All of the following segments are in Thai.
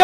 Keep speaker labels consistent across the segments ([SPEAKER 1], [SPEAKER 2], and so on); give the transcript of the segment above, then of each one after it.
[SPEAKER 1] ก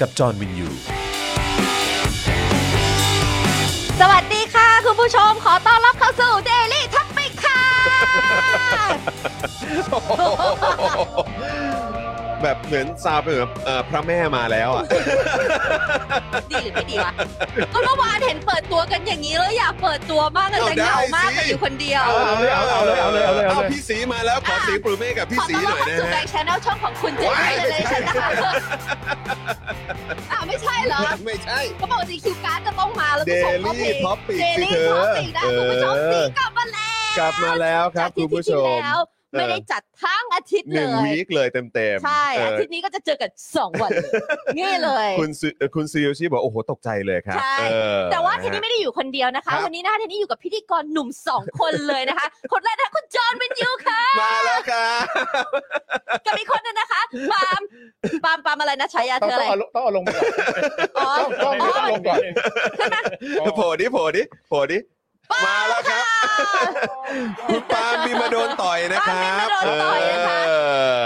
[SPEAKER 2] กับจอห์นวินยู
[SPEAKER 3] สวัสดีค่ะ คุณผู้ชมขอต้อนรับเข้าสู่ Daily Topic ค่ะ
[SPEAKER 4] แบบเหมือนซาวเป็นแบบเอ่อพระแม่มาแล้วอ่ะ
[SPEAKER 3] ดีหรือไม่ดีวะก็เมื่อวานเห็นเปิดตัวกันอย่างนี้แล้วอยากเปิดตัวมากเลย
[SPEAKER 4] เอา
[SPEAKER 3] แต่เหงา
[SPEAKER 4] ได้
[SPEAKER 3] มาก
[SPEAKER 4] สิ
[SPEAKER 3] แต่อยู่คนเดียว
[SPEAKER 4] เอาเลยเอาเลยเอาเลยเอาเลย
[SPEAKER 2] เอาเลย
[SPEAKER 4] เอาพี่สีมาแล้วขอเสียงปรบมือให้กับพี่
[SPEAKER 3] ขอ
[SPEAKER 4] สี
[SPEAKER 3] ต้อน
[SPEAKER 4] ห
[SPEAKER 3] รั
[SPEAKER 4] น่
[SPEAKER 3] บเข้า
[SPEAKER 4] อยนะ
[SPEAKER 3] สู่แบ
[SPEAKER 4] ฮะ
[SPEAKER 3] งค์ชแนลช่องของคุณเจนนี่เลยเลยฉันนะคะอ้าวไม่ใช่เหรอ
[SPEAKER 4] ไม่ใช่
[SPEAKER 3] ก็บอกจริงคิวการ์ดจะต้องมาแล้วก็ส่งเข้า
[SPEAKER 4] Daily
[SPEAKER 3] เพลง
[SPEAKER 4] Topic สิ
[SPEAKER 3] Daily
[SPEAKER 4] เธอ
[SPEAKER 3] Topic นะคุณผู้ชมสีกลับมาแล้ว
[SPEAKER 4] กลับมาแล้วครับ
[SPEAKER 3] จาก
[SPEAKER 4] คุ
[SPEAKER 3] ที่
[SPEAKER 4] ณผู้ชม
[SPEAKER 3] ที่แล้วไม่ได้จัดทั้งอาทิตย์
[SPEAKER 4] ห
[SPEAKER 3] เล
[SPEAKER 4] นึ่ง
[SPEAKER 3] ย
[SPEAKER 4] วีคเลยเต็มๆ
[SPEAKER 3] ใช่
[SPEAKER 4] เอ
[SPEAKER 3] อา
[SPEAKER 4] อ
[SPEAKER 3] ทิตย์นี้ก็จะเจอกัน 2 วัน เลยนี่เลย
[SPEAKER 4] คุณซิเอ่อคุณซิโยชิบอกโอ้โหตกใจเลยครับ
[SPEAKER 3] ใช่
[SPEAKER 4] เออ
[SPEAKER 3] แต่ว่าเทนนี่ไม่ได้อยู่คนเดียวนะ
[SPEAKER 4] ครั
[SPEAKER 3] คะ
[SPEAKER 4] บ
[SPEAKER 3] วันนี้นะคะเทนนี่อยู่กับพิธีกรหนุ่ม 2 คนเลยนะคะ คนแรกนะคะคุณจอห์นเป็นยูค่ะ
[SPEAKER 4] มาแล้วครับ
[SPEAKER 3] กับอีกคนนึงนะคะปาล์มปาล์มปาล์มอะไรนะฉายาเธออะไร
[SPEAKER 5] ต้องต้องเอาลงก่อน
[SPEAKER 3] อ๋อ
[SPEAKER 5] ต้องต้อง
[SPEAKER 3] อ๋อ
[SPEAKER 5] เอาลงก่อน
[SPEAKER 4] โผล่ดิโผล่ดิโผล่ดิมาแล้วครับ คุณปาล์มมีมาโดนต่อยนะครับ
[SPEAKER 3] ปาล์มมีมาโดนต่อยนะคะ
[SPEAKER 4] เอ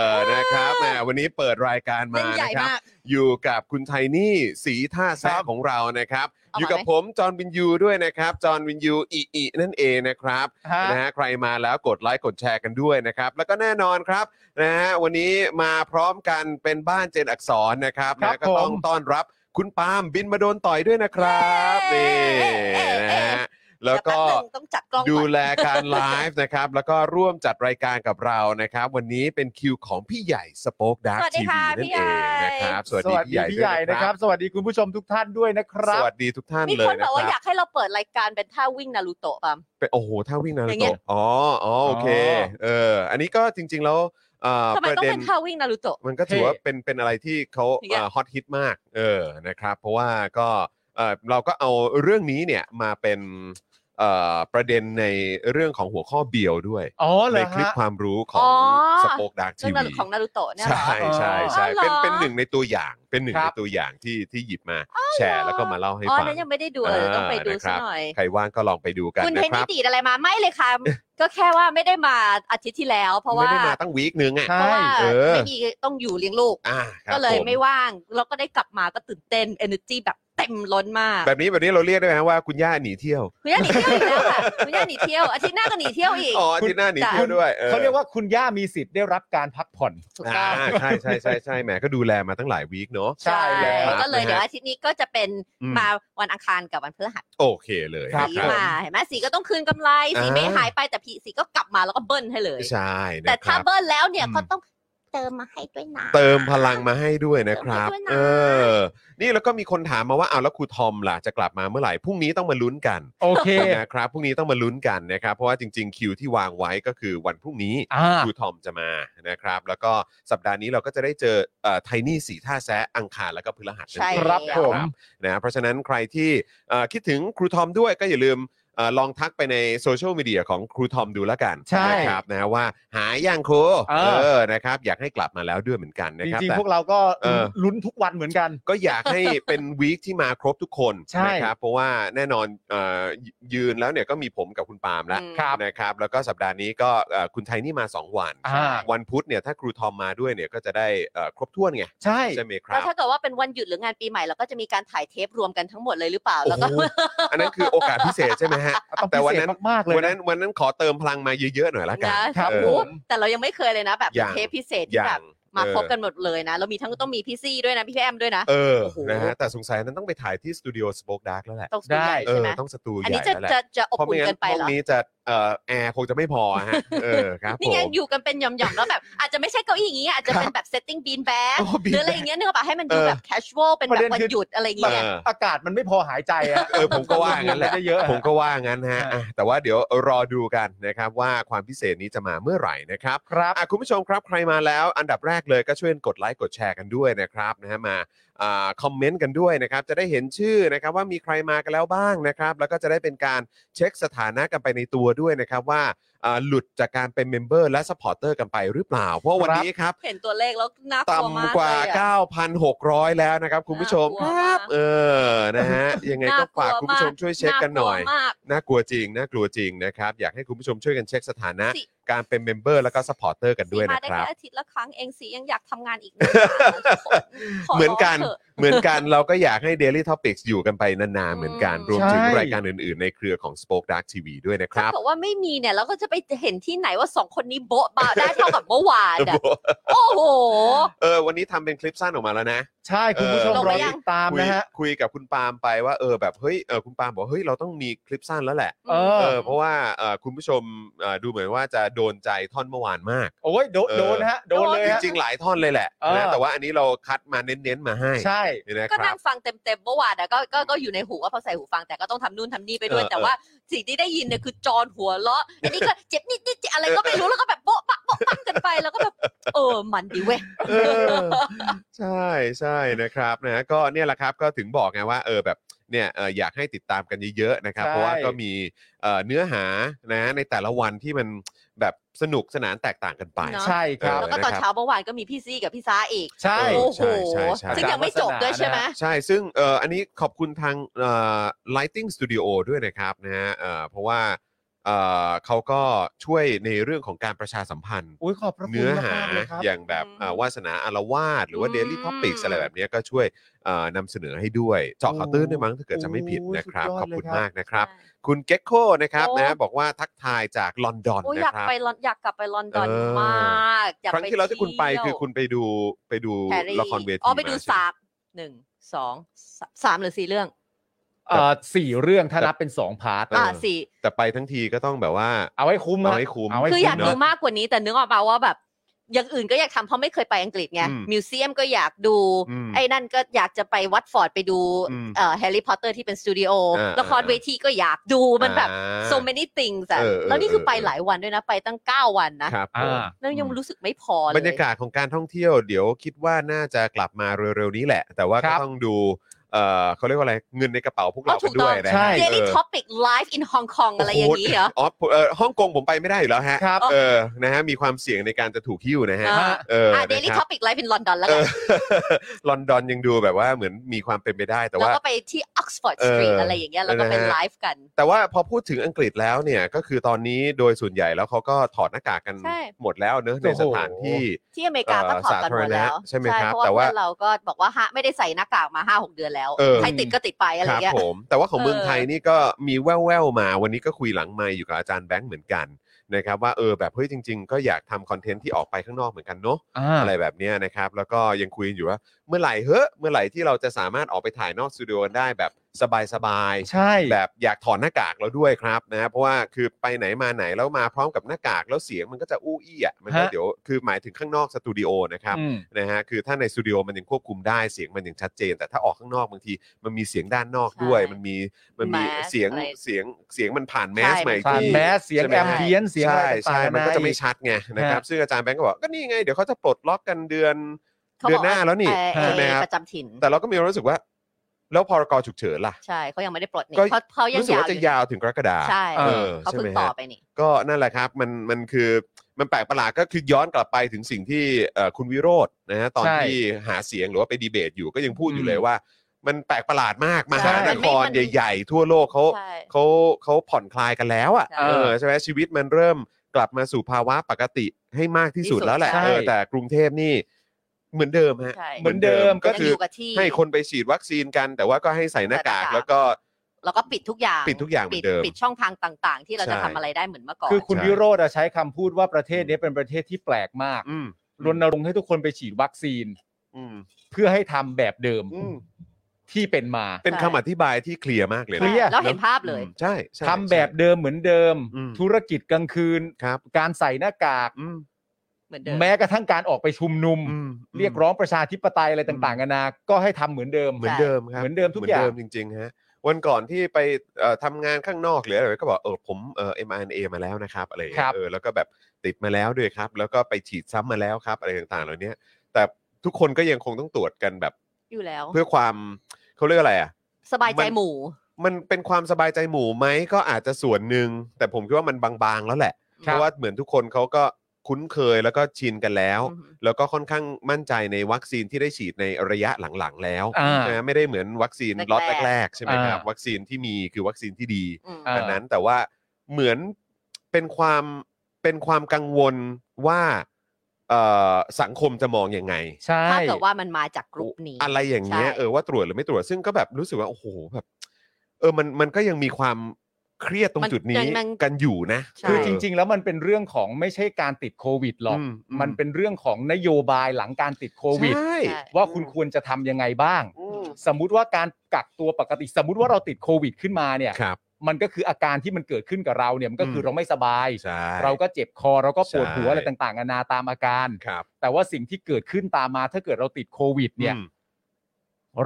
[SPEAKER 4] อนะครับแหมวันนี้เปิดรายการมา
[SPEAKER 3] เล่นใหญ่
[SPEAKER 4] นะครับ
[SPEAKER 3] มาก
[SPEAKER 4] อยู่กับคุณไทนี่สีท่า
[SPEAKER 5] ค
[SPEAKER 4] แซะ
[SPEAKER 5] รับ
[SPEAKER 4] ของเรานะครับ
[SPEAKER 3] เอามา
[SPEAKER 4] อยู่กับ
[SPEAKER 3] ไหม
[SPEAKER 4] ผม จอห์นวินยูด้วยนะครับ จอห์นวินยูอีอีนั่นเองนะครับ
[SPEAKER 5] ฮะ
[SPEAKER 4] นะฮะใครมาแล้วกดไลค์กดแชร์กันด้วยนะครับ แล้วก็แน่นอนครับนะฮะวันนี้มาพร้อมกันเป็นบ้านเจนอักษรนะครับ
[SPEAKER 5] ครับ
[SPEAKER 4] นะก็ต้อง
[SPEAKER 5] ผม
[SPEAKER 4] ต้อนรับคุณปาล์มบินมาโดนต่อยด้วยนะครับ
[SPEAKER 3] เย้
[SPEAKER 4] นี่
[SPEAKER 3] เอ๊ะเอ๊ะ
[SPEAKER 4] นะ
[SPEAKER 3] เอ๊ะ
[SPEAKER 4] ฮะแล้วก็
[SPEAKER 3] เดี๋ยป๊บนึงต้องจัดกล้อง
[SPEAKER 4] ดู
[SPEAKER 3] ก่อน
[SPEAKER 4] แลการไลฟ์นะครับ แล้วก็ร่วมจัดรายการกับเรานะครับ วันนี้เป็นคิวของพี่ใหญ่สป็อคดาร์
[SPEAKER 3] สวัสดี
[SPEAKER 4] ทีวี
[SPEAKER 3] ค่ะ
[SPEAKER 4] นั่
[SPEAKER 3] พี่
[SPEAKER 4] น
[SPEAKER 3] ให
[SPEAKER 4] เอ
[SPEAKER 3] ญ่
[SPEAKER 4] งนะครับ สวัสดีพี่ใหญ่
[SPEAKER 5] พี่
[SPEAKER 4] ด้
[SPEAKER 5] ให
[SPEAKER 4] ว
[SPEAKER 5] ญ่
[SPEAKER 4] ย
[SPEAKER 5] นะ
[SPEAKER 4] นะ
[SPEAKER 5] ค
[SPEAKER 4] ค
[SPEAKER 5] รั
[SPEAKER 4] รับ บ
[SPEAKER 5] สวัสดีคุณผู้ชมทุกท่านด้วยนะครั
[SPEAKER 4] ส
[SPEAKER 5] บ
[SPEAKER 4] วัสดีทุกท่าน
[SPEAKER 3] มี
[SPEAKER 4] เลย
[SPEAKER 3] คนบ
[SPEAKER 4] นะ
[SPEAKER 3] อกว่าอ
[SPEAKER 4] ครั
[SPEAKER 3] ยา
[SPEAKER 4] บ
[SPEAKER 3] กให้เราเปิดรายการเป็นท่าวิ่งนารูโตะปาล์ม
[SPEAKER 4] เป็นโอ้โห ถ้าวิ่งนา
[SPEAKER 3] อ
[SPEAKER 4] รุ
[SPEAKER 3] ย่างเงี้ย
[SPEAKER 4] โตะอ๋ออ๋อโอเค เออ อันนี้ก็จริง ๆ แล้วเอ่อ
[SPEAKER 3] ทำไมต้
[SPEAKER 4] ประ
[SPEAKER 3] อง
[SPEAKER 4] เด็น
[SPEAKER 3] เป็นท่าวิ่งนารูโตะ
[SPEAKER 4] มันก็ถือว่าเป็นเป็นอะไรที่เขา
[SPEAKER 3] อย่างเงี้ย
[SPEAKER 4] เอ่อฮอตฮิตมาก เออนะครับ เพราะว่าก็เอ่อเราก็เอาเรื่องนี้เนี่ยมาเป็นเอ่อประเด็นในเรื่องของหัวข้อเบียวด้วย
[SPEAKER 5] อ๋อเหร
[SPEAKER 4] ใน
[SPEAKER 5] อ
[SPEAKER 4] คลิป
[SPEAKER 5] ฮะ
[SPEAKER 4] ความรู้ขอ
[SPEAKER 3] อ๋
[SPEAKER 4] ง
[SPEAKER 3] อ
[SPEAKER 4] สปอคดัก
[SPEAKER 3] เรื่
[SPEAKER 4] ที
[SPEAKER 3] องนา
[SPEAKER 4] วี
[SPEAKER 3] รูของนารูโตะเนี่ยเหรอ
[SPEAKER 4] ใช่ใช่ใช่
[SPEAKER 3] อ๋อเหรอ
[SPEAKER 4] เป็นเป็นหนึ่งในตัวอย่างเป็นหนึ่ง
[SPEAKER 5] ครั
[SPEAKER 4] ใน
[SPEAKER 5] บ
[SPEAKER 4] ตัวอย่างที่ที่หยิบมาแชร์แล้วก็มาเล่าให้
[SPEAKER 3] อ๋อ
[SPEAKER 4] ฟัง
[SPEAKER 3] นั้นยังไม่ได้ดูเลยต้องไปดู
[SPEAKER 4] เออนะค
[SPEAKER 3] ซะ
[SPEAKER 4] รับ
[SPEAKER 3] หน่อย
[SPEAKER 4] ใครว่างก็ลองไปดูกัน
[SPEAKER 3] คุณ
[SPEAKER 4] นะ
[SPEAKER 3] เทน
[SPEAKER 4] ค
[SPEAKER 3] นี่
[SPEAKER 4] รับ
[SPEAKER 3] ดีดอะไรมาไม่เลยค่ะ ก็แค่ว่าไม่ได้มาอาทิตย์ที่แล้ว เพราะ
[SPEAKER 4] ไม่
[SPEAKER 3] ว่า
[SPEAKER 4] ได้มาตั้งวีคนึงอ่ะ
[SPEAKER 3] เพ
[SPEAKER 5] ใช่
[SPEAKER 3] ราะว่า
[SPEAKER 4] เออ
[SPEAKER 3] ไม่มีต้องอยู่เลี้ยงลูก
[SPEAKER 4] อ่าครับ
[SPEAKER 3] ก็เลย
[SPEAKER 4] ผ
[SPEAKER 3] ไม่ว่างแล้วก็ได้กลับมาก็ตื่นเต้น energy แบบเต็มล้นมาก
[SPEAKER 4] แบบนี้แบบนี้เราเรียกได้ไหมว่าคุณย่าหนีเที่ยว
[SPEAKER 3] คุณย่าหนีเที่ยวอีกแล้วค่ะคุณย่าหนีเที่ยวอาทิตย์หน้าก็หนีเที่ยวอีก
[SPEAKER 4] อ๋ออาที่หน้าหนีเที่ยวด้วยออ
[SPEAKER 5] เขาเรียกว่าคุณย่ามีสิทธิ์ได้รับการพักผ่อน
[SPEAKER 3] ถูกต้อง
[SPEAKER 4] อ่าใช่ใช่ใช่ใช่แหมก็ดูแลมาตั้งหลายวีคเนาะ
[SPEAKER 5] ใช่แล้ว
[SPEAKER 3] ก็เลยเดี๋ยวอาทิตย์นี้ก็จะเป็น
[SPEAKER 4] อืม
[SPEAKER 3] มาวันอังคารกับวันพฤหัส
[SPEAKER 4] โอเคเลย
[SPEAKER 5] ครั
[SPEAKER 4] นะ
[SPEAKER 5] บ
[SPEAKER 3] สี
[SPEAKER 4] ครับ
[SPEAKER 3] มาเห็นไหมสีก็ต้องคืนกำไรสี
[SPEAKER 4] อ่า
[SPEAKER 3] ไม่หายไปแต่พีสีก็กลับมาแล้วก็เบิ้ลให้เลย
[SPEAKER 4] ใช่
[SPEAKER 3] แต่
[SPEAKER 4] นะค
[SPEAKER 3] ถ้า
[SPEAKER 4] รับ
[SPEAKER 3] เบิ้ลแล้วเนี่ย
[SPEAKER 4] อืม
[SPEAKER 3] ก็ต้องเติมมาให้ด้วยนะ
[SPEAKER 4] เติมพลังมาให้ด้วยนะครับ
[SPEAKER 3] เติมให้ด้วยนะ
[SPEAKER 4] เออ นี่แล้วก็มีคนถามมาว่าเอาแล้วครูทอมล่ะจะกลับมาเมื่อไหร่ พรุ่งนี้ต้องมาลุ้นกัน
[SPEAKER 5] โอเค
[SPEAKER 4] นะครับ พรุ่งนี้ต้องมาลุ้นกันนะครับ เพราะว่าจริง ๆ คิวที่วางไว้ก็คือวันพรุ่งนี้
[SPEAKER 5] อ่า
[SPEAKER 4] ครูทอมจะมานะครับ แล้วก็สัปดาห์นี้เราก็จะได้เจอไทนี่สีท่าแซะอังคารแล้วก็พฤหัสนั่น
[SPEAKER 3] ใช่
[SPEAKER 4] เอง
[SPEAKER 5] ครับ
[SPEAKER 3] แล้ว
[SPEAKER 5] ผม
[SPEAKER 4] นะเพราะฉะนั้นใครที่เอ่อคิดถึงครูทอมด้วยก็อย่าลืมเอ่อลองทักไปในโซเชียลมีเดียของครูทอมดูแล้วกัน
[SPEAKER 5] ใช่
[SPEAKER 4] นะครับนะว่าหายย่างครู
[SPEAKER 5] เออ
[SPEAKER 4] เออนะครับอยากให้กลับมาแล้วด้วยเหมือนกันนะ
[SPEAKER 5] จ
[SPEAKER 4] ครับ
[SPEAKER 5] ริง
[SPEAKER 4] แต่
[SPEAKER 5] ๆพวกเราก็
[SPEAKER 4] เออ
[SPEAKER 5] ลุ้นทุกวันเหมือนกัน
[SPEAKER 4] ก็อยากให้ เป็นวีคที่มาครบทุกคน
[SPEAKER 5] ใช่
[SPEAKER 4] นะครับเพราะว่าแน่นอนเอ่อยืนแล้วเนี่ยก็มีผมกับคุณปาล์มแล้ว
[SPEAKER 3] อืม
[SPEAKER 5] ครับ
[SPEAKER 4] นะครับ แล้วก็สัปดาห์นี้ก็เอ่อคุณไทยนี่มา 2 วัน
[SPEAKER 5] อ่า
[SPEAKER 4] วันพุธเนี่ยถ้าครูทอมมาด้วยเนี่ยก็จะได้เอ่อครบถ้วนไง
[SPEAKER 5] ใช่
[SPEAKER 4] ใช่ไหมครั
[SPEAKER 3] แล้
[SPEAKER 4] บ
[SPEAKER 3] วถ้าเกิดว่าเป็นวันหยุดหรืองานปีใหม่เราก็จะมีการถ่ายเทปรวมกันทั้งหมดเลยหรือเปล่าแล้วก็
[SPEAKER 4] โอ้โห อันนั้นคือโอกาสพิเศษใช่ไหมฮะ
[SPEAKER 5] ต้อง
[SPEAKER 4] แต่
[SPEAKER 5] พิ
[SPEAKER 4] วัน
[SPEAKER 5] เศษ
[SPEAKER 4] นั้น
[SPEAKER 5] มากๆเลย
[SPEAKER 4] วันนั้นวันนั้นขอเติมพลังมาเยอะๆหน่อยละกัน
[SPEAKER 3] นะครับ
[SPEAKER 4] เออ
[SPEAKER 3] โอ้แต่เรายังไม่เคยเลยนะ แบบ
[SPEAKER 4] อย่าง
[SPEAKER 3] เทปพิเศษ
[SPEAKER 4] อ
[SPEAKER 3] ที่
[SPEAKER 4] ย่า
[SPEAKER 3] แบ
[SPEAKER 4] ง
[SPEAKER 3] บ มา
[SPEAKER 4] เออ
[SPEAKER 3] ครบกันหมดเลยนะแล้วมีทั้งต้องมีพี่ซี่ด้วยนะพี่แอมด้วยนะ
[SPEAKER 4] เออ
[SPEAKER 3] โอ้โห
[SPEAKER 4] นะฮะแต่สงสัยนั้นต้องไปถ่ายที่สตูดิโอสป o อ e ดาร์กแล้วแหละ
[SPEAKER 3] ต้องสูงใหญ่
[SPEAKER 4] เอ
[SPEAKER 3] ใช่
[SPEAKER 4] อ
[SPEAKER 3] ไหม
[SPEAKER 4] ต้องสตู
[SPEAKER 3] อัน
[SPEAKER 4] ให
[SPEAKER 3] นี้
[SPEAKER 4] ญ่
[SPEAKER 3] จะ
[SPEAKER 4] แล้วแหละ
[SPEAKER 3] จะจะอบ
[SPEAKER 4] เพราะ
[SPEAKER 3] อุ่น
[SPEAKER 4] ไม่งั้
[SPEAKER 3] เกิ
[SPEAKER 4] น
[SPEAKER 3] นไป
[SPEAKER 4] ห้อง
[SPEAKER 3] เหรอ
[SPEAKER 4] นี้จะเอ่อแอร์คงจะไม่พอฮะเออครับ
[SPEAKER 3] นี่ไง
[SPEAKER 4] ผม
[SPEAKER 3] อยู่กันเป็นหย่อมๆแล้วแบบ อาจจะไม่ใช่เก้าอี้อย่างงี้อาจจะเป็นแบบ setting bean bag
[SPEAKER 4] โอ้ bean
[SPEAKER 3] หรืออะไรอย่างเงี้ยนึกออกปะให้มันดู
[SPEAKER 4] เออ
[SPEAKER 3] แบบ casual เป็นแบบวันหยุดอะไรอย่าง
[SPEAKER 4] เอ
[SPEAKER 3] เงี้ย
[SPEAKER 4] อ
[SPEAKER 5] อากาศมันไม่พอหายใจอะ
[SPEAKER 4] เออผมก็ว่างั้นแหละ
[SPEAKER 5] มัจเยอะอะ
[SPEAKER 4] ผมก็ว่างั้นฮะ
[SPEAKER 5] ฮะ
[SPEAKER 4] อ่ะแต่ว่าเดี๋ยวรอดูกันนะครับว่าความพิเศษนี้จะมาเมื่อไหร่นะครับ
[SPEAKER 5] ครับ
[SPEAKER 4] อ่ะคุณผู้ชมครับใครมาแล้ว อันดับแรกเลยก็ช่วยกดไลค์กดแชร์กันด้วยนะครับนะฮะมาอ่าคอมเมนต์กันด้วยนะครับ จะได้เห็นชื่อนะครับว่ามีใครมากันแล้วบ้างนะครับ แล้วก็จะได้เป็นการเช็คสถานะกันไปในตัวด้วยนะครับว่าอ่าหลุดจากการเป็นเมมเบอร์และสปอร์เตอร์กันไปหรือเปล่า เพราะวันนี้ครับ
[SPEAKER 3] เห็นตัวเลขแล้วน่ากลัวมาก
[SPEAKER 4] ต่ำกว่า
[SPEAKER 3] เลยอะ
[SPEAKER 4] 9,600 แล้วนะครับ คุณผู้ชม
[SPEAKER 3] น่ากลัว
[SPEAKER 4] ครับ
[SPEAKER 3] มาก
[SPEAKER 4] เออนะฮะยังไงก็ฝากคุณผู้ชมช่วยเช็คกันหน่อย
[SPEAKER 3] ากลัวมาก
[SPEAKER 4] น่ากลัวจริงน่ากลัวจริงนะครับ อยากให้คุณผู้ชมช่วยกันเช็คสถานะ
[SPEAKER 3] สิ
[SPEAKER 4] การเป็นเมมเบอร์แล้วก็สปอร์เตอร์กันด้วย
[SPEAKER 3] สีมา
[SPEAKER 4] นะ
[SPEAKER 3] ได้
[SPEAKER 4] ครั
[SPEAKER 3] แค่
[SPEAKER 4] บ
[SPEAKER 3] อาทิตย์ละครั้งเองสียังอยากทำงานอีกนะขอข
[SPEAKER 4] เหมือนกัน
[SPEAKER 3] ร้งถะ
[SPEAKER 4] เหมือนกันเราก็อยากให้ Daily Topics อยู่กันไปนานๆ เหมือนกัน
[SPEAKER 3] อืม
[SPEAKER 4] รวมถึง
[SPEAKER 5] ใช่
[SPEAKER 4] รายการอื่นๆ ในเครือของ Spoke Dark TV ด้วยนะค
[SPEAKER 3] ถ้า
[SPEAKER 4] รับ
[SPEAKER 3] เกิดว่าไม่มีเนี่ยเราก็จะไปเห็นที่ไหนว่าสองคนนี้โบ๊ะบาได้ เท่ากับเมื่อวานอะโอ้โห
[SPEAKER 4] เออวันนี้ทำเป็นคลิปสั้นออกมาแล้วนะ
[SPEAKER 5] ใช่คุณผู้ชม
[SPEAKER 3] เออ
[SPEAKER 5] รอติดตาม
[SPEAKER 4] คุย
[SPEAKER 5] นะฮะ
[SPEAKER 4] คุยกับคุณปาล์มไปว่าเออแบบเฮ้ยเออคุณปาล์มบอกเฮ้ยเราต้องมีคลิปสั้นแล้วแหละ
[SPEAKER 5] เอ
[SPEAKER 4] เออเพราะว่าเอ่อคุณผู้ชมเอ่อดูเหมือนว่าจะโดนใจท่อนเมื่อวานมาก
[SPEAKER 5] โอ้ยโดน
[SPEAKER 4] เออ
[SPEAKER 5] โดนฮะ โดนเลย
[SPEAKER 4] จ
[SPEAKER 5] ฮะ
[SPEAKER 4] ริงๆหลายท่อนเลยแหละ
[SPEAKER 5] เออ
[SPEAKER 4] นะแต่ว่าอันนี้เราคัดมาเน้นๆมาให้
[SPEAKER 5] ใช่
[SPEAKER 4] นี่นะ
[SPEAKER 3] ก็
[SPEAKER 4] ครั
[SPEAKER 3] นั่
[SPEAKER 4] บ
[SPEAKER 3] งฟังเต็มๆเมื่อวานอะก็ก็ก็อยู่ในหูว่าพอใส่หูฟังแต่ก็ต้องทำนู่นทำนี่ไปด้วย
[SPEAKER 4] เออ
[SPEAKER 3] แต่ว่าสิ่งที่ได้ยินเนี่ยคือจอนหัว เราะอันนี้ก็เจ็บนิดนิดอะไรก็ไม่รู้แล้วก็แบบโบ๊ะบะโบ๊ะบะกันไปแล้วก็แบบเออมันดีเว้ย
[SPEAKER 4] เออใช่ใช่นะครับนะก็เนี่ยแหละครับก็ถึงบอกไงว่าเออแบบเนี่ยเอ่ออยากให้ติดตามกันเยอะๆนะครับ
[SPEAKER 5] ใช่
[SPEAKER 4] เพราะว่าก็มีเอ่อเนื้อหานะในแต่ละวันที่มันแบบสนุกสนานแตกต่างกันไป
[SPEAKER 3] เนอะ
[SPEAKER 5] ใช่ครับ
[SPEAKER 4] เ
[SPEAKER 3] แล้วก็ตอน
[SPEAKER 4] นะครับ
[SPEAKER 3] เช้าเมื่อวานก็มีพี่ซี่กับพี่ซ้าอีก
[SPEAKER 5] ใช่
[SPEAKER 4] เอ
[SPEAKER 3] โอ้
[SPEAKER 4] อ
[SPEAKER 3] โห
[SPEAKER 4] ใช่ใช่ใช่
[SPEAKER 3] ซึ่งยังไม่จบด้วยใช่ไหม
[SPEAKER 4] ใช่ ซึ่งเอ่ออันนี้ขอบคุณทางเอ่อ Lighting Studio ด้วยนะครับนะฮะเอ่อเพราะว่าเอ่อเขาก็ช่วยในเรื่องของการประชาสัมพันธ์
[SPEAKER 5] อุ้ยขอบพระคุณ
[SPEAKER 4] เนื้อหาม
[SPEAKER 5] กๆเลยครับ
[SPEAKER 4] อย่างแบบเอ่อ
[SPEAKER 3] อืม
[SPEAKER 4] วาสนาอารวาสหรือว่า
[SPEAKER 3] อืม
[SPEAKER 4] Daily Topics อะไรแบบเนี้ยก็ช่วยเอ่อนำเสนอให้ด้วย เจาะข่าวตื้นด้วยมั้งถ้าเกิดจะไม่ผิดนะครับ
[SPEAKER 5] โอ้ย
[SPEAKER 4] ข
[SPEAKER 5] สุ
[SPEAKER 4] อบ
[SPEAKER 5] ดยอดเลย
[SPEAKER 4] คุณ
[SPEAKER 5] ครับ
[SPEAKER 4] มากนะครับ คุณเก็กโคนะครับ
[SPEAKER 3] โอ้
[SPEAKER 4] นะบอกว่าทักทายจากลอนดอน
[SPEAKER 3] โอ้ยอ
[SPEAKER 4] นะ
[SPEAKER 3] ยาก
[SPEAKER 4] ครับ
[SPEAKER 3] ไปลอนอยากกลับไปลอนดอน
[SPEAKER 4] เออ
[SPEAKER 3] มากอยาก
[SPEAKER 4] ครั้ง
[SPEAKER 3] ไป
[SPEAKER 4] ที่แล้วที่คุณไปคือคุณไปดูไปดู
[SPEAKER 3] แฮร์
[SPEAKER 4] ละครเวที
[SPEAKER 3] อ๋อไปดู
[SPEAKER 4] มใช่
[SPEAKER 3] สาม
[SPEAKER 4] หม
[SPEAKER 3] หนึ่งสองสามสามหรือสี่เรื่อง
[SPEAKER 5] เอ่อสี่เรื่องถ้านับเป็นสองพาร์ท
[SPEAKER 4] เอออ่
[SPEAKER 3] อ่าสี่
[SPEAKER 4] แต่ไปทั้งทีก็ต้องแบบว่า
[SPEAKER 5] เอาให้คุ้มฮะ
[SPEAKER 4] เอาให้คุ้ม
[SPEAKER 5] เอาให้
[SPEAKER 3] คืออยากดู
[SPEAKER 5] คุ้มเนะ
[SPEAKER 3] มากกว่านี้แต่นึกออกมาว่าแบบอย่างอื่นก็อยากทำเพราะไม่เคยไปอังกฤษไง
[SPEAKER 4] อืม
[SPEAKER 3] มิวเซียมก็อยากดู
[SPEAKER 4] อืม
[SPEAKER 3] ไอ้นั่นก็อยากจะไปวัดฟอร์ดไปดู
[SPEAKER 4] อืม
[SPEAKER 3] เอ่อแฮร์รี่พอตเตอร์ที่เป็นสตูดิโอ
[SPEAKER 4] อ่า
[SPEAKER 3] ละครเวทีก็อยากดูมันแบบ
[SPEAKER 4] อ่า
[SPEAKER 3] so many things อะ
[SPEAKER 4] เออเออ
[SPEAKER 3] แล้วนี่คือไป
[SPEAKER 4] เออ
[SPEAKER 3] หลายวันด้วยนะไปตั้งเก้าวันนะครับ
[SPEAKER 4] ผม
[SPEAKER 3] แล้วยังรู้สึกไม่พอเลย
[SPEAKER 4] บรรยากาศของการท่องเที่ยวเดี๋ยวคิดว่าน่าจะกลับมาเร็วๆนี้แหละ แต่ว่า
[SPEAKER 5] ค
[SPEAKER 4] ก็
[SPEAKER 5] รับ
[SPEAKER 4] ต้องดูเออเขาเรียกว่าอะไรเงินในกระเป๋าพวกเรา
[SPEAKER 3] อ๋อถู
[SPEAKER 4] กัน
[SPEAKER 3] ก
[SPEAKER 4] ด้วย
[SPEAKER 3] ต้อง
[SPEAKER 4] นะ
[SPEAKER 5] ใช่
[SPEAKER 4] ฮะ
[SPEAKER 3] เดลี่
[SPEAKER 4] เออ
[SPEAKER 3] ท็อปิกไลฟ์อินฮองกงอะไรอย่างนี้เหรอ
[SPEAKER 4] อ๋อเออฮ่องกงผมไปไม่ได้อยู่แล้วฮะ
[SPEAKER 5] ครับ
[SPEAKER 4] เออนะฮะมีความเสี่ยงในการจะถูกหิ้วนะฮะ
[SPEAKER 3] อ่า
[SPEAKER 4] เออ
[SPEAKER 3] อ่าเด
[SPEAKER 4] นะ
[SPEAKER 3] ลี่
[SPEAKER 4] ค
[SPEAKER 3] ท็
[SPEAKER 4] รั
[SPEAKER 3] อบ ปิกไลฟ์ in นลอนดอนแล้ว
[SPEAKER 4] เอ
[SPEAKER 3] กัน
[SPEAKER 4] อ ลอนดอนยังดูแบบว่าเหมือนมีความเป็นไปได้แต่
[SPEAKER 3] แล้ว
[SPEAKER 4] ว่า
[SPEAKER 3] ก็ไปที่ออกซฟอร์ดส
[SPEAKER 4] เออ
[SPEAKER 3] ตรีทอะไรอย่างเงี้ยแล้วก็ไป
[SPEAKER 4] นะฮะ
[SPEAKER 3] ไลฟ์กัน
[SPEAKER 4] แต่ว่าพอพูดถึงอังกฤษแล้วเนี่ยก็คือตอนนี้โดยส่วนใหญ่แล้วเขาก็ถอดหน้ากากกัน
[SPEAKER 3] ใช่
[SPEAKER 4] หมดแล้วเนอะในสถานที่
[SPEAKER 3] ที่อเมริกาก็
[SPEAKER 4] เอ่อ
[SPEAKER 3] ถอดกันหมดแล้ว
[SPEAKER 4] สาธารณะใช่ไหมครับ
[SPEAKER 3] เพราะว่า
[SPEAKER 4] แต่
[SPEAKER 3] เพื่อ
[SPEAKER 4] ว่า
[SPEAKER 3] นเราก็บอกว่าฮะไม่ได้ใส่หน้ากากมาห้าหกเดือนแล้ว
[SPEAKER 4] เออ
[SPEAKER 3] ใครติดก็ติดไปอะไร
[SPEAKER 4] ครับ
[SPEAKER 3] เงี้ย
[SPEAKER 4] ผมแต่ว่าของ
[SPEAKER 3] เออ
[SPEAKER 4] เมืองไทยนี่ก็มีแว่วๆมาวันนี้ก็คุยหลังไมค์อยู่กับอาจารย์แบงค์เหมือนกันนะครับว่าเออแบบเฮ้ยจริง ๆ ก็อยากทำคอนเทนต์ที่ออกไปข้างนอกเหมือนกันเนาะ
[SPEAKER 5] อ่า
[SPEAKER 4] อะไรแบบเนี้ยนะครับแล้วก็ยังคุยอยู่ว่าเมื่อไหร่เฮ้อเมื่อไหร่ที่เราจะสามารถออกไปถ่ายนอกสตูดิโอกันได้แบบสบายๆ
[SPEAKER 5] ใช่
[SPEAKER 4] แบบอยากถอดหน้ากากแล้วด้วยครับนะเพราะว่าคือไปไหนมาไหนแล้วมาพร้อมกับหน้ากากแล้วเสียงมันก็จะอู้อี้อ่ะมันก็เดี๋ยวคือหมายถึงข้างนอกสตูดิโอนะครับ
[SPEAKER 5] อืม
[SPEAKER 4] นะฮะคือถ้าในสตูดิโอมันยังควบคุมได้เสียงมันยังชัดเจน แต่ถ้าออกข้างนอกบางทีมันมีเสียงด้านนอกด้วย
[SPEAKER 3] ใช่
[SPEAKER 4] มันมีมันมี
[SPEAKER 3] แมส
[SPEAKER 4] เสียง
[SPEAKER 3] อะไร
[SPEAKER 4] เสียงเสียงมันผ่านแมส
[SPEAKER 3] ใช่
[SPEAKER 4] ใหม่
[SPEAKER 5] ผ่าน
[SPEAKER 4] ที่
[SPEAKER 5] แมสเสียง
[SPEAKER 4] ใช่ไหม
[SPEAKER 5] แอม
[SPEAKER 4] ฮะ
[SPEAKER 5] เบียนเสียงอะ
[SPEAKER 4] ใช่
[SPEAKER 5] ไรต่าง
[SPEAKER 4] ใช่
[SPEAKER 5] ๆ
[SPEAKER 4] มันก็จะไม่
[SPEAKER 5] าาอี
[SPEAKER 4] ชัดไงนะครับซึ่งอาจารย์แบงก์ก็บอกก็นี่ไงเดี๋ยวเขาจะปลดล็อกกันเดือน
[SPEAKER 3] เขา
[SPEAKER 4] เดื
[SPEAKER 3] บ
[SPEAKER 4] อน
[SPEAKER 3] อก
[SPEAKER 4] หน้าแล้วนี่
[SPEAKER 3] เอ่อ
[SPEAKER 4] ใช่ไหมครับ
[SPEAKER 3] ประจำถิ่น
[SPEAKER 4] แต่เราก็มีความรู้สึกว่า แล้วพรกฉุกเฉินล่ะ
[SPEAKER 3] ใช่เขายังไม่ได้ปลดนี่
[SPEAKER 4] ก็
[SPEAKER 3] เพราะเขายัง
[SPEAKER 4] รู้สึก
[SPEAKER 3] ยาว
[SPEAKER 4] ว่า
[SPEAKER 3] อ
[SPEAKER 4] จะ
[SPEAKER 3] ยู่
[SPEAKER 4] ยาวถึงกรกฎา
[SPEAKER 3] ใช่
[SPEAKER 5] เอ
[SPEAKER 4] อ
[SPEAKER 3] เขาเพิ่ง
[SPEAKER 4] ใช่ไหมฮะ
[SPEAKER 3] ต่อไปนี่
[SPEAKER 4] ก็นั่นแหละครับมันมันคือมันแปลกประหลาดก็คือย้อนกลับไปถึงสิ่งที่เอ่อคุณวิโรธนะฮะตอน
[SPEAKER 5] ใช่
[SPEAKER 4] ที่หาเสียงหรือว่าไปดีเบตอยู่ก็ยังพูดอยู่
[SPEAKER 5] อืม
[SPEAKER 4] เลยว่า มันแปลกประหลาดมากมหา
[SPEAKER 5] ใช่
[SPEAKER 4] นคร
[SPEAKER 3] มันไม่มัน
[SPEAKER 4] ใหญ่ ๆ ทั่วโลกเขา
[SPEAKER 3] ใช่
[SPEAKER 4] เขาเขาผ่อนคลายกันแล้วอ่ะ
[SPEAKER 3] ใช่
[SPEAKER 4] เออใช่ไหมชีวิตมันเริ่มกลับมาสู่ภาวะปกติให้มากที่สุด
[SPEAKER 3] ที่สุด
[SPEAKER 4] แล้วแหละ
[SPEAKER 3] ใช่
[SPEAKER 4] เออแต่กรุงเทพนี่เหมือนเดิมฮะ
[SPEAKER 3] ใช่
[SPEAKER 5] เหมือนเดิมก็
[SPEAKER 3] ก็
[SPEAKER 5] คื
[SPEAKER 3] คือ อยู่กับที่
[SPEAKER 4] ให้คนไปฉีดวัคซีนกัน แต่ว่าก็ให้ใส่หน้ากาก
[SPEAKER 3] ใส่หน้ากาก
[SPEAKER 4] แล้วก็
[SPEAKER 3] แล้วก็ปิดทุกอย่าง
[SPEAKER 4] ปิดทุกอย่างเหมือนเดิม
[SPEAKER 3] ปิดช่องทางต่างๆ ที่เราจะ
[SPEAKER 4] ใช่
[SPEAKER 3] ทำอะไรได้เหมือนเมื่อก่อน
[SPEAKER 5] คือคุณ
[SPEAKER 4] ใช่
[SPEAKER 5] วิโรธอะใช้คำพูดว่าประเทศนี้เป็นประเทศที่แปลกมาก
[SPEAKER 4] อืม
[SPEAKER 5] รณรงค์ให้ทุกคนไปฉีดวัคซีน
[SPEAKER 4] อืม
[SPEAKER 5] เพื่อให้ทำแบบเดิม
[SPEAKER 4] อืม
[SPEAKER 5] ที่เป็นมา
[SPEAKER 4] เป็นคำอธิบายที่เคลียร์มากเลยนะ
[SPEAKER 3] ใช่แล้วเห็นภาพเลย
[SPEAKER 4] อืมใช่ใช่
[SPEAKER 5] ทำแบบเดิมเหมือนเดิม
[SPEAKER 4] อืม
[SPEAKER 5] ธุรกิจกลางคืน
[SPEAKER 4] ครับ
[SPEAKER 5] การใส่หน้ากาก
[SPEAKER 4] อืม
[SPEAKER 3] เหมือนเดิม
[SPEAKER 5] แม้กระทั่งการออกไปชุมนุม
[SPEAKER 4] อืม
[SPEAKER 5] เรียกร้องประชาธิปไตยอะไรต่างๆกันานาก็ให้ทำเหมือนเดิม
[SPEAKER 4] เหมือนเดิมครับ
[SPEAKER 5] เหมือนเดิมทุกอย่าง
[SPEAKER 4] เหมือนเดิมจริงๆฮะวันก่อนที่ไปเอ่อทำงานข้างนอกหรืออะไรก็บอกเออผมเอ่อ็มอาร์เอ mRNA มาแล้วนะครับอะไรอย่าง
[SPEAKER 5] ค
[SPEAKER 4] เงี้
[SPEAKER 5] รับ
[SPEAKER 4] ยเออแล้วก็แบบติดมาแล้วด้วยครับ แล้วก็ไปฉีดซ้ำมาแล้วครับ อะไรต่างๆเหล่านี้แต่ทุกคนก็ยังคงต้องตรวจกันแบบ
[SPEAKER 3] อยู่แล้ว
[SPEAKER 4] เพื่อความเขาเรียกอะไรอ่ะ
[SPEAKER 3] สบายใจ
[SPEAKER 4] มัน
[SPEAKER 3] หมู่
[SPEAKER 4] มันเป็นความสบายใจหมู่ไหมก็อาจจะส่วนหนึ่งแต่ผมคิดว่ามันบางๆแล้วแหละ
[SPEAKER 5] ค
[SPEAKER 4] เพ
[SPEAKER 5] รับ
[SPEAKER 4] ราะว่าเหมือนทุกคนเขาก็คุ้นเคยแล้วก็ชินกันแล้ว
[SPEAKER 3] อือฮึ
[SPEAKER 4] แล้วก็ค่อนข้างมั่นใจในวัคซีนที่ได้ฉีดในระยะหลังๆแล้ว
[SPEAKER 5] อ่า
[SPEAKER 4] นะไม่ได้เหมือนวัคซีนล็อตแรกๆใช่ไหมครับ
[SPEAKER 5] อ่า
[SPEAKER 4] วัคซีนที่มีคือวัคซีนที่ดี
[SPEAKER 3] อืม
[SPEAKER 5] อ่า
[SPEAKER 4] อันนั้นแต่ว่าเหมือนเป็นความเป็นความกังวลว่าเอ่อสังคมจะมองยังไง
[SPEAKER 5] ใช่
[SPEAKER 3] ถ้าเกิดว่ามันมาจากกลุ่มนี้
[SPEAKER 4] อะไรอย่างเงี้ย
[SPEAKER 3] ใช่
[SPEAKER 4] เออว่าตรวจหรือไม่ตรวจซึ่งก็แบบรู้สึกว่าโอ้โหแบบเออมันมันก็ยังมีความเครียดตรงจุดนี้กันอยู่นะ
[SPEAKER 3] ใช่
[SPEAKER 5] คือจริง ๆ แล้วมันเป็นเรื่องของไม่ใช่การติดโควิดหรอก
[SPEAKER 4] อือื
[SPEAKER 5] มันเป็นเรื่องของนโยบายหลังการติดโควิด
[SPEAKER 4] ใช่
[SPEAKER 3] ใช่
[SPEAKER 5] ว่าคุณควรจะทำยังไงบ้าง
[SPEAKER 4] อืม
[SPEAKER 5] สมมุติว่าการกักตัวปกติ สมมุติว่าเราติดโควิดขึ้นมาเนี่ย
[SPEAKER 4] ครับ
[SPEAKER 5] มันก็คืออาการที่มันเกิดขึ้นกับเราเนี่ยมันก็คือ
[SPEAKER 4] ม
[SPEAKER 5] เราไม่สบาย
[SPEAKER 4] ใช่
[SPEAKER 5] เราก็เจ็บคอเราก็ปวด
[SPEAKER 4] ใช่
[SPEAKER 5] หัวอะไรต่างๆนานาตามอาการ
[SPEAKER 4] ครับ
[SPEAKER 5] แต่ว่าสิ่งที่เกิดขึ้นตามมาถ้าเกิดเราติดโควิดเนี่ย
[SPEAKER 4] อืม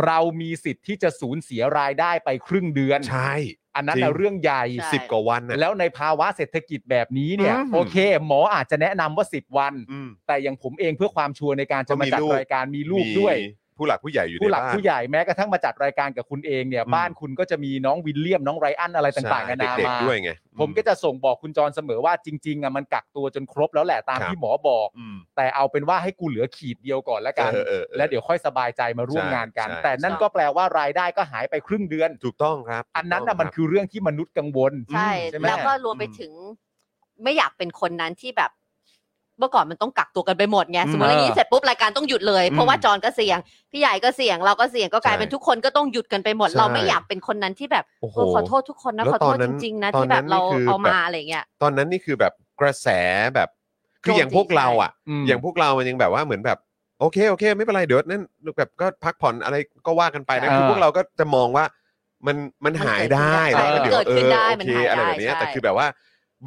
[SPEAKER 5] เรามีสิทธิ์ที่จะสูญเสียรายได้ไปครึ่งเดือน
[SPEAKER 4] ใช่
[SPEAKER 5] อันนั้น
[SPEAKER 4] จริง
[SPEAKER 5] นะเรื่องใหญ่
[SPEAKER 3] ใช่
[SPEAKER 4] สิบกว่าวันนะ
[SPEAKER 5] แล้วในภาวะเศรษฐกิจแบบนี้เนี่ย
[SPEAKER 4] อืม
[SPEAKER 5] โอเค หมออาจจะแนะนำว่า 10 วัน
[SPEAKER 4] อืม
[SPEAKER 5] แต่อย่างผมเองเพื่อความชัวร์ในการจะมาจัด
[SPEAKER 4] ก็มีลูก
[SPEAKER 5] รายการมีลูกด้วย
[SPEAKER 4] มีผู้หลักผู้ใหญ่อยู่ใน
[SPEAKER 5] ผู้หลัก
[SPEAKER 4] บ้าน
[SPEAKER 5] ผู้ใหญ่แม้กระทั่งมาจัดรายการกับคุณเองเนี่ย
[SPEAKER 4] อืม
[SPEAKER 5] บ้านคุณก็จะมีน้องวิลเลียมน้องไรอันอะไรต่างๆ
[SPEAKER 4] ใช่
[SPEAKER 5] นานา
[SPEAKER 4] เด็ก
[SPEAKER 5] มา
[SPEAKER 4] ๆด้วยไงอื
[SPEAKER 5] ผมก็จะส่งบอกคุณจรเสมอว่าจริงๆอ่ะมันกักตัวจนครบแล้วแหละตาม
[SPEAKER 4] ครับ
[SPEAKER 5] ที่หมอบอก
[SPEAKER 4] อืม
[SPEAKER 5] แต่เอาเป็นว่าให้กูเหลือขีดเดียวก่อนละกัน
[SPEAKER 4] เออเออออ
[SPEAKER 5] แล้วเดี๋ยวค่อยสบายใจมาร่วม
[SPEAKER 4] ใช่
[SPEAKER 5] งานกัน
[SPEAKER 4] ใช่
[SPEAKER 5] แต่นั่นก็แปลว่ารายได้ก็หายไปครึ่งเดือน
[SPEAKER 4] ถูกต้องครับ
[SPEAKER 5] อันนั้น
[SPEAKER 4] ถู
[SPEAKER 5] น่ะ
[SPEAKER 4] ก
[SPEAKER 5] มัน
[SPEAKER 4] ต้ง
[SPEAKER 5] คือเรื่องที่มนุษย์กังวล
[SPEAKER 3] ใช่
[SPEAKER 5] ใช่ไหม
[SPEAKER 3] แล้วก็รวมไปถึง ไม่อยากเป็นคนนั้นที่แบบ เมื่อก่อนมันต้องกักตัวกันไปหมดไงสมมติว่าอย่างนี้เสร็จปุ๊บรายการต้องหยุดเลย เพราะว่าจอนก็เสี่ยง พี่ใหญ่ก็เสี่ยงเราก็เสี่ยงก็กลายเป็นทุกคนก็ต้องหยุดกันไปหมด เราไม่อยากเป็นคนนั้นที่แบบ
[SPEAKER 4] โอ้โห
[SPEAKER 3] เออขอโทษทุกคนนะ
[SPEAKER 4] แล้ว
[SPEAKER 3] ขอโทษ
[SPEAKER 4] ตอนนั้
[SPEAKER 3] จ
[SPEAKER 4] น
[SPEAKER 3] ริงๆนะ
[SPEAKER 4] ตอน
[SPEAKER 3] ที่แบ
[SPEAKER 4] นั้
[SPEAKER 3] บ
[SPEAKER 4] น
[SPEAKER 3] เรา
[SPEAKER 4] คือ
[SPEAKER 3] เอามา
[SPEAKER 4] แบบ
[SPEAKER 3] อะไรเงี้ย
[SPEAKER 4] ตอนนั้นนี่คือแบบกระแสแบบคืออย่างพวกเราอ่ะ
[SPEAKER 5] อืม
[SPEAKER 4] อย่างพวกเรามันยังแบบว่าเหมือนแบบโอเคโอเค ไม่เป็นไรเดี๋ยวนั่นแบบก็พักผ่อนอะไรก็ว่ากันไปนะ
[SPEAKER 5] อ่า
[SPEAKER 4] คือพวกเราก็จะมองว่ามันมันหายได้
[SPEAKER 5] มั
[SPEAKER 4] แล้ว
[SPEAKER 5] น
[SPEAKER 4] ก็
[SPEAKER 5] เกิด
[SPEAKER 4] เดี๋ยวเอ
[SPEAKER 3] ขึ้น
[SPEAKER 4] อ
[SPEAKER 3] ได้
[SPEAKER 4] โอ
[SPEAKER 3] มัน
[SPEAKER 4] เค
[SPEAKER 3] หายได้
[SPEAKER 4] อะไรแบบเนี้ย
[SPEAKER 3] ใช่
[SPEAKER 4] แต่คือแบบว่า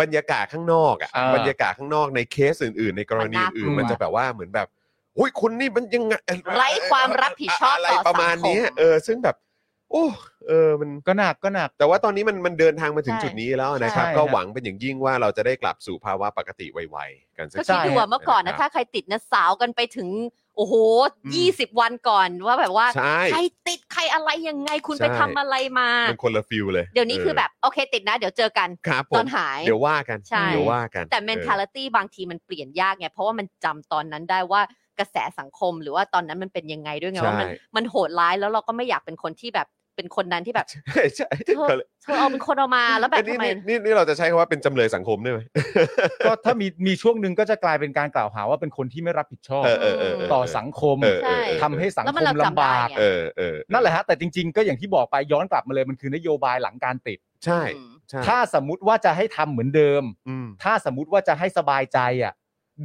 [SPEAKER 4] บรรยากาศข้างนอกอ่ะ
[SPEAKER 5] อ่า
[SPEAKER 4] บรรยากาศข้างนอกในเคสอื่นๆ ในกรณีอื่น
[SPEAKER 5] มันน่ากลัว
[SPEAKER 4] มันจะแบบว่าเหมือนแบบอุ้ยคุณนี่มันยังไง
[SPEAKER 3] ไร้ความรับผิดชอบ
[SPEAKER 4] อะไร
[SPEAKER 3] ต่อสังคม
[SPEAKER 4] ประมาณเนี้ยเออซึ่งแบบโอ้เออมัน
[SPEAKER 5] ก็หนักก็หนัก
[SPEAKER 4] แต่ว่าตอนนี้มันมันเดินทางมาถึง
[SPEAKER 3] ใช่
[SPEAKER 4] จุดนี้แล้วนะครับ
[SPEAKER 5] ใช่
[SPEAKER 4] ก็
[SPEAKER 5] ครับ
[SPEAKER 4] หวังเป็นอย่างยิ่งว่าเราจะได้กลับสู่ภาวะปกติไวๆกันสัก
[SPEAKER 3] ก็คิดดูว่า
[SPEAKER 4] ที
[SPEAKER 3] เมื่อก่อนนะถ้าใครติดนะสาวกันไปถึง โอ้โหยี่สิบวันก่อนว่าแบบว่า
[SPEAKER 4] ใช่
[SPEAKER 3] ใครติดใครอะไรยังไงคุณ
[SPEAKER 4] ใช่
[SPEAKER 3] ไปทำอะไรมา
[SPEAKER 4] เป็นคนละฟิลเลย
[SPEAKER 3] เดี๋ยวนี้คือแบบโอเคติดนะ เดี๋ยวเจอกัน
[SPEAKER 4] ครับผ
[SPEAKER 3] ตอ
[SPEAKER 4] ม
[SPEAKER 3] นหาย
[SPEAKER 4] เดี๋ยวว่ากัน
[SPEAKER 3] ใช่
[SPEAKER 4] เดี๋ยวว่ากัน
[SPEAKER 3] แต่
[SPEAKER 4] เออ
[SPEAKER 3] mentality บางทีมันเปลี่ยนยากไงเพราะว่ามันจำตอนนั้นได้ว่ากระแสสังคมหรือว่าตอนนั้นมันเป็นยังไงด้วยไง
[SPEAKER 4] ใช่
[SPEAKER 3] ว่ามันมันโหดร้ายแล้วเราก็ไม่อยากเป็นคนที่แบบเป็นคนนั้น ที่แบบ
[SPEAKER 4] ใช่ใช่
[SPEAKER 3] เธอเธอเอาเป็นคนเอามาแล้วแบบ
[SPEAKER 4] เอ้ยนี่
[SPEAKER 3] ทำไม
[SPEAKER 4] นี่นี่นี่เราจะใช้คำว่าเป็นจำเลยสังคมได้ไหม
[SPEAKER 5] ก็ถ้ามีมีช่วงหนึ่งก็จะกลายเป็นการกล่าวหาว่าเป็นคนที่ไม่รับผิดชอบ
[SPEAKER 4] เออเออเออเ
[SPEAKER 5] ต่อสังคม
[SPEAKER 4] เออเออ
[SPEAKER 3] ใช่
[SPEAKER 4] เออ
[SPEAKER 5] ทำให้สัง
[SPEAKER 3] แล้ว
[SPEAKER 5] ค
[SPEAKER 3] มั
[SPEAKER 5] ม
[SPEAKER 3] นเรา
[SPEAKER 5] ลำ
[SPEAKER 3] จำได้
[SPEAKER 5] บาก
[SPEAKER 3] ไง
[SPEAKER 4] เออเออ
[SPEAKER 5] นั่นแหละฮะแต่จริงๆ ก็อย่างที่บอกไปย้อนกลับมาเลยมันคือนโยบายหลังการติด
[SPEAKER 4] ใช่
[SPEAKER 3] อืม
[SPEAKER 4] ใช่
[SPEAKER 5] ถ้าสมมติว่าจะให้ทำเหมือนเดิม
[SPEAKER 4] อืม
[SPEAKER 5] ถ้าสมมติว่าจะให้สบายใจอ่ะ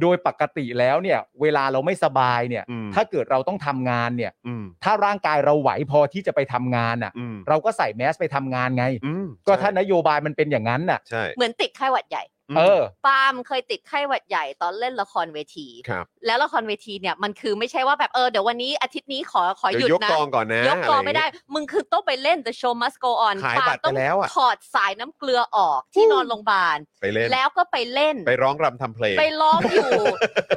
[SPEAKER 5] โดยปกติแล้วเนี่ย เวลาเราไม่สบายเนี่ย
[SPEAKER 4] อืม
[SPEAKER 5] ถ้าเกิดเราต้องทำงานเนี่ย
[SPEAKER 4] อืม
[SPEAKER 5] ถ้าร่างกายเราไหวพอที่จะไปทำงานอ่ะ
[SPEAKER 4] อืม
[SPEAKER 5] เราก็ใส่แมสไปทำงานไง
[SPEAKER 4] อืม
[SPEAKER 5] ก็ถ้านโยบายมันเป็นอย่างนั้นน่ะ
[SPEAKER 4] ใช่
[SPEAKER 3] เหมือนติดไข้หวัดใหญ่
[SPEAKER 4] ม
[SPEAKER 5] เออ
[SPEAKER 3] ปาล์มเคยติดไข้หวัดใหญ่ตอนเล่นละครเวที
[SPEAKER 4] ครับ
[SPEAKER 3] แล้วละครเวทีเนี่ยมันคือไม่ใช่ว่าแบบเออเดี๋ยววันนี้อาทิตย์นี้ขอขอห
[SPEAKER 4] เดี๋
[SPEAKER 3] ยุด
[SPEAKER 4] ยวยก
[SPEAKER 3] นะ
[SPEAKER 4] กองก่อนนะ
[SPEAKER 3] ยกกอง
[SPEAKER 4] ะร
[SPEAKER 3] ไม่ได้
[SPEAKER 4] ย่าเย
[SPEAKER 3] มึงคือต้องไปเล่น The Show Must Go On
[SPEAKER 4] ขาย
[SPEAKER 3] ปา
[SPEAKER 4] บัตรไป
[SPEAKER 3] ต้อง
[SPEAKER 4] แล้วอะ
[SPEAKER 3] ถอดสายน้ำเกลือออกที่นอนโรงพยาบาล
[SPEAKER 4] ไปเล่น
[SPEAKER 3] แล้วก็ไปเล่น
[SPEAKER 4] ไปร้องรำทำเพลง
[SPEAKER 3] ไปร้องอยู่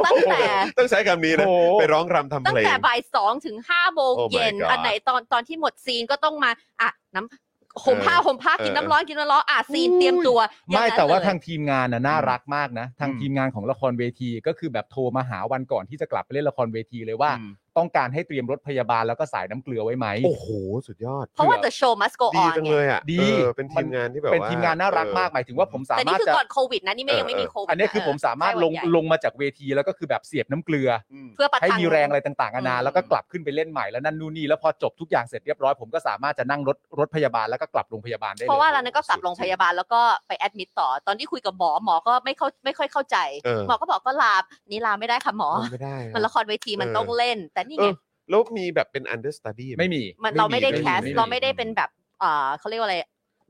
[SPEAKER 3] ตั้งแต่
[SPEAKER 4] ต้องใช้คำนี้นะ
[SPEAKER 5] โอ้โห
[SPEAKER 4] ไปร้องรำทำ
[SPEAKER 3] ตั้ง
[SPEAKER 4] เพลง
[SPEAKER 3] แต่บ่ายสองถึงห้าโมง
[SPEAKER 4] Oh my
[SPEAKER 3] เย็น
[SPEAKER 4] God
[SPEAKER 3] อันไหนตอนตอนที่หมดซีนก็ต้องมาอ่ะน้ำห่มผ้า
[SPEAKER 4] เออ
[SPEAKER 3] ห่มผ้ากิน
[SPEAKER 4] เออ
[SPEAKER 3] น้ำร้อนกินน้ำร้อนอ่ะซีนเตรียมตัวอย่
[SPEAKER 5] ไม่
[SPEAKER 3] งนั้น
[SPEAKER 5] แต่ว่า
[SPEAKER 3] เลย
[SPEAKER 5] ทางทีมงานน่ะน่ารักมากนะ ทาง
[SPEAKER 4] อืม
[SPEAKER 5] ทีมงานของละครเวทีก็คือแบบโทรมาหาวันก่อนที่จะกลับไปเล่นละครเวทีเลยว่า
[SPEAKER 4] อืม
[SPEAKER 5] ต้องการให้เตรียมรถพยาบาลแล้วก็สายน้ำเกลือไว้ไหม
[SPEAKER 4] โอ้โห สุดยอด
[SPEAKER 3] เพราะว่า the show must go
[SPEAKER 4] ดี
[SPEAKER 3] on
[SPEAKER 4] จัง
[SPEAKER 3] ไง
[SPEAKER 4] เลยอ่ะ
[SPEAKER 5] ดี
[SPEAKER 4] เออเป็นทีมงานที่แบบ
[SPEAKER 5] เป็น
[SPEAKER 4] ว่
[SPEAKER 5] ทีมงานน่ารักมากหมายถึงว่าผมสา
[SPEAKER 3] แต่
[SPEAKER 5] มาร
[SPEAKER 3] นี่
[SPEAKER 5] ถ
[SPEAKER 3] คือ
[SPEAKER 5] จะ
[SPEAKER 3] ก่อนโควิดนะนี่ไม่ยังไม่มีโควิด
[SPEAKER 5] อันนี้คือ
[SPEAKER 3] เ
[SPEAKER 5] ผมสามารถ
[SPEAKER 3] ไข้ห
[SPEAKER 5] ล
[SPEAKER 3] วัด
[SPEAKER 5] ง
[SPEAKER 3] ใหญ่
[SPEAKER 5] ลงมาจากเวทีแล้วก็คือแบบเสียบน้ำเกลือ
[SPEAKER 4] อืม
[SPEAKER 3] เพื่อประ
[SPEAKER 5] ให้
[SPEAKER 3] ทัง
[SPEAKER 5] มีแรงอะไรต่างๆนานา
[SPEAKER 3] อืม
[SPEAKER 5] แล้วก็กลับขึ้นไปเล่นใหม่แล้วนั่นนู่นนี่แล้วพอจบทุกอย่างเสร็จเรียบร้อยผมก็สามารถจะนั่งรถรถพยาบาลแล้วก็กลับโรงพยาบาลได้ลย
[SPEAKER 3] เพราะว่าเรานั้นก็กลับโรงพยาบาลแล้วก็ไปแอดมิดต่อตอนที่คุยกับหมอหมอก็ไม่เข้าไม่ค่อยเข้าใจ
[SPEAKER 4] เออ
[SPEAKER 3] หมอก็บอกก็ลานี่ลาไม่ได้ค่ะหมอ
[SPEAKER 4] ไม่ได้ครับ
[SPEAKER 3] มันละครเวทีมัน
[SPEAKER 4] เออ
[SPEAKER 3] ต้องเล่น แต่นี่
[SPEAKER 4] เอ
[SPEAKER 3] ไง
[SPEAKER 4] อแล้วมีแบบเป็น understudy ห
[SPEAKER 5] ไม่มี
[SPEAKER 3] มันเราไม่ได้
[SPEAKER 4] ไม่มี
[SPEAKER 3] แคส
[SPEAKER 4] ไม่มี
[SPEAKER 3] เราไม่ได้เป็นแบบเอ่อเขาเรียกว่าอะไร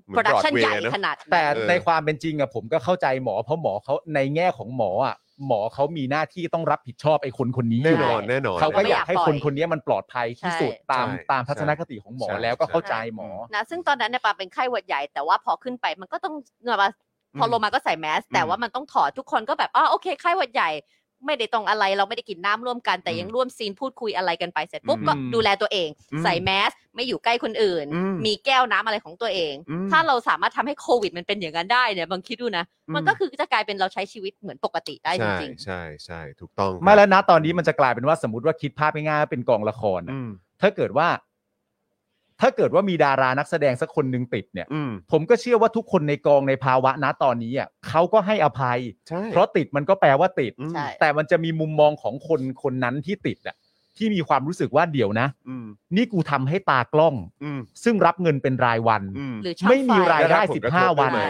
[SPEAKER 4] เหมือ
[SPEAKER 3] โปรดักชัน
[SPEAKER 4] Broadway
[SPEAKER 3] ใหญ่
[SPEAKER 4] เนอะ
[SPEAKER 3] ขนาด
[SPEAKER 5] แต่
[SPEAKER 4] เออ
[SPEAKER 5] ในความเป็นจริงอะผมก็เข้าใจหมอเพราะหมอเขาในแง่ของหมออะหมอเขามีหน้าที่ต้องรับผิดชอบไอ้คนคนนี้
[SPEAKER 4] แน่
[SPEAKER 5] ยู่
[SPEAKER 4] นอน
[SPEAKER 5] ล้ว
[SPEAKER 4] แน่นอน
[SPEAKER 5] เขาก็อยากให้คนคนนี้มันปลอดภัยที่สุดตาม
[SPEAKER 4] ใช่
[SPEAKER 5] ตามทัศนคติของหมอ
[SPEAKER 4] ใช่
[SPEAKER 5] แล้วก็เข้า
[SPEAKER 4] ใช่
[SPEAKER 5] ใจหมอ
[SPEAKER 3] นะซึ่งตอนนั้นเนี่ยปาเป็นไข้หวัดใหญ่แต่ว่าพอขึ้นไปมันก็ต้องเนอะปาพอลงมาก็ใส่แมส แต่ว่ามันต้องถอดทุกคนก็แบบอ๋อโอเคไข้หวัดใหญ่ ไม่ได้ตรงอะไรเราไม่ได้กินน้ำร่วมกันแต่ยังร่วมซีนพูดคุยอะไรกันไปเสร็จปุ๊บ
[SPEAKER 4] อืม
[SPEAKER 3] ก็ดูแลตัวเอง
[SPEAKER 4] อืม
[SPEAKER 3] ใส่แมสไม่อยู่ใกล้คนอื่น
[SPEAKER 4] อืม
[SPEAKER 3] มีแก้วน้ำอะไรของตัวเอง
[SPEAKER 4] อืม
[SPEAKER 3] ถ้าเราสามารถทำให้โควิดมันเป็นอย่างนั้นได้เนี่ยบางคิดดูนะ มันก็คือจะกลายเป็นเราใช้ชีวิตเหมือนปกติได้จ
[SPEAKER 4] ใช่
[SPEAKER 3] ริงๆ
[SPEAKER 4] ใช่ใช่ถูกต้อง
[SPEAKER 5] ไม่แล้วนะตอนนี้มันจะกลายเป็นว่าสมมติว่าคิดภาพง่ายๆว่าเป็นกองละครอะ
[SPEAKER 4] อืม
[SPEAKER 5] ถ้าเกิดว่า ถ้าเกิดว่ามีดารานักแสดงสักคนหนึ่งติดเนี่ย
[SPEAKER 4] อืม
[SPEAKER 5] ผมก็เชื่อว่าทุกคนในกองในภาวะนะตอนนี้อ่ะเขาก็ให้อภัย
[SPEAKER 4] ใช่
[SPEAKER 5] เพราะติดมันก็แปลว่าติด
[SPEAKER 4] อืม
[SPEAKER 3] ใช่
[SPEAKER 5] แต่มันจะมีมุมมองของคนคนนั้นที่ติดอ่ะที่มีความรู้สึกว่าเดี๋ยวนะ
[SPEAKER 4] อืม
[SPEAKER 5] นี่กูทำให้ตากล้อง
[SPEAKER 4] อืม
[SPEAKER 5] ซึ่งรับเงินเป็นรายวัน
[SPEAKER 4] อืม
[SPEAKER 3] หรือช่าง
[SPEAKER 5] ไม่มี
[SPEAKER 3] ฟ
[SPEAKER 5] รายได้
[SPEAKER 4] ได้รับผลกระทบ
[SPEAKER 5] 15 วัน
[SPEAKER 4] ได้ไหม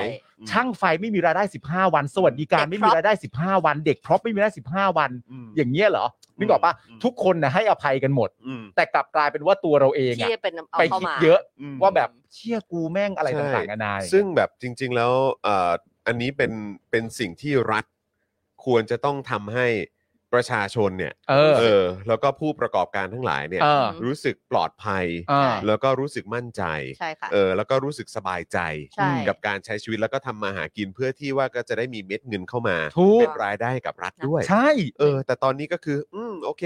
[SPEAKER 5] ช่างไฟไม่มีรายได้ 15 วัน สวัสดิการ
[SPEAKER 3] เด็
[SPEAKER 5] ไม่
[SPEAKER 3] ก
[SPEAKER 5] มี
[SPEAKER 3] prop
[SPEAKER 5] รายได้ 15 วัน เด็กพร็อพไม่มีรายได้ 15 วัน
[SPEAKER 4] อืม
[SPEAKER 5] อย่างเงี้ยเหรอนึกออกปะ
[SPEAKER 4] อืม
[SPEAKER 5] ทุกคนนะให้อภัยกันหมด
[SPEAKER 4] อืม
[SPEAKER 5] แต่กลับกลายเป็นว่าตัวเราเองอะ
[SPEAKER 3] ที่เป็นเอา
[SPEAKER 5] ไป
[SPEAKER 3] เข้า
[SPEAKER 5] คิด
[SPEAKER 3] มา
[SPEAKER 5] เยอะ
[SPEAKER 4] อืม
[SPEAKER 5] ว่าแบบเชี่ยกูแม่งอะไร
[SPEAKER 4] ใช่
[SPEAKER 5] ต่างๆกันานาอย่างเงี้ย
[SPEAKER 4] ซึ่งแบบจริง ๆ แล้วเอ่ออันนี้เป็นเป็นสิ่งที่รัฐควรจะต้องทำให้ประชาชนเนี่ย
[SPEAKER 5] เออ
[SPEAKER 4] เออ แล้วก็ผู้ประกอบการทั้งหลายเนี่ย
[SPEAKER 5] เออ
[SPEAKER 4] รู้สึกปลอดภัย
[SPEAKER 5] เออ
[SPEAKER 4] แล้วก็รู้สึกมั่นใจ
[SPEAKER 3] ใช่ค่ะ
[SPEAKER 4] เออแล้วก็รู้สึกสบายใจ
[SPEAKER 3] ใช่
[SPEAKER 4] กับการใช้ชีวิตแล้วก็ทำมาหากินเพื่อที่ว่าก็จะได้มีเม็ดเงินเข้ามา
[SPEAKER 5] ถูก
[SPEAKER 4] เป็นรายได้กับรัฐด้วย
[SPEAKER 5] ใช่
[SPEAKER 4] เออ แต่ตอนนี้ก็คือ อืมโอเค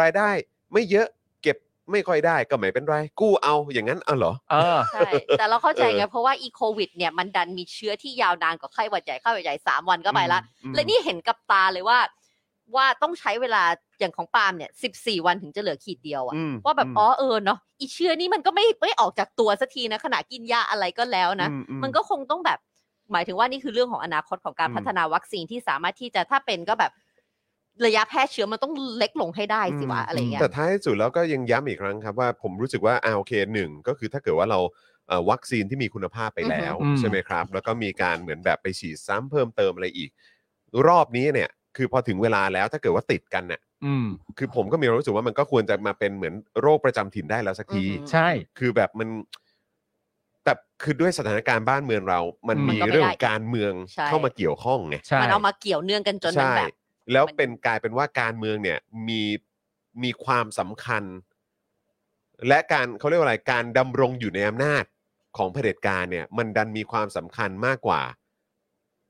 [SPEAKER 4] รายได้ไม่เยอะเก็บไม่ค่อยได้ก็ไม่เป็นไร กู้เอาอย่างนั้นเอาเหรอ
[SPEAKER 5] เออ
[SPEAKER 3] ใช่ แต่เราเข้าใจไง เพราะว่าอีโควิดเนี่ยมันดันมีเชื้อที่ยาวนานกว่าไข้หวัดใหญ่ไข้หวัดใหญ่สามวันก็ไปละ
[SPEAKER 4] อืม
[SPEAKER 3] และนี่เห็นกับตาเลยว่า ว่าต้องใช้เวลาอย่างของปาล์มเนี่ยสิบสี่วันถึงจะเหลือขีดเดียวอะ
[SPEAKER 4] อืม
[SPEAKER 3] ว่าแบบอ๋อเออเนาะอีเชื้อนี่มันก็ไม่ไม่ออกจากตัวสักทีนะขณะกินยาอะไรก็แล้วนะ
[SPEAKER 4] อือื
[SPEAKER 3] มันก็คงต้องแบบ หมายถึงว่านี่คือเรื่องของอนาคตของการ
[SPEAKER 4] อืม
[SPEAKER 3] พัฒนาวัคซีนที่สามารถที่จะถ้าเป็นก็แบบ ระยะแพร่เชื้อมันต้องเล็กลงให้ได้สิวะ
[SPEAKER 4] อืม
[SPEAKER 3] อะไรเงี้ย
[SPEAKER 4] แต่ท้ายสุดแล้วก็ยังย้ำอีกครั้งครับว่าผมรู้สึกว่าอ่าโอเคหนึ่งก็คือถ้าเกิดว่าเราเอ่อวัคซีนที่มีคุณภาพไปแล้ว
[SPEAKER 5] อือหือ
[SPEAKER 4] ใช่ไหมครับ แล้วก็มีการเหมือนแบบไปฉีดซ้ำเพิ่มเติมอะไรอีก รอบนี้เนี่ย คือพอถึงเวลาแล้วถ้าเกิดว่าติดกันเนี่ย
[SPEAKER 5] อืม
[SPEAKER 4] คือผมก็มีความรู้สึกว่ามันก็ควรจะมาเป็นเหมือนโรคประจำถิ่นได้แล้วสักที
[SPEAKER 3] อือหือ
[SPEAKER 5] ใช่
[SPEAKER 4] คือแบบมันแต่คือด้วยสถานการณ์บ้านเมืองเรา มัน
[SPEAKER 5] มัน
[SPEAKER 4] มี
[SPEAKER 3] ก็ไม่ได้
[SPEAKER 4] เรื่องของการเมือง
[SPEAKER 3] ใช่
[SPEAKER 4] เข้ามาเกี่ยวข้องไง
[SPEAKER 5] ใช่
[SPEAKER 3] มันเอามาเกี่ยวเนื่องกันจนมัน
[SPEAKER 4] ใช่
[SPEAKER 3] แบบ
[SPEAKER 4] แล้ว
[SPEAKER 3] มัน
[SPEAKER 4] เป็นกลายเป็นว่าการเมืองเนี่ยมีมีความสำคัญ และการเขาเรียกว่าอะไรการดำรงอยู่ในอำนาจของเผด็จการเนี่ย มันดันมีความสำคัญมากกว่า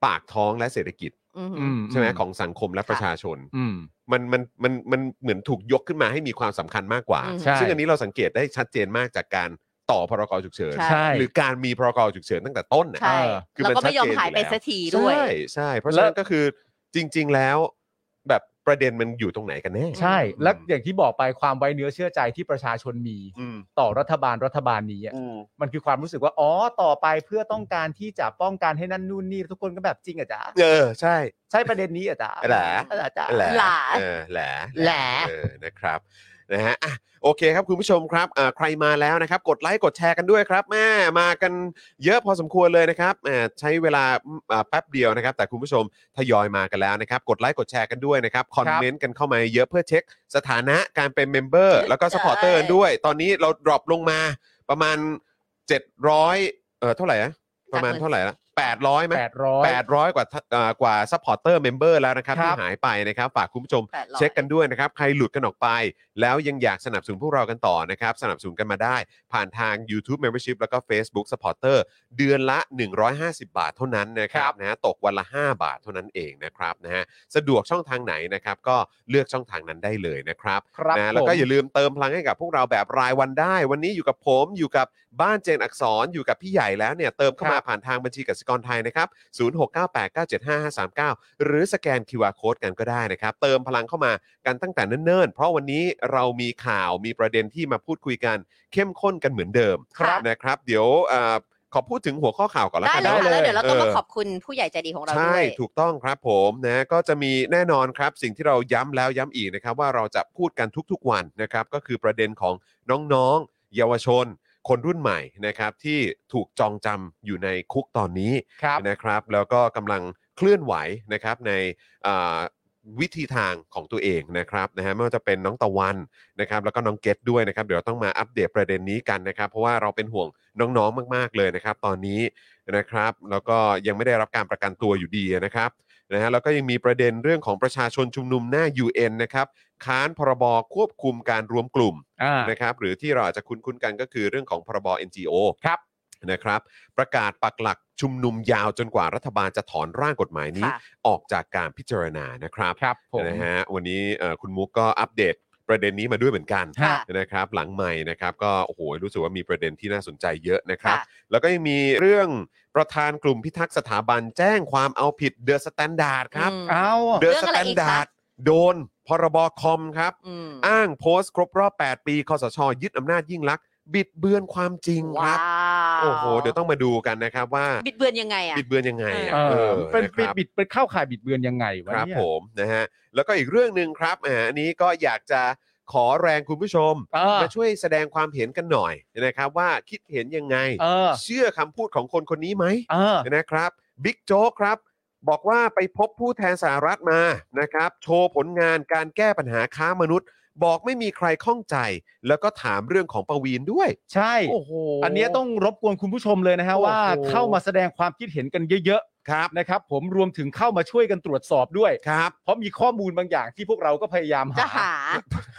[SPEAKER 4] ปากท้องและเศรษฐกิจ
[SPEAKER 3] อืม
[SPEAKER 5] อืม
[SPEAKER 4] ใช่ไหมของสังคมและประชาชน
[SPEAKER 5] อืม
[SPEAKER 4] มันมันมันมันเหมือนถูกยกขึ้นมาให้มีความสำคัญมากกว่า
[SPEAKER 3] อืม
[SPEAKER 5] ใช่
[SPEAKER 4] ซึ่งอันนี้เราสังเกตได้ชัดเจนมากจากการต่อพรกฉุกเฉิน
[SPEAKER 3] ใช่
[SPEAKER 5] ใช่
[SPEAKER 4] หรือการมีพรกฉุกเฉินตั้งแต่ต้นนะ
[SPEAKER 3] ใช่
[SPEAKER 5] เออ
[SPEAKER 4] คือ
[SPEAKER 3] แล้ว
[SPEAKER 4] น
[SPEAKER 3] ก็ไม่ยอม
[SPEAKER 4] ชัดเจน
[SPEAKER 3] หายไป
[SPEAKER 4] แล้
[SPEAKER 3] สักทีด้วย
[SPEAKER 4] ใช่ใช่เพราะฉะนั้นก็คือจริง ๆแล้ว แบบประเด็นมันอยู่ตรงไหนกันแน่
[SPEAKER 5] ใช่
[SPEAKER 4] อืม
[SPEAKER 5] และอย่างที่บอกไปความไว้เนื้อเชื่อใจที่ประชาชนมี
[SPEAKER 4] อืม
[SPEAKER 5] ต่อรัฐบาลรัฐบาลนี้อะ
[SPEAKER 4] อืม
[SPEAKER 5] มันคือความรู้สึกว่า อ๋อ ต่อไปเพื่อต้องการที่จะป้องกันให้นั่นนู่นนี่ ทุกคนก็แบบจริงเหรอะจ๊ะ
[SPEAKER 4] เออใช่
[SPEAKER 5] ใช่ประเด็นนี้เหรอะจ๊ะ
[SPEAKER 4] เหรอ
[SPEAKER 5] เหรอจ๊ะ
[SPEAKER 4] แหละ
[SPEAKER 3] หลา
[SPEAKER 4] เออแหละ
[SPEAKER 3] แหละ
[SPEAKER 4] เออนะครับนะฮะอ่ะโอเคครับคุณผู้ชมครับอ่าใครมาแล้วนะครับ กดไลค์กดแชร์กันด้วยครับแม่มากันเยอะพอสมควรเลยนะครับอ่าใช้เวลาอ่าแป๊บเดียวนะครับ แต่คุณผู้ชมทยอยมากันแล้วนะครับ กดไลค์กดแชร์กันด้วยนะครับคอมเมนต์กันเข้ามาเยอะเพื่อเช็คสถานะการเป็นเมมเบอร์แล้วก็สปอร์เตอร์กันด้วย ตอนนี้เราดรอปลงมาประมาณ 700เออเท่าไหร่อะประมาณเท่าไหร่ละ800ไหม
[SPEAKER 5] แปดร้อย
[SPEAKER 4] 800 กว่าท่าเอ่อกว่าซัพพอร์เตอร์เมมเบอร์แล้วนะครับ
[SPEAKER 5] ครั
[SPEAKER 4] ที่
[SPEAKER 5] บ
[SPEAKER 4] หายไปนะครับ ฝากคุณผู้ชม
[SPEAKER 3] แปดร้อย
[SPEAKER 4] เช็คกันด้วยนะครับ ใครหลุดกันออกไป แล้วยังอยากสนับสนุนพวกเรากันต่อนะครับ สนับสนุนกันมาได้ ผ่านทาง YouTube Membership แล้วก็ Facebook Supporter เดือนละ 150 บาทเท่านั้นนะครับนะฮะตกวันละ 5 บาทเท่านั้นเองนะครับนะฮะสะดวกช่องทางไหนนะครับ ก็เลือกช่องทางนั้นได้เลยนะครับ
[SPEAKER 5] ครับ
[SPEAKER 4] นะแล้วก็
[SPEAKER 5] ผม
[SPEAKER 4] อย่าลืมเติมพลังให้กับพวกเราแบบรายวันได้ วันนี้อยู่กับผมอยู่กับ บ้านเจนอักษรอยู่กับพี่ใหญ่แล้วเนี่ยเติมเข้ามาผ่านทางบัญชีกสิกรไทยนะครับ 0698975539 หรือสแกน QR Code กันก็ได้นะครับ เติมพลังเข้ามากันตั้งแต่เนิ่นๆ เพราะวันนี้เรามีข่าวมีประเด็นที่มาพูดคุยกันเข้มข้นกันเหมือนเดิม
[SPEAKER 3] ครับ
[SPEAKER 4] นะครับ เดี๋ยวเอ่อขอพูดถึงหัวข้อข่าวก่อนแล้ว
[SPEAKER 3] ได้
[SPEAKER 4] กัน
[SPEAKER 3] เลย
[SPEAKER 4] นะ
[SPEAKER 3] ค่ะแล้วเดี๋ยวเราต้องมา
[SPEAKER 4] ออ
[SPEAKER 3] ขอบคุณผู้ใหญ่ใจดีของเราด้
[SPEAKER 4] ใช่
[SPEAKER 3] วย
[SPEAKER 4] ถูกต้องครับผมนะก็จะมีแน่นอนครับ สิ่งที่เราย้ำแล้วย้ำอีกนะครับ ว่าเราจะพูดกันทุกๆวันนะครับ ก็คือประเด็นของน้องๆ เยาวชน คนรุ่นใหม่นะครับ ที่ถูกจองจำอยู่ในคุกตอนนี้
[SPEAKER 5] ครับ
[SPEAKER 4] นะครับ แล้วก็กำลังเคลื่อนไหวนะครับในอ่าวิธีทางของตัวเองนะครับนะฮะไม่ว่าจะเป็นน้องตะวันนะครับ แล้วก็น้องเกตด้วยนะครับ เดี๋ยวต้องมาอัปเดตประเด็นนี้กันนะครับ เพราะว่าเราเป็นห่วงน้องๆมากๆเลยนะครับ ตอนนี้ นะครับแล้วก็ยังไม่ได้รับการประกันตัวอยู่ดีนะครับนะฮะแล้วก็ยังมีประเด็นเรื่องของประชาชนชุมนุมหน้า UN นะครับค้านพรบควบคุมการรวมกลุ่ม
[SPEAKER 5] อ่า
[SPEAKER 4] นะครับหรือที่เราอาจจะคุ้นๆกันก็คือเรื่องของพรบ NGO
[SPEAKER 5] ครับ
[SPEAKER 4] นะครับประกาศปักหลักชุมนุมยาวจนกว่ารัฐบาลจะถอนร่างกฎหมายนี้
[SPEAKER 3] ค่ะ
[SPEAKER 4] ออกจากการพิจารณานะครับ
[SPEAKER 5] ครับผม
[SPEAKER 4] นะฮะวันนี้เอ่อคุณมุกก็อัปเดตประเด็นนี้มาด้วยเหมือนกัน
[SPEAKER 3] ค่ะ
[SPEAKER 4] นะครับหลังใหม่นะครับก็โอ้โหรู้สึกว่ามีประเด็นที่น่าสนใจเยอะนะครับ
[SPEAKER 3] ค่ะ
[SPEAKER 4] แล้วก็ยังมีเรื่องประธานกลุ่มพิทักษ์สถาบันแจ้งความเอาผิดเดอะสแตนดาร์ดครับ
[SPEAKER 3] อืม
[SPEAKER 5] เอา
[SPEAKER 4] เดอะ
[SPEAKER 3] เรื่
[SPEAKER 4] ส
[SPEAKER 3] องอะ
[SPEAKER 4] แต
[SPEAKER 3] ไร
[SPEAKER 4] น
[SPEAKER 3] อีก
[SPEAKER 4] ดา
[SPEAKER 3] คะ
[SPEAKER 4] ร์ดโดนพรบคอมครับ
[SPEAKER 3] อืม
[SPEAKER 4] อ้างโพสต์ครบรอบ 8 ปีคอสชยึดอำนาจยิ่งลักษณ์บิดเบือนความจริงค
[SPEAKER 3] ว้า
[SPEAKER 4] รับ
[SPEAKER 3] ว
[SPEAKER 4] โอ้โหเดี๋ยวต้องมาดูกันนะครับว่า
[SPEAKER 3] บิดเบือนยังไงอ่ะ
[SPEAKER 4] บิดเบือนยังไงอะ
[SPEAKER 5] เอ
[SPEAKER 4] เอ
[SPEAKER 5] อ
[SPEAKER 4] อ
[SPEAKER 5] เป็น
[SPEAKER 4] นะค
[SPEAKER 5] บิด
[SPEAKER 4] รับ
[SPEAKER 5] บิดเป็นเข้าข่ายบิดเบือนยังไงวะ
[SPEAKER 4] ครับ
[SPEAKER 5] เนี่ย
[SPEAKER 4] ผมนะฮะแล้วก็อีกเรื่องหนึ่งครับอ่าอันนี้ก็อยากจะขอแรงคุณผู้ชม
[SPEAKER 5] เออ
[SPEAKER 4] มาช่วยแสดงความเห็นกันหน่อยนะครับว่าคิดเห็นยังไง
[SPEAKER 5] เออ
[SPEAKER 4] เชื่อคำพูดของคนคนนี้ไหม
[SPEAKER 5] เออ
[SPEAKER 4] นะครับบิ๊กโจ๊กครับ บอกว่าไปพบผู้แทนสหรัฐมานะครับ โชว์ผลงานการแก้ปัญหาค้ามนุษย์ บอกไม่มีใครข้องใจ แล้วก็ถามเรื่องของประวีนด้วย
[SPEAKER 5] ใช่
[SPEAKER 4] โอ้โห
[SPEAKER 5] อันเนี้ยต้องรบกวนคุณผู้ชมเลยนะฮะ
[SPEAKER 4] โอ้โห
[SPEAKER 5] ว่าเข้ามาแสดงความคิดเห็นกันเยอะ
[SPEAKER 4] ครับ
[SPEAKER 5] ๆนะครับ ผมรวมถึงเข้ามาช่วยกันตรวจสอบด้วย
[SPEAKER 4] ครับ
[SPEAKER 5] เพราะมีข้อมูลบางอย่างที่พวกเราก็พยายาม
[SPEAKER 3] จะ
[SPEAKER 5] หา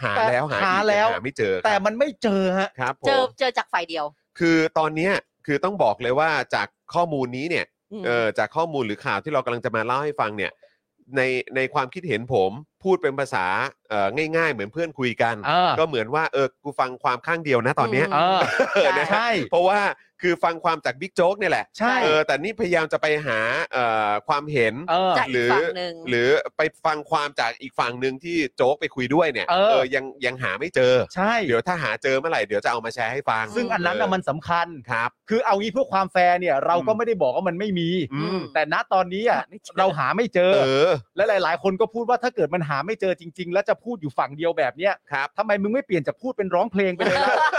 [SPEAKER 3] หา
[SPEAKER 4] หา
[SPEAKER 5] แต่
[SPEAKER 4] แล้วหาอีก
[SPEAKER 5] หาแล้ว
[SPEAKER 4] หาไม่เจอครับ
[SPEAKER 5] แต่มันไม่เจอฮะ
[SPEAKER 4] ครับผม
[SPEAKER 3] เจอเจอจากฝ่ายเดียว
[SPEAKER 4] คือตอนเนี้ยคือต้องบอกเลยว่าจากข้อมูลนี้เนี่ย
[SPEAKER 3] อืม
[SPEAKER 4] เออจากข้อมูลหรือข่าวที่เรากำลังจะมาเล่าให้ฟังเนี่ยในในความคิดเห็นผมพูดเป็นภาษาเอ่อง่ายๆ เหมือนเพื่อนคุยกัน
[SPEAKER 5] เออ
[SPEAKER 4] ก็เหมือนว่าเออกูฟังความข้างเดียวนะตอนเนี้ย
[SPEAKER 3] ม
[SPEAKER 5] เออ
[SPEAKER 4] เออนะ
[SPEAKER 5] ใช่
[SPEAKER 4] เพราะว่าคือฟังความจากบิ๊กโจ๊กเนี่ยแหละ
[SPEAKER 5] ใช่
[SPEAKER 4] เออแต่นี่พยายามจะไปหาเอ่อความเห็น
[SPEAKER 5] เออ
[SPEAKER 3] จาก
[SPEAKER 4] หรื
[SPEAKER 3] อีก
[SPEAKER 4] อ
[SPEAKER 3] ฝั่งหนึ่ง
[SPEAKER 4] หรือไปฟังความจากอีกฝั่งหนึ่งที่โจ๊กไปคุยด้วยเนี่ย
[SPEAKER 5] เออ
[SPEAKER 4] ยังยังหาไม่เจอ
[SPEAKER 5] ใช่
[SPEAKER 4] เดี๋ยวถ้าหาเจอเมื่อไหร่เดี๋ยวจะเอามาแชร์ให้ฟัง
[SPEAKER 5] ซึ่งอันนั้นน่ะมันสำคัญ
[SPEAKER 4] ครับ
[SPEAKER 5] คือเอางี้เพื่อความแฟร์เนี่ย เราก็ไม่ได้บอกว่ามันไม่มี
[SPEAKER 4] อืม
[SPEAKER 5] แต่ณตอนนี้อะ
[SPEAKER 3] หาไม่เจอ
[SPEAKER 5] เราหาไม่เจอ
[SPEAKER 4] เออ
[SPEAKER 5] และหลาย ๆ คนก็พูดว่าถ้าเกิดมันหาไม่เจอจริง ๆ แล้วจะพูดอยู่ฝั่งเดียวแบบเนี้ย
[SPEAKER 4] ครับ
[SPEAKER 5] ทำไมมึงไม่เปลี่ยนจากพูดเป็นร้องเพลงไปเลยล่ะ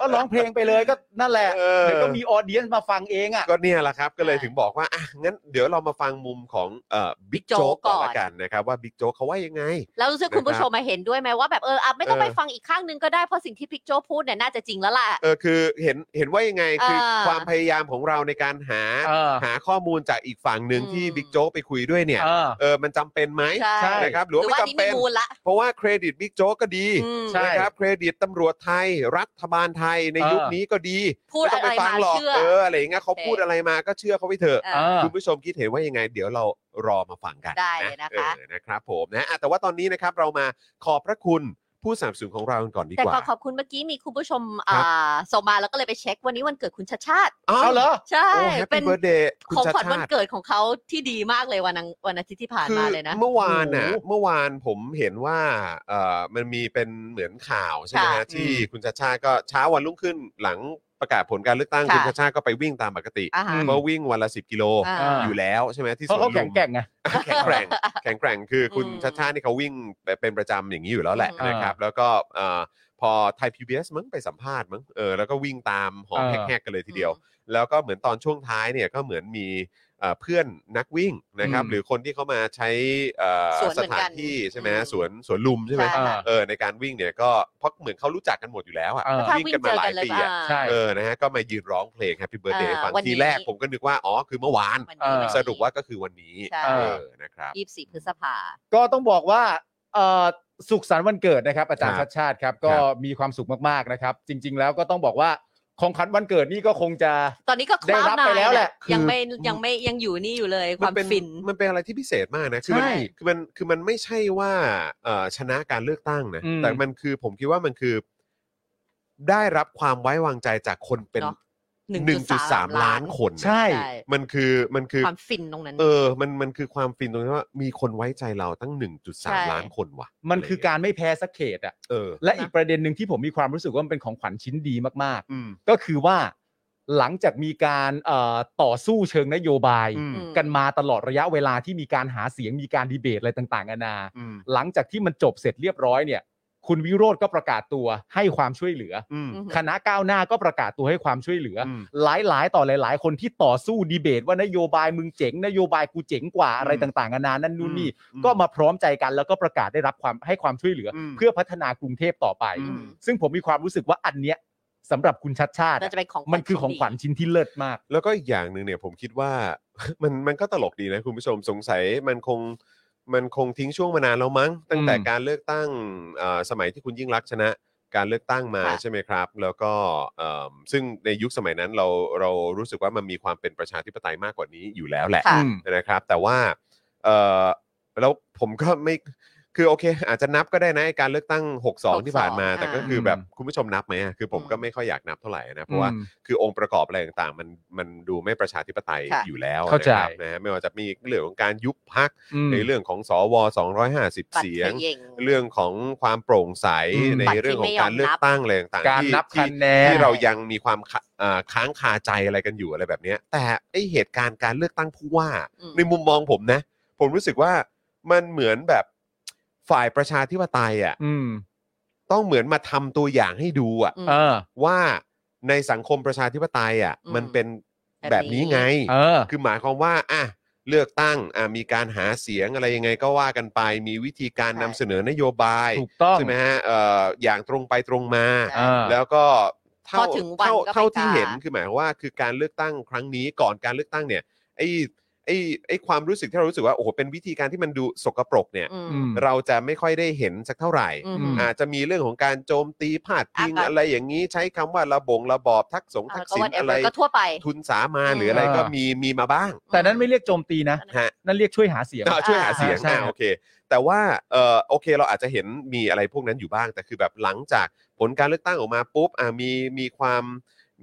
[SPEAKER 5] ก็ร้องเพลงไปเลยก็นั่นแหละ
[SPEAKER 4] เออ
[SPEAKER 5] เดี๋ยวก็มีออเดียนมาฟังเองอ่ะ
[SPEAKER 4] ก็เนี่ยแหละครับ ก็เลยถึงบอกว่าอ่ะงั้นเดี๋ยวเรามาฟังมุมของเอ่อบิ๊กโจ๊ก
[SPEAKER 3] โจ๊กก่
[SPEAKER 4] ก่อ
[SPEAKER 3] อน น
[SPEAKER 4] ละกันนะครับว่าบิ๊กโจ๊กเขาว่ายังไง
[SPEAKER 3] แล้วรู้สึกคุณผู้ชมมาเห็นด้วยไหมว่าแบบเอออ่ะไม่ต้องไปฟังอีกข้างหนึงก็ได้เพราะสิ่งที่พิกโจพูดเนี่ยน่าจะจริงแล้วล่ะ
[SPEAKER 4] เออคือเห็นเห็นว่ายังไงคือ
[SPEAKER 3] เออ
[SPEAKER 4] ความพยายามของเราในการหา
[SPEAKER 5] เออ
[SPEAKER 4] หาข้อมูลจากอีกฝั่งหนึ่ง
[SPEAKER 3] อืม
[SPEAKER 4] ที่บิ๊กโจ๊กไปคุยด้วยเนี่ย
[SPEAKER 5] เออ
[SPEAKER 4] เออมันจำเป็นไหม
[SPEAKER 5] ใช่
[SPEAKER 4] นะครับห
[SPEAKER 3] ห
[SPEAKER 4] รือ
[SPEAKER 3] รือ
[SPEAKER 4] ว่าไม่
[SPEAKER 3] ว่า
[SPEAKER 4] จำ
[SPEAKER 3] นี่
[SPEAKER 4] เป็
[SPEAKER 3] ไม่
[SPEAKER 4] น
[SPEAKER 3] มูลละ
[SPEAKER 4] เพราะว่าเครดิตบิ๊กโจ๊กก็ดี
[SPEAKER 3] อืม
[SPEAKER 5] ใช่
[SPEAKER 4] นะครับเครดิตตำรวจไทย รัฐบาลไทยใน
[SPEAKER 5] เออ
[SPEAKER 4] ยุคนี้ก็ดี
[SPEAKER 3] พูด
[SPEAKER 4] ม่ต้งป
[SPEAKER 3] อะไร
[SPEAKER 4] ฟัง
[SPEAKER 3] มา
[SPEAKER 4] หรก
[SPEAKER 3] เชื่อ
[SPEAKER 4] เอออะไรอย่างเงี้ยเขาพูดอะไรมาก็เชื่อเขาไปเถอะ
[SPEAKER 3] เอ
[SPEAKER 5] เอ
[SPEAKER 3] อ
[SPEAKER 5] อ
[SPEAKER 4] คุณผู้ชมคิดเห็นว่ายังไง เดี๋ยวเรารอมาฟังกัน
[SPEAKER 3] ได้เลยนะคะ
[SPEAKER 4] เออนะครับผมนะอ่ะแต่ว่าตอนนี้นะครับเรามาขอบพระคุณผู้สนับสนุนของเรากันก่อนดี
[SPEAKER 3] แต่
[SPEAKER 4] ก
[SPEAKER 3] ข
[SPEAKER 4] ว่า
[SPEAKER 3] อขอบคุณเมื่อกี้มีคุณผู้ชม
[SPEAKER 4] ครับ
[SPEAKER 3] อ่าส่งมาแล้วก็เลยไปเช็ควันนี้วันเกิดคุณชาติชาติ
[SPEAKER 5] เอาเหรอ
[SPEAKER 3] ใช่
[SPEAKER 4] โอ้แฮป
[SPEAKER 3] เป็
[SPEAKER 4] ปี้
[SPEAKER 3] น
[SPEAKER 4] เบิร์ดเดย์คุณ
[SPEAKER 3] ของ
[SPEAKER 4] ชา
[SPEAKER 3] ขวัญ
[SPEAKER 4] ชา
[SPEAKER 3] วัน
[SPEAKER 4] ติ
[SPEAKER 3] เกิดของเขาที่ดีมากเลยวันนั้นวันอาทิตย์ที่ผ่านมาเลยนะ
[SPEAKER 4] เมื่อวานน่ะ
[SPEAKER 5] โอ้โห
[SPEAKER 4] เมื่อวานผมเห็นว่าเอ่อมันมีเป็นเหมือนข่าวใช่ไหมฮะ
[SPEAKER 3] ค่ะ
[SPEAKER 4] ที่
[SPEAKER 5] อืม
[SPEAKER 4] คุณชาชาติก็เช้าวันรุ่งขึ้นหลังประกาศผลการเลือกตั้ง
[SPEAKER 3] ค่ะ
[SPEAKER 4] คุณชาชาติก็ไปวิ่งตามปกติ
[SPEAKER 3] อ่าฮะ
[SPEAKER 4] ก็วิ่งวันละ 10 กิโล
[SPEAKER 3] อ่า
[SPEAKER 4] อยู่แล้วใช่ไหมที่
[SPEAKER 5] เพราะ
[SPEAKER 4] สวน
[SPEAKER 5] เขา
[SPEAKER 4] ลุ
[SPEAKER 5] แข็ง
[SPEAKER 4] ม
[SPEAKER 5] แกร่งไง
[SPEAKER 4] แข็งแก ร่งแข็งแกร่งคือคุณ
[SPEAKER 3] อืม
[SPEAKER 4] ชาชาตินี่เขาวิ่งเป็นประจำอย่างนี้อยู่แล้วแหละ
[SPEAKER 3] อืม
[SPEAKER 4] นะครับแล้วก็เอ่อพอไทยพีบีมั้งไปสัมภาษณ์มั้งเออแล้วก็วิ่งตามหอม
[SPEAKER 5] เออ
[SPEAKER 4] แหกๆกันเลยทีเดียว แล้วก็เหมือนตอนช่วงท้ายเนี่ยก็เหมือนมีเอ่อเพื่อนนักวิ่งนะครับหรือคนที่เขามาใช้เอ่อ
[SPEAKER 3] สวน
[SPEAKER 4] ส
[SPEAKER 3] เหมือน
[SPEAKER 4] ถา
[SPEAKER 3] กัน น
[SPEAKER 4] ที่ใช่ไหม
[SPEAKER 3] อืม
[SPEAKER 4] สวนสวนลุมใช่ไหม
[SPEAKER 3] ใช่ค่ะ
[SPEAKER 4] เออในการวิ่งเนี่ยก็เพราะเหมือนเขารู้จักกันหมดอยู่แล้วอ่ะ
[SPEAKER 5] เออ
[SPEAKER 3] ถ้า
[SPEAKER 4] วิ่ง
[SPEAKER 3] วิ่ง
[SPEAKER 4] กั
[SPEAKER 3] เจอ
[SPEAKER 4] นมาหลา
[SPEAKER 3] กัน
[SPEAKER 4] ย
[SPEAKER 3] เลย
[SPEAKER 4] ปี
[SPEAKER 3] ป่ะ
[SPEAKER 4] อ่ะ
[SPEAKER 5] ใช่
[SPEAKER 4] เออนะฮะก็มายืนร้องเพลง Happy Birthday ให้
[SPEAKER 3] อ่า
[SPEAKER 4] ฟัง
[SPEAKER 3] วันนี้
[SPEAKER 4] ทีแรกผมก็นึกว่าอ๋อคือเมื่อวาน
[SPEAKER 3] วันนี้
[SPEAKER 5] เออ
[SPEAKER 3] นนี้
[SPEAKER 4] สรุปว่าก็คือวันนี้
[SPEAKER 3] ใช่
[SPEAKER 4] เออนะครับ
[SPEAKER 3] 24พฤษภา
[SPEAKER 5] ก็ต้องบอกว่าเอ่อสุขสันต์วันเกิดนะครับ อาจารย์
[SPEAKER 4] ครั
[SPEAKER 5] ชั
[SPEAKER 4] บ
[SPEAKER 5] ดชาติครับก็
[SPEAKER 4] ครับ
[SPEAKER 5] มีความสุขมากๆนะครับ จริง ๆ แล้วก็ต้องบอกว่าของขวัญวันเกิดนี่ก็คงจะ
[SPEAKER 3] ตอนนี้ก็ค
[SPEAKER 5] ได้
[SPEAKER 3] ว้า
[SPEAKER 5] รับ
[SPEAKER 3] นา
[SPEAKER 5] ไป
[SPEAKER 3] ย
[SPEAKER 5] แล้วแหละ
[SPEAKER 3] นะยังไม่ยังไม่ยังอยู่นี่อยู่เลยความ
[SPEAKER 4] เป็น
[SPEAKER 3] ฟิน
[SPEAKER 4] มันเป็นอะไรที่พิเศษมากนะคือมัน
[SPEAKER 5] ใช่
[SPEAKER 4] คือมันคือมันไม่ใช่ว่าเอ่อชนะการเลือกตั้งนะ
[SPEAKER 5] อืม
[SPEAKER 4] แต่มันคือผมคิดว่ามันคือ ได้รับความไว้วางใจจากคนเป็น
[SPEAKER 3] เนอะ
[SPEAKER 4] 1.3 ล้านคนนะ
[SPEAKER 5] ใช่
[SPEAKER 3] ใช่
[SPEAKER 4] มันคือมันคือ
[SPEAKER 3] ความฟินตรงนั้น
[SPEAKER 4] เออ มันมันคือความฟินตรงที่ว่ามีคนไว้ใจเราตั้ง
[SPEAKER 3] ใช่
[SPEAKER 4] 1.3 ล้านคนว่ะ
[SPEAKER 5] มันคือการไม่แพ้สักเขตอ่ะ
[SPEAKER 4] เออ
[SPEAKER 5] และอีกประเด็นหนึ่งที่ผมมีความรู้สึกว่ามันเป็นของขวัญชิ้นดีมาก
[SPEAKER 4] อืม
[SPEAKER 5] ๆ ก็คือว่าหลังจากมีการเอ่อต่อสู้เชิงนโยบาย
[SPEAKER 4] อืม
[SPEAKER 5] กันมาตลอดระยะเวลาที่มีการหาเสียงมีการดีเบตอะไรต่างๆนานา
[SPEAKER 4] อืม
[SPEAKER 5] หลังจากที่มันจบเสร็จเรียบร้อยเนี่ย คุณวิโรธก็ประกาศตัวให้ความช่วยเหลือ
[SPEAKER 4] อืม
[SPEAKER 3] อืม
[SPEAKER 5] คณะก้าวหน้าก็ประกาศตัวให้ความช่วยเหลืออ
[SPEAKER 4] ม
[SPEAKER 5] หลายๆ ต่อหลาย ๆ คนที่ต่อสู้ดีเบตว่านโยบายมึงเจ๋งนโยบายกูเจ๋งกว่าอะไร
[SPEAKER 4] อืม
[SPEAKER 5] ต่างๆนานานั่นนู่นนี่
[SPEAKER 4] อื
[SPEAKER 5] ก็มาพร้อมใจกันแล้วก็ประกาศได้รับความให้ความช่วยเหลืออ
[SPEAKER 4] ม
[SPEAKER 5] เพื่อพัฒนากรุงเทพต่อไป
[SPEAKER 4] อืม
[SPEAKER 5] ซึ่งผมมีความรู้สึกว่าอันเนี้ยสำหรับคุณชัดชาติ
[SPEAKER 3] น่าจะเป็นของขวัญ
[SPEAKER 5] มันคือของขวัญ
[SPEAKER 3] ชิ้นดี
[SPEAKER 5] ชิ้นที่เลิศมาก
[SPEAKER 4] แล้วก็อีกอย่างหนึ่งเนี่ยผมคิดว่า มันมันก็ตลกดีนะคุณผู้ชมสงสัยมันคงมันคงทิ้งช่วงมานานแล้วมั้ง ตั้งแต่
[SPEAKER 5] อืม
[SPEAKER 4] การเลือกตั้งเอ่อสมัยที่คุณยิ่งรักษณ์ชนะ การเลือกตั้งมา
[SPEAKER 3] ค่ะ
[SPEAKER 4] ใช่ไหมครับ แล้วก็เอิ่มซึ่งในยุคสมัยนั้นเราเรารู้สึกว่ามันมีความเป็นประชาธิปไตยมากกว่านี้อยู่แล้วแหละ
[SPEAKER 3] ค่ะ
[SPEAKER 5] อืม
[SPEAKER 4] นะครับแต่ว่าเอ่อแล้วผมก็ไม่คือโอเค อาจจะนับก็ได้นะไอ้การเลือกตั้ง 62 ที่ผ่านมา
[SPEAKER 3] อ่า
[SPEAKER 4] แต่ก็คือแบบคุณผู้ชมนับไหมอะคือผม
[SPEAKER 3] อืม
[SPEAKER 4] ก็ไม่ค่อยอยากนับเท่าไหร่นะเพราะว่า
[SPEAKER 5] อืม
[SPEAKER 4] คือองค์ประกอบอะไรต่างๆ มันมันดูไม่ประชาธิปไตย
[SPEAKER 3] ค่ะ
[SPEAKER 4] อยู่แล้ว
[SPEAKER 5] เข้าใจ
[SPEAKER 4] นะครับนะฮะไม่ว่าจะมีเรื่องของการยุบพัก
[SPEAKER 5] อืม
[SPEAKER 4] ในเรื่องของสว 250
[SPEAKER 3] บัตร
[SPEAKER 4] เสียง
[SPEAKER 3] เขย่ง
[SPEAKER 4] เรื่องของความโปร่งใส
[SPEAKER 5] อืม
[SPEAKER 4] ในเรื่องของการเลือกตั้งอะไรต่างๆ
[SPEAKER 5] การ
[SPEAKER 4] ที่
[SPEAKER 5] นับ
[SPEAKER 4] ที่
[SPEAKER 5] คะแนน
[SPEAKER 4] ที่เรายังมีความคาเอ่อค้างคาใจอะไรกันอยู่อะไรแบบเนี้ยแต่ไอเหตุการณ์การเลือกตั้งผู้ว่า
[SPEAKER 3] อืม
[SPEAKER 4] ในมุมมองผมนะ ผมรู้สึกว่ามันเหมือนแบบฝ่ายประชาธิปไตยอ่ะ
[SPEAKER 5] อืม
[SPEAKER 4] ต้องเหมือนมาทำตัวอย่างให้ดูอ่ะ
[SPEAKER 3] อืม
[SPEAKER 5] เออ
[SPEAKER 4] ว่าในสังคมประชาธิปไตยอ่ะ
[SPEAKER 3] อืม
[SPEAKER 4] มันเป็นแบ
[SPEAKER 3] แบบ บนี้
[SPEAKER 4] นี้ไง
[SPEAKER 5] เออ
[SPEAKER 4] คือหมายความว่าอ่ะเลือกตั้งอ่ะมีการหาเสียงอะไรยังไงก็ว่ากันไป มีวิธีการนำเสนอนโยบาย
[SPEAKER 5] ถูกต้อง
[SPEAKER 4] ใช่ไหมฮะเอ่ออย่างตรงไปตรงมา
[SPEAKER 3] ใช่
[SPEAKER 5] เออ
[SPEAKER 4] แล้วก็เท่า
[SPEAKER 3] พอถึงวัน
[SPEAKER 4] เท่า
[SPEAKER 3] ก็ไป
[SPEAKER 4] เท่าที่
[SPEAKER 3] กา
[SPEAKER 4] เห็นคือหมายความว่าคือการเลือกตั้งครั้งนี้ก่อนการเลือกตั้งเนี่ยไอ้ไอ้ไอ้ความรู้สึกที่เรารู้สึกว่าโอ้โหเป็นวิธีการที่มันดูสกปรกเนี่ย
[SPEAKER 3] อืม
[SPEAKER 5] อืม
[SPEAKER 4] เราจะไม่ค่อยได้เห็นสักเท่าไหร่
[SPEAKER 3] อืม
[SPEAKER 5] ม
[SPEAKER 4] อาจจะมีเรื่องของการโจมตีพาดพิง
[SPEAKER 3] อ่ะก็
[SPEAKER 4] อะไรอย่างนี้ใช้คำว่าระบงระบอบทักสง
[SPEAKER 3] อ่ะ
[SPEAKER 4] ทัก
[SPEAKER 3] ก็
[SPEAKER 4] ษิณ
[SPEAKER 3] วันเอ
[SPEAKER 4] อะ
[SPEAKER 3] เว
[SPEAKER 4] ไร
[SPEAKER 3] อร์ก็ทั่วไป
[SPEAKER 4] ทุนสามา
[SPEAKER 3] อืม
[SPEAKER 4] หรืออะไรก็
[SPEAKER 5] เออ
[SPEAKER 4] มีมีมาบ้าง
[SPEAKER 5] แต่นั้นไม่เรียกโจมตีนะ
[SPEAKER 4] ฮะ
[SPEAKER 5] นั่นเรียกช่วยหาเสียง
[SPEAKER 4] อ่าช่วยหาเสียง
[SPEAKER 5] ใช่
[SPEAKER 4] อ่าโอเค แต่ว่าเออโอเคเราอาจจะเห็นมีอะไรพวกนั้นอยู่บ้าง แต่คือแบบหลังจากผลการเลือกตั้งออกมาปุ๊บอ่ามีมีความ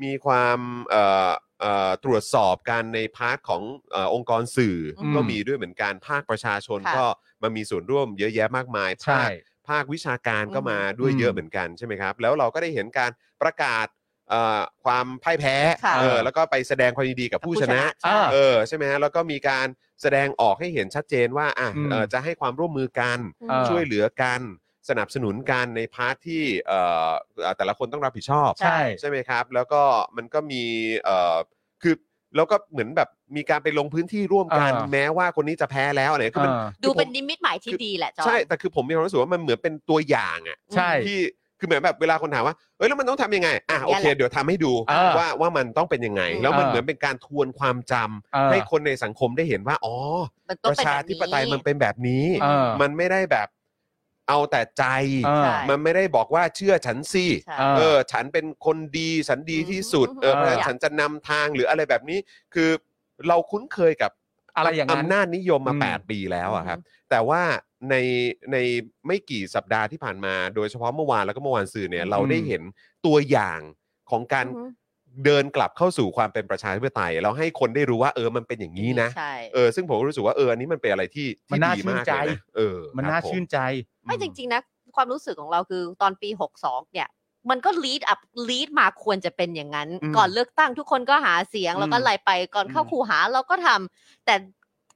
[SPEAKER 4] มีความเอ่อเอ่อตรวจสอบการในพาร์ทของเออองค์กรสื่ออ
[SPEAKER 5] ม
[SPEAKER 4] ก็มีด้วยเหมือนกันภาคประชาชน
[SPEAKER 3] ค่ะ
[SPEAKER 4] ก็มามีส่วนร่วมเยอะแยะมากมาย
[SPEAKER 5] ใช่
[SPEAKER 4] ภาคภาควิชาการก็
[SPEAKER 3] อืม
[SPEAKER 4] มาด้วยเยอะเหมือนกันใช่ไหมครับ แล้วเราก็ได้เห็นการประกาศเอ่อความพ่ายแพ้
[SPEAKER 3] ค่ะ
[SPEAKER 4] เออแล้วก็ไปแสดงความยินดีกับผู้ชนะ
[SPEAKER 3] ใช่
[SPEAKER 5] อ่า
[SPEAKER 4] เออใช่ไหมฮะแล้วก็มีการแสดงออกให้เห็นชัดเจนว่าอ่ะ
[SPEAKER 5] อืม
[SPEAKER 4] เอ่อจะให้ความร่วมมือกัน
[SPEAKER 5] เออ
[SPEAKER 4] ช่วยเหลือกันสนับสนุนกันในพาร์ทที่เอ่อเอ่อแต่ละคนต้องรับผิดชอบ
[SPEAKER 5] ใช่
[SPEAKER 4] ไหมครับ แล้วก็มันก็มีเอ่อคือแล้วก็เหมือนแบบมีการไปลงพื้นที่ร่วมกัน
[SPEAKER 5] อ่า
[SPEAKER 4] แม้ว่าคนนี้จะแพ้แล้วอะไรคือมัน
[SPEAKER 5] เออ
[SPEAKER 3] ดูเป็นนิมิตหมายที่ดีแหละจอน
[SPEAKER 4] ใช่แต่คือผมมีความรู้สึกว่ามันเหมือนเป็นตัวอย่างอะ
[SPEAKER 5] ใช่
[SPEAKER 4] ที่คือเหมือนแบบเวลาคนถามว่าเอ้ยแล้วมันต้องทำยังไงอ่ะโอเค เดี๋ยวทำให้ดู
[SPEAKER 5] อ่า
[SPEAKER 4] ว่าว่ามันต้องเป็นยังไง แล้วมันเหมือนเป็นการทวนความจำ
[SPEAKER 5] เออ
[SPEAKER 4] ให้คนในสังคมได้เห็นว่า อ๋อ
[SPEAKER 3] มัน
[SPEAKER 4] ป
[SPEAKER 3] ต้อง
[SPEAKER 4] ระ
[SPEAKER 3] เป็น
[SPEAKER 4] ชา
[SPEAKER 3] แบบ
[SPEAKER 4] ธิปไตยมันเป็นแบบนี้
[SPEAKER 5] เออ
[SPEAKER 4] มันไม่ได้แบบเอาแต่ใจ
[SPEAKER 5] เออ
[SPEAKER 3] ใช่
[SPEAKER 4] มันไม่ได้บอกว่าเชื่อฉันสิ
[SPEAKER 3] ใช่
[SPEAKER 5] เออ
[SPEAKER 4] เออ ฉันเป็นคนดี ฉันดีที่สุด เออ
[SPEAKER 5] เออ
[SPEAKER 4] เพราะฉะนั้นฉันจะนำทางหรืออะไรแบบนี้ คือเราคุ้นเคยกับ
[SPEAKER 5] อะไรอย่างนั้น
[SPEAKER 4] อำนาจนิยมมา
[SPEAKER 5] อืม
[SPEAKER 4] 8 ปีแล้วอะครับ แต่ว่าในในไม่กี่สัปดาห์ที่ผ่านมา โดยเฉพาะเมื่อวานแล้วก็เมื่อวานสื่อเนี่ย เราได้เห็นตัวอย่างของการ
[SPEAKER 3] อือฮึ
[SPEAKER 4] เดินกลับเข้าสู่ความเป็นประชาธิปไตย เราให้คนได้รู้ว่าเออ มันเป็นอย่างนี้นะ
[SPEAKER 3] ใช่
[SPEAKER 4] เออซึ่งผมก็รู้สึกว่าเอออันนี้มันเป็นอะไรที่
[SPEAKER 5] มัน
[SPEAKER 4] ที่
[SPEAKER 5] น่า
[SPEAKER 4] ดี
[SPEAKER 5] ชื่น
[SPEAKER 4] มาก
[SPEAKER 5] ใจ
[SPEAKER 4] เลยะเออ
[SPEAKER 5] มัน
[SPEAKER 4] ครับ
[SPEAKER 5] น่า
[SPEAKER 4] ผ
[SPEAKER 5] ชื่นใจ
[SPEAKER 3] ไม่จริง ๆ นะ ความรู้สึกของเราคือตอนปี 62 เนี่ย มันก็ลีดอัพลีดมาควรจะเป็นอย่างนั้น
[SPEAKER 4] อืม
[SPEAKER 3] ก่อนเลือกตั้งทุกคนก็หาเสียง
[SPEAKER 4] อืม
[SPEAKER 3] แล้วก็ไล่ไปก่อนเข้า
[SPEAKER 4] อืม
[SPEAKER 3] คูหาเราก็ทำแต่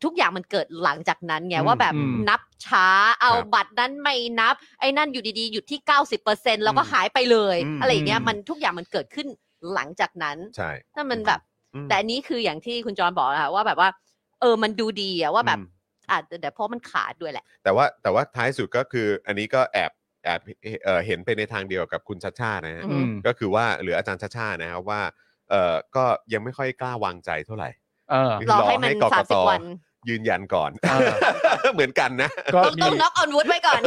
[SPEAKER 3] ทุกอย่างมันเกิดหลังจากนั้นไง
[SPEAKER 4] อืม
[SPEAKER 3] ว่าแบบ
[SPEAKER 5] อืม
[SPEAKER 3] นับช้าเอา
[SPEAKER 4] ครับ
[SPEAKER 3] บัตรนั้นไม่นับ ไอ้นั่นอยู่ดีๆหยุดที่ 90%แล้วก็
[SPEAKER 4] อืม
[SPEAKER 3] หายไปเลย
[SPEAKER 4] อืม
[SPEAKER 3] อะไรอย่างเงี้ยมันทุกอย่างมันเกิดขึ้นหลังจากนั้น
[SPEAKER 4] ใช่
[SPEAKER 3] นั่นมันแบบ
[SPEAKER 4] อืม
[SPEAKER 3] แต่อันนี้คืออย่างที่คุณจอนบอกนะคะว่าแบบว่า เออมันดูดีอะว่าแบบ
[SPEAKER 4] อืม
[SPEAKER 3] อาจจะแต่เพราะมันขาดด้วยแหละ
[SPEAKER 4] แต่ว่าแต่ว่าท้ายสุดก็คืออันนี้ก็แอบแอบเอ่อเห็นไปในทางเดียวกับคุณชัดชาตินะฮะ
[SPEAKER 3] อื
[SPEAKER 5] อืม
[SPEAKER 4] ก็คือว่าหรืออาจารย์ชัดชาตินะครับว่าเออก็ยังไม่ค่อยกล้าวางใจเท่าไหร่
[SPEAKER 5] เออ
[SPEAKER 4] คือ
[SPEAKER 3] รอให้มัน
[SPEAKER 4] รอ
[SPEAKER 3] สา
[SPEAKER 4] ให้กกต
[SPEAKER 3] มสิบวัน
[SPEAKER 4] ยืนยันก่อน
[SPEAKER 5] เอ
[SPEAKER 4] เหมือนกันนะ
[SPEAKER 5] ก็
[SPEAKER 3] ต้อง
[SPEAKER 5] มี
[SPEAKER 3] ต้องน็อกออนวูดไว้ ก่อน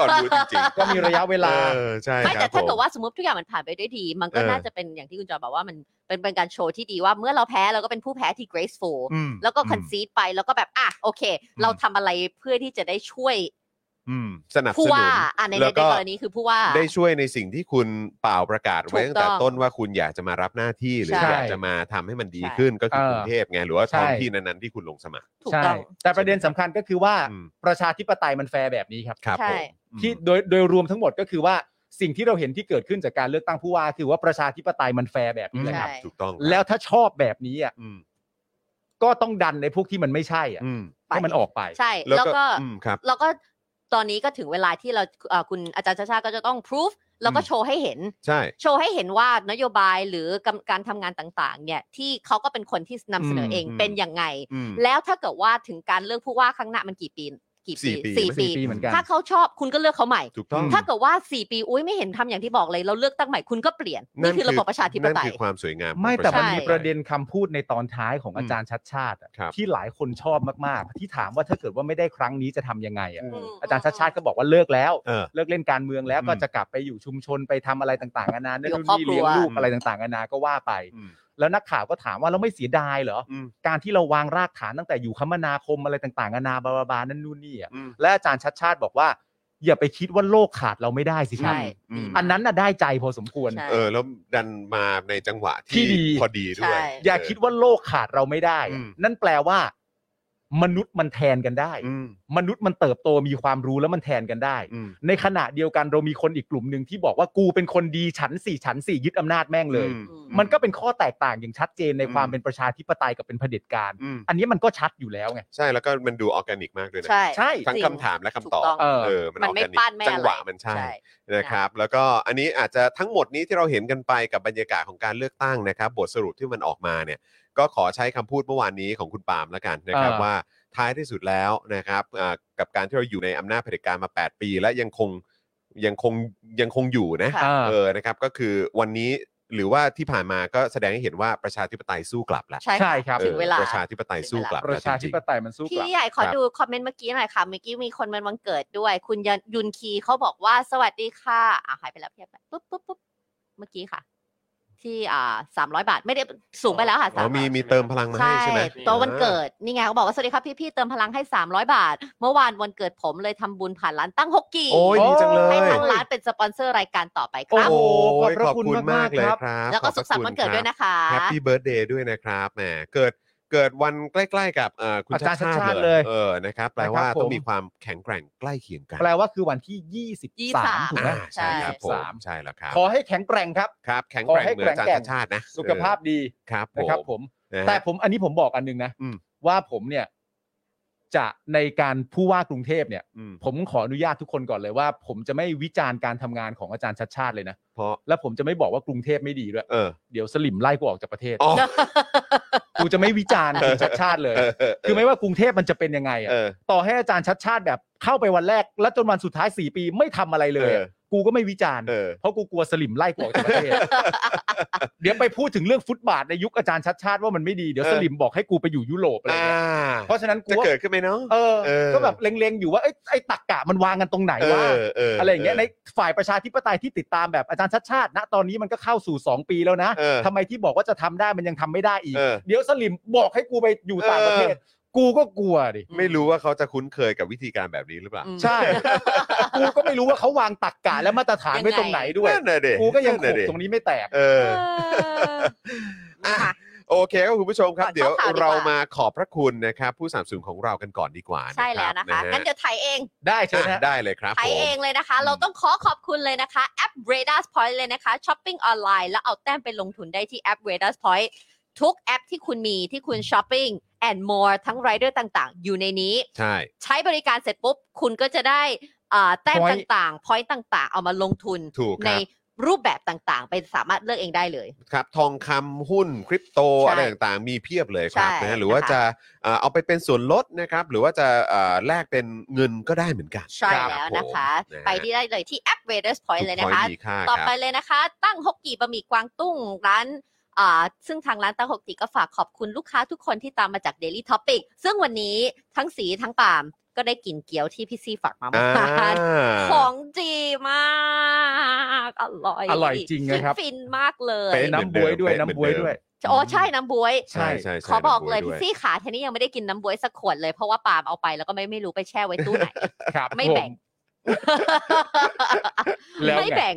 [SPEAKER 4] ก่อนรู้จริงๆ
[SPEAKER 5] ก็มีระยะเวลา
[SPEAKER 4] เออใช่
[SPEAKER 3] ไม่
[SPEAKER 4] ครั
[SPEAKER 3] แต่
[SPEAKER 4] บ
[SPEAKER 3] ถ้า
[SPEAKER 4] ผม
[SPEAKER 3] เกิดว่าสมมติทุกอย่างมันผ่านไปด้วยดี มันก็
[SPEAKER 4] เออ
[SPEAKER 3] น่าจะเป็นอย่างที่คุณจอยบอกว่ามันเป็นเป็นการโชว์ที่ดีว่าเมื่อเราแพ้เราก็เป็นผู้แพ้ที่ graceful
[SPEAKER 4] อืม
[SPEAKER 3] แล้วก็ concede ไปแล้วก็แบบ อ่ะ โอเค เราทำอะไรเพื่อที่จะได้ช่วย
[SPEAKER 4] อืมสนับ
[SPEAKER 3] ผู้
[SPEAKER 4] สนุ
[SPEAKER 3] ว่าน อ่ะใน
[SPEAKER 4] แล้
[SPEAKER 3] ใน
[SPEAKER 4] วก็
[SPEAKER 3] กรณีคือผู้ว่า
[SPEAKER 4] ได้ช่วยในสิ่งที่คุณเป่าประกาศไว้
[SPEAKER 3] ถูก
[SPEAKER 4] ตั้งแต่
[SPEAKER 3] ต้อง
[SPEAKER 4] ต้นว่าคุณอยากจะมารับหน้าที่หรือ
[SPEAKER 3] ใช่
[SPEAKER 4] อยากจะมาทำให้มันดี
[SPEAKER 3] ใช่
[SPEAKER 4] ขึ้นก็คือ
[SPEAKER 5] เออก
[SPEAKER 4] รุงเทพไงหรือว่า
[SPEAKER 5] ใช่
[SPEAKER 4] ท้องที่นั้นๆที่คุณลงสมัคร
[SPEAKER 3] ถูก
[SPEAKER 5] ใช่
[SPEAKER 3] ต้อง
[SPEAKER 5] แต่ประเด็นสำคัญก็คือว่า
[SPEAKER 4] อืม
[SPEAKER 5] ประชาธิปไตยมันแฟร์แบบนี้ครับ
[SPEAKER 4] ครับ
[SPEAKER 3] ใช่
[SPEAKER 4] ผม
[SPEAKER 5] ที่
[SPEAKER 4] อืม
[SPEAKER 5] โดยโดยรวมทั้งหมดก็คือว่าสิ่งที่เราเห็นที่เกิดขึ้นจากการเลือกตั้งผู้ว่า คือว่าประชาธิปไตยมันแฟร์แบบนี้แหละ
[SPEAKER 3] ใช่
[SPEAKER 5] ครับ
[SPEAKER 4] ถูกต้องครับ
[SPEAKER 5] แล้วถ้าชอบแบบนี้อ่ะ
[SPEAKER 4] อืม
[SPEAKER 5] ก็ต้องดันในพวกที่มันไม่ใช่อ่ะ
[SPEAKER 4] อืม
[SPEAKER 5] ให้มันออกไป
[SPEAKER 3] ใช่ แล้วก็
[SPEAKER 4] อืมครับ
[SPEAKER 3] แล้วก็ตอนนี้ก็ถึงเวลาที่เราเอ่อคุณอาจารย์ชาชาติก็จะต้อง proof แล้วก็
[SPEAKER 4] อืม
[SPEAKER 3] โชว์ให้เห็น
[SPEAKER 4] ใช่
[SPEAKER 3] โชว์ให้เห็นว่านโยบายหรือกำการทำงานต่างๆ เนี่ยที่เขาก็เป็นคนที่นำเสนอเอง
[SPEAKER 4] อืม
[SPEAKER 3] เป็นยังไง
[SPEAKER 4] อืม
[SPEAKER 3] แล้วถ้าเกิดว่าถึงการเลือกผู้ว่าครั้งหน้ามันกี่ปีกี่
[SPEAKER 4] สี่
[SPEAKER 3] ปี
[SPEAKER 4] ปี
[SPEAKER 3] สี่
[SPEAKER 5] สี่ปีเหมือนกัน
[SPEAKER 3] ถ้าเขาชอบคุณก็เลือกเขาใหม่
[SPEAKER 4] ถูกต้อง
[SPEAKER 3] ถ้าเกิดว่าสี่ปีอุ้ยไม่เห็นทำอย่างที่บอกเลย เราเลือกตั้งใหม่คุณก็เปลี่ยน
[SPEAKER 4] นั่
[SPEAKER 3] นี่คือระบบประชาธิปไต
[SPEAKER 4] นั่น
[SPEAKER 3] ย
[SPEAKER 4] คือความสวยงามของ
[SPEAKER 5] ไม่แต่มัน
[SPEAKER 4] ชาธิ
[SPEAKER 5] มี
[SPEAKER 4] ปไตย
[SPEAKER 5] ประเด็นคำพูดในตอนท้ายของอาจารย์ชัดชาติอะ
[SPEAKER 4] ครับ
[SPEAKER 5] ที่หลายคนชอบมากๆ ที่ถามว่าถ้าเกิดว่าไม่ได้ครั้งนี้จะทำยังไงอ่ะ
[SPEAKER 4] อืม
[SPEAKER 5] อาจารย์ชัดชาติก็บอกว่าเลิกแล้ว
[SPEAKER 4] เออ
[SPEAKER 5] เลิกเล่นการเมืองแล้ว
[SPEAKER 4] อืม
[SPEAKER 5] ก็จะกลับไปอยู่ชุมชนไปทำอะไรต่างๆนานา
[SPEAKER 3] อยู่
[SPEAKER 5] นู่น
[SPEAKER 3] ครอบ
[SPEAKER 5] นี่
[SPEAKER 3] ครัว
[SPEAKER 5] เลี้ยงลูกอะไรต่างๆนานาก็ว่าไป
[SPEAKER 4] อืม
[SPEAKER 5] แล้วนักข่าวก็ถามว่าเราไม่เสียดายเหรอ
[SPEAKER 4] อืม
[SPEAKER 5] การที่เราวางรากฐานตั้งแต่อยู่คมนาคมอะไรต่างๆนานาบลาบลานั่นนู่นนี่อะ
[SPEAKER 4] อืม
[SPEAKER 5] และอาจารย์ชัดชาติบอกว่า อย่าไปคิดว่าโลกขาดเราไม่ได้สิครับ
[SPEAKER 3] ใช่
[SPEAKER 4] อืม
[SPEAKER 3] ดีมาก
[SPEAKER 5] อันนั้นน่ะได้ใจพอสมควร
[SPEAKER 3] ใช่
[SPEAKER 4] เออแล้วดันมาในจังหวะ
[SPEAKER 5] ที่
[SPEAKER 4] ที่
[SPEAKER 5] ดี
[SPEAKER 4] พอดีด้วย
[SPEAKER 3] ใช่
[SPEAKER 5] อย่าคิดว่าโลกขาดเราไม่ได้
[SPEAKER 4] อืม
[SPEAKER 5] นั่นแปลว่า มนุษย์มันแทนกันได้
[SPEAKER 4] อืม
[SPEAKER 5] มนุษย์มันเติบโตมีความรู้แล้วมันแทนกันได้
[SPEAKER 4] อืม
[SPEAKER 5] ในขณะเดียวกันเรามีคนอีกกลุ่มหนึ่งที่บอกว่ากูเป็นคนดีฉันสี่ฉันสี่ยึดอำนาจแม่งเลย
[SPEAKER 4] อืม
[SPEAKER 5] มันก็เป็นข้อแตกต่างอย่างชัดเจนใน
[SPEAKER 4] อืม
[SPEAKER 5] ความเป็นประชาธิปไตยกับเป็นเผด็จการ
[SPEAKER 4] อืม
[SPEAKER 5] อันนี้มันก็ชัดอยู่แล้วไง
[SPEAKER 4] ใช่แล้วก็มันดูออร์แกนิกมากด้วยนะ
[SPEAKER 3] ใช่
[SPEAKER 5] ใช่
[SPEAKER 4] ทั้ง
[SPEAKER 3] จริ
[SPEAKER 4] คำถามและคำตอบ
[SPEAKER 3] ถูกง
[SPEAKER 5] เออ
[SPEAKER 4] เออมัน
[SPEAKER 3] มัน
[SPEAKER 4] ออร์
[SPEAKER 3] ไม่
[SPEAKER 4] แกนิก
[SPEAKER 3] ปั้นไม่
[SPEAKER 4] จั
[SPEAKER 3] อะไร
[SPEAKER 4] หวะมันใช่ นะครับแล้วก็อันนี้อาจจะทั้งหมดนี้ที่เราเห็นกันไปกับบรรยากาศของการเลือกตั้งนะครับ บทสรุปที่มันออกมาเนี่ยก็ขอใช้คำพูดเมื่อวานนี้ของคุณปาล์มแล้วกันนะครับ
[SPEAKER 5] อ่า
[SPEAKER 4] ว่าท้ายที่สุดแล้วนะครับอ่ากับการที่เราอยู่ในอำนาจเผด็จการมา 8 ปี และยังคงยังคงยังคงอยู่นะ
[SPEAKER 5] เออ
[SPEAKER 4] เออนะครับก็คือวันนี้หรือว่าที่ผ่านมาก็แสดงให้เห็นว่าประชาธิปไตยสู้กลับแล้ว
[SPEAKER 3] ใช่
[SPEAKER 5] ใช่
[SPEAKER 3] ค่ะ
[SPEAKER 5] ครับ
[SPEAKER 4] เอ
[SPEAKER 3] ถึง
[SPEAKER 4] อ
[SPEAKER 3] เวลา
[SPEAKER 4] ประชาธิปไตยสู้กลับ
[SPEAKER 5] ป
[SPEAKER 4] แล้ว
[SPEAKER 5] ระชาธิ
[SPEAKER 4] ง
[SPEAKER 5] ป
[SPEAKER 4] ๆ
[SPEAKER 5] ไตยมันสู้ก
[SPEAKER 3] พี่
[SPEAKER 5] ลับ
[SPEAKER 3] ใหญ่ขอ
[SPEAKER 4] ครับ
[SPEAKER 3] ดูคอมเมนต์เมื่อกี้หน่อยค่ะ เมื่อกี้มีคนมันวันเกิดด้วย คุณยันยุนคีเขาบอกว่าสวัสดีค่ะอ่าหายไปแล้วเพียบไปปุ๊บปุ๊บปุ๊บเมื่อกี้ค่ะ ที่อ่าสามร้อยบาทไม่ได้สูงไปแล้วค่ะ
[SPEAKER 4] อ๋
[SPEAKER 3] สา
[SPEAKER 4] อ
[SPEAKER 3] ม
[SPEAKER 4] มีมีเติมพลังมาให้
[SPEAKER 3] ใช่
[SPEAKER 4] ใช่ไหม
[SPEAKER 3] ตัววันเกิดนี่ไงเขาบอกว่าสวัสดีครับพี่พี่ๆเติมพลังให้สามร้อยบาท เมื่อวานวันเกิดผมเลยทำบุญผ่านร้านตั้งฮกกี้
[SPEAKER 4] โอ้ยดีจังเล
[SPEAKER 3] ให้
[SPEAKER 4] ย
[SPEAKER 3] ทางร้านเป็นสปอนเซอร์รายการต่อไปครับ
[SPEAKER 5] โอ้
[SPEAKER 4] โอ้ย
[SPEAKER 5] ขอบบ
[SPEAKER 4] ขอ
[SPEAKER 5] พระคุ
[SPEAKER 4] คุณ
[SPEAKER 5] มาม
[SPEAKER 4] ณาก ก
[SPEAKER 5] ๆ
[SPEAKER 4] เลย
[SPEAKER 5] ครับ
[SPEAKER 4] ครับ
[SPEAKER 3] แล้วก็สุขสันต์
[SPEAKER 4] ขอบพระคุณ
[SPEAKER 3] วันเกิดด้วย
[SPEAKER 4] ครับ
[SPEAKER 3] นะคะ
[SPEAKER 4] แฮปปี้เบิร์ดเดย์ด้วยนะครับแหมเกิดเกิดวันใกล้ๆกับเอ่อคุณ
[SPEAKER 5] อาจา
[SPEAKER 4] ชาร
[SPEAKER 5] ย์
[SPEAKER 4] ติชา
[SPEAKER 5] ชัดชาติ
[SPEAKER 4] ติ
[SPEAKER 5] เล
[SPEAKER 4] เลย ยเออนะครับแปลว่า
[SPEAKER 5] นะครับผม
[SPEAKER 4] ต้องมีความแข็งแกร่งใกล้เคียงกัน
[SPEAKER 5] แปลว่าคือวันที่ 23 ถูกไหม
[SPEAKER 4] อ่าใช่ครับผม
[SPEAKER 5] ใช่
[SPEAKER 4] ใช่แล้วครับ
[SPEAKER 5] ขอให้แข็งแกร่งครับ
[SPEAKER 4] ครับ แข็ง
[SPEAKER 5] ขอ
[SPEAKER 4] แกร่ง
[SPEAKER 5] ให้
[SPEAKER 4] เหมือนอาจารย์
[SPEAKER 5] แข็
[SPEAKER 4] ชาง
[SPEAKER 5] แก
[SPEAKER 4] ติ
[SPEAKER 5] ร่ง
[SPEAKER 4] ชาตินะ
[SPEAKER 5] สุขภาพดี
[SPEAKER 4] ครับผ
[SPEAKER 5] นะครับผม ม
[SPEAKER 4] นะฮะ
[SPEAKER 5] แต่ผมอันนี้ผมบอกอันหนึงนะ
[SPEAKER 4] อืม
[SPEAKER 5] ว่าผมเนี่ยจะในการผู้ว่ากรุงเทพเนี่ย
[SPEAKER 4] อืม
[SPEAKER 5] ผมขออนุญาตทุกคนก่อนเลยว่า ผมจะไม่วิจารณ์การทำงานของอาจารย์ชัดชาติเลยนะ
[SPEAKER 4] เพราะ
[SPEAKER 5] และผมจะไม่บอกว่ากรุงเทพไม่ดีด้วย
[SPEAKER 4] เออ
[SPEAKER 5] เดี๋ยวสลิมไล่กูออกจากประเทศ
[SPEAKER 4] อ๋อ
[SPEAKER 5] กูจะไม่วิจารณ์อาจ ารย์ชัดชาติเลย
[SPEAKER 4] เออเออเออ
[SPEAKER 5] คือไม่ว่ากรุงเทพมันจะเป็นยังไงอะ
[SPEAKER 4] เออ
[SPEAKER 5] ต่อให้อาจารย์ชัดชาติแบบเข้าไปวันแรก แล้วจนวันสุดท้าย 4 ปีไม่ทำอะไรเลยอะ
[SPEAKER 4] เออ
[SPEAKER 5] กูก็ไม่วิจารณ์
[SPEAKER 4] เออ
[SPEAKER 5] เพราะกูกลัวสลิมไล่กูออกจากประ เทศ เดี๋ยวไปพูดถึงเรื่องฟุตบาทในยุคอาจารย์ชัดชาติว่ามันไม่ดี เดี๋ยว
[SPEAKER 4] เออ
[SPEAKER 5] สลิมบอกให้กูไปอยู่ยุโรปอะไร
[SPEAKER 4] อ่า
[SPEAKER 5] เงี้ยเพราะฉะนั้นกู
[SPEAKER 4] จะ
[SPEAKER 5] ว่า
[SPEAKER 4] เกิดขึ้นไหมเนาะ
[SPEAKER 5] เออ
[SPEAKER 4] เออ
[SPEAKER 5] ก็แบบเล็งๆอยู่ว่าเอ้ยไอ้ตักกะมันวางกันตรงไหน
[SPEAKER 4] เอ
[SPEAKER 5] วะ
[SPEAKER 4] อเออ
[SPEAKER 5] อะไรอย่างเงี้ยในฝ่ายประชาธิปไตยที่ติดตามแบบอาจารย์ชัดชาติณตอนนี้มันก็เข้าสู่ 2 ปีแล้วนะ
[SPEAKER 4] เออ
[SPEAKER 5] ทำไมที่บอกว่าจะทำได้มันยังทำไม่ได้อีก
[SPEAKER 4] เออ
[SPEAKER 5] เดี๋ยวสลิมบอกให้กูไปอยู่ต่างประเทศ
[SPEAKER 4] เออ
[SPEAKER 5] กูก็กลัวดิ
[SPEAKER 4] ไม่รู้ว่าเขาจะคุ้นเคยกับวิธีการแบบนี้หรือเปล่า
[SPEAKER 3] อืม
[SPEAKER 5] ใช่ กูก็ไม่รู้ว่าเขาวางตักกะและมาตรฐานไว้ตรงไหนด้วย
[SPEAKER 4] นั่นน่ะเด็
[SPEAKER 5] กูก็ยังขบตรงนี้ไม่แตก
[SPEAKER 4] เออ
[SPEAKER 3] เออ
[SPEAKER 4] อ่ะ โอเคครับคุณผู้ชมครับ
[SPEAKER 3] ก่อน
[SPEAKER 4] เดี๋ยว
[SPEAKER 3] เข้าข่าวดีกว่า
[SPEAKER 4] เรามาขอบพระคุณนะครับ ผู้สามสูงของเรากันก่อนดีกว่า
[SPEAKER 3] ใช่แล้วนะ
[SPEAKER 4] ค
[SPEAKER 3] คะ
[SPEAKER 4] รับ
[SPEAKER 3] งั้นเดี๋ยวไทยเอง
[SPEAKER 5] ได้เชิญ
[SPEAKER 4] อ่ะ
[SPEAKER 5] ฮะ
[SPEAKER 4] ได้เลยครับ
[SPEAKER 3] ไทย
[SPEAKER 4] ผม
[SPEAKER 3] เองเลยนะคะ
[SPEAKER 4] อืม
[SPEAKER 3] เราต้องขอขอบคุณเลยนะคะ แอป r a d a r s Point เลยนะคะช้อปปิ้งออนไลน์แล้วเอาแต้มไปลงทุนได้ที่แอป r a d a r s Point ทุกแอปที่คุณมีที่คุณช้อปปิ้ง and more ทั้งไรเดอร์ต่างๆ อยู่ในนี้
[SPEAKER 4] ใช่
[SPEAKER 3] ใช้บริการเสร็จปุ๊บ คุณก็จะได้อ่าแต้ม
[SPEAKER 5] Point
[SPEAKER 3] ต่างๆ point ต่างๆ เอามาลงทุน
[SPEAKER 4] ถูกค
[SPEAKER 3] ใน
[SPEAKER 4] รับ
[SPEAKER 3] รูปแบบต่างๆ ไปสามารถเลือกเองได้เลย
[SPEAKER 4] ครับทองคำหุ้นคริปโต
[SPEAKER 3] ใช่
[SPEAKER 4] อะไรต่างๆ มีเพียบเลยครับ
[SPEAKER 3] ใช่
[SPEAKER 4] นะฮะหรือว่า
[SPEAKER 3] นะคะ
[SPEAKER 4] จะเอ่อเอาไปเป็นส่วนลดนะครับ หรือว่าจะเอ่อแลกเป็นเงินก็ได้เหมือนกัน
[SPEAKER 3] ใช่
[SPEAKER 4] รับ
[SPEAKER 3] แล้วนะคะ
[SPEAKER 4] ผม
[SPEAKER 3] ไปที่ได้เลยที่แอป r a d a r s Point เลยนะคะ
[SPEAKER 4] ทุก point มีค่า
[SPEAKER 3] ต่อ
[SPEAKER 4] ครับ
[SPEAKER 3] ไปเลยนะคะ ตั้งฮกกี่บะหมี่กวางตุ้งร้านอ่าซึ่งทางร้านตั้งฮกกี่ก็ฝากขอบคุณลูกค้าทุกคนที่ตามมาจาก Daily Topic ซึ่งวันนี้ทั้งสีทั้งปาล์มก็ได้กินเกี๊ยวที่พี่ซีฝากมาเมื่อวานของดีมาก อร่อย
[SPEAKER 5] อร่อยจริงนะครับ
[SPEAKER 3] ฟินมากเลย
[SPEAKER 4] เป๊ะ
[SPEAKER 5] น้ำบวยด้วยน้ำบวยด้วย
[SPEAKER 3] โอ้ใช่น้ำบวย
[SPEAKER 4] ใช่ใช่ใช่
[SPEAKER 3] ขอบอกเลยพี่
[SPEAKER 4] น้ำด้ว
[SPEAKER 3] ซี่ขาเทนนี้ยังไม่ได้กินน้ำบวยสักขวดเลยเพราะว่าปาล์มเอาไปแล้วก็ไม่ไม่รู้ไปแช่ไว้ตู้ไหน
[SPEAKER 5] ครับ
[SPEAKER 3] ไม่
[SPEAKER 5] ผ
[SPEAKER 3] แบ่ง
[SPEAKER 5] แล้วไง
[SPEAKER 3] ไม่แบ่ง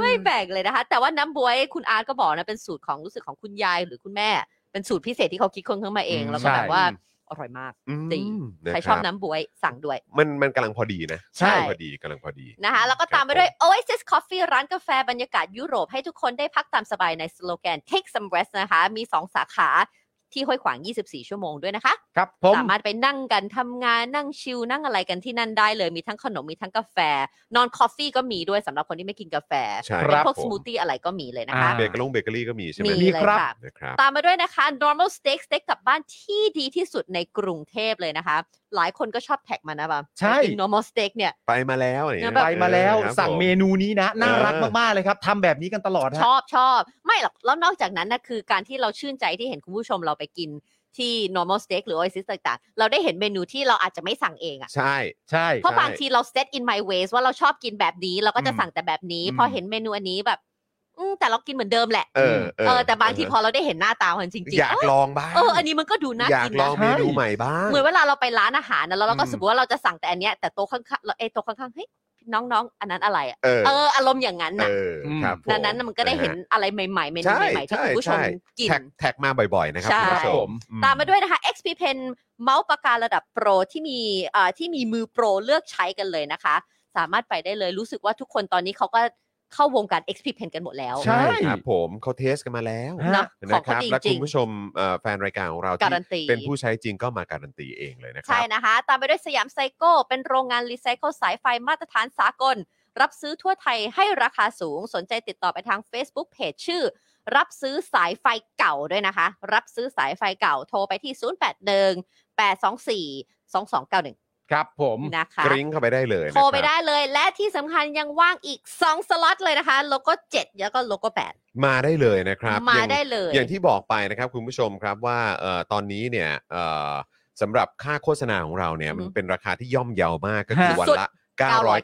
[SPEAKER 3] ไม่แบ่งเลยนะคะ แต่ว่าน้ำบวยคุณอาร์ตก็บอกนะเป็นสูตรของรู้สึกของคุณยายหรือคุณแม่ เป็นสูตรพิเศษที่เขาคิดค้นขึ้นมาเอง
[SPEAKER 4] อืม
[SPEAKER 3] แล้วก็
[SPEAKER 4] ใช่
[SPEAKER 3] แบบว่าอร่อยมาก
[SPEAKER 4] อืม
[SPEAKER 3] ดี
[SPEAKER 4] นะ
[SPEAKER 3] ใครชอบน้ำบวยสั่งด้วย
[SPEAKER 4] มันมันกำลังพอดีนะ
[SPEAKER 3] ใช่
[SPEAKER 4] พอดีกำลังพอดี
[SPEAKER 3] นะคะแล้วก็ตามไปด้วย Oasis Coffee ร้านกาแฟบรรยากาศยุโรปให้ทุกคนได้พักตามสบายในสโลแกน Take some rest นะคะ มี 2 สาขาที่ห้วยขวาง 24 ชั่วโมงด้วยนะคะ
[SPEAKER 5] ครับผม
[SPEAKER 3] สามารถไปนั่งกันทำงานนั่งชิลนั่งอะไรกันที่นั่นได้เลย มีทั้งขนม มีทั้งกาแฟ นอนคอฟฟี่ก็มีด้วยสำหรับคนที่ไม่กินกาแฟ
[SPEAKER 4] ใช่
[SPEAKER 5] ครั
[SPEAKER 3] พ
[SPEAKER 5] บ
[SPEAKER 3] วก
[SPEAKER 4] ผ
[SPEAKER 3] ส
[SPEAKER 4] ม
[SPEAKER 3] มูทตี้อะไรก็มีเลยนะคะ
[SPEAKER 5] อ่า
[SPEAKER 4] เบเกอรี่เบเกอรี่ก็มีใช่ไหม
[SPEAKER 3] มี
[SPEAKER 5] มี
[SPEAKER 3] เลย
[SPEAKER 5] ครับ
[SPEAKER 3] ค่ะ
[SPEAKER 4] นะครับ
[SPEAKER 3] ตามมาด้วยนะคะ normal steak สเต็กกลับบ้านที่ดีที่สุดในกรุงเทพเลยนะคะ หลายคนก็ชอบแท็กมานะบ่า
[SPEAKER 5] ใช่
[SPEAKER 3] กิน normal steak เนี่ย
[SPEAKER 4] ไปมาแล้วอะไรอย่าง
[SPEAKER 3] เนี่ย
[SPEAKER 4] เงี้ย
[SPEAKER 3] แบบ
[SPEAKER 5] ไปมาแล้ว
[SPEAKER 4] ออครับ
[SPEAKER 5] สั่ง
[SPEAKER 4] ผ
[SPEAKER 5] เมนูนี้นะ น่ารัก
[SPEAKER 4] เออ
[SPEAKER 5] มาก ๆ เลยครับทำแบบนี้กันตลอดฮะ
[SPEAKER 3] ชอบชอบไม่หรอกแล้วนอกจากนั้นนะคือการที่เราชื่นใจที่เห็นคุณผู้ชมเราไปกินที่ normal steak หรือ oasis ต่างๆ เราได้เห็นเมนูที่เราอาจจะไม่สั่งเองอะ
[SPEAKER 4] ใช่
[SPEAKER 5] ใช่
[SPEAKER 3] เพราะบางทีเรา set in my ways ว่าเราชอบกินแบบนี้ เราก็จะ
[SPEAKER 5] อืม
[SPEAKER 3] สั่งแต่แบบนี้
[SPEAKER 5] อืม
[SPEAKER 3] พอเห็นเมนูอันนี้แบบอืมแต่เรากินเหมือนเดิมแหละ
[SPEAKER 4] เออเออ
[SPEAKER 3] แต่บางทีพอเราได้เห็นหน้าตามันจริง
[SPEAKER 4] อ
[SPEAKER 3] ๆ
[SPEAKER 4] ยาก
[SPEAKER 3] เอ้ย
[SPEAKER 4] ลองบ้าง
[SPEAKER 3] เอออันนี้มันก็ดูน่า
[SPEAKER 4] อยา
[SPEAKER 3] กิ
[SPEAKER 4] ก
[SPEAKER 3] น
[SPEAKER 4] ล
[SPEAKER 3] นะ
[SPEAKER 4] องเมนูใหม่บ้าง
[SPEAKER 3] เหมือนเวลาเราไปร้านอาหารนะแล้วเราก็
[SPEAKER 4] อืม
[SPEAKER 3] สมมติว่าเราจะสั่งแต่อันเนี้ยแต่โต๊ะข้างๆเราเอยโต๊ะข้างๆเฮ้ยน้องๆ อันนั้นอะไรอ่ะ
[SPEAKER 4] เออ
[SPEAKER 3] เอออารมณ์อย่างนั้น
[SPEAKER 4] เอ
[SPEAKER 3] น่ะ
[SPEAKER 4] อครับผ
[SPEAKER 3] ดังนั้นมันก็ได้เห็นะ
[SPEAKER 4] ฮะ
[SPEAKER 3] อะไรใหม่ๆเมนู
[SPEAKER 4] ใช่
[SPEAKER 3] ใหม่ๆที่
[SPEAKER 4] ใช่
[SPEAKER 3] คุณผู้ชม
[SPEAKER 4] ใช่
[SPEAKER 3] กิน
[SPEAKER 4] แท็กแท็กมาบ่อยๆ นะครับ
[SPEAKER 3] ใช่
[SPEAKER 4] คุณผู้ชม
[SPEAKER 3] ตามมาด้วยนะคะ XP Pen เมาส์ปากการะดับโปรที่มีเอ่อที่มีมือโปรเลือกใช้กันเลยนะคะ สามารถไปได้เลยรู้สึกว่าทุกคนตอนนี้เขาก็เข้าวงการ XP Pen กันหมดแล้ว
[SPEAKER 5] ใช่
[SPEAKER 4] ใช่ครับผมเขาเทสกันมาแล้ว
[SPEAKER 3] ฮะ
[SPEAKER 4] นะค
[SPEAKER 3] ของ
[SPEAKER 4] รับ
[SPEAKER 3] เขาดี
[SPEAKER 4] และ
[SPEAKER 3] จริ
[SPEAKER 4] คุ
[SPEAKER 3] ง
[SPEAKER 4] ณผู้ชมเอ่อแฟนรายการของเรา
[SPEAKER 3] การั
[SPEAKER 4] ที่
[SPEAKER 3] นตี
[SPEAKER 4] เป็นผู้ใช้จริงก็มาการันตีเองเลยนะครั
[SPEAKER 3] ใช่นะคะ ตามไปด้วยสยามไซโก้เป็นโรงงานรีไซเคิลสายไฟมาตรฐานสากล รับซื้อทั่วไทยให้ราคาสูง สนใจติดต่อไปทาง Facebook Page ชื่อ รับซื้อสายไฟเก่าด้วยนะคะ รับซื้อสายไฟเก่าโทรไปที่ 081 824 2291
[SPEAKER 5] ครับผม
[SPEAKER 3] นะคะ
[SPEAKER 4] กริ้งเข้าไปได้เลยนะค
[SPEAKER 3] โทร
[SPEAKER 4] บ
[SPEAKER 3] ไปได้เลยและที่สำคัญยังว่างอีก 2 สล็อตเลยนะคะ โลโก้ 7 แล้วก็โลโก้
[SPEAKER 4] มาได้เลยนะครับ
[SPEAKER 3] 8 มา
[SPEAKER 4] อย่าง
[SPEAKER 3] ได้เลย
[SPEAKER 4] อย่างที่บอกไปนะครับคุณผู้ชมครับว่าเอ่อตอนนี้เนี่ยเอ่อสำหรับค่าโฆษณาของเราเนี่ยมันเป็นราคาที่ย่อมเยาวมากก็คือ
[SPEAKER 5] ฮะ
[SPEAKER 4] วันละ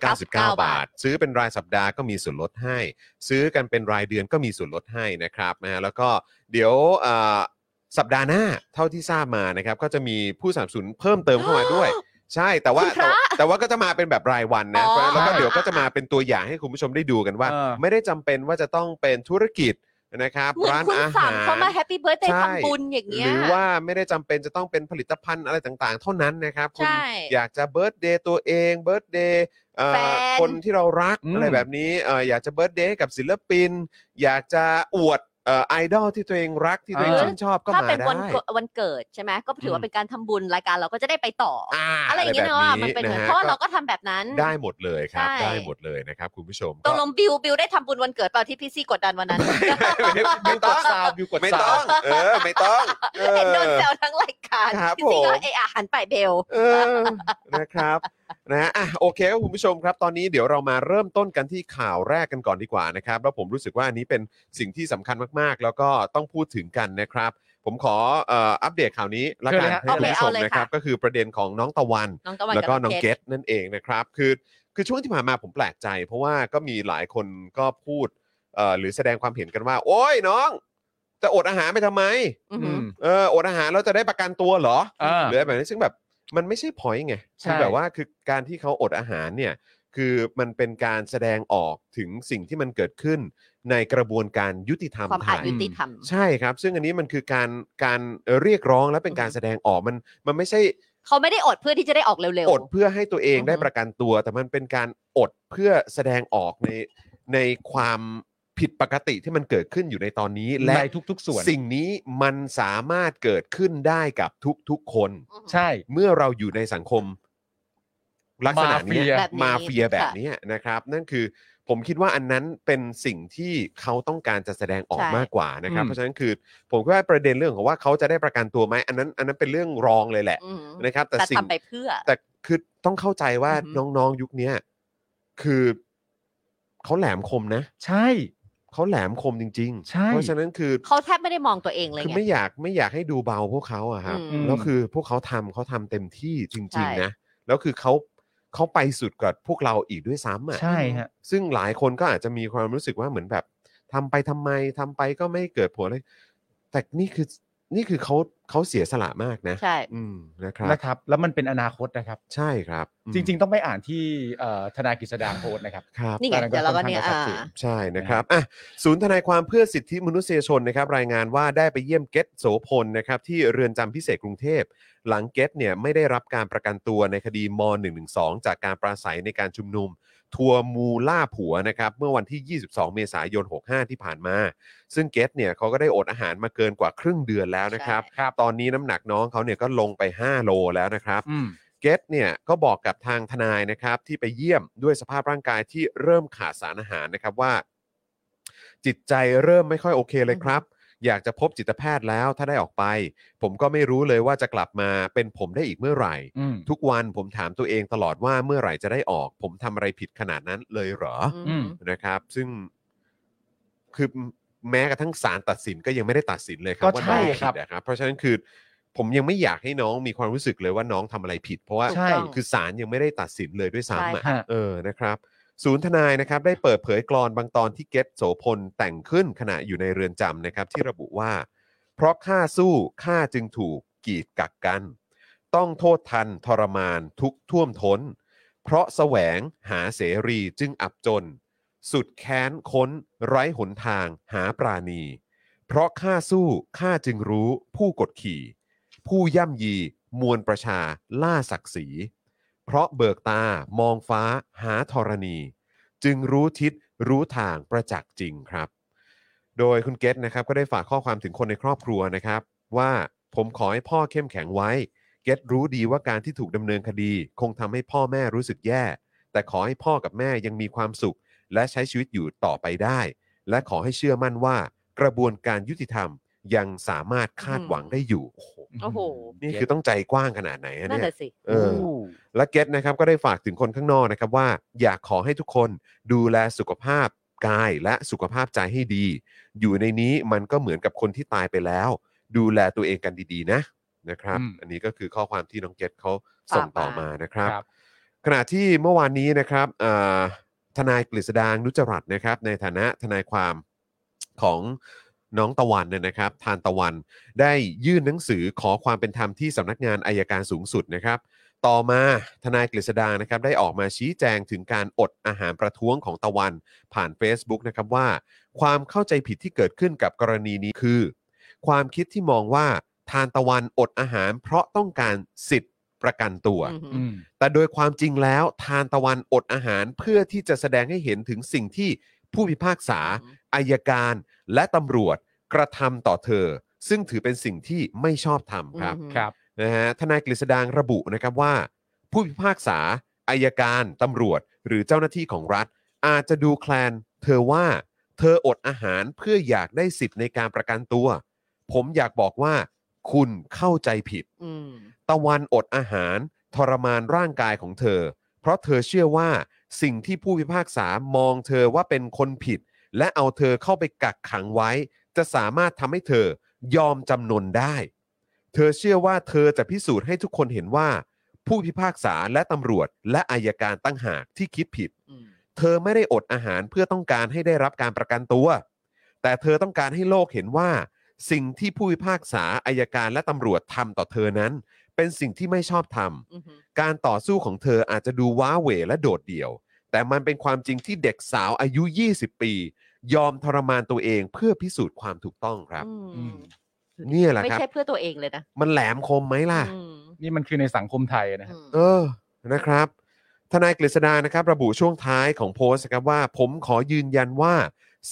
[SPEAKER 4] 999 บาท ซื้อเป็นรายสัปดาห์ก็มีส่วนลดให้ ซื้อกันเป็นรายเดือนก็มีส่วนลดให้นะครับนะฮะแล้วก็เดี๋ยวเอ่อสัปดาห์หน้าเท่าที่ทราบมานะครับก็จะมีผู้สนับสนุนเพิ่มเติมเข้ามา ด้วย ใช่แต่ว่า
[SPEAKER 3] คุณพ
[SPEAKER 4] แต่
[SPEAKER 3] ระ
[SPEAKER 4] ว่าแต่ว่าก็จะมาเป็นแบบรายวันนะ
[SPEAKER 3] อ๋อ
[SPEAKER 4] แล้วก็เดี๋ยวก็จะมาเป็นตัวอย่างให้คุณผู้ชมได้ดูกันว่า
[SPEAKER 5] เออ
[SPEAKER 4] ไม่ได้จำเป็นว่าจะต้องเป็นธุรกิจนะครับ
[SPEAKER 3] เหมือน
[SPEAKER 4] ร้าน
[SPEAKER 3] คุณ
[SPEAKER 4] อา
[SPEAKER 3] สั่
[SPEAKER 4] หาง ร
[SPEAKER 3] เขามาแฮปปี้เบิร์ดเดย์
[SPEAKER 4] ใช่
[SPEAKER 3] ทำบุญอย่างเงี้
[SPEAKER 4] ห
[SPEAKER 3] ย
[SPEAKER 4] รือว่าไม่ได้จำเป็นจะต้องเป็นผลิตภัณฑ์อะไรต่างๆ เท่านั้นนะครับคุณ
[SPEAKER 3] ใช่
[SPEAKER 4] อยากจะเบิร์ตเดย์ตัวเองเบิร์ตเดย์
[SPEAKER 3] แฟน
[SPEAKER 4] คนที่เรารัก
[SPEAKER 5] อืม
[SPEAKER 4] อะไรแบบนี้เอ่ออยากจะเบิร์ตเดย์กับศิลปิน อยากจะอวดไอดอลที่ตัวเองรักที่ตัวเองชื่นชอบก็
[SPEAKER 3] ถ้า
[SPEAKER 4] มา
[SPEAKER 3] เป็น
[SPEAKER 4] ได้
[SPEAKER 3] วันเกิดวันเกิดใช่ไหมก็ถือ
[SPEAKER 4] อื
[SPEAKER 3] ว่าม เป็นการทำบุญรายการเราก็จะได้ไปต่ออ
[SPEAKER 4] อ่า
[SPEAKER 3] อะไรอย่างเงี้ยเนาะมันเป็นเหมือน
[SPEAKER 4] ฮ
[SPEAKER 3] เพราะเราก็ทำแบบนั้น
[SPEAKER 4] ได้หมดเลยครับ
[SPEAKER 3] ใช่
[SPEAKER 4] ได้หมดเลยนะครับคุณผู้ชม
[SPEAKER 3] ตรงล
[SPEAKER 4] ก็
[SPEAKER 3] งบิวบิวได้ทำบุญวันเกิดเปล่าที่พี่ซี่กดดันวัน นั้น
[SPEAKER 4] ไม่ต้อง
[SPEAKER 5] ซาวบิวกด
[SPEAKER 4] ไม่
[SPEAKER 5] ซา
[SPEAKER 4] ต้อ
[SPEAKER 5] ว
[SPEAKER 4] ง เออ ไม่ต้อง
[SPEAKER 3] เห็นโดนแซวทั้งรายการ
[SPEAKER 4] ครับ
[SPEAKER 3] พี่ซี่ก็
[SPEAKER 4] ผม
[SPEAKER 3] เอออาหันไปเบล
[SPEAKER 4] เออ นะครับ นะฮะอ่ะโอเคครับคุณผู้ชมครับ ตอนนี้เดี๋ยวเรามาเริ่มต้นกันที่ข่าวแรกกันก่อนดีกว่านะครับ แล้วผมรู้สึกว่าอันนี้เป็นสิ่งที่สำคัญมากๆ แล้วก็ต้องพูดถึงกันนะครับ ผมขอเอ่ออัปเดตข่าวนี้ละกัน
[SPEAKER 5] เชิญเลยฮะ
[SPEAKER 4] ให้คุ
[SPEAKER 3] โอเคเอา
[SPEAKER 4] ณผู้ชม
[SPEAKER 3] เลย
[SPEAKER 4] นะครับ
[SPEAKER 3] ค่ะ
[SPEAKER 4] ก็คือประเด็นของน้องตะวัน
[SPEAKER 3] น้องตะวัน
[SPEAKER 4] แล้วก็
[SPEAKER 3] บ
[SPEAKER 4] น้อง
[SPEAKER 3] กต
[SPEAKER 4] เกตนั่นเองนะครับ คือคือช่วงที่ผ่านมาผมแปลกใจ เพราะว่าก็มีหลายคนก็พูดเอ่อหรือแสดงความเห็นกันว่า โอ้ยน้อง จะอดอาหารไปทำไม
[SPEAKER 3] อือหือ
[SPEAKER 4] เอออดอาหารแล้วจะได้ประกันตัวเหรอ
[SPEAKER 5] อ่า
[SPEAKER 4] หรืออะไรแบบนี้ซึ่งแบบมันไม่ใช่ point ไง
[SPEAKER 5] ใช่
[SPEAKER 4] คือแบบว่าคือการที่เขาอดอาหารเนี่ยคือมันเป็นการแสดงออกถึงสิ่งที่มันเกิดขึ้นในกระบวนการยุติธรรม
[SPEAKER 3] ความ
[SPEAKER 4] ไท
[SPEAKER 3] อาจ
[SPEAKER 4] ย
[SPEAKER 3] ยุติธรรม
[SPEAKER 4] ใช่ครับ ซึ่งอันนี้มันคือการการเรียกร้องและเป็นการแสดงออกมันมันไม่ใช่
[SPEAKER 3] เขาไม่ได้อดเพื่อที่จะได้ออกเร็ว
[SPEAKER 4] อดเพื่อให้ตัวเอง
[SPEAKER 3] อือฮึ
[SPEAKER 4] ได้ประกันตัว แต่มันเป็นการอดเพื่อแสดงออกในในความผิดปกติที่มันเกิดขึ้นอยู่ในตอนนี้และ
[SPEAKER 5] ในทุก ๆ ส่วน
[SPEAKER 4] สิ่งนี้มันสามารถเกิดขึ้นได้กับทุกๆคน
[SPEAKER 3] ๆอือหือ
[SPEAKER 5] ใช่
[SPEAKER 4] เมื่อเราอยู่ในสังคม ลักษณะเนี้ย
[SPEAKER 5] มาเฟีย
[SPEAKER 3] แบบนี้
[SPEAKER 4] มาเฟียแบบ
[SPEAKER 3] ค่ะ
[SPEAKER 4] เนี้ยนะครับ นั่นคือผมคิดว่าอันนั้นเป็นสิ่งที่เขาต้องการจะแสดงออกมากกว่านะครับ เพราะฉะนั้นคือ ผมคิดว่าประเด็นเรื่องของว่าเขาจะได้ประกันตัวไหมอันนั้น อันนั้นเป็นเรื่องรองเลยแหละ
[SPEAKER 3] อือหือ
[SPEAKER 4] นะครับ แต่
[SPEAKER 3] แต่
[SPEAKER 4] สิ่ง
[SPEAKER 3] ทำไปเพื่อ
[SPEAKER 4] แต่คือต้องเข้าใจว่า
[SPEAKER 3] อือฮึ
[SPEAKER 4] น้องๆยุคเนี้ยคือเขาแหลมคมนะ
[SPEAKER 5] ใช่
[SPEAKER 4] เขาแหลมคมจริง
[SPEAKER 5] ใช่
[SPEAKER 4] ๆ เพราะฉะนั้นคือ
[SPEAKER 3] เขาแทบไม่ได้มองตัวเองเลย
[SPEAKER 4] คือ
[SPEAKER 3] ไง
[SPEAKER 4] ไม่อยากไม่อยากให้ดูเบาพวกเขาอะครับ
[SPEAKER 3] อืม
[SPEAKER 4] แล้วคือพวกเขาทำเขาทำเต็มที่จ
[SPEAKER 3] ใช่
[SPEAKER 4] ริง ๆ นะ แล้วคือเขาเขาไปสุดกว่าพวกเราอีกด้วยซ้ำอ่ะ
[SPEAKER 5] ใช่ฮะ
[SPEAKER 4] ซึ่งหลายคนก็อาจจะมีความรู้สึกว่าเหมือนแบบทำไปทำไมทำไปก็ไม่เกิดผลเลยแต่นี่คือ นี่คือเขาเขาเสียสละมากนะ
[SPEAKER 3] ใช่
[SPEAKER 4] อืมนะครับ
[SPEAKER 5] นะครับ แล้วมันเป็นอนาคตนะครับ
[SPEAKER 4] ใช่ครับอืม
[SPEAKER 5] จริง ๆ ต้องไปอ่านที่เอ่อธนายกฤษดาโพสต์นะครับ
[SPEAKER 4] ครับ
[SPEAKER 3] นี่ไง
[SPEAKER 5] ตอนนั้นก็
[SPEAKER 3] เดี๋ยวเราก็
[SPEAKER 5] ค่อนข้าง
[SPEAKER 3] เนี่ย
[SPEAKER 5] จะชัด
[SPEAKER 3] อ่า
[SPEAKER 5] เจน
[SPEAKER 4] ใช่นะครับอ่ะศูนย์ทนายความเพื่อสิทธิมนุษยชนนะครับรายงานว่าได้ไปเยี่ยมเกตโสพลนะครับที่เรือนจำพิเศษกรุงเทพ หลังเกตเนี่ยไม่ได้รับการประกันตัวในคดีม .112 จากการปราศัยในการชุมนุม ทัวร์มูล่าผัวนะครับเมื่อวันที่ 22 เมษายน 65 ที่ผ่านมา ซึ่งเกตเนี่ยเขาก็ได้อดอาหารมาเกินกว่าครึ่งเดือนแล้วนะครับ
[SPEAKER 5] ครับ
[SPEAKER 4] ตอนนี้น้ำหนักน้องเขาเนี่ยก็ลงไป 5 โลแล้วนะครับ
[SPEAKER 5] อืม
[SPEAKER 4] เกตเนี่ยก็บอกกับทางทนายนะครับที่ไปเยี่ยมด้วยสภาพร่างกายที่เริ่มขาดสารอาหารนะครับว่า จิตใจเริ่มไม่ค่อยโอเคเลยครับ อยากจะพบจิตแพทย์แล้วถ้าได้ออกไป ผมก็ไม่รู้เลยว่าจะกลับมาเป็นผมได้อีกเมื่อไหร่
[SPEAKER 5] อืม
[SPEAKER 4] ทุกวันผมถามตัวเองตลอดว่าเมื่อไหร่จะได้ออก ผมทำอะไรผิดขนาดนั้นเลยเหรอ
[SPEAKER 3] อืม
[SPEAKER 5] อืม
[SPEAKER 4] นะครับ ซึ่งคือแม้กระทั่งศาลตัดสินก็ยังไม่ได้ตัดสินเลยครับ
[SPEAKER 5] ก็
[SPEAKER 4] ว่า
[SPEAKER 5] ใช่
[SPEAKER 4] น้อง
[SPEAKER 5] ค
[SPEAKER 4] ผิ
[SPEAKER 5] รั
[SPEAKER 4] ด
[SPEAKER 5] บ
[SPEAKER 4] นะครับ เพราะฉะนั้นคือผมยังไม่อยากให้น้องมีความรู้สึกเลยว่าน้องทำอะไรผิด เพราะว่า
[SPEAKER 5] ใช่
[SPEAKER 3] ถูกต้ง
[SPEAKER 4] คือศาลยังไม่ได้ตัดสินเลยด้วยซ้ำอ่ะ
[SPEAKER 3] ใช่ค่ะ
[SPEAKER 4] เออนะครับ ศูนย์ทนายนะครับ ได้เปิดเผยกรอนบางตอนที่เกตโสพลแต่งขึ้นขณะอยู่ในเรือนจำนะครับ ที่ระบุว่า เพราะข้าสู้ข้าจึงถูกกีดกักกัน ต้องโทษทันทรมานทุกข์ท่วมท้น เพราะแสวงหาเสรีจึงอับจน สุดแค้นค้น ไร้หนทางหาปราณี เพราะข้าสู้ข้าจึงรู้ผู้กดขี่ ผู้ย่ำยี มวลประชา ล่าศักดิ์ศรี เพราะเบิกตามองฟ้าหาธรณี จึงรู้ทิศรู้ทางประจักษ์จริงครับ โดยคุณเกตนะครับก็ได้ฝากข้อความถึงคนในครอบครัวนะครับ ว่าผมขอให้พ่อเข้มแข็งไว้ เกตรู้ดีว่าการที่ถูกดำเนินคดี คงทำให้พ่อแม่รู้สึกแย่ แต่ขอให้พ่อกับแม่ยังมีความสุข และใช้ชีวิตอยู่ต่อไปได้ และขอให้เชื่อมั่นว่า กระบวนการยุติธรรมยังสามารถคาดหวังได้อยู่โอ้โห
[SPEAKER 3] โอ้โห
[SPEAKER 4] นี่คือต้องใจกว้างขนาดไหนอะ
[SPEAKER 3] นั่นแห
[SPEAKER 4] เนี่ย
[SPEAKER 3] ละสิ
[SPEAKER 4] เออ และเกตนะครับก็ได้ฝากถึงคนข้างนอกนะครับว่า อยากขอให้ทุกคนดูแลสุขภาพกายและสุขภาพใจให้ดี อยู่ในนี้มันก็เหมือนกับคนที่ตายไปแล้ว ดูแลตัวเองกันดีๆนะนะครับ
[SPEAKER 5] อืม
[SPEAKER 4] อันนี้ก็คือข้อความที่น้องเกตเขาส่งต่อมานะครับ
[SPEAKER 5] ครับ
[SPEAKER 4] ขณะที่เมื่อวานนี้นะครับอ่าทนายกฤษดางนุจรัตน์นะครับ ในฐานะทนายความของน้องตะวันเนี่ยนะครับ ทานตะวัน ได้ยื่นหนังสือขอความเป็นธรรมที่สำนักงานอายการสูงสุดนะครับ ต่อมาทนายกฤษดานะครับได้ออกมาชี้แจงถึงการอดอาหารประท้วงของตะวัน ผ่าน Facebook นะครับว่า ความเข้าใจผิดที่เกิดขึ้นกับกรณีนี้คือ ความคิดที่มองว่าทานตะวันอดอาหารเพราะต้องการสิทธิ์ประกันตัว
[SPEAKER 3] อือหือ
[SPEAKER 5] อืม
[SPEAKER 4] แต่โดยความจริงแล้วทานตะวันอดอาหารเพื่อที่จะแสดงให้เห็นถึงสิ่งที่ผู้พิพากษา
[SPEAKER 3] อืม
[SPEAKER 4] อายการ และตำรวจกระทำต่อเธอ ซึ่งถือเป็นสิ่งที่ไม่ชอบธรรมครับ
[SPEAKER 3] อือหือ
[SPEAKER 5] ครับ
[SPEAKER 4] นะฮะทนายกฤษดางระบุนะครับว่า ผู้พิพากษาอายการตำรวจ หรือเจ้าหน้าที่ของรัฐ อาจจะดูแคลน เธอว่าเธออดอาหารเพื่ออยากได้สิทธิ์ในการประกันตัว ผมอยากบอกว่าคุณเข้าใจผิด
[SPEAKER 3] อืม
[SPEAKER 4] ตะวันอดอาหาร ทรมานร่างกายของเธอ เพราะเธอเชื่อว่าสิ่งที่ผู้พิพากษามองเธอว่าเป็นคนผิด และเอาเธอเข้าไปกักขังไว้ จะสามารถทำให้เธอยอมจำนนได้ เธอเชื่อว่าเธอจะพิสูจน์ให้ทุกคนเห็นว่า ผู้พิพากษาและตำรวจและอายการตั้งหากที่คิดผิด
[SPEAKER 3] อืม
[SPEAKER 4] เธอไม่ได้อดอาหารเพื่อต้องการให้ได้รับการประกันตัว แต่เธอต้องการให้โลกเห็นว่า สิ่งที่ผู้พิพากษาอายการและตำรวจทำต่อเธอนั้น เป็นสิ่งที่ไม่ชอบท
[SPEAKER 3] อือหือ
[SPEAKER 4] ำการต่อสู้ของเธออาจจะดูว้าเหวและโดดเดี่ยว แต่มันเป็นความจริงที่เด็กสาวอายุ 20 ปี ยอมทรมานตัวเองเพื่อพิสูจน์ความถูกต้องครับ
[SPEAKER 3] อืม
[SPEAKER 5] อืม
[SPEAKER 4] เนี่ยแหละ
[SPEAKER 3] ไม่
[SPEAKER 4] ครับ
[SPEAKER 3] ใช่เพื่อตัวเองเลยนะ
[SPEAKER 4] มันแหลมคมไหมล่ะ
[SPEAKER 3] อืม
[SPEAKER 5] นี่มันคือในสังคมไทยนะครับ
[SPEAKER 4] เออ นะครับ ทนายกฤษดานะครับ ระบุช่วงท้ายของโพสต์นะครับว่า ผมขอยืนยันว่า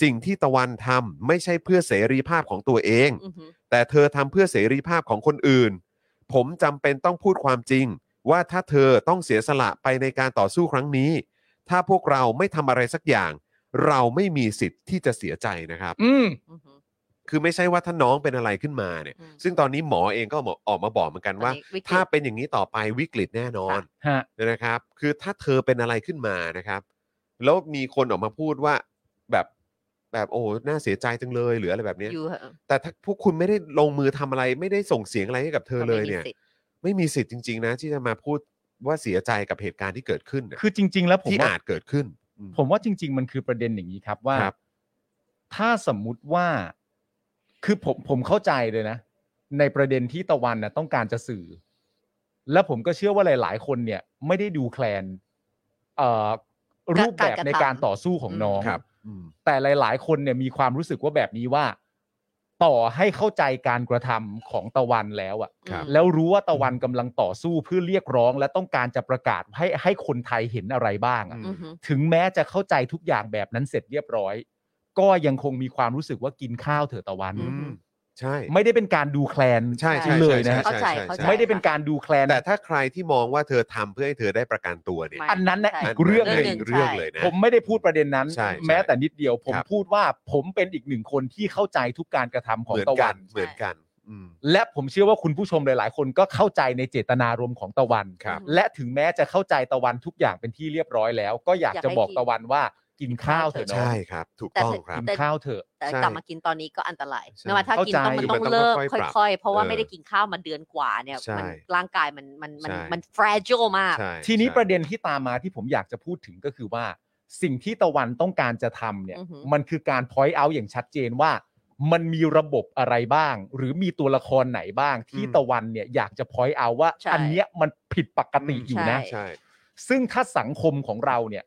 [SPEAKER 4] สิ่งที่ตะวันทำไม่ใช่เพื่อเสรีภาพของตัวเอง
[SPEAKER 3] อือหือ
[SPEAKER 4] แต่เธอทำเพื่อเสรีภาพของคนอื่น ผมจำเป็นต้องพูดความจริง ว่าถ้าเธอต้องเสียสละไปในการต่อสู้ครั้งนี้ ถ้าพวกเราไม่ทำอะไรสักอย่าง เราไม่มีสิทธิ์ที่จะเสียใจนะครับ
[SPEAKER 5] อืม
[SPEAKER 3] อือหือ
[SPEAKER 4] คือไม่ใช่ว่าถ้าน้องเป็นอะไรขึ้นมาเนี่ย
[SPEAKER 3] อืม
[SPEAKER 4] ซึ่งตอนนี้หมอเองก็ออกมาบอกเหมือนกันว่า
[SPEAKER 3] อันนี้วิกฤต
[SPEAKER 4] ถ้าเป็นอย่างนี้ต่อไปวิกฤตแน่นอน
[SPEAKER 5] ฮะ
[SPEAKER 4] นะครับ คือถ้าเธอเป็นอะไรขึ้นมานะครับ แล้วมีคนออกมาพูดว่าแบบแบบโอ้โหน่าเสียใจจังเลยหรืออะไรแบบเนี้ย
[SPEAKER 3] อยู่
[SPEAKER 4] แต่ถ้าพวกคุณไม่ได้ลงมือทำอะไร ไม่ได้ส่งเสียงอะไรให้กับเธอเลยเนี่ย ไม่มีสิทธิ์จริง ๆ นะ ที่จะมาพูดว่าเสียใจกับเหตุการณ์ที่เกิดขึ้นน่ะ
[SPEAKER 5] คือจริง ๆ แล้วผม
[SPEAKER 4] ที่
[SPEAKER 5] ว่า
[SPEAKER 4] อาจเกิดขึ้นอื
[SPEAKER 5] ผมว่าจริง ๆ มันคือประเด็นอย่างนี้ครับว่า
[SPEAKER 4] ครับ
[SPEAKER 5] ถ้าสมมุติว่า คือผมผมเข้าใจเลยนะ ในประเด็นที่ตะวันนะต้องการจะสื่อ และผมก็เชื่อว่าหลาย ๆ คนเนี่ย ไม่ได้ดูแคลนเอ่อรูปแบบในการต่อสู้ของน้อง
[SPEAKER 4] ครับ
[SPEAKER 5] แต่หลาย ๆ คนเนี่ยมีความรู้สึกว่าแบบนี้ว่า ต่อให้เข้าใจการกระทำของตะวันแล้วอะ
[SPEAKER 4] ครับ
[SPEAKER 5] แล้วรู้ว่าตะวันกำลังต่อสู้เพื่อเรียกร้อง และต้องการจะประกาศให้ให้คนไทยเห็นอะไรบ้างอะ
[SPEAKER 3] อืมอืม
[SPEAKER 5] ถึงแม้จะเข้าใจทุกอย่างแบบนั้นเสร็จเรียบร้อย ก็ยังคงมีความรู้สึกว่ากินข้าวเถอะตะวัน
[SPEAKER 4] อืมใช่
[SPEAKER 5] ไม่ได้เป็นการดูแคลน
[SPEAKER 4] ใช่ใช่
[SPEAKER 5] เลยนะ
[SPEAKER 4] ใช่
[SPEAKER 3] เข้าใจ
[SPEAKER 4] ใช่
[SPEAKER 3] เข้าใจ
[SPEAKER 4] ใช่
[SPEAKER 5] ไม่ได้เป็นการดูแคลน
[SPEAKER 4] แต่ถ้าใครที่มองว่าเธอทำเพื่อให้เธอได้ประกันตัวเนี่ย
[SPEAKER 3] ไม่
[SPEAKER 5] อันนั้นนะ
[SPEAKER 3] ใช่
[SPEAKER 5] อีกเรื่องหนึ่ง
[SPEAKER 4] กเรื่องเลยนะ
[SPEAKER 5] ผมไม่ได้พูดประเด็นนั้น
[SPEAKER 4] ใช่ใช่
[SPEAKER 5] แม้แต่นิดเดียว ผม
[SPEAKER 4] ครับ
[SPEAKER 5] พูดว่าผมเป็นอีกหนึ่งคนที่เข้าใจทุกการกระทำของ
[SPEAKER 4] เหมือน
[SPEAKER 5] ตะ
[SPEAKER 4] กั
[SPEAKER 5] วัน น
[SPEAKER 4] เหมือนกันอืม
[SPEAKER 5] และผมเชื่อว่าคุณผู้ชมหลาย ๆ คนก็เข้าใจในเจตนารมณ์ของตะวัน
[SPEAKER 4] ครับ
[SPEAKER 5] และถึงแม้จะเข้าใจตะวันทุกอย่างเป็นที่เรียบร้อยแล้ว ก็อยากจะบอกตะวันว่ากินข้าวเถอะน้อง
[SPEAKER 4] ใช่ครับ ถูก
[SPEAKER 3] แต่
[SPEAKER 4] ต้อง
[SPEAKER 3] ถึง
[SPEAKER 4] ครับ
[SPEAKER 5] กิน
[SPEAKER 3] แต่
[SPEAKER 5] ข้าวเถอะ
[SPEAKER 3] แต่
[SPEAKER 4] ใช่
[SPEAKER 3] กลับมากินตอนนี้ก็อันตราย
[SPEAKER 4] ใช่
[SPEAKER 3] นะว่าถ้ากินต้องมัน
[SPEAKER 4] เข้า
[SPEAKER 3] ต้อ
[SPEAKER 4] ใจ
[SPEAKER 3] งเลิก
[SPEAKER 4] มันต้องค่อยๆ
[SPEAKER 3] ค่อย ๆ เพราะว่า
[SPEAKER 4] เออ
[SPEAKER 3] ไม่ได้กินข้าวมาเดือนกว่าเนี่ย
[SPEAKER 4] ใช่
[SPEAKER 3] มันร่างกายมันมันมัน
[SPEAKER 4] ใช่
[SPEAKER 3] มันฟรจิลมาก
[SPEAKER 4] ใช่
[SPEAKER 5] ทีนี้
[SPEAKER 4] ใช่
[SPEAKER 5] ประเด็นที่ตามมาที่ผมอยากจะพูดถึงก็คือว่า สิ่งที่ตะวันต้องการจะทำเนี่ย
[SPEAKER 3] อือหือ
[SPEAKER 5] มันคือการ point out อย่างชัดเจนว่า มันมีระบบอะไรบ้าง หรือมีตัวละครไหนบ้าง ที่
[SPEAKER 4] อืม
[SPEAKER 5] ตะวันเนี่ยอยากจะ point out ว่า
[SPEAKER 3] ใช่
[SPEAKER 5] อันเนี้ยมันผิดปกติอยู่นะ
[SPEAKER 3] ใช่
[SPEAKER 4] ใช่
[SPEAKER 5] ซึ่งถ้าสังคมของเราเนี่ย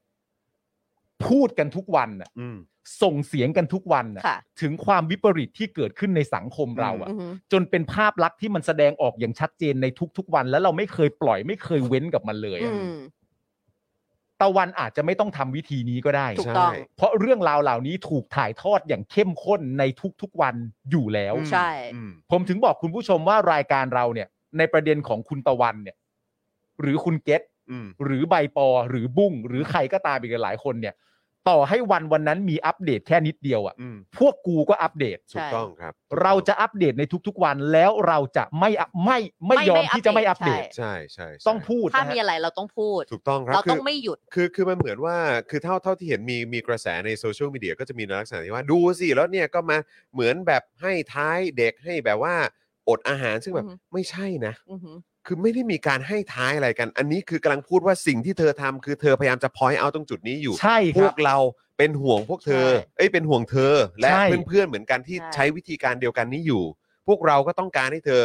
[SPEAKER 5] พูดกันทุกวันน่ะ
[SPEAKER 4] อืม
[SPEAKER 5] ส่งเสียงกันทุกวันน่ะ
[SPEAKER 3] ค่ะ
[SPEAKER 5] ถึงความวิปริตที่เกิดขึ้นในสังคมเราอะ
[SPEAKER 3] อือหือ
[SPEAKER 5] จนเป็นภาพลักษณ์ที่มันแสดงออกอย่างชัดเจนในทุกๆวัน แล้วเราไม่เคยปล่อยไม่เคยเว้นกับมันเลยอะ
[SPEAKER 3] อืม
[SPEAKER 5] ตะวันอาจจะไม่ต้องทำวิธีนี้ก็ได้
[SPEAKER 3] ถูกต้อง
[SPEAKER 4] ใช่
[SPEAKER 5] เพราะเรื่องราวเหล่านี้ถูกถ่ายทอดอย่างเข้มข้นในทุกๆวันอยู่แล้ว
[SPEAKER 3] ใช่
[SPEAKER 4] อืม
[SPEAKER 5] ผมถึงบอกคุณผู้ชมว่ารายการเราเนี่ย ในประเด็นของคุณตะวันเนี่ย หรือคุณเกต
[SPEAKER 4] อืม
[SPEAKER 5] หรือใบปอหรือบุ้งหรือใครก็ตามอีกหลายคนเนี่ย ต่อให้วันวันนั้นมีอัปเดตแค่นิดเดียวอะ
[SPEAKER 4] อืม
[SPEAKER 5] พวกกูก็อัปเดต
[SPEAKER 4] ถูกต้องครับ
[SPEAKER 5] เราจะอัปเดตในทุกๆวันแล้วเราจะไม่อัพไม่ไม่ยอม
[SPEAKER 3] ไม่
[SPEAKER 5] ที่จะไม่
[SPEAKER 3] อั
[SPEAKER 5] อั
[SPEAKER 3] ป
[SPEAKER 5] ป
[SPEAKER 3] เด
[SPEAKER 5] เด
[SPEAKER 3] ต
[SPEAKER 5] ต
[SPEAKER 4] ใช่ใช่ใช่
[SPEAKER 5] ต้องพูด
[SPEAKER 3] ถ้า
[SPEAKER 5] นะ
[SPEAKER 3] มี
[SPEAKER 5] ฮะ
[SPEAKER 3] อะไรเราต้องพูด
[SPEAKER 4] ถูกต้องครับ
[SPEAKER 3] เรา
[SPEAKER 4] คื
[SPEAKER 3] ต้องไม่หยุด
[SPEAKER 4] คือคือมันเหมือนว่าคือเท่าเท่าที่เห็นมีมีกระแสในโซเชียลมีเดียก็จะมีในลักษณะที่ว่าดูสิแล้วเนี่ยก็มาเหมือนแบบให้ท้ายเด็กให้แบบว่าอดอาหารซึ่งแบบ
[SPEAKER 3] อือฮึ
[SPEAKER 4] ไม่ใช่นะ
[SPEAKER 3] อือหือ
[SPEAKER 4] คือไม่ได้มีการให้ท้ายอะไรกัน อันนี้คือกำลังพูดว่าสิ่งที่เธอทำคือเธอพยายามจะพอยเอาตรงจุดนี้อยู่
[SPEAKER 5] ใช่ค
[SPEAKER 4] พว
[SPEAKER 5] รับ
[SPEAKER 4] กเราเป็นห่วงพวกเธอ
[SPEAKER 3] ใช่
[SPEAKER 4] เอ้ยเป็นห่วงเธอ และ
[SPEAKER 5] ใช่
[SPEAKER 4] เพื่อนๆเหมือนกันที่
[SPEAKER 3] ใช่
[SPEAKER 4] ใช้วิธีการเดียวกันนี้อยู่ พวกเราก็ต้องการให้เธอ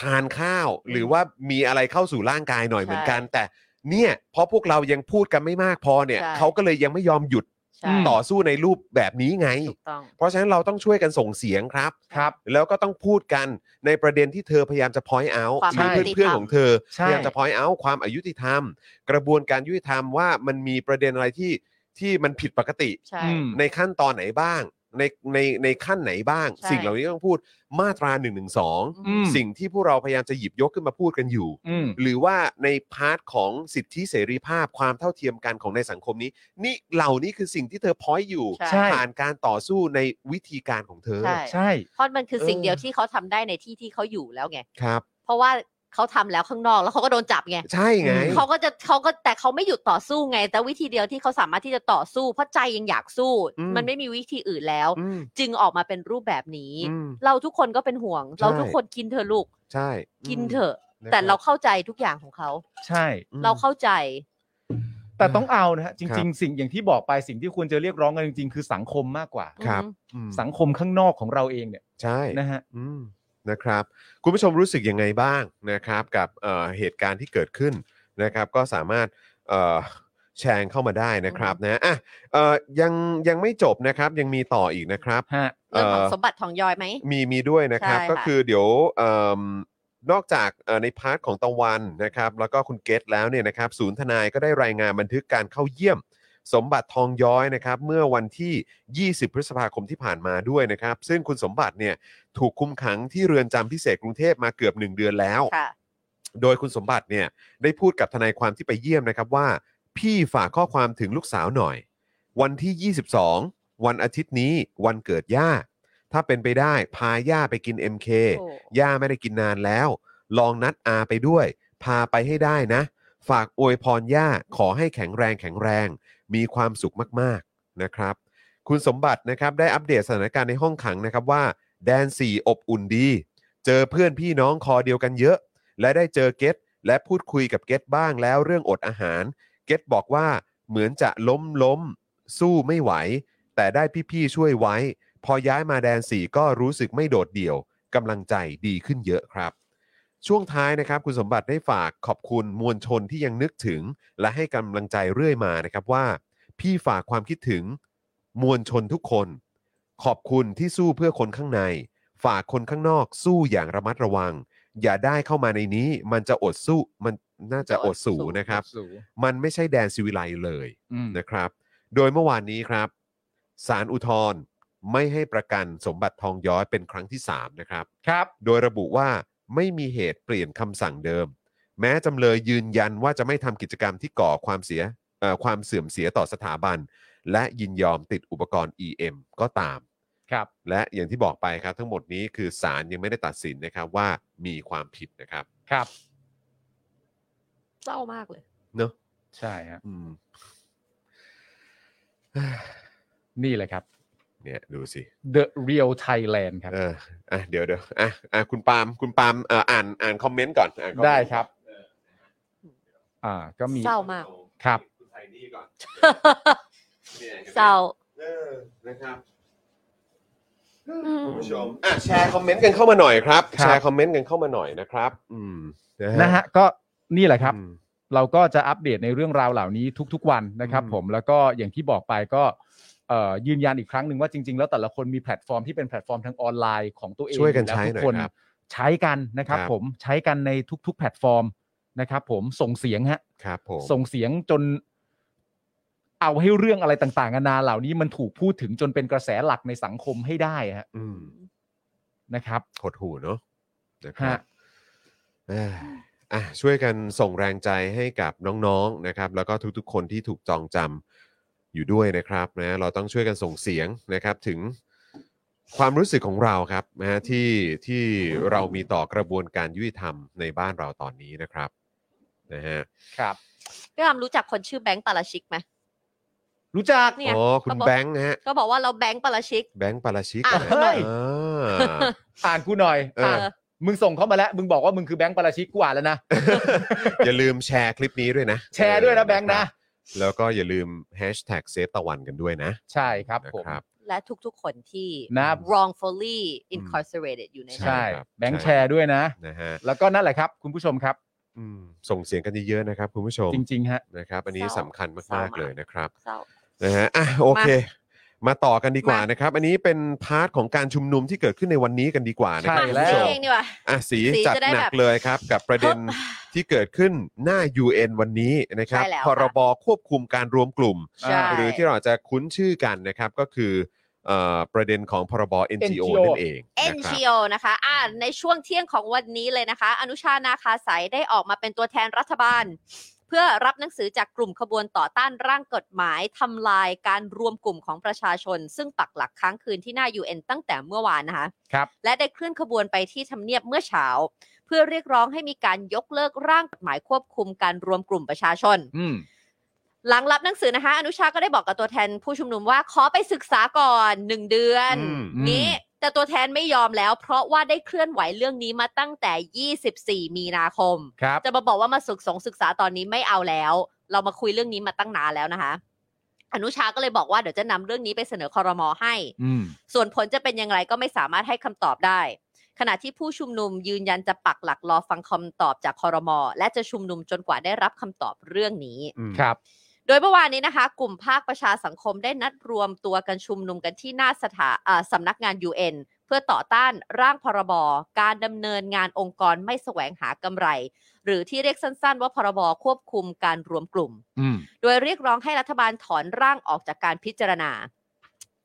[SPEAKER 4] ทานข้าว หรือว่ามีอะไรเข้าสู่ร่างกายหน่อยเหมือนกัน แต่เนี่ยเพราะพวกเรายังพูดกันไม่มากพอเนี่ย
[SPEAKER 3] ใช่
[SPEAKER 4] เขาก็เลยยังไม่ยอมหยุด
[SPEAKER 3] ใช่
[SPEAKER 4] ต่อสู้ในรูปแบบนี้ไง
[SPEAKER 3] ถูกต้อง
[SPEAKER 4] เพราะฉะนั้นเราต้องช่วยกันส่งเสียงครับ
[SPEAKER 5] ครับ
[SPEAKER 4] แล้วก็ต้องพูดกันในประเด็นที่เธอพยายามจะ point out
[SPEAKER 3] ความ
[SPEAKER 4] หรือ
[SPEAKER 5] ยุติธรรม
[SPEAKER 4] เพื่อนๆของเธอ
[SPEAKER 5] ใช่
[SPEAKER 4] พยายามจะ point out ความอายุติธรรม กระบวนการยุติธรรมว่ามันมีประเด็นอะไรที่ที่มันผิดปกติ
[SPEAKER 3] ใช่
[SPEAKER 5] อืม
[SPEAKER 4] ในขั้นตอนไหนบ้าง ในในในขั้นไหนบ้าง
[SPEAKER 3] ใช่
[SPEAKER 4] สิ่งเหล่านี้ต้องพูดมาตรา1นึ
[SPEAKER 5] อืม
[SPEAKER 4] สิ่งที่พวกเราพยายามจะหยิบยกขึ้นมาพูดกันอยู่
[SPEAKER 5] อืม
[SPEAKER 4] หรือว่าในพาร์ทของสิทธิเสรีภาพความเท่าเทียมกันของในสังคมนี้ นี่เหล่านี้คือสิ่งที่เธอ point อยู่
[SPEAKER 3] ใช่
[SPEAKER 4] ผ่านการต่อสู้ในวิธีการของเธอ
[SPEAKER 3] ใช่
[SPEAKER 5] ใช่
[SPEAKER 3] เพราะมันคือสิ่งเดียวที่เขาทำได้ในที่ที่เขาอยู่แล้วไง
[SPEAKER 4] ครับ
[SPEAKER 3] เพราะว่าเขาทำแล้วข้างนอกแล้วเขาก็โดนจับไง
[SPEAKER 4] ใช่ไง
[SPEAKER 3] เขาก็จะเขาก็แต่เขาไม่หยุดต่อสู้ไง แต่วิธีเดียวที่เขาสามารถที่จะต่อสู้เพราะใจยังอยากสู้
[SPEAKER 4] อืม
[SPEAKER 3] มันไม่มีวิธีอื่นแล้ว
[SPEAKER 4] อืม
[SPEAKER 3] จึงออกมาเป็นรูปแบบนี้
[SPEAKER 4] อืม
[SPEAKER 3] เราทุกคนก็เป็นห่วง
[SPEAKER 4] ใช่
[SPEAKER 3] เราทุกคนกินเธอะลูก
[SPEAKER 4] ใช่
[SPEAKER 3] กินเถอะ
[SPEAKER 4] นะ
[SPEAKER 3] แต่
[SPEAKER 4] คบ
[SPEAKER 3] เราเข้าใจทุกอย่างของเขา
[SPEAKER 5] ใช่
[SPEAKER 4] อืม
[SPEAKER 3] เราเข้าใจ
[SPEAKER 5] แต่ต้องเอานะฮะจ
[SPEAKER 4] ครั
[SPEAKER 5] ริง
[SPEAKER 4] บ
[SPEAKER 5] ๆ สิ่งอย่างที่บอกไปสิ่งที่ควรจะเรียกร้องกันจริงๆ คือสังคมมากกว่า
[SPEAKER 4] ครับ
[SPEAKER 3] อืม
[SPEAKER 4] อืม
[SPEAKER 5] สังคมข้างนอกของเราเองเนี่ย
[SPEAKER 4] ใช่
[SPEAKER 5] นะฮะ
[SPEAKER 4] อืมนะครับ คุณผู้ชมรู้สึกยังไงบ้างนะครับ กับเอ่อเหตุการณ์ที่เกิดขึ้นนะครับ ก็สามารถเอ่อแชร์เข้ามาได้นะครับนะอ่ะเอ่อยังยังไม่จบนะครับ ยังมีต่ออีกนะครับ
[SPEAKER 5] ฮะ
[SPEAKER 3] เรื่องของ
[SPEAKER 4] เอ่อ
[SPEAKER 3] สมบัติทองยอยไหม
[SPEAKER 4] มีมีด้วยนะครับ
[SPEAKER 3] ใช่ค่ะ
[SPEAKER 4] ก็คือเดี๋ยวเอิ่มนอกจากเอ่อในพาร์ทของตะวันนะครับ แล้วก็คุณเกตแล้วเนี่ยนะครับ ศูนย์ทนายก็ได้รายงานบันทึกการเข้าเยี่ยม สมบัติทองย้อยนะครับ เมื่อวันที่ 20 พฤษภาคมที่ผ่านมาด้วยนะครับ ซึ่งคุณสมบัติเนี่ยถูกคุมขังที่เรือนจำพิเศษกรุงเทพมาเกือบ 1 เดือนแล้ว
[SPEAKER 3] ค่ะ
[SPEAKER 4] โดยคุณสมบัติเนี่ยได้พูดกับทนายความที่ไปเยี่ยมนะครับว่า พี่ฝากข้อความถึงลูกสาวหน่อย วันที่ 22 วันอาทิตย์นี้วันเกิดย่า ถ้าเป็นไปได้พาย่าไปกิน MK
[SPEAKER 3] โอ้
[SPEAKER 4] ย่าไม่ได้กินนานแล้ว ลองนัดอาไปด้วย พาไปให้ได้นะ ฝากอวยพรย่าขอให้แข็งแรงแข็งแรง มีความสุขมากๆนะครับ คุณสมบัตินะครับได้อัปเดตสถานการณ์ในห้องขังนะครับว่า แดน 4 อบอุ่นดี เจอเพื่อนพี่น้องคอเดียวกันเยอะ และได้เจอเกตและพูดคุยกับเกตบ้างแล้วเรื่องอดอาหาร เกตบอกว่าเหมือนจะล้มล้ม สู้ไม่ไหว แต่ได้พี่ ๆ ช่วยไว้ พอย้ายมาแดน 4 ก็รู้สึกไม่โดดเดี่ยว กำลังใจดีขึ้นเยอะครับ ช่วงท้ายนะครับ คุณสมบัติได้ฝากขอบคุณมวลชนที่ยังนึกถึง และให้กำลังใจเรื่อยมานะครับว่า พี่ฝากความคิดถึงมวลชนทุกคน ขอบคุณที่สู้เพื่อคนข้างใน ฝากคนข้างนอกสู้อย่างระมัดระวัง อย่าได้เข้ามาในนี้ มันจะอดสู้มันน่าจะอดสูนะครับ
[SPEAKER 5] สู
[SPEAKER 4] มันไม่ใช่แดนซิวิไลซ์เลย
[SPEAKER 5] อืม
[SPEAKER 4] นะครับ โดยเมื่อวานนี้ครับศาลอุทธรณ์ไม่ให้ประกันสมบัติทองย้อยเป็นครั้งที่ 3 นะครับ
[SPEAKER 5] ครับ
[SPEAKER 4] โดยระบุว่าไม่มีเหตุเปลี่ยนคำสั่งเดิม แม้จำเลยยืนยันว่าจะไม่ทำกิจกรรมที่ก่อความเสียเอ่อความเสื่อมเสียต่อสถาบัน และยินยอมติดอุปกรณ์ EM ก็ตาม
[SPEAKER 5] ครับ
[SPEAKER 4] และอย่างที่บอกไปครับทั้งหมดนี้คือศาลยังไม่ได้ตัดสินนะครับว่ามีความผิดนะครับ
[SPEAKER 5] ครับ
[SPEAKER 3] เศร้ามากเลย
[SPEAKER 4] เนอะ
[SPEAKER 5] ใช่ฮะ
[SPEAKER 4] อืม
[SPEAKER 5] นี่แหละครับ
[SPEAKER 4] เนี่ยดูสิ
[SPEAKER 5] The Real Thailand ครับ
[SPEAKER 4] เอออ่ะเดี๋ยวเดี๋ยวอ่ะอ่ะคุณปาล์มคุณปาล์มเอ่ออ่านอ่านคอมเมนต์ก่อนอ่านอมเมนต์
[SPEAKER 5] ได้ครับ อ่า ก็มี
[SPEAKER 3] เศ ร้ามาก
[SPEAKER 5] ครับ
[SPEAKER 4] ณไทนี่ก่อนเนี่ยห็นไหม
[SPEAKER 3] เศร้า
[SPEAKER 4] เออนะครับ
[SPEAKER 3] อืม
[SPEAKER 4] คุณผู้ชมอ่ะแชร์คอมเมนต์กันเข้ามาหน่อยครับ
[SPEAKER 5] ครับ
[SPEAKER 4] แชร์คอมเมนต์กันเข้ามาหน่อยนะครับ อืม
[SPEAKER 5] นะฮะ ก็นี่แหละครับ
[SPEAKER 4] อืม
[SPEAKER 5] เราก็จะอัปเดตในเรื่องราวเหล่านี้ทุก ๆ วันนะครับ
[SPEAKER 4] อืม
[SPEAKER 5] ผมแล้วก็อย่างที่บอกไปก็เอ่อยืนยันอีกครั้งหนึ่งว่าจริง ๆ แล้วแต่ละคนมีแพลตฟอร์มที่เป็นแพลตฟอร์มทางออนไลน์ของตัวเอง
[SPEAKER 4] ช่วยกัน
[SPEAKER 5] แล้
[SPEAKER 4] ใช้
[SPEAKER 5] ทุ
[SPEAKER 4] หน่อย
[SPEAKER 5] คน
[SPEAKER 4] ครับ
[SPEAKER 5] ใช้กันนะครับ
[SPEAKER 4] ครับ
[SPEAKER 5] ผมใช้กันในทุก ๆ แพลตฟอร์มนะครับผมส่งเสียงฮะ
[SPEAKER 4] ครับผม
[SPEAKER 5] ส่งเสียงจน เอาให้เรื่องอะไรต่างๆนานาเหล่านี้มันถูกพูดถึงจนเป็นกระแสหลักในสังคมให้ได้ฮะ
[SPEAKER 4] อืม
[SPEAKER 5] นะครับ
[SPEAKER 4] หดหูเนาะนะครับ
[SPEAKER 5] ฮะ
[SPEAKER 4] เอ้ยอ่ะช่วยกันส่งแรงใจให้กับน้องๆนะครับ แล้วก็ทุกๆ คนที่ถูกจองจำอยู่ด้วยนะครับนะเราต้องช่วยกันส่งเสียงนะครับถึงความรู้สึกของเราครับนะฮะที่ที่เรามีต่อกระบวนการยุติธรรมในบ้านเราตอนนี้นะครับนะฮะ
[SPEAKER 5] ครับ
[SPEAKER 3] พี่อามรู้จักคนชื่อแบงค์ปาราชิกไหม
[SPEAKER 5] รู้จัก
[SPEAKER 3] เนี่ย
[SPEAKER 4] อ๋อคุณแบงค์นะฮะ
[SPEAKER 3] ก็บอกว่าเราแบงค์ปาราชิก
[SPEAKER 4] แบงค์ปาราชิก
[SPEAKER 3] อ่ะ
[SPEAKER 4] นะ
[SPEAKER 5] เฮ้ย
[SPEAKER 4] อ่า
[SPEAKER 5] อ่านกูหน่อย
[SPEAKER 4] เอออ่
[SPEAKER 5] ่านมึงส่งเข้ามาแล้ว มึงบอกว่ามึงคือแบงค์ปาราชิกกูอ่านแล้วนะ
[SPEAKER 4] อย่าลืมแชร์คลิปนี้ด้วยนะ
[SPEAKER 5] แชร์ด้วยนะแบงค์นะ
[SPEAKER 4] แล้วก็อย่าลืมแฮชแท็กเซฟตะวันกันด้วยนะ
[SPEAKER 5] ใช่ครับผม
[SPEAKER 4] นะครับ
[SPEAKER 3] และทุกๆคนที่
[SPEAKER 5] นะ
[SPEAKER 3] wrongfully incarcerated อยู่ใน
[SPEAKER 4] ใช่
[SPEAKER 5] ใช่
[SPEAKER 4] ครับ
[SPEAKER 5] แบงค์
[SPEAKER 4] ใช่
[SPEAKER 5] แชร์ด้วยนะ
[SPEAKER 4] นะฮะ
[SPEAKER 5] แล้วก็นั่นแหละครับ คุณผู้ชมครับ
[SPEAKER 4] อืมส่งเสียงกันเยอะๆนะครับ คุณผู้ชม
[SPEAKER 5] จริง ๆ ฮะ
[SPEAKER 4] นะครับ อันนี้สำคัญมากๆเลยนะครับ
[SPEAKER 3] เศร้า
[SPEAKER 4] นะฮะอ่ะโอเค มาต่อกันดีกว่า
[SPEAKER 3] าม
[SPEAKER 4] นะครับ อันนี้เป็นพาร์ทของการชุมนุมที่เกิดขึ้นในวันนี้กันดีกว่านะค
[SPEAKER 5] ใช่
[SPEAKER 4] รับ
[SPEAKER 5] แล้ว
[SPEAKER 4] คุณผู้ช
[SPEAKER 3] สี
[SPEAKER 4] ม
[SPEAKER 3] เองดีกว่า
[SPEAKER 4] อ่ะสี
[SPEAKER 3] สี
[SPEAKER 4] จัด
[SPEAKER 3] จะได้
[SPEAKER 4] หนัก
[SPEAKER 3] แบบ
[SPEAKER 4] เลยครับ กับประเด็น
[SPEAKER 3] เฮ้
[SPEAKER 4] ที่เกิดขึ้นหน้า UN วันนี้นะครับ
[SPEAKER 3] ใช่แล้ว
[SPEAKER 4] พ
[SPEAKER 3] ค่ะ
[SPEAKER 4] รบควบคุมการรวมกลุ่ม
[SPEAKER 3] ใช่
[SPEAKER 4] หรือที่เราอาจจะคุ้นชื่อกันนะครับ ก็คือเอ่อประเด็นของพรบ NGO
[SPEAKER 5] NGO
[SPEAKER 4] นั่นเองนะครับ
[SPEAKER 3] NGO นะคะอ่าในช่วงเที่ยงของวันนี้เลยนะคะ อนุชานาคาสายได้ออกมาเป็นตัวแทนรัฐบาล เพื่อรับหนังสือจากกลุ่มขบวนต่อต้านร่างกฎหมายทำลายการรวมกลุ่มของประชาชน ซึ่งปักหลักค้างคืนที่หน้า UN ตั้งแต่เมื่อวานนะคะ
[SPEAKER 5] ครับ
[SPEAKER 3] และได้เคลื่อนขบวนไปที่ทำเนียบเมื่อเช้า เพื่อเรียกร้องให้มีการยกเลิกร่างกฎหมายควบคุมการรวมกลุ่มประชาชน
[SPEAKER 5] อืม
[SPEAKER 3] หลังรับหนังสือนะคะ อนุชาก็ได้บอกกับตัวแทนผู้ชุมนุมว่าขอไปศึกษาก่อนหนึ่งเดือน
[SPEAKER 4] อืม
[SPEAKER 3] นี้
[SPEAKER 5] อืม
[SPEAKER 3] แต่ตัวแทนไม่ยอมแล้ว เพราะว่าได้เคลื่อนไหวเรื่องนี้มาตั้งแต่ 24 มีนาคม
[SPEAKER 5] ครับ
[SPEAKER 3] จะมาบอกว่ามาศึกสงศึกษาตอนนี้ไม่เอาแล้ว เรามาคุยเรื่องนี้มาตั้งนานแล้วนะคะ อนุชาก็เลยบอกว่าเดี๋ยวจะนำเรื่องนี้ไปเสนอคอรมอให้
[SPEAKER 5] อืม
[SPEAKER 3] ส่วนผลจะเป็นอย่างไรก็ไม่สามารถให้คำตอบได้ ขณะที่ผู้ชุมนุมยืนยันจะปักหลักรอฟังคำตอบจากคอรมอและจะชุมนุมจนกว่าได้รับคำตอบเรื่องนี้
[SPEAKER 4] อืม
[SPEAKER 5] ครับ
[SPEAKER 3] โดยเมื่อวานนี้นะคะ กลุ่มภาคประชาสังคมได้นัดรวมตัวกันชุมนุมกันที่หน้าสถาอ่าสำนักงาน UN เพื่อต่อต้านร่างพรบ การดำเนินงานองค์กรไม่แสวงหากำไร หรือที่เรียกสั้นๆ ว่าพรบควบคุมการรวมกลุ่ม
[SPEAKER 5] อืม
[SPEAKER 3] โดยเรียกร้องให้รัฐบาลถอนร่างออกจากการพิจารณา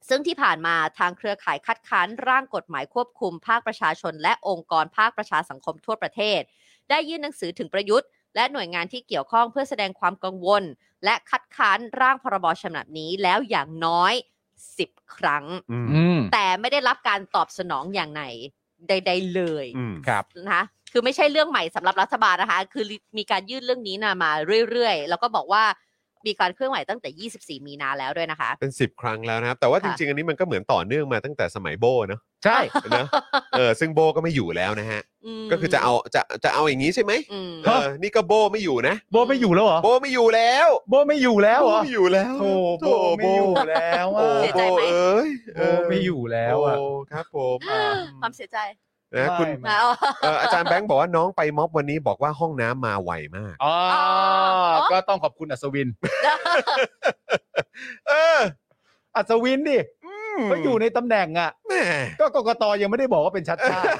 [SPEAKER 3] ซึ่งที่ผ่านมาทางเครือข่ายคัดค้านร่างกฎหมายควบคุมภาคประชาชน และองค์กรภาคประชาสังคมทั่วประเทศ ได้ยื่นหนังสือถึงประยุทธ์ และหน่วยงานที่เกี่ยวข้องเพื่อแสดงความกังวล และคัดค้านร่างพรบฉบับนี้แล้วอย่างน้อย 10 ครั้ง
[SPEAKER 4] อืม
[SPEAKER 5] อืม
[SPEAKER 3] แต่ไม่ได้รับการตอบสนองอย่างไหนใด ๆ เลย
[SPEAKER 4] อืม
[SPEAKER 5] ครับ
[SPEAKER 3] นะคะคือไม่ใช่เรื่องใหม่สำหรับรัฐบาลนะคะ คือมีการยื่นเรื่องนี้นะมาเรื่อยๆ แล้วก็บอกว่ามีการเคลื่อนไหวตั้งแต่ 24 มีนาแล้วด้วยนะคะ
[SPEAKER 4] เป็น 10 ครั้งแล้วนะครับ แต่ว่าจ
[SPEAKER 3] ค่ะ
[SPEAKER 4] ริง ๆ อันนี้มันก็เหมือนต่อเนื่องมาตั้งแต่สมัยโบเนอะ
[SPEAKER 5] ใช่
[SPEAKER 4] นะเออซึ่งโบก็ไม่อยู่แล้วนะฮะ
[SPEAKER 3] ม
[SPEAKER 4] ก็คือจะเอาจะจะเอาอย่างนี้ใช่ไหม
[SPEAKER 3] อืม
[SPEAKER 4] เออนี่ก็โบไม่อยู่นะ
[SPEAKER 5] โบไม่อยู่แล้วเหรอ
[SPEAKER 4] โบไม่อยู่แล้ว
[SPEAKER 5] โบไม่อยู่แล้วเหรอ
[SPEAKER 4] ไม่อยู่แล้ว
[SPEAKER 5] โธ่โบไม่อยู่แล้ว
[SPEAKER 4] โอ้
[SPEAKER 5] อ่ะ
[SPEAKER 3] เสีย
[SPEAKER 4] โบ
[SPEAKER 3] ใจไหม
[SPEAKER 4] เอ้ย
[SPEAKER 5] โบไม่อยู่แล้วอ่ะ
[SPEAKER 4] โครับผม
[SPEAKER 5] อ่า
[SPEAKER 3] ความเสียใจ
[SPEAKER 4] นะคุณ
[SPEAKER 3] มาเอา
[SPEAKER 4] เอ่ออาจารย์แบงค์บอกว่าน้องไปม็อบวันนี้บอกว่าห้องน้ำมาไวมาก
[SPEAKER 5] อ๋อ
[SPEAKER 3] อ๋อ
[SPEAKER 5] ก็ต้องขอบคุณอัศวิน
[SPEAKER 4] เออ
[SPEAKER 5] อัศวินดิก็อยู่ในตำแหน่งอ่ะ
[SPEAKER 4] แหม่
[SPEAKER 5] ก็กกตยังไม่ได้บอกว่าเป็นชัดชาติ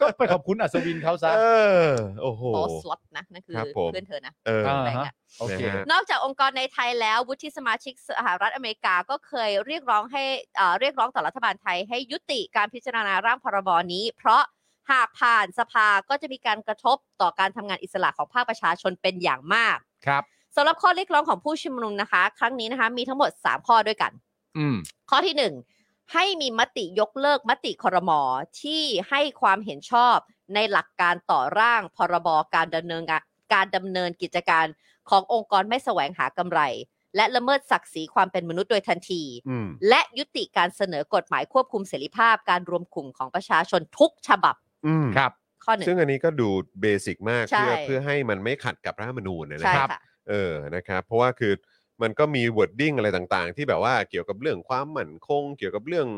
[SPEAKER 5] ก็ไปขอบคุณอัศวินเขาซะ
[SPEAKER 4] เออโอ้โห
[SPEAKER 3] โตสวอปนะนั่นคือ
[SPEAKER 4] ครับผม
[SPEAKER 3] เพื่อนเธอนะ
[SPEAKER 4] เออ
[SPEAKER 5] อ่า
[SPEAKER 3] แบงค์อะ
[SPEAKER 5] โอเค
[SPEAKER 4] นะฮะ
[SPEAKER 3] นอกจากองค์กรในไทยแล้ว วุฒิสมาชิกสหรัฐอเมริกาก็เคยเรียกร้องให้เอ่อเรียกร้องต่อรัฐบาลไทยให้ยุติการพิจารณาร่างพรบนี้ เพราะหากผ่านสภาก็จะมีการกระทบต่อการทำงานอิสระของภาคประชาชนเป็นอย่างมาก
[SPEAKER 5] ครับ
[SPEAKER 3] สำหรับข้อเรียกร้องของผู้ชุมนุมนะคะ ครั้งนี้นะคะมีทั้งหมด 3 ข้อด้วยกัน
[SPEAKER 5] อืม
[SPEAKER 3] ข้อที่หนึ่งให้มีมติยกเลิกมติครมที่ให้ความเห็นชอบในหลักการต่อร่างพรบการดำเนินงานการดำเนินกิจการขององค์กรไม่แสวงหากำไร และละเมิดศักดิ์ศรีความเป็นมนุษย์โดยทันที
[SPEAKER 4] อืม
[SPEAKER 3] และยุติการเสนอกฎหมายควบคุมเสรีภาพการรวมกลุ่มของประชาชนทุกฉบับ
[SPEAKER 4] อืม
[SPEAKER 5] ครับ
[SPEAKER 3] ข้อหนึ่ง
[SPEAKER 4] ซึ่งอันนี้ก็ดูเบสิกมาก
[SPEAKER 3] ใช่
[SPEAKER 4] เพื่อเพื่อให้มันไม่ขัดกับรัฐธรรมนูญนะ
[SPEAKER 3] ใช่
[SPEAKER 4] ครับ
[SPEAKER 3] ค่ะ
[SPEAKER 4] เออ นะครับ เพราะว่าคือมันก็มีวอร์ดดิ้งอะไรต่างๆ ที่แบบว่าเกี่ยวกับเรื่องความมั่นคง เกี่ยวกับเรื่อง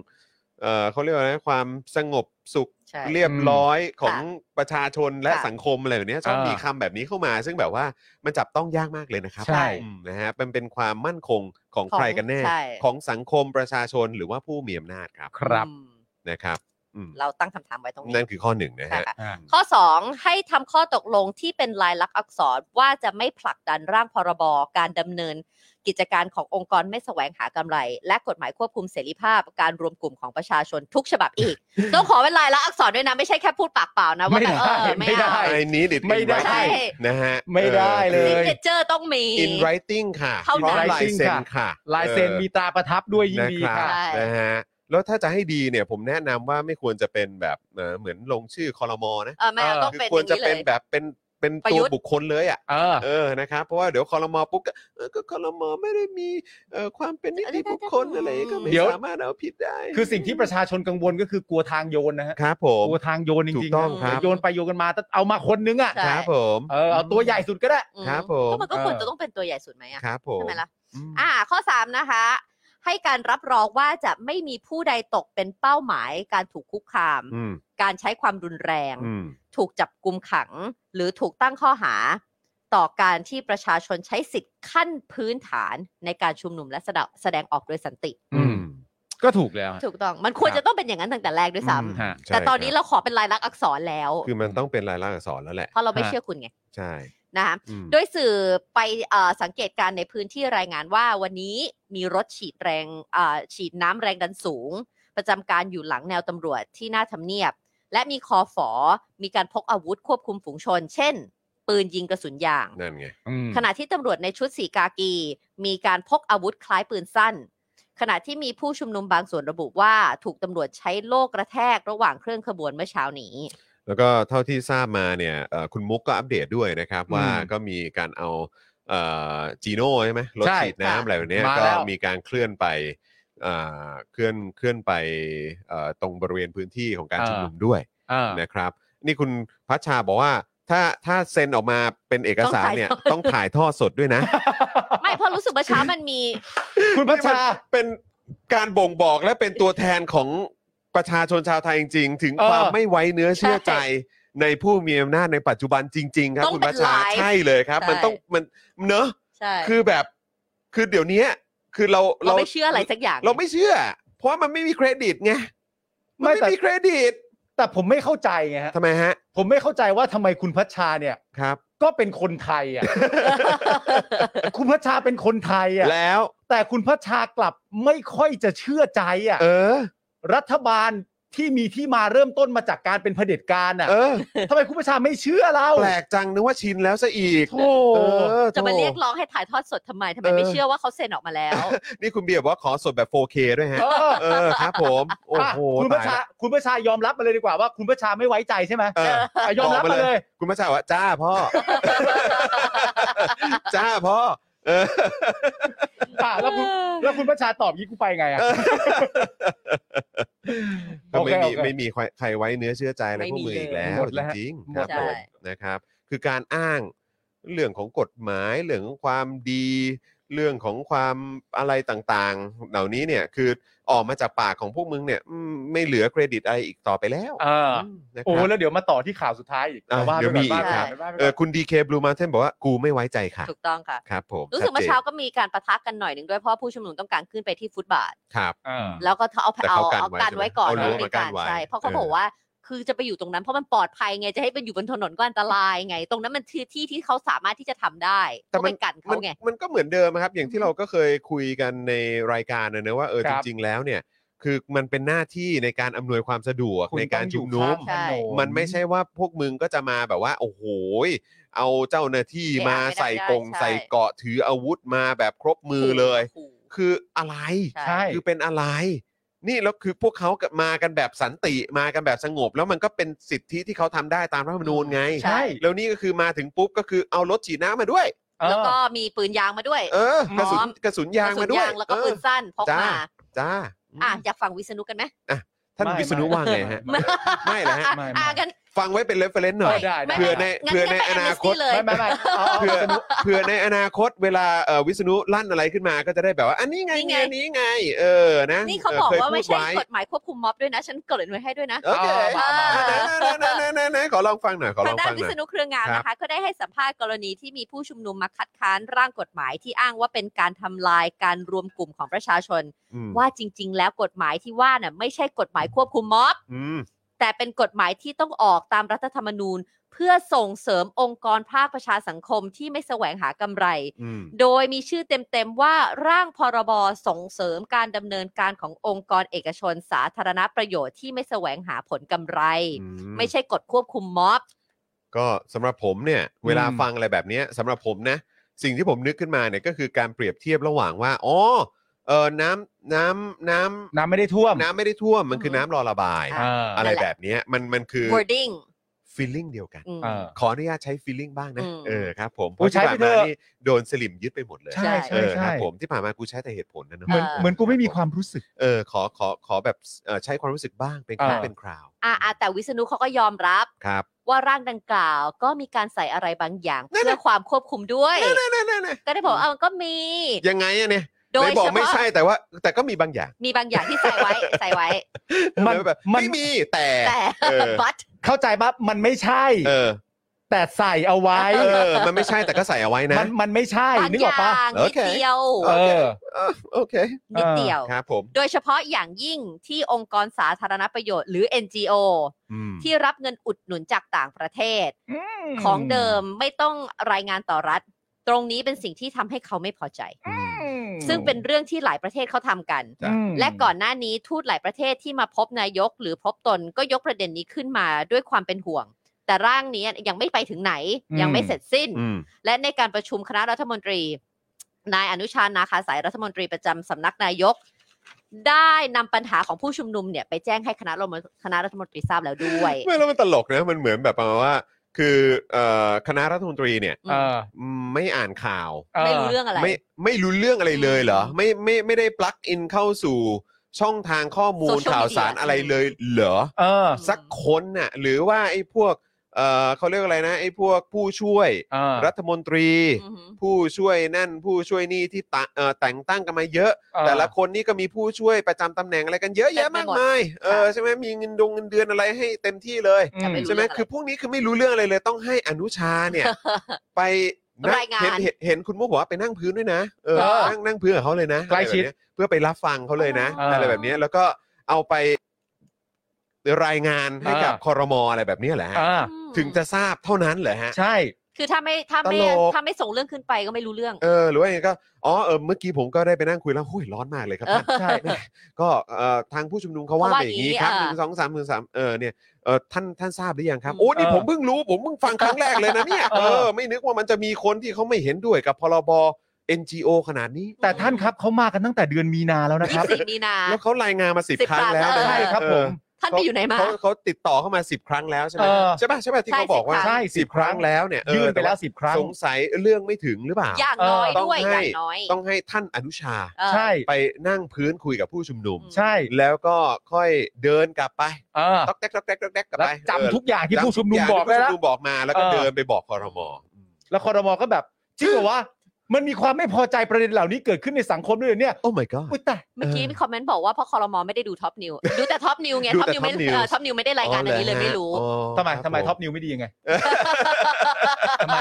[SPEAKER 4] เออเขาเรียกว่าอะไรความสงบสุข
[SPEAKER 3] ใช่
[SPEAKER 4] เรียบร้อยของ
[SPEAKER 3] ค่ะ
[SPEAKER 4] ประชาชนและ
[SPEAKER 3] ค่ะ
[SPEAKER 4] สังคมอะไรแบบเนี้ยชอบ
[SPEAKER 5] เออ
[SPEAKER 4] มีคำแบบนี้เข้ามา ซึ่งแบบว่ามันจับต้องยากมากเลยนะครับ
[SPEAKER 5] ใช่
[SPEAKER 4] อืมนะฮะมันเป็นความมั่นคงของ
[SPEAKER 3] ของ
[SPEAKER 4] ใครกันแน่
[SPEAKER 3] ใช่
[SPEAKER 4] ของสังคมประชาชนหรือว่าผู้มีอำนาจครับ
[SPEAKER 5] ครับ
[SPEAKER 3] อืม
[SPEAKER 4] นะครับอืม
[SPEAKER 3] เราตั้งคำถามไว้ตรงนี้
[SPEAKER 4] นั่นคือข้อหนึ่งนะ
[SPEAKER 3] ใช่
[SPEAKER 4] ฮะ
[SPEAKER 3] ค่ะ
[SPEAKER 5] อ่า
[SPEAKER 3] ข้อ 2 ให้ทำข้อตกลงที่เป็นลายลักษณ์อักษรว่าจะไม่ผลักดันร่างพรบการดำเนิน กิจการขององค์กรไม่แสวงหากำไร และกฎหมายควบคุมเสรีภาพการรวมกลุ่มของประชาชนทุกฉบับอีก ต้องขอเป็นลายลักษณ์อักษรด้วยนะไม่ใช่แค่พูดปากเปล่านะว่าแบบเออ
[SPEAKER 5] ไม่
[SPEAKER 3] ไม่
[SPEAKER 5] ได้
[SPEAKER 3] เอา
[SPEAKER 4] I need it in
[SPEAKER 5] ไม่ได้
[SPEAKER 4] writing นะฮะ
[SPEAKER 5] ไม่ได้เล
[SPEAKER 3] ซิ
[SPEAKER 5] ย
[SPEAKER 3] กเนเจอร์ต้องมี
[SPEAKER 4] อินไรติงค่ะ
[SPEAKER 3] เท่า
[SPEAKER 4] พร้อม
[SPEAKER 3] นั้น
[SPEAKER 4] ลายเซ็นค่ะ
[SPEAKER 5] ลายเซ็น
[SPEAKER 4] ออ
[SPEAKER 5] มีตราประทับด้วยยิ่งดีค่ะ
[SPEAKER 4] นรับ
[SPEAKER 3] ใช่
[SPEAKER 4] นะฮะแล้วถ้าจะให้ดีเนี่ยผมแนะนำว่าไม่ควรจะเป็นแบบเอ่อเหมือนลงชื่อคอรมอนะ
[SPEAKER 3] เออไม่เอา
[SPEAKER 5] เออ
[SPEAKER 3] ต้องเป็น
[SPEAKER 4] ควร
[SPEAKER 3] อ
[SPEAKER 4] จะ
[SPEAKER 3] ย่างนี้เล
[SPEAKER 4] เป็น
[SPEAKER 3] ย
[SPEAKER 4] แบบเป็นเป็น
[SPEAKER 3] ประ
[SPEAKER 4] ตั
[SPEAKER 3] ยุ
[SPEAKER 4] ว
[SPEAKER 3] ทธ์
[SPEAKER 4] บุคคลเลยอ่ะ
[SPEAKER 5] เออ
[SPEAKER 4] เออนะครับเพราะว่าเดี๋ยวคอรมอปุ๊บก็เออก็คอรมอไม่ได้มีเอ่อความเป็นนิติบุคคลอะไรก็ไม่
[SPEAKER 5] เดี๋ยว
[SPEAKER 4] สามารถเอาผิดได้
[SPEAKER 5] คือสิ่งที่ประชาชนกังวลก็คือกลัวทางโยนนะฮะ
[SPEAKER 4] ครับผม
[SPEAKER 5] กลัวทางโยนจริงๆ
[SPEAKER 4] ถูกต้อง
[SPEAKER 5] นะครับ โยนไปโยนกันมาแต่เอามาคนนึงอ่ะ
[SPEAKER 3] ใช่
[SPEAKER 4] ครับผม
[SPEAKER 5] เออเอาตัวใหญ่สุดก็ได้
[SPEAKER 3] อืม
[SPEAKER 4] ครับผ
[SPEAKER 3] ก็
[SPEAKER 4] ม
[SPEAKER 3] มันก็ควร
[SPEAKER 5] เออ
[SPEAKER 3] จะต้องเป็นตัวใหญ่สุดไหมอ่ะ
[SPEAKER 4] ครับผม
[SPEAKER 3] ใช่ไหมล่ะ
[SPEAKER 4] อืม
[SPEAKER 3] อ่าข้อ 3 นะคะ ให้การรับรองว่าจะไม่มีผู้ใดตกเป็นเป้าหมาย การถูกคุกคาม
[SPEAKER 4] อืม
[SPEAKER 3] การใช้ความรุนแรง
[SPEAKER 4] อืม
[SPEAKER 3] ถูกจับกุมขัง หรือถูกตั้งข้อหา ต่อการที่ประชาชนใช้สิทธิ์ขั้นพื้นฐานในการชุมนุมและแสดงแสดงออกโดยสันติ
[SPEAKER 5] อืม ก็ถูกแล้วฮะ
[SPEAKER 3] ถูกต้องมันควรจะต้องเป็นอย่างนั้นตั้งแต่แรกด้วยซ้
[SPEAKER 4] อืม
[SPEAKER 5] ฮะ
[SPEAKER 3] ำ
[SPEAKER 4] ใช่
[SPEAKER 3] แต่ตอนนี้
[SPEAKER 4] คบ
[SPEAKER 3] เราขอเป็นลายลักษณ์อักษรแล้ว
[SPEAKER 4] คือมันต้องเป็นลายลักษณ์อักษรแล้วแหละ
[SPEAKER 3] เพราะเราไม่
[SPEAKER 5] ฮะ
[SPEAKER 3] เชื่อคุณไง
[SPEAKER 4] ใช่
[SPEAKER 3] นะคะ
[SPEAKER 4] อืม
[SPEAKER 3] โดยสื่อไปเอ่อสังเกตการณ์ในพื้นที่รายงานว่าวันนี้มีรถฉีดแรงเอ่อฉีดน้ำแรงดันสูง ประจำการอยู่หลังแนวตำรวจที่หน้าทำเนียบ และมีคอฝอ มีการพกอาวุธควบคุมฝูงชน เช่น ปืนยิงกระสุนยาง
[SPEAKER 4] นั่นไง
[SPEAKER 5] อืม
[SPEAKER 3] ขณะที่ตำรวจในชุดสีกากี มีการพกอาวุธคล้ายปืนสั้น ขณะที่มีผู้ชุมนุมบางส่วนระบุว่าถูกตำรวจใช้โล่กระแทกระหว่างเครื่องขบวนเมื่อเช้านี้
[SPEAKER 4] แล้วก็เท่าที่ทราบมาเนี่ยเอ่อคุณมุกก็อัปเดตด้วยนะครับว่า
[SPEAKER 5] อืม
[SPEAKER 4] ก็มีการเอาเอ่อจีโน่ใช่ไหมรถ
[SPEAKER 5] ใช่
[SPEAKER 4] ฉีดน้ำอะไรแบบเนี้ย
[SPEAKER 5] มา
[SPEAKER 4] ก็
[SPEAKER 5] แล้ว
[SPEAKER 4] มีการเคลื่อนไปเอ่อเคลื่อนเคลื่อนไปเอ่อตรงบริเวณพื้นที่ของการชุมนุมด้วย
[SPEAKER 5] เออ
[SPEAKER 4] นะครับ นี่คุณพัชชาบอกว่าถ้าถ้าเซ็นออกมาเป็นเอกสารเนี่ย
[SPEAKER 3] ต้
[SPEAKER 4] ต้อ
[SPEAKER 3] อง ง
[SPEAKER 4] ถ่า
[SPEAKER 3] ถ่าย ย
[SPEAKER 4] ท
[SPEAKER 3] ท
[SPEAKER 4] อ
[SPEAKER 3] อ
[SPEAKER 4] ด
[SPEAKER 3] ด
[SPEAKER 4] สดด้วยนะ
[SPEAKER 3] ไม่เพราะรู้สึกว่าเช้ามันมี
[SPEAKER 5] คุณพัชชา
[SPEAKER 4] นี่มันเป็นการบ่งบอกและเป็นตัวแทนของประชาชนชาวไทยจริงๆ ถึง
[SPEAKER 5] เออ
[SPEAKER 4] ความไม่ไว้เนื้อเชื่อใจในผู้มีอำนาจในปัจจุบันจริง ๆ ครับ
[SPEAKER 3] ต้อง
[SPEAKER 4] คุณ
[SPEAKER 3] เป็น
[SPEAKER 4] ประชา
[SPEAKER 3] ไลฟ์
[SPEAKER 4] ใช่เลยครับ
[SPEAKER 3] ใช่
[SPEAKER 4] มันต้องมันเนอะ
[SPEAKER 3] ใช่
[SPEAKER 4] คือแบบคือเดี๋ยวนี้คือเรา
[SPEAKER 3] เราไม่เชื่ออะไรสักอย่าง
[SPEAKER 4] เราไม่เชื่อ เพราะมันไม่มีเครดิตไงมัน
[SPEAKER 5] ไม่
[SPEAKER 4] ไม่
[SPEAKER 5] แต่
[SPEAKER 4] มีเครดิต
[SPEAKER 5] แต่ผมไม่เข้าใจไงฮะ
[SPEAKER 4] ทำไมฮะ
[SPEAKER 5] ผมไม่เข้าใจว่าทำไมคุณพัชชาเนี่ย
[SPEAKER 4] ครับ
[SPEAKER 5] ก็เป็นคนไทย อ่ะ คุณพัชชาเป็นคนไทยอ่ะ
[SPEAKER 4] แล้ว
[SPEAKER 5] แต่คุณพัชชากลับไม่ค่อยจะเชื่อใจอ่ะ
[SPEAKER 4] เออ
[SPEAKER 5] รัฐบาลที่มีที่มาเริ่มต้นมาจากการเป็นเผด็จการอ่ะ
[SPEAKER 4] เออ
[SPEAKER 5] ทำไมคุณพัชชาไม่เชื่อเรา
[SPEAKER 4] แปลกจังนึกว่าชินแล้วซะอีก
[SPEAKER 5] โธ่
[SPEAKER 4] เออ
[SPEAKER 3] จะมา
[SPEAKER 4] โธ่
[SPEAKER 3] เรียกร้องให้ถ่ายทอดสดทำไมทำไม
[SPEAKER 4] เออ
[SPEAKER 3] ไม่เชื่อว่าเขาเซ็นออกมาแล้ว
[SPEAKER 4] นี่คุณเบียร์บอกว่าขอสดแบบ 4K ด้วยฮะ
[SPEAKER 5] เออ
[SPEAKER 4] เออครับผม โอ้โห
[SPEAKER 5] คุณพัช
[SPEAKER 4] ตาย
[SPEAKER 5] ชา
[SPEAKER 4] แล้ว
[SPEAKER 5] คุณพัชชายอมรับมาเลยดีกว่าว่าคุณพัชชาไม่ไว้ใจใช่ไหม
[SPEAKER 4] เออ
[SPEAKER 5] อ่ะยอมรับมาเลย
[SPEAKER 4] คุณพัชชาบอกว่าจ้าพ่อ จ้าพ่อเออ
[SPEAKER 5] อ่ะแล้วคุณแล้วคุณประชาตอบยี่กูไปไงอ่ะ
[SPEAKER 4] ก็ไม่
[SPEAKER 5] โอเค
[SPEAKER 4] มี
[SPEAKER 5] โอเค
[SPEAKER 4] ไม่มีใครใครไว้เนื้อเชื่อใจอะไร
[SPEAKER 3] ไม่
[SPEAKER 4] พวก
[SPEAKER 3] มี
[SPEAKER 4] มืออีก
[SPEAKER 3] เลย
[SPEAKER 4] แล้ว
[SPEAKER 5] หมดแล้วฮะ
[SPEAKER 4] จริงๆ
[SPEAKER 5] หม
[SPEAKER 4] ครับ
[SPEAKER 5] ด
[SPEAKER 4] ผม
[SPEAKER 3] ใช่
[SPEAKER 4] นะครับ คือการอ้างเรื่องของกฎหมายเรื่องของความดี เรื่องของความอะไรต่างๆ เหล่านี้เนี่ยคือออกมาจากปากของพวกมึงเนี่ยอืมไม่เหลือเครดิตอะไรอีกต่อไปแล้ว
[SPEAKER 5] เออ
[SPEAKER 4] นะค
[SPEAKER 5] โอ้
[SPEAKER 4] รับ
[SPEAKER 5] แล้วเดี๋ยวมาต่อที่ข่าวสุดท้ายอีก
[SPEAKER 4] อ่ะ
[SPEAKER 5] แต่ว่า
[SPEAKER 4] เดี๋ยวมีอีกครับ
[SPEAKER 5] ไปบ้านไป
[SPEAKER 4] เอ
[SPEAKER 5] บ้า
[SPEAKER 4] อนคุณดีเคบลูมาเทนบอกว่ากูไม่ไว้ใจค่ะ
[SPEAKER 3] ถูกต้องค่ะ
[SPEAKER 4] ครับผม
[SPEAKER 3] รู้สึกเมื่อ
[SPEAKER 4] ชัดจน
[SPEAKER 3] เช้าก็มีการประทะกันหน่อยหนึ่งด้วยเพราะผู้ชุมนุมต้องการขึ้นไปที่ฟุตบาท
[SPEAKER 4] ครับ
[SPEAKER 5] เออ
[SPEAKER 3] แล้วก็เอา
[SPEAKER 4] แต่
[SPEAKER 3] เอา
[SPEAKER 4] เขา
[SPEAKER 3] เอา
[SPEAKER 4] กั้
[SPEAKER 3] กัน น
[SPEAKER 4] ไว้
[SPEAKER 3] ไว้ก่อน
[SPEAKER 4] ใช่ไหม
[SPEAKER 3] แล้ว
[SPEAKER 4] เอารั้วมากั้นไว้
[SPEAKER 3] ใช่เพราะเขา
[SPEAKER 4] เออ
[SPEAKER 3] บอกว่าคือจะไปอยู่ตรงนั้นเพราะมันปลอดภัยไงจะให้มันอยู่บนถนนก็อันตรายไง ตรงนั้นมันคือที่ที่เขาสามารถที่จะทำได้
[SPEAKER 4] แต่
[SPEAKER 3] ต้องไปกัน
[SPEAKER 4] มั
[SPEAKER 3] เขาไง
[SPEAKER 4] มันก็เหมือนเดิมครับ อย่างที่เราก็เคยคุยกันในรายการนะเนอะว่าเออ
[SPEAKER 5] ค
[SPEAKER 4] จ
[SPEAKER 5] รับ
[SPEAKER 4] ริง ๆ แล้วเนี่ย คือมันเป็นหน้าที่ในการอำนวยความสะดวก
[SPEAKER 5] คุณ
[SPEAKER 4] ในการ
[SPEAKER 5] ต้องอ
[SPEAKER 4] ชุ
[SPEAKER 5] ยู่
[SPEAKER 4] มนุม
[SPEAKER 5] ข้างถนน
[SPEAKER 4] มันไม่ใช่ว่าพวกมึงก็จะมาแบบว่า โอ้โหยเอาเจ้าหน้าที่มา
[SPEAKER 3] ไม่ได้
[SPEAKER 4] ใส่กง
[SPEAKER 3] ใช่
[SPEAKER 4] ใส่เกราะถืออาวุธมาแบบครบมือเลย
[SPEAKER 3] ขู่
[SPEAKER 4] คืออะไร
[SPEAKER 5] ใช่
[SPEAKER 4] คือเป็นอะไร นี่แล้วคือพวกเขากลับมากันแบบสันติมากันแบบสงบ แล้วมันก็เป็นสิทธิที่เขาทำได้ตามรัฐธรรมนูญไง
[SPEAKER 5] ใช่
[SPEAKER 4] แล้วนี่ก็คือมาถึงปุ๊บก็คือเอารถฉีดน้ำมาด้วย
[SPEAKER 5] เออ
[SPEAKER 3] แล้วก็มีปืนยางมาด้วย
[SPEAKER 4] เออ กระสุน
[SPEAKER 3] พร้อม
[SPEAKER 4] กระสุนยา
[SPEAKER 3] ก
[SPEAKER 4] ง
[SPEAKER 3] ระสุ
[SPEAKER 4] มาน ด้วย
[SPEAKER 3] ยางแล้วก็ปืน
[SPEAKER 4] เออ
[SPEAKER 3] สั้นพก
[SPEAKER 4] จ้า
[SPEAKER 3] มา
[SPEAKER 4] จ้า
[SPEAKER 3] อ่ะอยากฟังวิษณุกันไหม
[SPEAKER 4] ท่าน
[SPEAKER 5] ไม่
[SPEAKER 4] วิษณุ
[SPEAKER 5] ไม่
[SPEAKER 4] ว่าไงฮะ ไม่เหรอฮะ
[SPEAKER 3] อ่ะ
[SPEAKER 5] ไม่ไม่
[SPEAKER 3] อ่ะกัน
[SPEAKER 4] ฟังไว้เป็นเรฟเฟรนซ์หน่อย
[SPEAKER 5] เออได้ได้
[SPEAKER 4] เผื่อใน
[SPEAKER 3] งั้น
[SPEAKER 4] เผื่อใน
[SPEAKER 3] งั้นไป
[SPEAKER 4] อนาคต
[SPEAKER 3] amnesty เลย
[SPEAKER 5] ไม่ไม่ไม่เอาเอา
[SPEAKER 4] เผื่อ
[SPEAKER 5] สนุก
[SPEAKER 4] เผื่อในอนาคตเวลาเอ่อวิษณุลั่นอะไรขึ้นมาก็จะได้แบบว่า อันนี้ไง
[SPEAKER 3] นี่ไง
[SPEAKER 4] อันนี้ไง เออนะ
[SPEAKER 3] นี่เขาบอก
[SPEAKER 4] คย
[SPEAKER 3] ว่า
[SPEAKER 4] พูด
[SPEAKER 3] ไม่ใช่
[SPEAKER 4] ว้
[SPEAKER 3] กฎหมายควบคุมม็อบด้วยนะ ฉันเกริดไว้ให้ด้วยนะ
[SPEAKER 4] โอเค
[SPEAKER 5] เอามามา
[SPEAKER 4] ไหนๆๆๆๆๆๆขอลองฟังหน่อย ขอล
[SPEAKER 3] ทา
[SPEAKER 4] อง
[SPEAKER 3] งด้า
[SPEAKER 4] ฟั
[SPEAKER 3] น
[SPEAKER 4] งห
[SPEAKER 3] วิ
[SPEAKER 4] น่อ
[SPEAKER 3] ษ
[SPEAKER 4] ย
[SPEAKER 3] ณุเครืองาม
[SPEAKER 4] ครับ
[SPEAKER 3] นะคะก็ได้ให้สัมภาษณ์กรณีที่มีผู้ชุมนุมมาคัดค้านร่างกฎหมายที่อ้างว่าเป็นการทำลายการรวมกลุ่มของประชาชน
[SPEAKER 4] อืม
[SPEAKER 3] ว่าจริง ๆ แล้วกฎหมายที่ว่าน่ะไม่ใช่กฎหมายควบคุมม็อบ
[SPEAKER 4] อืม
[SPEAKER 3] แต่เป็นกฎหมายที่ต้องออกตามรัฐธรรมนูญ เพื่อส่งเสริมองค์กรภาคประชาสังคมที่ไม่แสวงหากำไร
[SPEAKER 4] อืม
[SPEAKER 3] โดยมีชื่อเต็ม ๆ ว่าร่างพรบส่งเสริมการดำเนินการขององค์กรเอกชนสาธารณประโยชน์ที่ไม่แสวงหาผลกำไร ไม่ใช่กฎควบคุมม็อบ
[SPEAKER 4] ก็สำหรับผมเนี่ย เวลา
[SPEAKER 5] อืม
[SPEAKER 4] ฟังอะไรแบบเนี้ยสำหรับผมนะ สิ่งที่ผมนึกขึ้นมาเนี่ย ก็คือการเปรียบเทียบระหว่างว่า อ๋อ เออน้ำน้ำน้
[SPEAKER 5] น้ำไม่ได้ท่วม
[SPEAKER 4] ำน้ำไม่ได้ท่วม มันคือ
[SPEAKER 3] ม
[SPEAKER 4] น้ำรอระบาย
[SPEAKER 3] ะ
[SPEAKER 5] เออ
[SPEAKER 4] อะไร
[SPEAKER 3] นั่นแหละ
[SPEAKER 4] แบบเนี้ยมันมันคือ
[SPEAKER 3] wording
[SPEAKER 4] ฟีลลิ่งเดียวกัน
[SPEAKER 3] อืม
[SPEAKER 5] เออ
[SPEAKER 4] ขออนุญาตใช้ feeling บ้างนะ
[SPEAKER 3] อืม
[SPEAKER 4] เออครับผม
[SPEAKER 5] โอ้ยใช้ไป
[SPEAKER 4] พราะที่ผ่าน
[SPEAKER 5] เถ
[SPEAKER 4] มา
[SPEAKER 5] อะ
[SPEAKER 4] นี่โดนสลิมยึดไปหมดเลย
[SPEAKER 5] ใช่ใช่
[SPEAKER 4] เออค
[SPEAKER 5] ใช่
[SPEAKER 4] รับผมที่ผ่านมากูใช้แต่เหตุผลนะเนอะ
[SPEAKER 5] เหมือนเหมือนกูไม่มีความรู้สึก
[SPEAKER 4] เออขอขอขอแบบเอ่อใช้ความรู้สึกบ้างเป็นครั้ง
[SPEAKER 5] อ่า
[SPEAKER 4] เป็นคราว
[SPEAKER 3] อ่าแต่วิษณุเขาก็ยอมรับ
[SPEAKER 4] ครับ
[SPEAKER 3] ว่าร่างดังกล่าวก็มีการใส่อะไรบางอย่าง
[SPEAKER 4] นั่นน่ะ
[SPEAKER 3] เพื่อความควบคุมด้วย
[SPEAKER 4] เนี่ยเนี่ยเนี่ยเนี่ย
[SPEAKER 3] ก็ได้บอกว่าเอามันก็มี
[SPEAKER 4] ยังไงอะเนี่ย
[SPEAKER 3] โดย
[SPEAKER 4] ไม่บอก
[SPEAKER 3] เฉ
[SPEAKER 4] ไม่
[SPEAKER 3] พาะ
[SPEAKER 4] ใช่แต่ว่า แต่ก็มีบางอย่าง
[SPEAKER 3] มีบางอย่างที่ใส่ไว้ ใส่ไว้
[SPEAKER 5] มัน
[SPEAKER 4] แบบ
[SPEAKER 5] มัน
[SPEAKER 4] ไม่มีแต่
[SPEAKER 3] แต่
[SPEAKER 4] เออ
[SPEAKER 3] but
[SPEAKER 5] เข้าใจปะมันไม่ใช่
[SPEAKER 4] เออ
[SPEAKER 5] แต่ใส่เอาไว้
[SPEAKER 4] เออ มันไม่ใช่แต่ก็ใส่เอาไว้นะ
[SPEAKER 5] มันมันไม่ใช่
[SPEAKER 3] บาง
[SPEAKER 5] นึกอย่
[SPEAKER 3] อา
[SPEAKER 5] อกปะ
[SPEAKER 3] ง
[SPEAKER 4] โอ
[SPEAKER 3] นิด
[SPEAKER 4] เค
[SPEAKER 3] เดียว
[SPEAKER 5] เออ
[SPEAKER 4] เออโอเค
[SPEAKER 3] นิดเดียว
[SPEAKER 4] ครับผม
[SPEAKER 3] โดยเฉพาะอย่างยิ่งที่องค์กรสาธารณประโยชน์หรือ NGO
[SPEAKER 4] อืม
[SPEAKER 3] ที่รับเงินอุดหนุนจากต่างประเทศ ของเดิมไม่ต้องรายงานต่อรัฐ ตรงนี้เป็นสิ่งที่ทำให้เขาไม่พอใจ
[SPEAKER 4] อืม
[SPEAKER 3] ซึ่งเป็นเรื่องที่หลายประเทศเขาทำกัน
[SPEAKER 4] จ้ะ
[SPEAKER 3] และก่อนหน้านี้ทูตหลายประเทศที่มาพบนายกหรือพบตนก็ยกประเด็นนี้ขึ้นมาด้วยความเป็นห่วง แต่ร่างนี้ยังไม่ไปถึงไหน
[SPEAKER 5] อืม
[SPEAKER 3] ยังไม่เสร็จสิ้น
[SPEAKER 4] อืม
[SPEAKER 3] และในการประชุมคณะรัฐมนตรี นายอนุชานาคาสายรัฐมนตรีประจำสำนักนายก ได้นำปัญหาของผู้ชุมนุมเนี่ยไปแจ้งให้คณะรัฐมนคณะรัฐมนตรีทราบแล้วด้วย
[SPEAKER 4] ไม่แล้วมันตลกนะมันเหมือนแบบประมาณว่า คือเอ่อคณะรัฐมนตรีเนี่ย
[SPEAKER 5] เออ
[SPEAKER 4] อืมไม่อ่านข่าว
[SPEAKER 5] เออ
[SPEAKER 3] ไม่รู้เรื่องอะไร
[SPEAKER 4] ไม่ไม่รู้เรื่องอะไรเลยเหรอ ไม่ไม่ไม่ได้ปลั๊กอินเข้าสู่ช่องทางข้อมูล
[SPEAKER 3] Social
[SPEAKER 4] ข่าวสาร
[SPEAKER 3] media
[SPEAKER 4] อะไรเลยเหรอ
[SPEAKER 5] เออ
[SPEAKER 4] สักคนน่ะหรือว่าไอ้พวกเออเขาเรียกอะไรนะไอ้พวกผู้ช่วย
[SPEAKER 5] เออ
[SPEAKER 4] รัฐมนตรี
[SPEAKER 3] อือหือ
[SPEAKER 4] ผู้ช่วยนั่นผู้ช่วยนี่ที่ตะเอ่อแต่งตั้งกันมาเยอะ
[SPEAKER 5] เออ
[SPEAKER 4] แต่ละคนนี่ก็มีผู้ช่วยประจำตำแหน่งอะไรกันเยอะแยะมากมายเออใช่ไหมมีเงินดงเงินเดือนอะไรให้เต็มที่เลย
[SPEAKER 3] จะไม่รู้
[SPEAKER 4] ใช่ไหม
[SPEAKER 3] เองอะร
[SPEAKER 4] คือพวกนี้คือไม่รู้เรื่องอะไรเลยต้องให้อนุชา เนี่ย ไปง
[SPEAKER 3] รายงาน
[SPEAKER 4] เห็เห็เห็นคุณมุกบอกว่าไปนั่งพื้นด้วยนะเออ
[SPEAKER 5] เออ
[SPEAKER 4] นั่งนั่งพื้นกับเขาเลยนะ
[SPEAKER 5] ใกล้ชิด
[SPEAKER 4] อะไรแบบเนี้ยเพื่อไปรับฟังเขาเลยนะ
[SPEAKER 5] อ๋ออ
[SPEAKER 4] อะไรแบบเนี้ยแล้วก็เอาไปรายงานให้กับ
[SPEAKER 5] เออ
[SPEAKER 4] คอรมออะไรแบบเนี้ยเหรอฮะ
[SPEAKER 5] อ่า
[SPEAKER 3] อืม
[SPEAKER 4] ถึงจะทราบเท่านั้นเหรอฮะ
[SPEAKER 5] ใช่
[SPEAKER 3] คือถ้าไม่ถ้าไม่
[SPEAKER 4] ตลก
[SPEAKER 3] ถ้าไม่ส่งเรื่องขึ้นไปก็ไม่รู้เรื่อง
[SPEAKER 4] เออหรือว่าอย่างงี้ก็อ๋อเออเมื่อกี้ผมก็ได้ไปนั่งคุยแล้วหุ้ยร้อนมากเลยครับท่าน
[SPEAKER 5] ใช่
[SPEAKER 4] ก็เอ่อทางผู้ชุมนุมเขาว่า
[SPEAKER 3] เขาว่า
[SPEAKER 4] ไปอย่างนี้ครับ
[SPEAKER 3] อ
[SPEAKER 4] ห
[SPEAKER 3] ย่างนี้
[SPEAKER 4] นึ่งสองสามหนึ่งสามเออเนี่ยเออท่านท่านทราบหรือยังครับ
[SPEAKER 3] อืม
[SPEAKER 4] โอ้นี่
[SPEAKER 5] เออ
[SPEAKER 4] ผมเพิ่งรู้ผมเพิ่งฟังครั้งแรกเลยนะเนี่ยเอ
[SPEAKER 5] เออ
[SPEAKER 4] อไม่นึกว่ามันจะมีคนที่เขาไม่เห็นด้วยกับพรบ NGO ขนาดนี้
[SPEAKER 5] แต่ท่านครับเขามากันตั้งแต่เดือนมีนาแล้วนะค
[SPEAKER 3] ยี่
[SPEAKER 5] รับ
[SPEAKER 3] สิบมีนา
[SPEAKER 4] แล้วเขารายงานมาสิบ
[SPEAKER 3] สิบ
[SPEAKER 4] ครั้งแล้ว
[SPEAKER 3] ครั้ง
[SPEAKER 4] นะ
[SPEAKER 5] ใช่ครับ
[SPEAKER 4] เอ
[SPEAKER 5] ผ
[SPEAKER 4] อ
[SPEAKER 5] ม
[SPEAKER 3] ท่านไปอยู่ไหนมา
[SPEAKER 4] เขเขาติดต่อเข้ามาสิบครั้งแล้วใช่ไหม
[SPEAKER 5] เออ
[SPEAKER 4] ใช่ป่ะใช่ป่ะที่เขาบอกว่า
[SPEAKER 5] ใช่สิ
[SPEAKER 4] สิบบ ค
[SPEAKER 5] ครั้
[SPEAKER 4] รั้ง
[SPEAKER 5] ง
[SPEAKER 4] แล้วเนี่ยเออ
[SPEAKER 5] ยื่นไปแล้วสิบครั้ง
[SPEAKER 4] สงสัยเรื่องไม่ถึงหรือเปล่า
[SPEAKER 3] อย่างน้อย
[SPEAKER 4] เออ
[SPEAKER 3] ด้วย
[SPEAKER 4] ต้อ
[SPEAKER 3] อ
[SPEAKER 4] งให้
[SPEAKER 3] ย่างน้อย
[SPEAKER 4] ต้องให้ท่านอนุชา
[SPEAKER 3] เออ
[SPEAKER 5] ใช่
[SPEAKER 4] ไปนั่งพื้นคุยกับผู้ชุมนุม
[SPEAKER 5] ใช่
[SPEAKER 4] แล้วก็ค่อยเดินกลับไป
[SPEAKER 5] เออ
[SPEAKER 4] ต๊อกแต๊กต๊อกแต๊กต๊อกแต๊กกลับ
[SPEAKER 5] แล้ว
[SPEAKER 4] ไป
[SPEAKER 5] จำทุกอย่างที่ผู้ชุมนุม
[SPEAKER 4] จำทุ
[SPEAKER 5] บอก
[SPEAKER 4] ย่า
[SPEAKER 5] ได้
[SPEAKER 4] งที่
[SPEAKER 5] แล้ว
[SPEAKER 4] ผู้ชุมนุมบอกมาแล้วก็
[SPEAKER 5] เออ
[SPEAKER 4] เดินไปบอกคอรมอ
[SPEAKER 5] แล้วคอรมอก็แบบจริงเหรอวะ มันมีความไม่พอใจประเด็นเหล่านี้เกิดขึ้นในสังคมด้วยเหรอเนี่ย
[SPEAKER 4] โอ้ my god
[SPEAKER 5] อุ้ยแต่
[SPEAKER 3] เมื่อกี้มีคอมเมนต์บอกว่าเพราะคอรมอไม่ได้ดูท็อปนิวดูแต่ท็อปนิวไง
[SPEAKER 4] ดู
[SPEAKER 3] ท็อป
[SPEAKER 4] แต่
[SPEAKER 3] นิวไม่
[SPEAKER 4] Top News
[SPEAKER 3] เอ่อท็อปนิวไม่ได้รายการอันนี้เลยไม่รู้
[SPEAKER 4] อ๋อ
[SPEAKER 5] ทำไม
[SPEAKER 4] ครับ
[SPEAKER 5] ทำไม
[SPEAKER 4] ผ
[SPEAKER 5] ท็อปนิวไม่ดียังไง ทำไม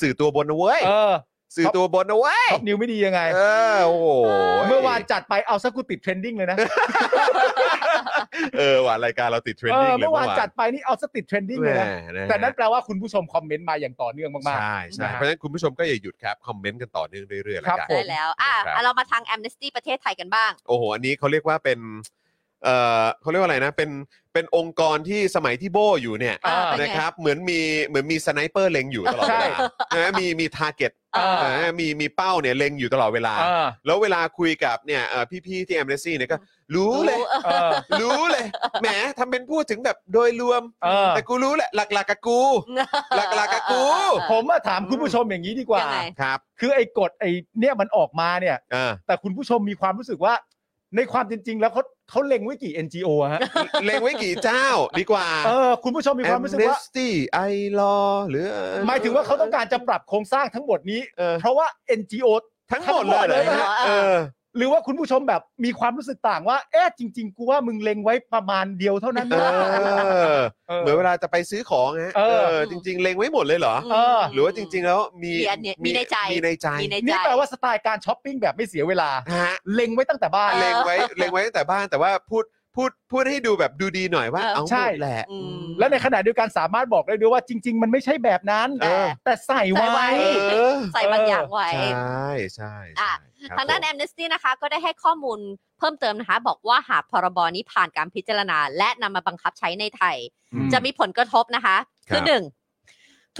[SPEAKER 4] สื่อตัวบนนะเว้ย
[SPEAKER 5] เออ
[SPEAKER 4] สื่อตัวบนนะเว้ย
[SPEAKER 5] ท็อปนิวไม่ดียังไง
[SPEAKER 4] เออโอ้โห
[SPEAKER 5] เมื่อวานจัดไปเอาสักกูติดเทรนดิ้งเลยนะ
[SPEAKER 4] เออว่ะรายการเราติดเทรน
[SPEAKER 5] เออ
[SPEAKER 4] ดิ้งเลย
[SPEAKER 5] เมื่อวานจัดไปนี่เอาสักติดเทรนดิ้ง
[SPEAKER 4] แห
[SPEAKER 5] เลยนะ
[SPEAKER 4] ม่ะฮะ
[SPEAKER 5] แต่นั่นแปลว่าคุณผู้ชมคอมเมนต์มาอย่างต่อเนื่องมาก
[SPEAKER 4] ใช่ใช่
[SPEAKER 5] นะฮะ
[SPEAKER 4] เพราะฉะนั้นคุณผู้ชมก็อย่าหยุดครับคอมเมนต์กันต่อเนื่องเรื่อยๆแล้ว
[SPEAKER 5] ครับ
[SPEAKER 4] กัน
[SPEAKER 5] ผม
[SPEAKER 3] ได้แล้ว อ่ะ
[SPEAKER 4] ครับ
[SPEAKER 3] อ่ะเรามาทาง Amnesty ประเทศไทยกันบ้าง
[SPEAKER 4] โอ้โหอันนี้เขาเรียกว่าเป็นเออเขาเรียกว่าอะไรนะเป็นเป็นองค์กรที่สมัยที่โบอยู่เนี่ย
[SPEAKER 5] อ่า
[SPEAKER 3] เป็นไง
[SPEAKER 4] นะครับเหมือนมีเหมือนมีสไนเปอร์เล็งอยู่ตลอดเวลานะฮะมีมีทาร์เก็ต
[SPEAKER 5] เออ
[SPEAKER 4] มีมีเป้าเนี่ยเล็งอยู่ตลอดเวลา
[SPEAKER 5] ๆเออ
[SPEAKER 4] แล้วเวลาคุยกับเนี่ยเอ่อพี่ๆที่ a อ n e s t y เนี่ยก็รู้เลย
[SPEAKER 5] เออ
[SPEAKER 4] รู้เลยแหมทำเป็นพูดถึงแบบโดยรวม
[SPEAKER 5] เออ
[SPEAKER 4] แต่กูรู้แหละหลักๆกับกู หลักๆกับกู
[SPEAKER 5] ผมมาถามคุณผู้ชมอย่างนี้ดีกว่า
[SPEAKER 3] ยังไง
[SPEAKER 4] ครับ
[SPEAKER 5] คือไอ้กฎไอ้เนี่ยมันออกมาเนี่ย
[SPEAKER 4] เออ
[SPEAKER 5] แต่คุณผู้ชมมีความรู้สึกว่า ในความจริง ๆ แล้วเขาเขาเล็งไว้กี่ NGO อะฮะ
[SPEAKER 4] เล็งไว้กี่เจ้าดีกว่า
[SPEAKER 5] เออคุณผู้ชมมีความรู้สึกว่า
[SPEAKER 4] Amnesty ไอรอหรือ
[SPEAKER 5] หมายถึงว่าเขาต้องการจะปรับโครงสร้างทั้งหมดนี้
[SPEAKER 4] เออ
[SPEAKER 5] เพราะว่า NGO
[SPEAKER 4] ทั้งหมดเลยเหรอ
[SPEAKER 3] ทั้งหมดเลยเหรอ
[SPEAKER 4] เออ
[SPEAKER 5] หรือว่าคุณผู้ชมแบบมีความรู้สึกต่างว่า เอ๊ะจริง ๆ กูว่ามึงเล็งไว้ประมาณเดียวเท่านั้น
[SPEAKER 4] เอ
[SPEAKER 5] นะ
[SPEAKER 4] อเหมือนเว
[SPEAKER 5] เออ
[SPEAKER 4] ลาจะไปซื้อของฮะ
[SPEAKER 5] เออ
[SPEAKER 4] จริง ๆ เล็งไว้หมดเลยเหรอ
[SPEAKER 5] เออ
[SPEAKER 4] หรือว่าจริง ๆ แล้วมี
[SPEAKER 3] มีอันเนี้ยมีในใจ
[SPEAKER 4] มีในใจ
[SPEAKER 3] มีในใจ
[SPEAKER 5] นี่แปลว่าสไตล์การช้อปปิ้งแบบไม่เสียเวลา
[SPEAKER 4] ฮะ
[SPEAKER 5] เล็งไว้ตั้งแต่บ้าน
[SPEAKER 3] ออ
[SPEAKER 4] เล็งไว้เล็งไว้ตั้งแต่บ้านแต่ว่าพูดพูดพูดให้ดูแบบดูดีหน่อยว่า
[SPEAKER 3] เออ
[SPEAKER 4] เอา
[SPEAKER 5] ใช่
[SPEAKER 4] หมดแหละ
[SPEAKER 3] อืม
[SPEAKER 5] และในขณะเดียวกันสามารถบอกได้ด้วยว่าจริง ๆ มันไม่ใช่แบบนั้น
[SPEAKER 3] เออ
[SPEAKER 5] แต่ใส่ไว้
[SPEAKER 4] เออ
[SPEAKER 3] ใส่บางอย่างไว้
[SPEAKER 4] ใช่ใช่ใช่
[SPEAKER 3] อ่ะ
[SPEAKER 4] ครับ
[SPEAKER 3] ทางด้าน
[SPEAKER 4] ผม
[SPEAKER 3] Amnesty นะคะ ก็ได้ให้ข้อมูลเพิ่มเติมนะคะ บอกว่าหากพรบนี้ผ่านการพิจารณา และนำมาบังคับใช้ในไทย
[SPEAKER 5] อืม
[SPEAKER 3] จะมีผลกระทบนะคะ คือ
[SPEAKER 4] ครับ
[SPEAKER 3] หนึ่ง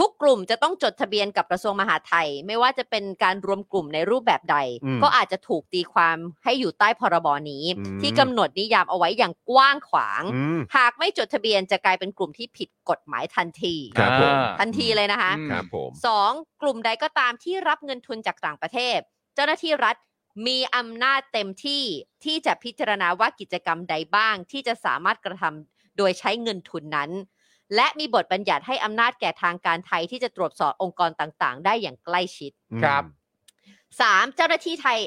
[SPEAKER 3] ทุกกลุ่มจะต้องจดทะเบียนกับกระทรวงมหาดไทย ไม่ว่าจะเป็นการรวมกลุ่มในรูปแบบใด
[SPEAKER 4] อืม
[SPEAKER 3] ก็อาจจะถูกตีความให้อยู่ใต้พรบนี้
[SPEAKER 4] อืม
[SPEAKER 3] ที่กำหนดนิยามเอาไว้อย่างกว้างขวาง
[SPEAKER 4] อืม
[SPEAKER 3] หากไม่จดทะเบียนจะกลายเป็นกลุ่มที่ผิดกฎหมายทันที
[SPEAKER 4] ครับผม
[SPEAKER 3] ทันทีเลยนะคะ
[SPEAKER 5] อืม
[SPEAKER 4] ครับผม
[SPEAKER 3] สองกลุ่มใดก็ตามที่รับเงินทุนจากต่างประเทศ เจ้าหน้าที่รัฐมีอำนาจเต็มที่ที่จะพิจารณาว่ากิจกรรมใดบ้าง ที่จะสามารถกระทำโดยใช้เงินทุนนั้น และมีบทบัญญัติให้อำนาจแก่ทางการไทยที่จะตรวจสอบองค์กรต่างๆ ได้อย่างใกล้ชิด
[SPEAKER 5] ครับ
[SPEAKER 3] 3. เจ้าหน้าที่ไทย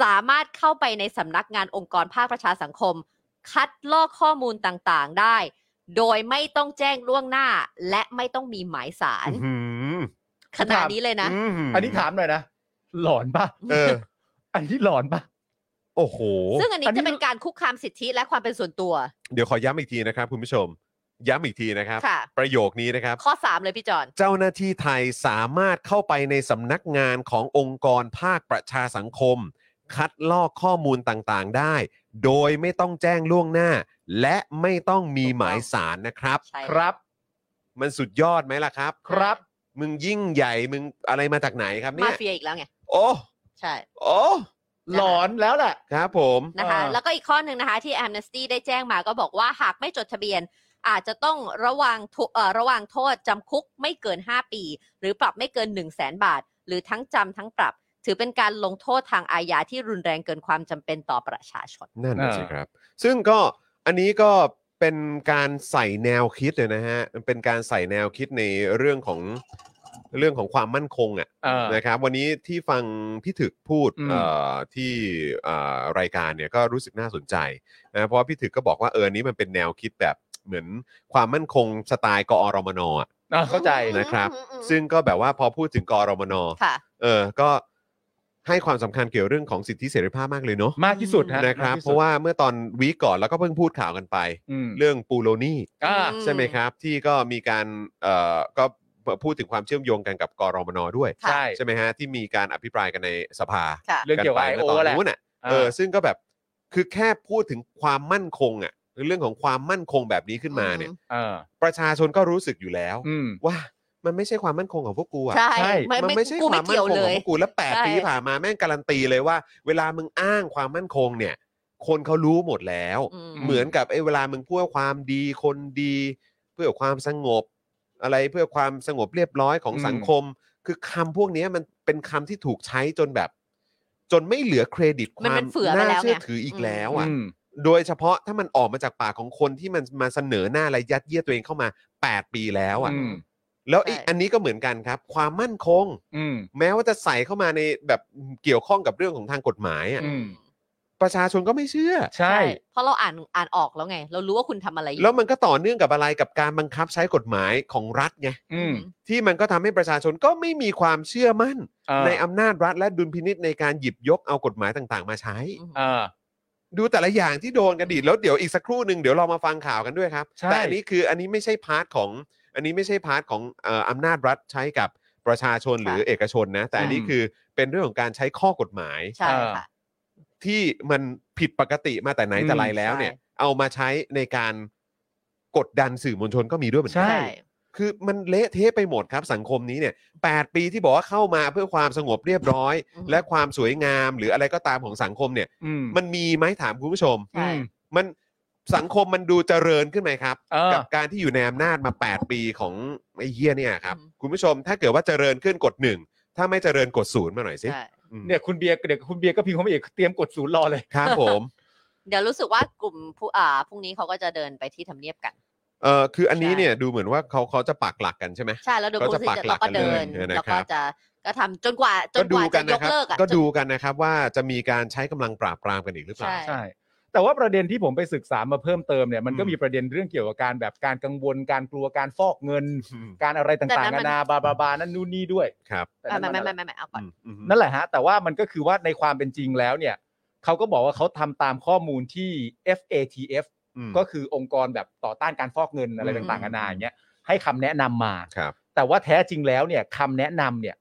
[SPEAKER 3] สามารถเข้าไปในสำนักงานองค์กรภาคประชาสังคม คัดลอกข้อมูลต่างๆได้ โดยไม่ต้องแจ้งล่วงหน้า และไม่ต้องมีหมายสาร
[SPEAKER 4] อืม
[SPEAKER 3] ขนาดนี้เลยนะ
[SPEAKER 4] ม
[SPEAKER 5] อันนี้ถามหน่อยนะ หลอนปะ
[SPEAKER 4] เออ
[SPEAKER 5] อันนี้หลอนปะ
[SPEAKER 4] โอ้โห
[SPEAKER 3] ซึ่งอันนี้
[SPEAKER 5] อันนี้
[SPEAKER 3] จะเป็นการคุกคามสิทธิและความเป็นส่วนตัว
[SPEAKER 4] เดี๋ยวขอย้ำอีกทีนะครับคุณผู้ชม ย้ำอีกทีนะครับ
[SPEAKER 3] ค่ะ
[SPEAKER 4] ประโยคนี้นะครับ
[SPEAKER 3] ข้อ 3 เลยพี่จอน
[SPEAKER 4] เจ้าหน้าที่ไทยสามารถเข้าไปในสำนักงานขององค์กรภาคประชาสังคม คัดลอกข้อมูลต่างๆได้ โดยไม่ต้องแจ้งล่วงหน้า และไม่ต้องมีหมายสารนะครับ
[SPEAKER 3] ใช่
[SPEAKER 5] ครับ
[SPEAKER 4] มันสุดยอดไหมล่ะครับ
[SPEAKER 5] ครับ
[SPEAKER 4] มึงยิ่งใหญ่มึงอะไรมาจากไหนครับเนี่
[SPEAKER 3] มาย เฟียอีกแล้วไง
[SPEAKER 4] โอ้
[SPEAKER 3] ใช่
[SPEAKER 4] โอ้
[SPEAKER 5] หลอนแล้วแหละ
[SPEAKER 4] ครับผม
[SPEAKER 3] นะคะ
[SPEAKER 5] เออ
[SPEAKER 3] แล้วก็อีกข้อหนึ่งนะคะที่ Amnesty ได้แจ้งมาก็บอกว่าหากไม่จดทะเบียน อาจจะต้องระวังทุเอ่อระวังโทษจำคุกไม่เกิน 5 ปี หรือปรับไม่เกิน 1 0 0 0 0แสนบาท หรือทั้งจำทั้งปรับ ถือเป็นการลงโทษทางอาญาที่รุนแรงเกินความจำเป็นต่อประชาชน
[SPEAKER 4] นั่นน่ะ
[SPEAKER 5] อ่า
[SPEAKER 4] สิครับ ซึ่งก็อันนี้ก็เป็นการใส่แนวคิดเลยนะฮะ เป็นการใส่แนวคิดในเรื่องของเรื่องของความมั่นคงอะ
[SPEAKER 5] เออ
[SPEAKER 4] นะครับ วันนี้ที่ฟังพี่ถึกพูด
[SPEAKER 5] อืม
[SPEAKER 4] เอ่อที่เอ่อรายการเนี่ยก็รู้สึกน่าสนใจนะเพราะว่าพี่ถึกก็บอกว่าเอออนนี้มันเป็นแนวคิดแบบเหมือนความมั่นคงสไตล์กอรมนอะ
[SPEAKER 5] อ่ะเข้าใจ
[SPEAKER 4] นะครับ
[SPEAKER 3] อืมอืมอืม
[SPEAKER 4] ซึ่งก็แบบว่าพอพูดถึงกอรมน
[SPEAKER 3] ค่ะ
[SPEAKER 4] เออก็ให้ความสำคัญเกี่ยวเรื่องของสิทธิเสรีภาพมากเลยเนาะ
[SPEAKER 5] มากที่สุดฮะ
[SPEAKER 4] นะครับ
[SPEAKER 5] มกที่
[SPEAKER 4] เพ
[SPEAKER 5] สุด
[SPEAKER 4] ราะว่าเมื่อตอนวีคก่อนเราก็เพิ่งพูดข่าวกันไป
[SPEAKER 5] อืม
[SPEAKER 4] เรื่องปูโรนี่
[SPEAKER 5] อ่า
[SPEAKER 3] ม
[SPEAKER 4] ใช่ไหมครับ ที่ก็มีการเอ่อก็พูดถึงความเชื่อมโยงกันกับกรมนด้วย
[SPEAKER 5] ใช่
[SPEAKER 4] ใช่ไหมฮะที่มีการอภิปรายกันในสภา
[SPEAKER 3] ค่ะ
[SPEAKER 5] เรื่องเกี่ยวกับ
[SPEAKER 4] น
[SPEAKER 5] ไอ
[SPEAKER 4] ป
[SPEAKER 5] โอ
[SPEAKER 4] มื่ตน
[SPEAKER 5] แหละ
[SPEAKER 4] นู้นน่ะ
[SPEAKER 5] า
[SPEAKER 4] เออซึ่งก็แบบคือแค่พูดถึงความมั่นคงอ่ะเรื่องของความมั่นคงแบบนี้ขึ้นมาเนี่ย
[SPEAKER 5] เออ
[SPEAKER 4] ประชาชนก็รู้สึกอยู่แล้ว
[SPEAKER 5] อืม
[SPEAKER 4] ว่ามันไม่ใช่ความมั่นคงของพวกกูอ่ะ
[SPEAKER 3] ใช่
[SPEAKER 5] ใช่
[SPEAKER 3] ไม่
[SPEAKER 4] มัน
[SPEAKER 3] ไม่
[SPEAKER 4] ไม่ใช่
[SPEAKER 3] กู
[SPEAKER 4] ค
[SPEAKER 3] ไม่
[SPEAKER 4] วามมั่น
[SPEAKER 3] เกี่ยว
[SPEAKER 4] คง
[SPEAKER 3] เล
[SPEAKER 4] ขอ
[SPEAKER 3] ย
[SPEAKER 4] งพวกกูและแปด
[SPEAKER 3] ใช่
[SPEAKER 4] ปีที่ผ่านมาแม่งการันตีเลยว่า เวลามึงอ้างความมั่นคงเนี่ย คนเขารู้หมดแล้ว
[SPEAKER 3] อืม
[SPEAKER 4] เหมือนกับไอ้เวลามึงพูดว่าความดีคนดี เพื่อความสงบ อะไรเพื่อความสงบเรียบร้อยของ
[SPEAKER 5] อืม
[SPEAKER 4] สังคม คือคำพวกเนี้ยมันเป็นคำที่ถูกใช้จนแบบ จนไม่เหลือเครดิตค
[SPEAKER 3] มัน
[SPEAKER 4] วาม
[SPEAKER 3] เป็นเฟือไป
[SPEAKER 4] น่า
[SPEAKER 3] แล้ว
[SPEAKER 4] เชื่อ
[SPEAKER 3] ไง
[SPEAKER 4] ถืออีกแล้วอ่ะ
[SPEAKER 5] อืม
[SPEAKER 4] โดยเฉพาะถ้ามันออกมาจากปากของคนที่มันมาเสนอหน้าและยัดเยียดตัวเองเข้ามา 8 ปีแล้วอ่ะ
[SPEAKER 5] อืม
[SPEAKER 4] แล้วไอ้
[SPEAKER 3] ใช่
[SPEAKER 4] อันนี้ก็เหมือนกันครับ ความมั่นคง
[SPEAKER 5] อืม
[SPEAKER 4] แม้ว่าจะใส่เข้ามาในแบบเกี่ยวข้องกับเรื่องของทางกฎหมายอะ
[SPEAKER 5] อืม
[SPEAKER 4] ประชาชนก็ไม่เชื่อ
[SPEAKER 5] ใช่
[SPEAKER 3] เพราะเราอ่านอ่านออกแล้วไง เรารู้ว่าคุณทำอะไรอยู่
[SPEAKER 4] แล้วมันก็ต่อเนื่องกับอะไรกับการบังคับใช้กฎหมายของรัฐไง
[SPEAKER 5] อืม
[SPEAKER 4] ที่มันก็ทำให้ประชาชนก็ไม่มีความเชื่อมั่น
[SPEAKER 5] เออ
[SPEAKER 4] ในอำนาจรัฐและดุลพินิษในการหยิบยกเอากฎหมายต่างๆ มาใช้
[SPEAKER 3] อืม
[SPEAKER 5] เออ
[SPEAKER 4] ดูแต่ละอย่างที่โดนกันดิแล้วเดี๋ยวอีกสักครู่หนึ่งเดี๋ยวเรามาฟังข่าวกันด้วยครับ
[SPEAKER 5] ใช่
[SPEAKER 4] แต่อันนี้คืออันนี้ไม่ใช่พาร์ทของอันนี้ไม่ใช่พาร์ทของเอ่ออำนาจรัฐใช้กับประชาชนหรือเอกชนนะ แต่อันนี้คือเป็นเรื่องของการใช้ข้อกฎหมาย
[SPEAKER 3] ใช่ค่ะ
[SPEAKER 4] ที่มันผิดปกติมาแต่ไหนแต่ไรแล้วเนี่ย
[SPEAKER 3] ใช่
[SPEAKER 4] เอามาใช้ในการกดดันสื่อมวลชนก็มีด้วยเหมือนกั
[SPEAKER 5] ใช่
[SPEAKER 4] น คือมันเละเทะไปหมดครับสังคมนี้เนี่ยแปดปีที่บอกว่าเข้ามาเพื่อความสงบเรียบร้อย
[SPEAKER 3] อืม
[SPEAKER 4] และความสวยงามหรืออะไรก็ตามของสังคมเนี่ย
[SPEAKER 5] อืม
[SPEAKER 4] มันมีไหมถามคุณผู้ชม
[SPEAKER 3] ใช่
[SPEAKER 4] มันสังคมมันดูเจริญขึ้นไหมครับ
[SPEAKER 5] เออ
[SPEAKER 4] กับการที่อยู่ในอำนาจมา 8 ปีของไอ้เหี้ยเนี่ยครับ
[SPEAKER 3] อืม
[SPEAKER 4] คุณผู้ชมถ้าเกิดว่าเจริญขึ้นกดหนึ่งถ้าไม่เจริญกดศูนย์มาหน่อยสิ
[SPEAKER 3] ใช่
[SPEAKER 4] อืม
[SPEAKER 5] เนี่ยคุณเบียร์เดี๋ยวคุณเบียร์ก็พิมพ์เข้ามาอีกเตรียมกดศูนย์รอเลย
[SPEAKER 4] ครับผม
[SPEAKER 3] เดี๋ยวรู้สึกว่ากลุ่มผู้อ่าพรุ่งนี้เขาก็จะเดินไปที่ทำเนียบกัน
[SPEAKER 4] เออคืออันนี้
[SPEAKER 3] ใช่
[SPEAKER 4] เนี่ยดูเหมือนว่าเขาเขาจะปักหลักกันใช่ไหม
[SPEAKER 3] ใช่แล้วเดี๋ยว
[SPEAKER 4] ก็
[SPEAKER 3] พรุ่ง
[SPEAKER 4] จะ
[SPEAKER 3] นี้จะ
[SPEAKER 4] ปักหลั
[SPEAKER 3] เรา
[SPEAKER 4] ก
[SPEAKER 3] ก็
[SPEAKER 4] กัน
[SPEAKER 3] เดิ
[SPEAKER 4] เลย
[SPEAKER 3] น
[SPEAKER 4] นะครับ
[SPEAKER 3] แล้วก็จะก็ทำจนกว่าจ
[SPEAKER 4] ก็
[SPEAKER 3] นก
[SPEAKER 4] ดู
[SPEAKER 3] ว่า
[SPEAKER 4] กั
[SPEAKER 3] จะ
[SPEAKER 4] น
[SPEAKER 3] ย
[SPEAKER 4] นะ
[SPEAKER 3] ก
[SPEAKER 4] ครับ
[SPEAKER 3] เลิกอ่ะ
[SPEAKER 4] ก็
[SPEAKER 3] จน
[SPEAKER 4] ดูกันนะครับว่าจะมีการใช้กำลังปราบปรามกันอีกหรือเปล่า
[SPEAKER 3] ใช่
[SPEAKER 5] ใช่ แต่ว่าประเด็นที่ผมไปศึกษามาเพิ่มเติมเนี่ยมันก็
[SPEAKER 4] อืม
[SPEAKER 5] มีประเด็นเรื่องเกี่ยวกับการแบบการกังวลการกลัวการฟอกเงิน
[SPEAKER 4] อืม
[SPEAKER 5] การอะไรต่าง
[SPEAKER 3] แต่
[SPEAKER 5] ๆ
[SPEAKER 3] นั้นมั
[SPEAKER 5] นาน นาบาบาบานั่นนู่นนี่ด้วย
[SPEAKER 4] ครับ
[SPEAKER 5] แต่
[SPEAKER 3] ไม่
[SPEAKER 5] นั่น
[SPEAKER 3] ไม่
[SPEAKER 5] น
[SPEAKER 3] ไม่ไม่ไม่เอาก่อน
[SPEAKER 4] อืมอืม
[SPEAKER 5] นั่นแหละฮะ แต่ว่ามันก็คือว่าในความเป็นจริงแล้วเนี่ยเขาก็บอกว่าเขาทำตามข้อมูลที่ FATF
[SPEAKER 4] อืม
[SPEAKER 5] ก็คือองค์กรแบบต่อต้านการฟอกเงินอะไร
[SPEAKER 4] อืม
[SPEAKER 5] ต่างๆนานาอย่างเงี้ยให้คำแนะนำมา
[SPEAKER 4] ครับ
[SPEAKER 5] แต่ว่าแท้จริงแล้วเนี่ยคำแนะนำเนี่ย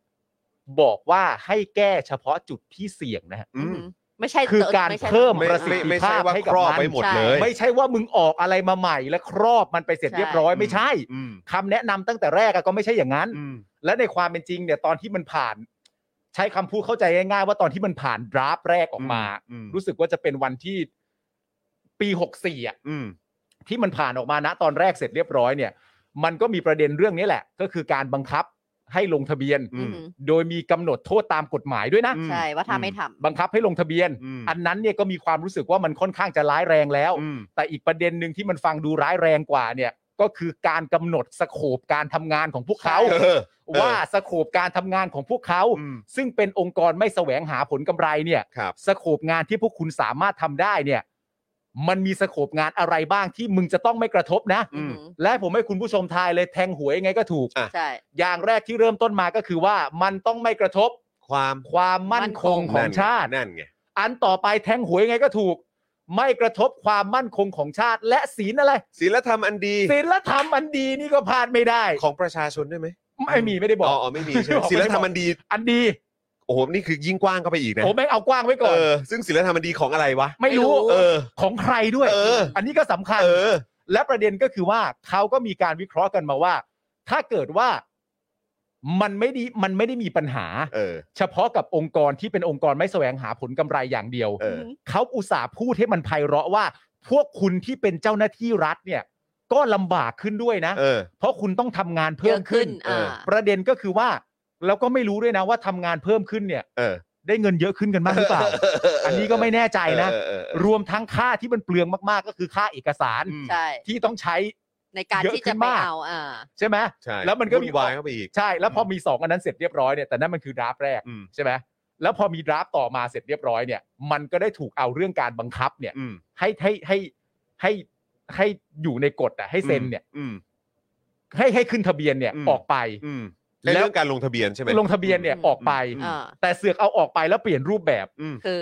[SPEAKER 5] บอกว่าให้แก้เฉพาะจุดที่เสี่ยงนะฮะ
[SPEAKER 4] อืม
[SPEAKER 3] ไม่ใช่
[SPEAKER 5] คือ
[SPEAKER 3] เติ
[SPEAKER 5] การ
[SPEAKER 3] ไม่ใช่
[SPEAKER 5] เพิ่
[SPEAKER 4] ไม่
[SPEAKER 5] ประสิท
[SPEAKER 4] ไม่
[SPEAKER 5] ธิ
[SPEAKER 4] ไม่
[SPEAKER 5] ภา
[SPEAKER 4] ใช่
[SPEAKER 5] พ
[SPEAKER 4] ว่า
[SPEAKER 5] ให้
[SPEAKER 4] ค
[SPEAKER 5] กับ
[SPEAKER 4] รอบ
[SPEAKER 5] มัน
[SPEAKER 4] ไปหมดเลย
[SPEAKER 5] ไม่ใช่ว่ามึงออกอะไรมาใหม่ และครอบมันไปเสร็จเรียบร้อยไม่ใช่
[SPEAKER 4] อืม
[SPEAKER 5] คำแนะนำตั้งแต่แรกอะก็ไม่ใช่อย่างนั้น
[SPEAKER 4] อืม
[SPEAKER 5] และในความเป็นจริงเนี่ยตอนที่มันผ่าน ใช้คำพูดเข้าใจง่ายๆว่าตอนที่มันผ่านดราฟแรกออกมา
[SPEAKER 4] อืม
[SPEAKER 5] รู้สึกว่าจะเป็นวันที่ปีหกสี่อะ
[SPEAKER 4] อืม
[SPEAKER 5] ที่มันผ่านออกมานะตอนแรกเสร็จเรียบร้อยเนี่ย มันก็มีประเด็นเรื่องนี้แหละ ก็คือการบังคับให้ลงทะเบียน
[SPEAKER 4] อืม
[SPEAKER 5] โดยมีกำหนดโทษตามกฎหมายด้วยนะ
[SPEAKER 4] อืม
[SPEAKER 3] ใช่ว่าถ้าไม่ทำ
[SPEAKER 5] บังคับให้ลงทะเบียน
[SPEAKER 4] อืม
[SPEAKER 5] อันนั้นเนี่ยก็มีความรู้สึกว่ามันค่อนข้างจะร้ายแรงแล้ว
[SPEAKER 4] อืม
[SPEAKER 5] แต่อีกประเด็นหนึ่งที่มันฟังดูร้ายแรงกว่าเนี่ย ก็คือการกำหนดสโคปการทำงานของพวกเขา
[SPEAKER 4] เอ อเออ
[SPEAKER 5] ว่าสโคปการทำงานของพวกเขา
[SPEAKER 4] อืม
[SPEAKER 5] ซึ่งเป็นองค์กรไม่แสวงหาผลกำไรเนี่ย
[SPEAKER 4] ครับ
[SPEAKER 5] สโคปงานที่พวกคุณสามารถทำได้เนี่ย มันมีสโคปงานอะไรบ้างที่มึงจะต้องไม่กระทบนะ
[SPEAKER 4] อืม
[SPEAKER 5] และผมให้คุณผู้ชมทายเลยแทงหวยยังไงก็ถูก
[SPEAKER 4] อ่ะ
[SPEAKER 3] ใช่
[SPEAKER 5] อย่างแรกที่เริ่มต้นมาก็คือว่ามันต้องไม่กระทบ
[SPEAKER 4] ความ
[SPEAKER 5] ความมั่นคงของชาติ
[SPEAKER 4] นั่นไง
[SPEAKER 5] อันต่อไปแทงหวยไงก็ถูก ไม่กระทบความมั่นคงของชาติ และศีลอะไร
[SPEAKER 4] ศีลธรรมอันดี
[SPEAKER 5] ศีลธรรมอันดีนี่ก็พลาดไม่ได้
[SPEAKER 4] ของประชาชนด้วยไหม
[SPEAKER 5] ไม่มีไม่ได้บอก
[SPEAKER 4] อ๋อไม่มีใช่ไหม
[SPEAKER 5] บอกไม่ได้
[SPEAKER 4] ศีลธรรมอันดี
[SPEAKER 5] อันดี
[SPEAKER 4] โอ้โห นี่คือยิ่งกว้างเข้าไปอีกนะ
[SPEAKER 5] ผมแม่งเอากว้างไว้ก่อน
[SPEAKER 4] เออ ซึ่งศีลธรรมอันดีของอะไรวะ
[SPEAKER 5] ไม่รู้
[SPEAKER 4] เออ
[SPEAKER 5] ของใครด้วย
[SPEAKER 4] เอออั
[SPEAKER 5] นนี้ก็สำคัญ
[SPEAKER 4] เออ
[SPEAKER 5] และประเด็นก็คือว่าเขาก็มีการวิเคราะห์กันมาว่า ถ้าเกิดว่ามันไม่ดีมันไม่ได้มีปัญหา
[SPEAKER 4] เออ
[SPEAKER 5] เฉพาะกับองค์กรที่เป็นองค์กรไม่แสวงหาผลกำไรอย่างเดียว
[SPEAKER 4] เออ
[SPEAKER 5] เขาอุตส่าห์พูดให้มันไพเราะว่า พวกคุณที่เป็นเจ้าหน้าที่รัฐเนี่ย ก็ลำบากขึ้นด้วยนะ
[SPEAKER 4] เออ
[SPEAKER 5] เพราะคุณต้องทำงานเพิ่มขึ้น
[SPEAKER 3] เยอะขึ้น
[SPEAKER 5] เออ
[SPEAKER 3] อ่า
[SPEAKER 5] ประเด็นก็คือว่าแล้วก็ไม่รู้ด้วยนะว่าทำงานเพิ่มขึ้นเนี่ย
[SPEAKER 4] เออ
[SPEAKER 5] ได้เงินเยอะขึ้นกันมากหรือเปล่า อันนี้ก็ไม่แน่ใจนะ
[SPEAKER 4] เออเออเออ
[SPEAKER 5] รวมทั้งค่าที่มันเปลืองมากๆ ก็คือค่าเอกสาร
[SPEAKER 4] อืม
[SPEAKER 3] ใช่
[SPEAKER 5] ที่ต้องใช้
[SPEAKER 3] ในการที่จะไปเอาอ่า
[SPEAKER 5] ใช่ไหม
[SPEAKER 4] ใช่
[SPEAKER 5] แล้วมันก็มี
[SPEAKER 4] วุ่วายเข้าไปอีก
[SPEAKER 5] ใช่ แล้วพอมีสองอันนั้นเสร็จเรียบร้อยเนี่ยแต่นั่นมันคือดราฟต์แรก
[SPEAKER 4] อืม
[SPEAKER 5] ใช่ไหมแล้วพอมีดราฟต์ต่อมาเสร็จเรียบร้อยเนี่ย มันก็ได้ถูกเอาเรื่องการบังคับเนี่ย
[SPEAKER 4] อืม
[SPEAKER 5] ให้ให้ให้ให้ให้อยู่ในกฎอะให้เซ็นเนี่ย
[SPEAKER 4] อืม
[SPEAKER 5] ให้ให้ขึ้นทะเบียนเนี่ย
[SPEAKER 4] อืม
[SPEAKER 5] ออกไป
[SPEAKER 4] อืม
[SPEAKER 5] แล้ว
[SPEAKER 4] เรื่องการลงทะเบียนใช่ไหม
[SPEAKER 5] ลงทะเบียนเนี่ย
[SPEAKER 3] อืม
[SPEAKER 5] ออกไป
[SPEAKER 4] อืม
[SPEAKER 3] อ่า
[SPEAKER 5] แต่เสือกเอาออกไปแล้วเปลี่ยนรูปแบบ
[SPEAKER 4] อืม
[SPEAKER 3] คือ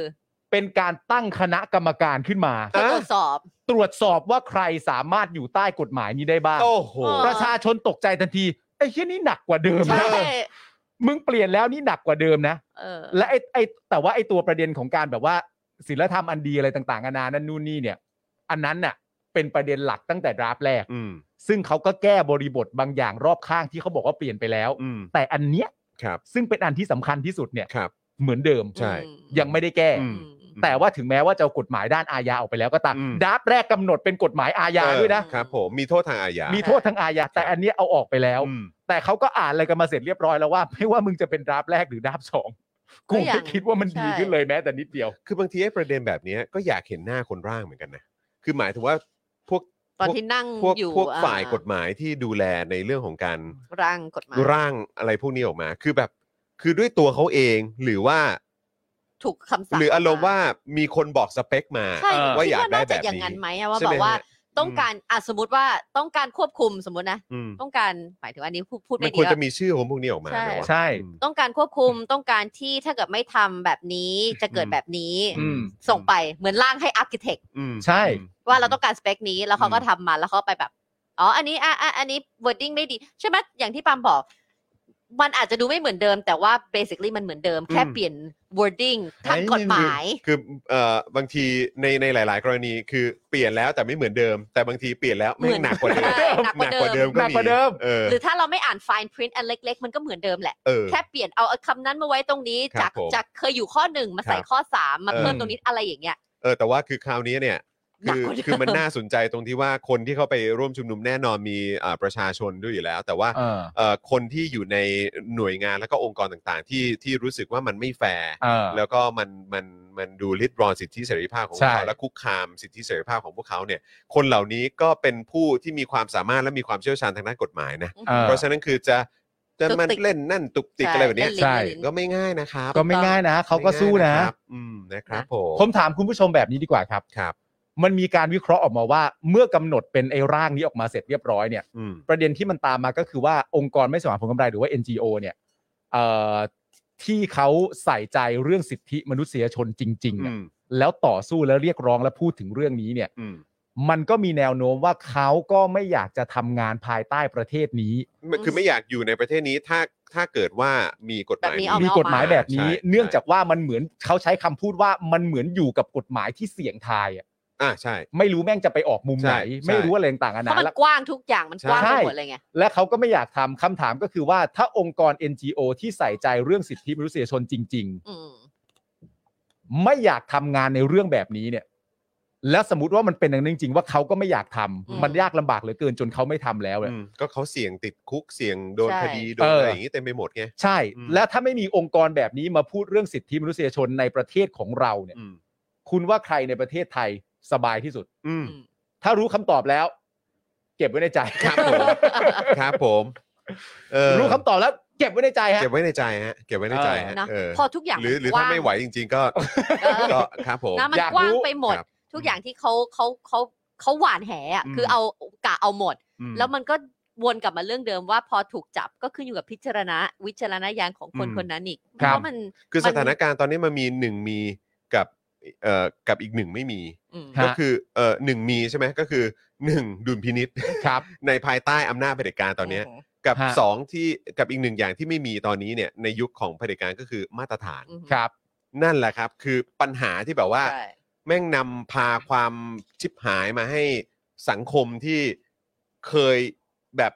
[SPEAKER 5] เป็นการตั้งคณะกรรมการขึ้นมา
[SPEAKER 3] เพื่อ
[SPEAKER 4] ฮะ
[SPEAKER 3] ตรวจสอบ
[SPEAKER 5] ตรวจสอบว่าใครสามารถอยู่ใต้กฎหมายนี้ได้บ้าง
[SPEAKER 4] โอ้โห
[SPEAKER 3] เออ
[SPEAKER 5] ประชาชนตกใจทันทีไอ้เชี่ยนี่หนักกว่าเดิม
[SPEAKER 3] ใช่
[SPEAKER 5] นะมึงเปลี่ยนแล้วนี่หนักกว่าเดิมนะ
[SPEAKER 3] เออ
[SPEAKER 5] และไอ้ไอ้แต่ว่าไอ้ตัวประเด็นของการแบบว่าศีลธรรมอันดีอะไรต่างๆนานานั่นนู่นนี่เนี่ย อันนั้นน่ะเป็นประเด็นหลักตั้งแต่ดราฟต์แรก
[SPEAKER 4] อืม
[SPEAKER 5] ซึ่งเขาก็แก้บริบทบางอย่างรอบข้างที่เขาบอกว่าเปลี่ยนไปแล้ว
[SPEAKER 4] อืม
[SPEAKER 5] แต่อันเนี้ย
[SPEAKER 4] ครับ
[SPEAKER 5] ซึ่งเป็นอันที่สำคัญที่สุดเนี่ย
[SPEAKER 4] ครับ
[SPEAKER 5] เหมือนเดิม
[SPEAKER 4] ใช่
[SPEAKER 3] อืม
[SPEAKER 5] ยังไม่ได้แก้
[SPEAKER 4] อืม
[SPEAKER 3] อืม
[SPEAKER 5] แต่ว่าถึงแม้ว่าจะเอากฎหมายด้านอาญาออกไปแล้วก็ตาม
[SPEAKER 4] อืม
[SPEAKER 5] ดราฟต์แรกกำหนดเป็นกฎหมายอาญาด้วยนะ
[SPEAKER 4] เออครับผม มีโทษทางอาญา
[SPEAKER 5] มี
[SPEAKER 4] มี
[SPEAKER 5] โทษทางอาญาแต่อันเนี้ยเอาออกไปแล้ว
[SPEAKER 4] อืม
[SPEAKER 5] แต่เขาก็อ่านอะไรกันมาเสร็จเรียบร้อยแล้วว่า ไม่ว่ามึงจะเป็นดราฟต์แรกหรือดราฟต์สองกู
[SPEAKER 3] ก็ยั
[SPEAKER 5] ไม่
[SPEAKER 3] ง
[SPEAKER 5] คิดว่ามัน
[SPEAKER 3] ใช่
[SPEAKER 5] ดีขึ้นเลยแม้แต่นิดเดียว
[SPEAKER 4] คือบางทีไอ้ประเด็นแบบเนี้ยก็อยากเห็นหน้าคนร่างเหมือนกันนะ คือหมายถึงว่าพวก
[SPEAKER 3] อนที่นั่ง
[SPEAKER 4] พวก
[SPEAKER 3] อยู่
[SPEAKER 4] พวก
[SPEAKER 3] อ่
[SPEAKER 4] ฝ่ายกฎหมายที่ดูแลในเรื่องของการ
[SPEAKER 3] ร่างกฎหมาย
[SPEAKER 4] ร่างอะไรพวกนี้ออกมา คือแบบคือด้วยตัวเขาเองหรือว่า
[SPEAKER 3] ถูกคำสั่ง
[SPEAKER 4] หรืออารมณ์ว่ามีคนบอกสเปคมา
[SPEAKER 3] ใช่
[SPEAKER 5] เออ
[SPEAKER 4] ว่า
[SPEAKER 3] คิ
[SPEAKER 4] อยากได้
[SPEAKER 3] น่
[SPEAKER 4] แบ
[SPEAKER 3] จะ
[SPEAKER 4] บ
[SPEAKER 3] อย่าง
[SPEAKER 4] นี้
[SPEAKER 3] นั้นไหมอะว่า
[SPEAKER 4] ใช่
[SPEAKER 3] แบ
[SPEAKER 4] ไหม
[SPEAKER 3] บว่า
[SPEAKER 4] ฮะ
[SPEAKER 3] ต้องการอ่ะสมมติว่าต้องการควบคุมสมมตินะ
[SPEAKER 4] อืม
[SPEAKER 3] ต้องการหมายถึงว่านี้พูดพูด
[SPEAKER 4] มัน
[SPEAKER 3] ไม่
[SPEAKER 4] ค
[SPEAKER 3] ดี
[SPEAKER 4] วรจะ
[SPEAKER 3] อะ
[SPEAKER 4] มีชื่อของพวกนี้ออกมา
[SPEAKER 3] ใช่
[SPEAKER 4] ไหมวะ
[SPEAKER 5] ใช่
[SPEAKER 4] อืม
[SPEAKER 3] ต้องการควบคุมต้องการที่ถ้าเกิดไม่ทำแบบนี้จะเกิด
[SPEAKER 4] อืม
[SPEAKER 3] แบบนี้
[SPEAKER 5] อืม
[SPEAKER 3] ส่งไปเหมือนร่างให้อาร์เคเต็ก
[SPEAKER 4] อืม
[SPEAKER 5] ใช่
[SPEAKER 4] อืม
[SPEAKER 3] ว่าเราต้องการสเปคนี้แล้วเขาก็
[SPEAKER 4] อืม
[SPEAKER 3] ทำมาแล้วเขาไปแบบอ๋ออันนี้อ่ะอ่ะอันนี้ wording ไม่ดีใช่ไหมอย่างที่ปาล์มบอก มันอาจจะดูไม่เหมือนเดิม แต่ว่า basically มันเหมือนเดิม แค่เปลี่ยน wording ทางกฎหมาย
[SPEAKER 4] คือเอ่อบางทีในในหลาย ๆ กรณีคือเปลี่ยนแล้วแต่ไม่เหมือนเดิม แต่บางทีเปลี่ยนแล้วแม่ง
[SPEAKER 3] เหมือน
[SPEAKER 4] หนักกว่าเดิม
[SPEAKER 3] ใช่หนักกว่าเดิม
[SPEAKER 4] ก็
[SPEAKER 5] หนัก
[SPEAKER 4] มี
[SPEAKER 5] กว่าเดิม
[SPEAKER 4] เออ
[SPEAKER 3] หรือถ้าเราไม่อ่าน fine print อันเล็ก ๆ มันก็เหมือนเดิมแหละ
[SPEAKER 4] เออ
[SPEAKER 3] แค่เปลี่ยนเอาคำนั้นมาไว้ตรงนี้
[SPEAKER 4] ครั
[SPEAKER 3] จา
[SPEAKER 4] บ
[SPEAKER 3] ก
[SPEAKER 4] ผม
[SPEAKER 3] จากเคยอยู่ข้อหนึ่งมาใส่
[SPEAKER 4] ครับ
[SPEAKER 3] ข้อสามมา
[SPEAKER 4] เออ
[SPEAKER 3] เพิ่มตรงนี้อะไรอย่างเงี้ย
[SPEAKER 4] เออแต่ว่าคือคราวนี้เนี่ย
[SPEAKER 3] หนัก
[SPEAKER 4] คือก
[SPEAKER 3] ว่าเดิม
[SPEAKER 4] คือมันน่าสนใจตรงที่ว่าคนที่เข้าไปร่วมชุมนุมแน่นอนมีอ่าประชาชนด้วยอยู่แล้ว แต่ว่า
[SPEAKER 5] เออ
[SPEAKER 4] เอ่อคนที่อยู่ในหน่วยงานแล้วก็องค์กรต่างๆ ที่ที่รู้สึกว่ามันไม่แฟร์
[SPEAKER 5] เออ
[SPEAKER 4] แล้วก็มันมันมันดูริดรอนสิทธิเสรีภาพของพวก
[SPEAKER 5] ใช่
[SPEAKER 4] เขาและคุกคามสิทธิเสรีภาพของพวกเขาเนี่ย คนเหล่านี้ก็เป็นผู้ที่มีความสามารถและมีความเชี่ยวชาญทางด้านกฎหมายนะ
[SPEAKER 5] ออ
[SPEAKER 4] เพราะฉะนั้นคือจะจะมัน
[SPEAKER 3] ตุกติก
[SPEAKER 4] เล่นนั่นตุกติกอะไรแบบเนี้ย
[SPEAKER 3] เล่ลิ้
[SPEAKER 5] ใช่
[SPEAKER 3] เล่ลิ้
[SPEAKER 4] ก็ไม่ง่ายนะครับ
[SPEAKER 5] ก็ไม่ง่ายนะเขาก็สู้
[SPEAKER 4] ไม่
[SPEAKER 5] นะ
[SPEAKER 4] ง่ายครับอืมนะครับ ผม
[SPEAKER 5] ผมถามคุณผู้ชมแบบนี้ดีกว่าครับ
[SPEAKER 4] ครับ
[SPEAKER 5] มันมีการวิเคราะห์ออกมาว่า เมื่อกำหนดเป็นไอ้ร่างนี้ออกมาเสร็จเรียบร้อยเนี่ย
[SPEAKER 4] อืม
[SPEAKER 5] ประเด็นที่มันตามมาก็คือว่าองค์กรไม่สมหวังผลกำไรหรือว่า NGO เนี่ยเอ่อที่เขาใส่ใจเรื่องสิทธิมนุษยชนจริงๆ
[SPEAKER 4] อื
[SPEAKER 5] เนี่ย
[SPEAKER 4] ม
[SPEAKER 5] แล้วต่อสู้แล้วเรียกร้องและพูดถึงเรื่องนี้เนี่ย
[SPEAKER 4] อืม
[SPEAKER 5] มันก็มีแนวโน้มว่าเขาก็ไม่อยากจะทำงานภายใต้ประเทศนี้
[SPEAKER 4] ไม่คือไม่อยากอยู่ในประเทศนี้ถ้าถ้าเกิดว่ามีกฎหมาย
[SPEAKER 3] แบบนี้เอา
[SPEAKER 5] มี
[SPEAKER 3] ไเอ
[SPEAKER 5] กฎหมายแบบนี้
[SPEAKER 4] ใช่
[SPEAKER 5] เนื่องจากว่ามันเหมือนเขาใช้คำพูดว่ามันเหมือนอยู่กับกฎหมายที่เสี่ยงทายอะ
[SPEAKER 4] อ่าใช่
[SPEAKER 5] ไม่รู้แม่งจะไปออกมุมไหน
[SPEAKER 4] ใช่ใช่
[SPEAKER 5] ไม่รู้อะไรต่างๆนา
[SPEAKER 3] เพราะ
[SPEAKER 5] นา
[SPEAKER 3] มัน
[SPEAKER 5] แล้ว
[SPEAKER 3] กว้างทุกอย่างมันกว้าง
[SPEAKER 5] ใช่
[SPEAKER 3] ไปหมดเลยไง
[SPEAKER 5] และเขาก็ไม่อยากทำคำถามก็คือว่าถ้าองค์กร NGO ที่ใส่ใจเรื่องสิทธิมนุษยชนจริง
[SPEAKER 3] อืม
[SPEAKER 5] ๆ ไม่อยากทำงานในเรื่องแบบนี้เนี่ย แล้วสมมติว่ามันเป็นอย่างนั้นจริง ๆ ว่าเขาก็ไม่อยากทำ
[SPEAKER 3] อืม
[SPEAKER 5] มันยากลำบากเหลือเกินจนเขาไม่ทำแล้วเนี่ย
[SPEAKER 4] อืมก็เขาเสี่ยงติดคุกเสี่ยงโดน
[SPEAKER 3] ใช่
[SPEAKER 4] คดีโดน
[SPEAKER 5] เอออ
[SPEAKER 4] อะไรอย่างนี้เต็มไปหมดไง
[SPEAKER 5] ใช่
[SPEAKER 4] อืม
[SPEAKER 5] และถ้าไม่มีองค์กรแบบนี้มาพูดเรื่องสิทธิมนุษยชนในประเทศของเราเนี่ย
[SPEAKER 4] อืม
[SPEAKER 5] คุณว่าใครในประเทศไทยสบายที่สุด
[SPEAKER 4] อืม
[SPEAKER 3] อืม
[SPEAKER 5] ถ้ารู้คำตอบแล้ว เก็บไว้ในใจ
[SPEAKER 4] ครับผม ครับผมเออ
[SPEAKER 5] รู้คำตอบแล้ว เก็บไว้ในใจฮะ
[SPEAKER 4] เก็บไว้ในใจฮะเก็บไว้ในใจฮะ
[SPEAKER 3] เนอะ
[SPEAKER 4] เออ
[SPEAKER 3] พอทุกอย่าง
[SPEAKER 4] หรือ
[SPEAKER 3] มัน
[SPEAKER 4] หรือก ถ้า
[SPEAKER 3] ว้าง
[SPEAKER 4] ไม่ไหวจริง ๆ ก็
[SPEAKER 3] เออ
[SPEAKER 4] ก็ครับผม
[SPEAKER 3] นะมัน
[SPEAKER 5] อยาก
[SPEAKER 3] กว้าง
[SPEAKER 5] รู้
[SPEAKER 3] ไปหมด
[SPEAKER 4] ครับ
[SPEAKER 3] ทุกอย่างที่เขาเขาเขาเขาหวานแหอ่ะ
[SPEAKER 4] อืม
[SPEAKER 3] คือเอากะเอาหมด
[SPEAKER 4] อื
[SPEAKER 3] แล้วมันก็วนกลับมาเรื่องเดิมว่าพอถูกจับก็ขึ้นอยู่กับพิจารณาวิจารณญาณของคนคนนั้นอีกเพ
[SPEAKER 5] ครับ
[SPEAKER 3] ราะมัน
[SPEAKER 4] คือ
[SPEAKER 3] มั
[SPEAKER 4] ส
[SPEAKER 3] น
[SPEAKER 4] ถานการณ์ตอนนี้มันมีหนึ่งมีกับเอ่อกับอีกหนึ่งไม่มี
[SPEAKER 3] อืม
[SPEAKER 5] ฮะ
[SPEAKER 4] ก็คือเอ่อหนึ่งมีใช่ไหมก็คือหนึ่งดุลพินิษ
[SPEAKER 5] ครับ
[SPEAKER 4] ในภายใต้อำนาจเผด็จการตอนเนี้ยกับ
[SPEAKER 5] ฮะ
[SPEAKER 4] สองที่กับอีกหนึ่งอย่างที่ไม่มีตอนนี้เนี่ยในยุคของเผด็จการก็คือมาตรฐาน
[SPEAKER 3] อืม
[SPEAKER 5] ครับ
[SPEAKER 4] นั่นแหละครับ คือปัญหาที่แบบว่า
[SPEAKER 3] ใช่
[SPEAKER 4] แม่งนำพาความชิบหายมาให้สังคมที่เคยแบบ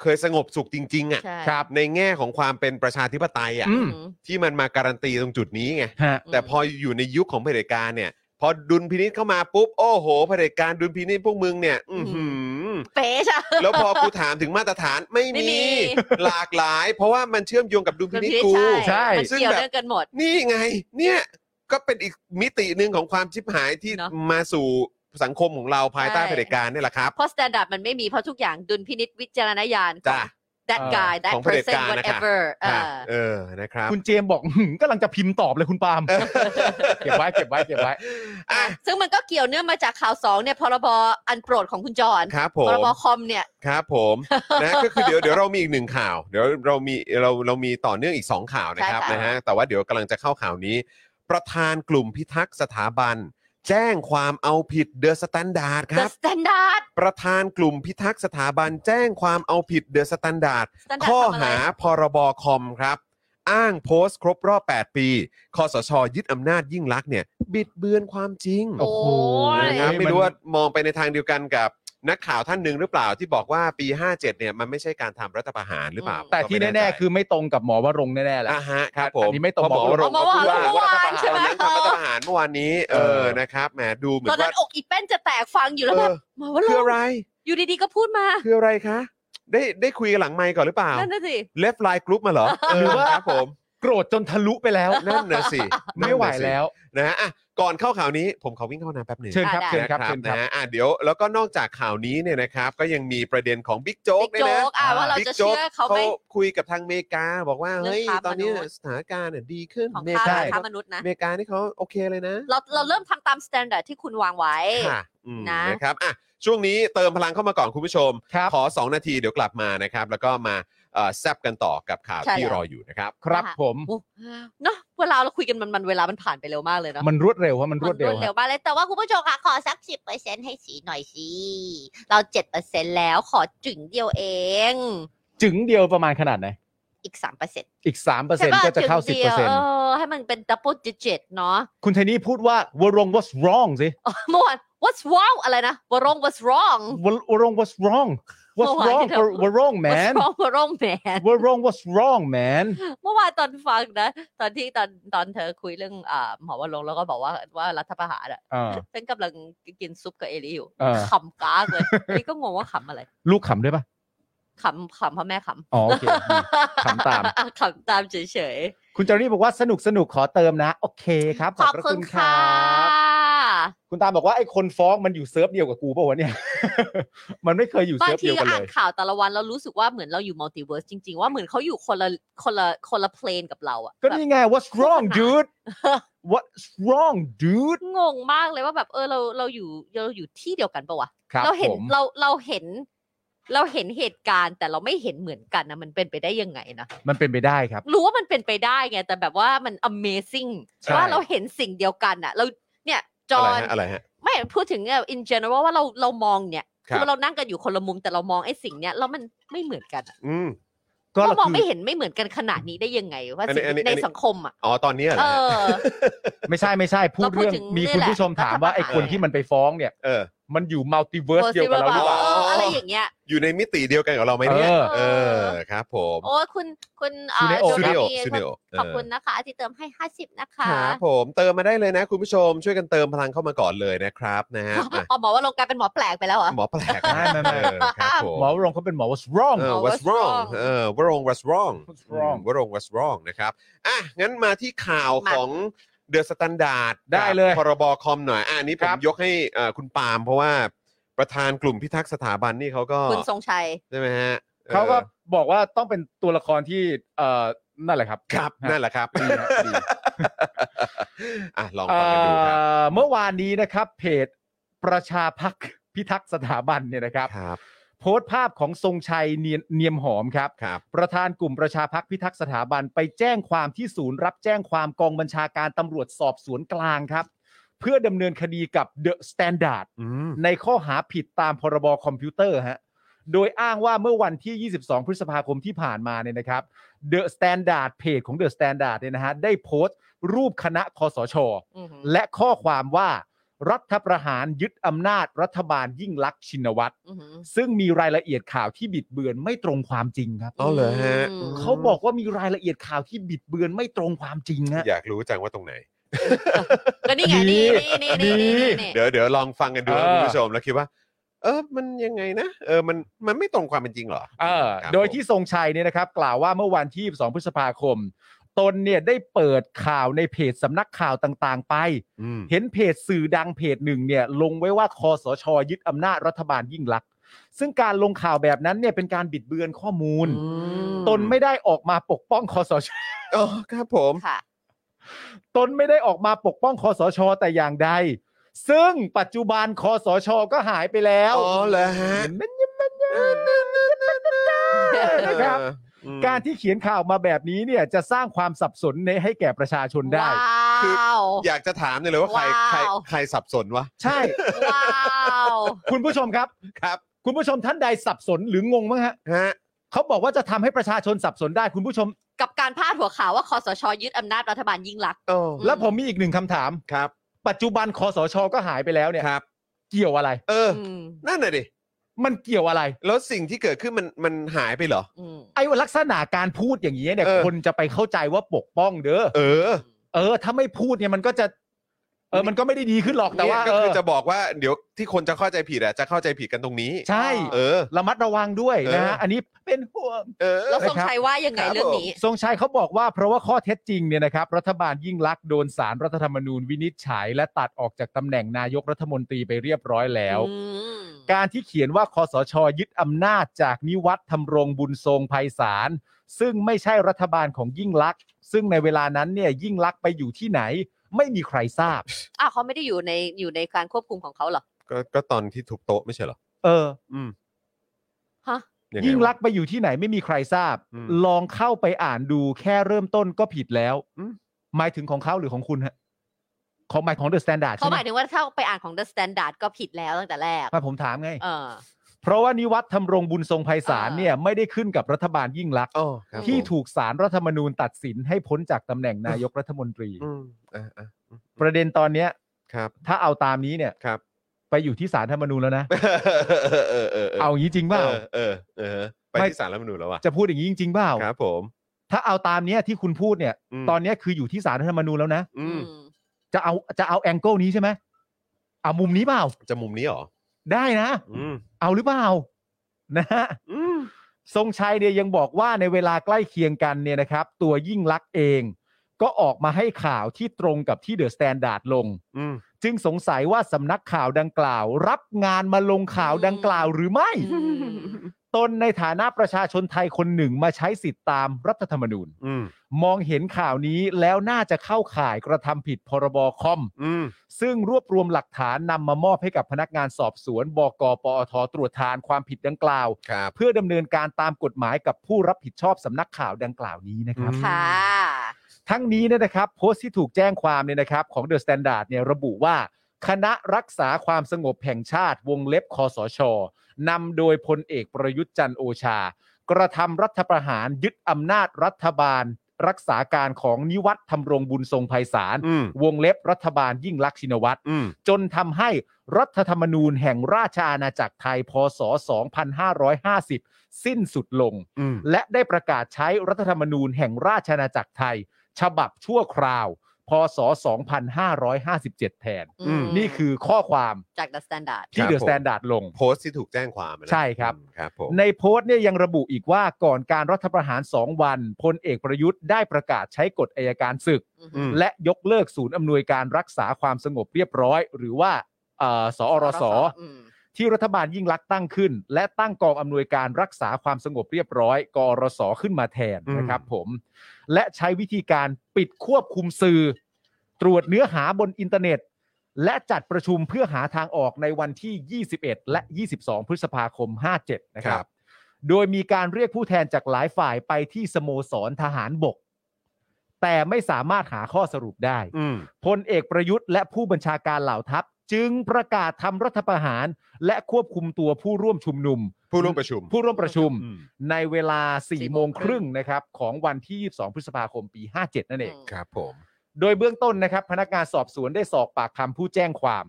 [SPEAKER 4] เคยสงบสุขจริง ๆ
[SPEAKER 3] ใช่
[SPEAKER 4] อะ่ะในแง่ของความเป็นประชาธิปไตย
[SPEAKER 5] อื
[SPEAKER 4] อะ่ะ
[SPEAKER 5] ม
[SPEAKER 3] อืม
[SPEAKER 4] ที่มันมาการันตีตรงจุดนี้ไง
[SPEAKER 5] ฮะ
[SPEAKER 4] แต่พออยู่ในยุคของเผด็จการเนี่ย พอดุลพินิษเข้ามาปุ๊บ โอ้โหเผด็จการดุลพินิษพวกมึงเนี่ยอือหือ
[SPEAKER 3] เป๊ะใช่
[SPEAKER 4] แล้วพอกูถามถึงมาตรฐานไม่
[SPEAKER 3] ไม่มี
[SPEAKER 4] มีหลากหลาย เพราะว่ามันเชื่อมโยงกับดุลพินิษกู
[SPEAKER 5] ใช่
[SPEAKER 3] มัน
[SPEAKER 4] ซึ่ง
[SPEAKER 3] เกี่ยว
[SPEAKER 4] แบบ
[SPEAKER 3] เรื่องกันหมด
[SPEAKER 4] นี่ไงเนี่ยก็เป็นอีกมิติหนึ่งของความชิบหายที่
[SPEAKER 3] เนอะ
[SPEAKER 4] มาสู่สังคมของเราภายใต้
[SPEAKER 3] ใช่
[SPEAKER 4] เผด็จการเนี่ยแหละครับ
[SPEAKER 3] เพราะสแตนดาร์ดมันไม่มีเพราะทุกอย่างดุลพินิษวิจารณญาณขอ
[SPEAKER 4] จ้า
[SPEAKER 3] ง that
[SPEAKER 5] เออ
[SPEAKER 3] guy that
[SPEAKER 4] ของเผด็จ
[SPEAKER 3] person
[SPEAKER 4] การนะครับ
[SPEAKER 3] whatever เอ
[SPEAKER 4] ค่ะ
[SPEAKER 3] อ
[SPEAKER 4] เออนะครับ
[SPEAKER 5] คุณเจมส์บอกหืมกำลังจะพิมพ์ตอบเลยคุณปาล์มเก็บไว้เก็บไว้เก็บไว้
[SPEAKER 4] อ่ะ
[SPEAKER 3] ซึ่งมันก็เกี่ยวเนื่องมาจากข่าวสองเนี่ยพรบอันโปรดของคุณจอน
[SPEAKER 4] ครับผ
[SPEAKER 3] พ
[SPEAKER 4] ม
[SPEAKER 3] รบคอมเนี่ย
[SPEAKER 4] ครับผม นะก็คือเดี๋ยวเดี๋ยวเรามีอีกหนึ่งข่าว เดี๋ยวเรามีเราเรามีต่อเนื่องอีก 2 ข่าวนะครับ
[SPEAKER 3] ใช่ค่ะ
[SPEAKER 4] นะฮะแต่ว่าเดี๋ยวกำลังจะเข้าข่าวนี้ ประธานกลุ่มพิทักษ์สถาบัน แจ้งความเอาผิดเดอะสแตนดาร์ดค
[SPEAKER 3] The
[SPEAKER 4] รับ
[SPEAKER 3] Standard
[SPEAKER 4] ประธานกลุ่มพิทักษ์สถาบันแจ้งความเอาผิดเดอะสแตนดาร์ด
[SPEAKER 3] Standard
[SPEAKER 4] ข้อ
[SPEAKER 3] ทำะไร
[SPEAKER 4] หาพรบคอมครับ อ้างโพสต์ครบรอบ 8 ปีคอสชยึดอำนาจยิ่งลักษณ์เนี่ย บิดเบือนความจริง
[SPEAKER 3] โอ้ย
[SPEAKER 4] นะครับไม่รู้ว่ามองไปในทางเดียวกันกับนักข่าวท่านหนึ่งหรือเปล่าที่บอกว่าปี 57 เนี่ย มันไม่ใช่การทำรัฐประหารหรือเปล่า
[SPEAKER 5] แต่ที่แน่ๆ
[SPEAKER 4] ๆ
[SPEAKER 5] คือไม่ตรงกับหมอวรงค์แน่ๆแหละ
[SPEAKER 4] อ่ะฮะครับผม
[SPEAKER 5] อันนี้ไม่ตรง
[SPEAKER 4] เพาะหมอวรงค์
[SPEAKER 3] หมอวรงค์
[SPEAKER 4] ก็พูด
[SPEAKER 3] เมื่อวาน
[SPEAKER 4] รัฐประหร
[SPEAKER 3] ใช่ไหม
[SPEAKER 4] วันั้นทำรัฐประหารเมื่อวานนี้เอ
[SPEAKER 5] เอ
[SPEAKER 4] อ
[SPEAKER 5] อ
[SPEAKER 4] นะครับแหมดูเหมือ
[SPEAKER 3] ตอน
[SPEAKER 4] น
[SPEAKER 3] นั้น
[SPEAKER 4] ว่า
[SPEAKER 3] อกอีแป้นจะแตกฟังอยู่
[SPEAKER 4] เอ
[SPEAKER 3] แล้วแบ
[SPEAKER 4] อบ
[SPEAKER 3] หมอว่า
[SPEAKER 4] คือ
[SPEAKER 3] เรา
[SPEAKER 4] อะไร
[SPEAKER 3] อยู่ดีๆก็พูดมา
[SPEAKER 4] คืออะไรคะ ได้ได้คุยกันหลังไมค์ก่อนหรื อเปล่า
[SPEAKER 3] นั่นน่ะสิ
[SPEAKER 4] เลฟไลน์กรุ๊ปมาเหรอ
[SPEAKER 5] หรือว่า
[SPEAKER 4] เครับผม
[SPEAKER 5] โกรธจนทะลุไปแล้ว
[SPEAKER 4] นั่นนะสิ
[SPEAKER 5] ไม่ไหว
[SPEAKER 4] นั่นน่ะสิ
[SPEAKER 5] แล้ว
[SPEAKER 4] นะฮะอ่ะ ก่อนเข้าข่าวนี้ผมขอวิ่งเข้าห้องน้ำแป๊บหนึ่ง
[SPEAKER 5] เชิญครับ
[SPEAKER 3] ได้
[SPEAKER 5] เชิญครับ
[SPEAKER 4] นะ
[SPEAKER 5] เชิญค
[SPEAKER 4] นะ
[SPEAKER 5] รับ
[SPEAKER 4] ฮะอ่ะเดี๋ยวแล้วก็นอกจากข่าวนี้เนี่ยนะครับ ก็ยังมีประเด็นของบิ๊กโจ๊ก
[SPEAKER 3] บิ๊ก
[SPEAKER 4] ด้ว
[SPEAKER 3] โจ๊
[SPEAKER 4] ยนะ
[SPEAKER 3] กอ่ะว่าเรา
[SPEAKER 4] บิ๊ก
[SPEAKER 3] จะ
[SPEAKER 4] โจ๊
[SPEAKER 3] เชื่
[SPEAKER 4] ก
[SPEAKER 3] อ
[SPEAKER 4] เขา
[SPEAKER 3] เขาไหม
[SPEAKER 4] คุยกับทางอเมริกา บอกว่า
[SPEAKER 3] เรื่อง
[SPEAKER 4] เฮ้ย
[SPEAKER 3] ค้า
[SPEAKER 4] ตอนนี้
[SPEAKER 3] มนุษย์
[SPEAKER 4] สถานการณ์เนี่ยดีขึ้น
[SPEAKER 3] ของ
[SPEAKER 4] อเม
[SPEAKER 3] ค่าก
[SPEAKER 4] ริา
[SPEAKER 3] รา
[SPEAKER 4] ก็
[SPEAKER 3] คามนุษย์นะ
[SPEAKER 4] อเมริกานี่เขาโอเคเลยนะ
[SPEAKER 3] เราเราเริ่มทำตามสแตนดาร์ดที่คุณวางไว้
[SPEAKER 4] ค่ะอืม
[SPEAKER 3] นะ
[SPEAKER 4] นะครับอ่ะช่วงนี้เติมพลังเข้ามาก่อนคุณผู้ชม
[SPEAKER 5] ครับ
[SPEAKER 4] ขอ 2 นาทีเดี๋ยวกลับมานะครับ แล้วก็มาเอ่อแซบกันต่อกับข่าว
[SPEAKER 3] ใช่
[SPEAKER 4] ที่
[SPEAKER 3] แล้ว
[SPEAKER 4] รออยู่นะครับ
[SPEAKER 5] ครับผม
[SPEAKER 3] โอ้เนาะเวลาเราคุยกันมันมันเวลามันผ่านไปเร็วมากเลยเนาะ
[SPEAKER 5] มันรวดเร็วครับมันรวดเร็ว
[SPEAKER 3] เร็
[SPEAKER 5] ฮะ
[SPEAKER 3] วมากเลยแต่ว่าคุณผู้ชมคะขอสักสิบเปอร์เซ็นให้สีหน่อยสิเราเจ็ดเปอร์เซ็นแล้วขอจึงเดียวเอง
[SPEAKER 5] จึงเดียวประมาณขนาดไหน
[SPEAKER 3] อีกสามเปอร์เซ็น
[SPEAKER 5] อีก 3%ก็จะเข้า
[SPEAKER 3] เอ
[SPEAKER 5] 10%
[SPEAKER 3] อให้มันเป็นดับเบิลดิจิตเนาะ
[SPEAKER 5] คุณไทนี่พูดว่าวรง what's wrong สิ
[SPEAKER 3] เออ เมื่อวาน what's wrong อะไรนะวรง what's wrong
[SPEAKER 5] วรง what's wrong
[SPEAKER 3] เมื่
[SPEAKER 5] what's
[SPEAKER 3] อวาน
[SPEAKER 5] wrong
[SPEAKER 3] ที่เรา
[SPEAKER 5] วรง
[SPEAKER 3] what's
[SPEAKER 5] man
[SPEAKER 3] wrong วรงแมน
[SPEAKER 5] วรง what's wrong man
[SPEAKER 3] เมื่อวานตอนฟังนะ ตอนที่ตอนตอนเธอคุยเรื่องอ่าหมอวันลงค์แล้วก็บอกว่าว่ารัฐประหารอ่ะ
[SPEAKER 5] เออ
[SPEAKER 3] ฉันกำลังกินซุปกับเอลิอยู่
[SPEAKER 5] เออ
[SPEAKER 3] ขำก้าก เลยเอลิก็งงว่าขำอะไร
[SPEAKER 5] ลูกขำด้วยปะ
[SPEAKER 3] ขำขำพ่อแม่ขำ
[SPEAKER 5] อ๋อโอเคอืม ขำตาม
[SPEAKER 3] ขำตามเฉย
[SPEAKER 5] คุณจารีบอกว่าสนุกสนุกขอเติมนะ โอเคครับ
[SPEAKER 3] ๆ
[SPEAKER 5] ขอบพระคุณครับ คุณตามบอกว่าไอ้คนฟ้องมันอยู่เซิร์ฟเดียวกับกูป่าวะเนี่ย มันไม่เคยอยู่
[SPEAKER 3] บา
[SPEAKER 5] เซิ
[SPEAKER 3] ง
[SPEAKER 5] ร์ฟ
[SPEAKER 3] ที
[SPEAKER 5] เดียว
[SPEAKER 3] ก็
[SPEAKER 5] กัน
[SPEAKER 3] อ่า
[SPEAKER 5] เล
[SPEAKER 3] น
[SPEAKER 5] ย
[SPEAKER 3] ข่าวแต่ละวันเรารู้สึกว่าเหมือนเราอยู่มัลติเวิร์สจริง ๆ ว่าเหมือนเขาอยู่คนละคนละคนละเพลนกับเราอ่ะ
[SPEAKER 5] ก็
[SPEAKER 3] แบบ
[SPEAKER 5] นี่ไง what's wrong dude what's wrong dude
[SPEAKER 3] งงมากเลยว่าแบบเออเราเราอยู่เราอยู่ที่เดียวกันปะวะ
[SPEAKER 5] ครับ
[SPEAKER 3] เราเห็น
[SPEAKER 5] ผม
[SPEAKER 3] เราเราเห็น เราเห็นเหตุการณ์ แต่เราไม่เห็นเหมือนกันนะมันเป็นไปได้ยังไงนะ
[SPEAKER 5] มันเป็นไปได้ครับ
[SPEAKER 3] รู้ว่ามันเป็นไปได้ไงแต่แบบว่ามัน amazing
[SPEAKER 4] ใช่
[SPEAKER 3] ว่าเราเห็นสิ่งเดียวกันอะเราเนี่ยจอ
[SPEAKER 4] อะ
[SPEAKER 3] น
[SPEAKER 4] ไรฮะอะไรฮะ
[SPEAKER 3] ไม่พูดถึงเนี่ย in general ว่าเราเรามองเนี่ย
[SPEAKER 4] ครับ
[SPEAKER 3] อเรานั่งกันอยู่คนละมุมแต่เรามองไอ้สิ่งเนี้ยแล้วมันไม่เหมือนกันอะ
[SPEAKER 4] อืม
[SPEAKER 5] ก็
[SPEAKER 3] เรา
[SPEAKER 5] เรา
[SPEAKER 3] มอง
[SPEAKER 5] คือ
[SPEAKER 3] ไม่เห็นไม่เหมือนกันขนาดนี้ได้ยังไงว่า
[SPEAKER 4] อันนี้
[SPEAKER 3] สิ่ง
[SPEAKER 4] อันนี้
[SPEAKER 3] ใน
[SPEAKER 4] อันนี้
[SPEAKER 3] สังคมอ่ะ
[SPEAKER 4] อ๋อตอนเนี้ยเหร
[SPEAKER 3] เอ
[SPEAKER 4] อ
[SPEAKER 3] อ
[SPEAKER 4] ฮะ
[SPEAKER 5] ไม่ใช่ไม่ใช่พูด
[SPEAKER 3] เราพูด
[SPEAKER 5] เรื่อง
[SPEAKER 3] ถึง
[SPEAKER 5] มี
[SPEAKER 3] นี่
[SPEAKER 5] คุณ
[SPEAKER 3] แหละ
[SPEAKER 5] ผู้ชมถามว่าไอ้
[SPEAKER 3] รัฐประหาร
[SPEAKER 5] คนที่มันไปฟ้องเนี่ย
[SPEAKER 4] เออ
[SPEAKER 5] มันอยู่มัลติเวิร์สเดียวกับเราหรือเปล่า
[SPEAKER 3] เอออะไรอย่างเงี้ย
[SPEAKER 4] อยู่ในมิติเดียวกันกับเราไหมเนี่ย
[SPEAKER 5] เออ
[SPEAKER 4] เออครับผม
[SPEAKER 3] โอ้ยคุณคุณเอ่อ
[SPEAKER 5] Sunil
[SPEAKER 3] โจ
[SPEAKER 4] ซู
[SPEAKER 3] นา
[SPEAKER 4] เนียล
[SPEAKER 3] มี
[SPEAKER 4] ซูเนียล
[SPEAKER 3] ขอบคุณนะคะ ที่เติมให้ 50 นะคะ
[SPEAKER 4] ครับผมเติมมาได้เลยนะ คุณผู้ชมช่วยกันเติมพลังเข้ามาก่อนเลยนะครับนะ ฮะอ่ะ
[SPEAKER 3] อ๋อหมอว่าลงกลายเป็นหมอแปลกไปแล้วเหรอ
[SPEAKER 4] หมอแปลก
[SPEAKER 5] ไม่ไม่ไม่
[SPEAKER 4] เออครับผม
[SPEAKER 5] หมอวรงเขาเป็นหมอ what's wrong
[SPEAKER 4] เออ
[SPEAKER 3] หมอ
[SPEAKER 4] what's
[SPEAKER 3] what's
[SPEAKER 4] wrong
[SPEAKER 3] wrong
[SPEAKER 4] เออ what's wrong what's
[SPEAKER 5] What's
[SPEAKER 4] wrong
[SPEAKER 5] wrong
[SPEAKER 4] อืม what's wrong what's wrong นะครับอ่ะงั้นมาที่ข่าว
[SPEAKER 3] มา
[SPEAKER 4] ของเดอะสแตนดาร์ด
[SPEAKER 5] ได้เลย
[SPEAKER 4] พรบคอมหน่อยอ่ะอันนี้ผ
[SPEAKER 5] ค
[SPEAKER 4] ม
[SPEAKER 5] รับ
[SPEAKER 4] ยกให้เอ่อคุณปาล์มเพราะว่าประธานกลุ่มพิทักษ์สถาบันนี่เขาก็
[SPEAKER 3] คุณทรงชัย
[SPEAKER 4] ใช่ไหมฮะออ
[SPEAKER 5] เขาก็บอกว่าต้องเป็นตัวละครที่เอ่อนั่นแหละครับ
[SPEAKER 4] ครับ
[SPEAKER 5] ฮะ
[SPEAKER 4] นั่นแหละครับ
[SPEAKER 5] ดีฮะดี
[SPEAKER 4] อ่ะลองฟังกันดูครับ
[SPEAKER 5] เอ่อเมื่อวานนี้นะครับเพจประชาพักพิทักษ์สถาบันเนี่ยนะครับ
[SPEAKER 4] ครับ
[SPEAKER 5] โพสต์ภาพของทรงชัยเนียนเนียมหอมครับ
[SPEAKER 4] ครับ
[SPEAKER 5] ประธานกลุ่มประชาพักพิทักษ์สถาบันไปแจ้งความที่ศูนย์รับแจ้งความกองบัญชาการตำรวจสอบสวนกลางครับ เพื่อดำเนินคดีกับเดอะสแตนดาร์ด
[SPEAKER 4] อืม
[SPEAKER 5] ในข้อหาผิดตามพรบคอมพิวเตอร์ฮะโดยอ้างว่าเมื่อวันที่ 22 พฤษภาคมที่ผ่านมาเนี่ยนะครับเดอะสแตนดาร์ดเพจของเดอะสแตนดาร์ดเนี่ยนะฮะได้โพสต์รูปคณะคอสช
[SPEAKER 3] อือหือ
[SPEAKER 5] และข้อความว่ารัฐประหารยึดอำนาจรัฐบาลยิ่งลักษณ์ชินวัตร
[SPEAKER 3] อือหือ
[SPEAKER 5] ซึ่งมีรายละเอียดข่าวที่บิดเบือนไม่ตรงความจริงครับ
[SPEAKER 4] อ๋อเหรอฮะ
[SPEAKER 3] ม
[SPEAKER 5] เขาบอกว่ามีรายละเอียดข่าวที่บิดเบือนไม่ตรงความจริงฮะ
[SPEAKER 4] อยากรู้จังว่าตร งไหน
[SPEAKER 3] ก็นี่ไง นี่นี่นี่นี่
[SPEAKER 5] ดี
[SPEAKER 3] นี่นี่
[SPEAKER 4] เดี๋ยวเดี๋ยวลองฟังกันดูนะ
[SPEAKER 5] เออ
[SPEAKER 4] คุณผู้ชมแล้วคิดว่า เออมันยังไงนะเออมันมันไม่ตรงความเป็นจริงเหรอ
[SPEAKER 5] เออ
[SPEAKER 4] ครับ
[SPEAKER 5] โดยที่ทรงชัยเนี่ยนะครับ กล่าวว่าเมื่อวันที่ 22 พฤษภาคม ตนเนี่ยได้เปิดข่าวในเพจสำนักข่าวต่างๆ ไป
[SPEAKER 4] อืม
[SPEAKER 5] เห็นเพจสื่อดังเพจหนึ่งเนี่ยลงไว้ว่าคอสช ยึดอำนาจรัฐบาลยิ่งลักษณ์ซึ่งการลงข่าวแบบนั้นเนี่ยเป็นการบิดเบือนข้อมูล ตนไม่ได้ออกมาปกป้องคอสช
[SPEAKER 4] อ๋อครับผม
[SPEAKER 3] ค่ะ
[SPEAKER 5] ตนไม่ได้ออกมาปกป้องคอสช แต่อย่างใด ซึ่งปัจจุบันคอสช ก็หายไปแล้ว
[SPEAKER 4] อ๋อเหรอฮะ
[SPEAKER 5] มันยังมันยังนะครับ
[SPEAKER 4] เอออืม
[SPEAKER 5] การที่เขียนข่าวมาแบบนี้เนี่ยจะสร้างความสับสนในให้แก่ประชาชนได้
[SPEAKER 3] ว้
[SPEAKER 4] คือ
[SPEAKER 3] าว
[SPEAKER 4] อยากจะถามเนี่ยเลยว่าใคร
[SPEAKER 3] ว้าว
[SPEAKER 4] ใครใครสับสนวะ
[SPEAKER 5] ใช่
[SPEAKER 3] ว้าว
[SPEAKER 5] คุณผู้ชมครับ
[SPEAKER 4] ครับ
[SPEAKER 5] คุณผู้ชมท่านใดสับสนหรืองงมั้งฮะ
[SPEAKER 4] ฮะ
[SPEAKER 5] เขาบอกว่าจะทำให้ประชาชนสับสนได้คุณผู้ชม
[SPEAKER 3] กับการพาดหัวข่าวว่าคอสชยึดอำนาจรัฐบาลยิ่งลักษณ์
[SPEAKER 4] โอ้
[SPEAKER 3] ม
[SPEAKER 5] แล้วผมมีอีกหนึ่งคำถาม
[SPEAKER 4] ครับ
[SPEAKER 5] ปัจจุบันคอสช ก็หายไปแล้วเนี่ย
[SPEAKER 4] ครับ
[SPEAKER 5] เกี่ยวอะไร
[SPEAKER 4] เอออ
[SPEAKER 3] อืม
[SPEAKER 4] นั่นน่ะดิ
[SPEAKER 5] มันเกี่ยวอะไร
[SPEAKER 4] แล้วสิ่งที่เกิดขึ้นมันมันหายไปเหรอ
[SPEAKER 3] อืม
[SPEAKER 5] ไอ้ลักษณะการพูดอย่างนี้ยเนี่ย
[SPEAKER 4] เออ
[SPEAKER 5] คนจะไปเข้าใจว่าปกป้องเด้อ
[SPEAKER 4] เออ
[SPEAKER 5] เออ ถ้าไม่พูดเนี่ยมันก็จะ เออมันก็ไม่ได้ดีขึ้นหรอกแต่ว่า
[SPEAKER 4] เนี่ยก็คือ
[SPEAKER 5] เออ
[SPEAKER 4] จะบอกว่าเดี๋ยวที่คนจะเข้าใจผิดอะจะเข้าใจผิดกันตรงนี้
[SPEAKER 5] ใช่
[SPEAKER 4] เออ
[SPEAKER 5] ระมัดระวังด้วยนะ
[SPEAKER 4] เอ
[SPEAKER 5] ฮะ
[SPEAKER 4] ออั
[SPEAKER 5] อันนี้เป็นห่วง
[SPEAKER 4] เออ
[SPEAKER 3] แล้วทรงชัยว่ายังไง
[SPEAKER 4] ครับ
[SPEAKER 3] เรื่องนี้
[SPEAKER 5] ทรงชัยเขาบอกว่าเพราะว่าข้อเท็จจริงเนี่ยนะครับรัฐบาลยิ่งลักษณ์โดนสารรัฐธรรมนูญวินิจฉัย และตัดออกจากตำแหน่งนายกรัฐมนตรีไปเรียบร้อยแล้ว
[SPEAKER 3] อืม
[SPEAKER 5] การที่เขียนว่าคอสชยึดอำนาจจากนิวัฒน์ทำรงบุญทรงไพศาลซึ่งไม่ใช่รัฐบาลของยิ่งลักษณ์ซึ่งในเวลานั้นเนี่ยยิ่งลักษณ์ไปอยู่ที่ไหน ไม่มีใครทราบ
[SPEAKER 3] อ้าวเขาไม่ได้อยู่ในอยู่ในการควบคุมของเขาเหรอ
[SPEAKER 4] ก็ก็ตอนที่ทุบโต๊ะไม่ใช่เหรอ
[SPEAKER 5] เออ
[SPEAKER 4] อืม
[SPEAKER 3] ฮะ
[SPEAKER 4] ยังไง
[SPEAKER 5] ยิ่ง
[SPEAKER 4] วะ
[SPEAKER 5] ลักษณ์ไปอยู่ที่ไหนไม่มีใครทราบ
[SPEAKER 4] อืม
[SPEAKER 5] ลองเข้าไปอ่านดูแค่เริ่มต้นก็ผิดแล้ว
[SPEAKER 4] อืม
[SPEAKER 5] หมายถึงของเขาหรือของคุณฮะของหมายของเดอะสแตนดาร์ด
[SPEAKER 3] เขา
[SPEAKER 5] ใช่
[SPEAKER 3] ห
[SPEAKER 5] ไหม
[SPEAKER 3] มายถึงว่าถ้าไปอ่านของ The Standard ก็ผิดแล้วตั้งแต่แรก
[SPEAKER 5] มาผมถามไง
[SPEAKER 3] เออ
[SPEAKER 5] เพราะว่านิวัฒน์ทำรงบุญทรงไพศาล
[SPEAKER 3] อ่า
[SPEAKER 5] เนี่ยไม่ได้ขึ้นกับรัฐบาลยิ่งลักษณ์
[SPEAKER 4] อ๋อครับ
[SPEAKER 5] ที่
[SPEAKER 4] ผม
[SPEAKER 5] ถูกสารรัฐธรรมนูญตัดสินให้พ้นจากตำแหน่งนายกรัฐมนตรี
[SPEAKER 4] อืมอ่ะอ่ะอืม
[SPEAKER 5] ประเด็นตอนเนี้ย
[SPEAKER 4] ครับ
[SPEAKER 5] ถ้าเอาตามนี้เนี่ย
[SPEAKER 4] ครับ
[SPEAKER 5] ไปอยู่ที่สารธรรมนูญแล้วนะ
[SPEAKER 4] เออเออเออ
[SPEAKER 5] เอางี้จริงเปล่า
[SPEAKER 4] เออเออเออไป
[SPEAKER 5] ไม่
[SPEAKER 4] ที่สารรัฐธรรมนูญแล้วว่ะ
[SPEAKER 5] จะพูดอย่างนี้จริงๆเปล่า
[SPEAKER 4] ครับผม
[SPEAKER 5] ถ้าเอาตามเนี้ยที่คุณพูดเนี่ย
[SPEAKER 4] อืม
[SPEAKER 5] ตอนเนี้ยคืออยู่ที่สารธรรมนูญแล้วนะ
[SPEAKER 4] อื
[SPEAKER 3] อื
[SPEAKER 4] ม
[SPEAKER 3] ม
[SPEAKER 5] จะเอาจะเอาแองเกิลนี้ใช่ไหมเอามุมนี้เปล่า
[SPEAKER 4] จะมุมนี้เหรอ
[SPEAKER 5] ได้นะ
[SPEAKER 4] อืม
[SPEAKER 5] เอาหรือเปล่านะฮะ
[SPEAKER 4] อืม
[SPEAKER 5] ทรงชัยเนี่ยยังบอกว่าในเวลาใกล้เคียงกันเนี่ยนะครับ ตัวยิ่งลักษณ์เอง ก็ออกมาให้ข่าวที่ตรงกับที่เดอะสแตนดาร์ดลง
[SPEAKER 4] อืม
[SPEAKER 5] จึงสงสัยว่าสำนักข่าวดังกล่าว รับงานมาลงข่าวดังกล่าวหรือไม่
[SPEAKER 3] อืม
[SPEAKER 5] ตนในฐานะประชาชนไทยคนหนึ่งมาใช้สิทธิ์ตามรัฐธรรมนูญ
[SPEAKER 4] อืม
[SPEAKER 5] มองเห็นข่าวนี้แล้วน่าจะเข้าข่ายกระทำผิดพรบคอม
[SPEAKER 4] อืม
[SPEAKER 5] ซึ่งรวบรวมหลักฐานนำมามอบให้กับพนักงานสอบสวนบกปอทตรวจทานความผิดดังกล่าว
[SPEAKER 4] ครับ
[SPEAKER 5] เพื่อดำเนินการตามกฎหมายกับผู้รับผิดชอบสำนักข่าวดังกล่าวนี้นะครับ
[SPEAKER 3] ค่ะ
[SPEAKER 5] ทั้งนี้เนี่ยนะครับโพสต์ที่ถูกแจ้งความเนี่ยนะครับของเดอะสแตนดาร์ดเนี่ยระบุว่า คณะรักษาความสงบแห่งชาติวงเล็บคอสชนำโดยพลเอกประยุทธ์จันทร์โอชา กระทำรัฐประหารยึดอำนาจรัฐบาล รักษาการของนิวัฒน์ทำรงบุญทรงไพศาล
[SPEAKER 4] อืม
[SPEAKER 5] วงเล็บรัฐบาลยิ่งลักษณ์ชินวัตร
[SPEAKER 4] อืม
[SPEAKER 5] จนทำให้รัฐธรรมนูญแห่งราชอาณาจักรไทย พศ 2550 สิ้นสุดลง
[SPEAKER 4] อืม
[SPEAKER 5] และได้ประกาศใช้รัฐธรรมนูญแห่งราชอาณาจักรไทย ฉบับชั่วคราว พศ 2557 แทน
[SPEAKER 3] อืม
[SPEAKER 5] นี่คือข้อความ
[SPEAKER 3] จาก The Standard
[SPEAKER 5] ที่เดอะสแตนดาร์ดลง
[SPEAKER 4] โพสต์ที่ถูกแจ้งความอะนะ
[SPEAKER 5] ใช่ครับ
[SPEAKER 4] ครับผม
[SPEAKER 5] ในโพสต์เนี่ยยังระบุอีกว่าก่อนการรัฐประหาร 2 วันพลเอกประยุทธ์ได้ประกาศใช้กฎอัยการศึก
[SPEAKER 3] อืม
[SPEAKER 4] อืม
[SPEAKER 5] และยกเลิกศูนย์อำนวยการรักษาความสงบเรียบร้อย หรือว่าเอ่อสอรส
[SPEAKER 3] อืม
[SPEAKER 5] ที่รัฐบาลยิ่งลักษณ์ตั้งขึ้น และตั้งกองอำนวยการรักษาความสงบเรียบร้อย กอรสขึ้นมาแทน
[SPEAKER 4] อืม
[SPEAKER 5] นะครับผม และใช้วิธีการปิดควบคุมสื่อ ตรวจเนื้อหาบนอินเทอร์เน็ต และจัดประชุมเพื่อหาทางออกในวันที่ 21 และ 22 พฤษภาคม 57 นะครับ โดยมีการเรียกผู้แทนจากหลายฝ่ายไปที่สโมสรทหารบก แต่ไม่สามารถหาข้อสรุปได้
[SPEAKER 4] อืม
[SPEAKER 5] พลเอกประยุทธ์และผู้บัญชาการเหล่าทัพ จึงประกาศทำรัฐประหาร และควบคุมตัวผู้ร่วมชุมนุม
[SPEAKER 4] ผู้ร่วมประชุม
[SPEAKER 5] ผู้ร่วมประชุม
[SPEAKER 4] อืม
[SPEAKER 5] ในเวลา 4
[SPEAKER 3] 4
[SPEAKER 5] โม
[SPEAKER 3] โม
[SPEAKER 5] ง
[SPEAKER 3] ง
[SPEAKER 5] ค
[SPEAKER 3] ครึ่
[SPEAKER 5] รึ่ง
[SPEAKER 3] ง
[SPEAKER 5] นะครับ ของวันที่ 22 พฤษภาคมปี 57 นั่นเอง
[SPEAKER 3] อืม
[SPEAKER 4] ครับผม
[SPEAKER 5] โดยเบื้องต้นนะครับ พนักงานสอบสวนได้สอบปากคำผู้แจ้งความ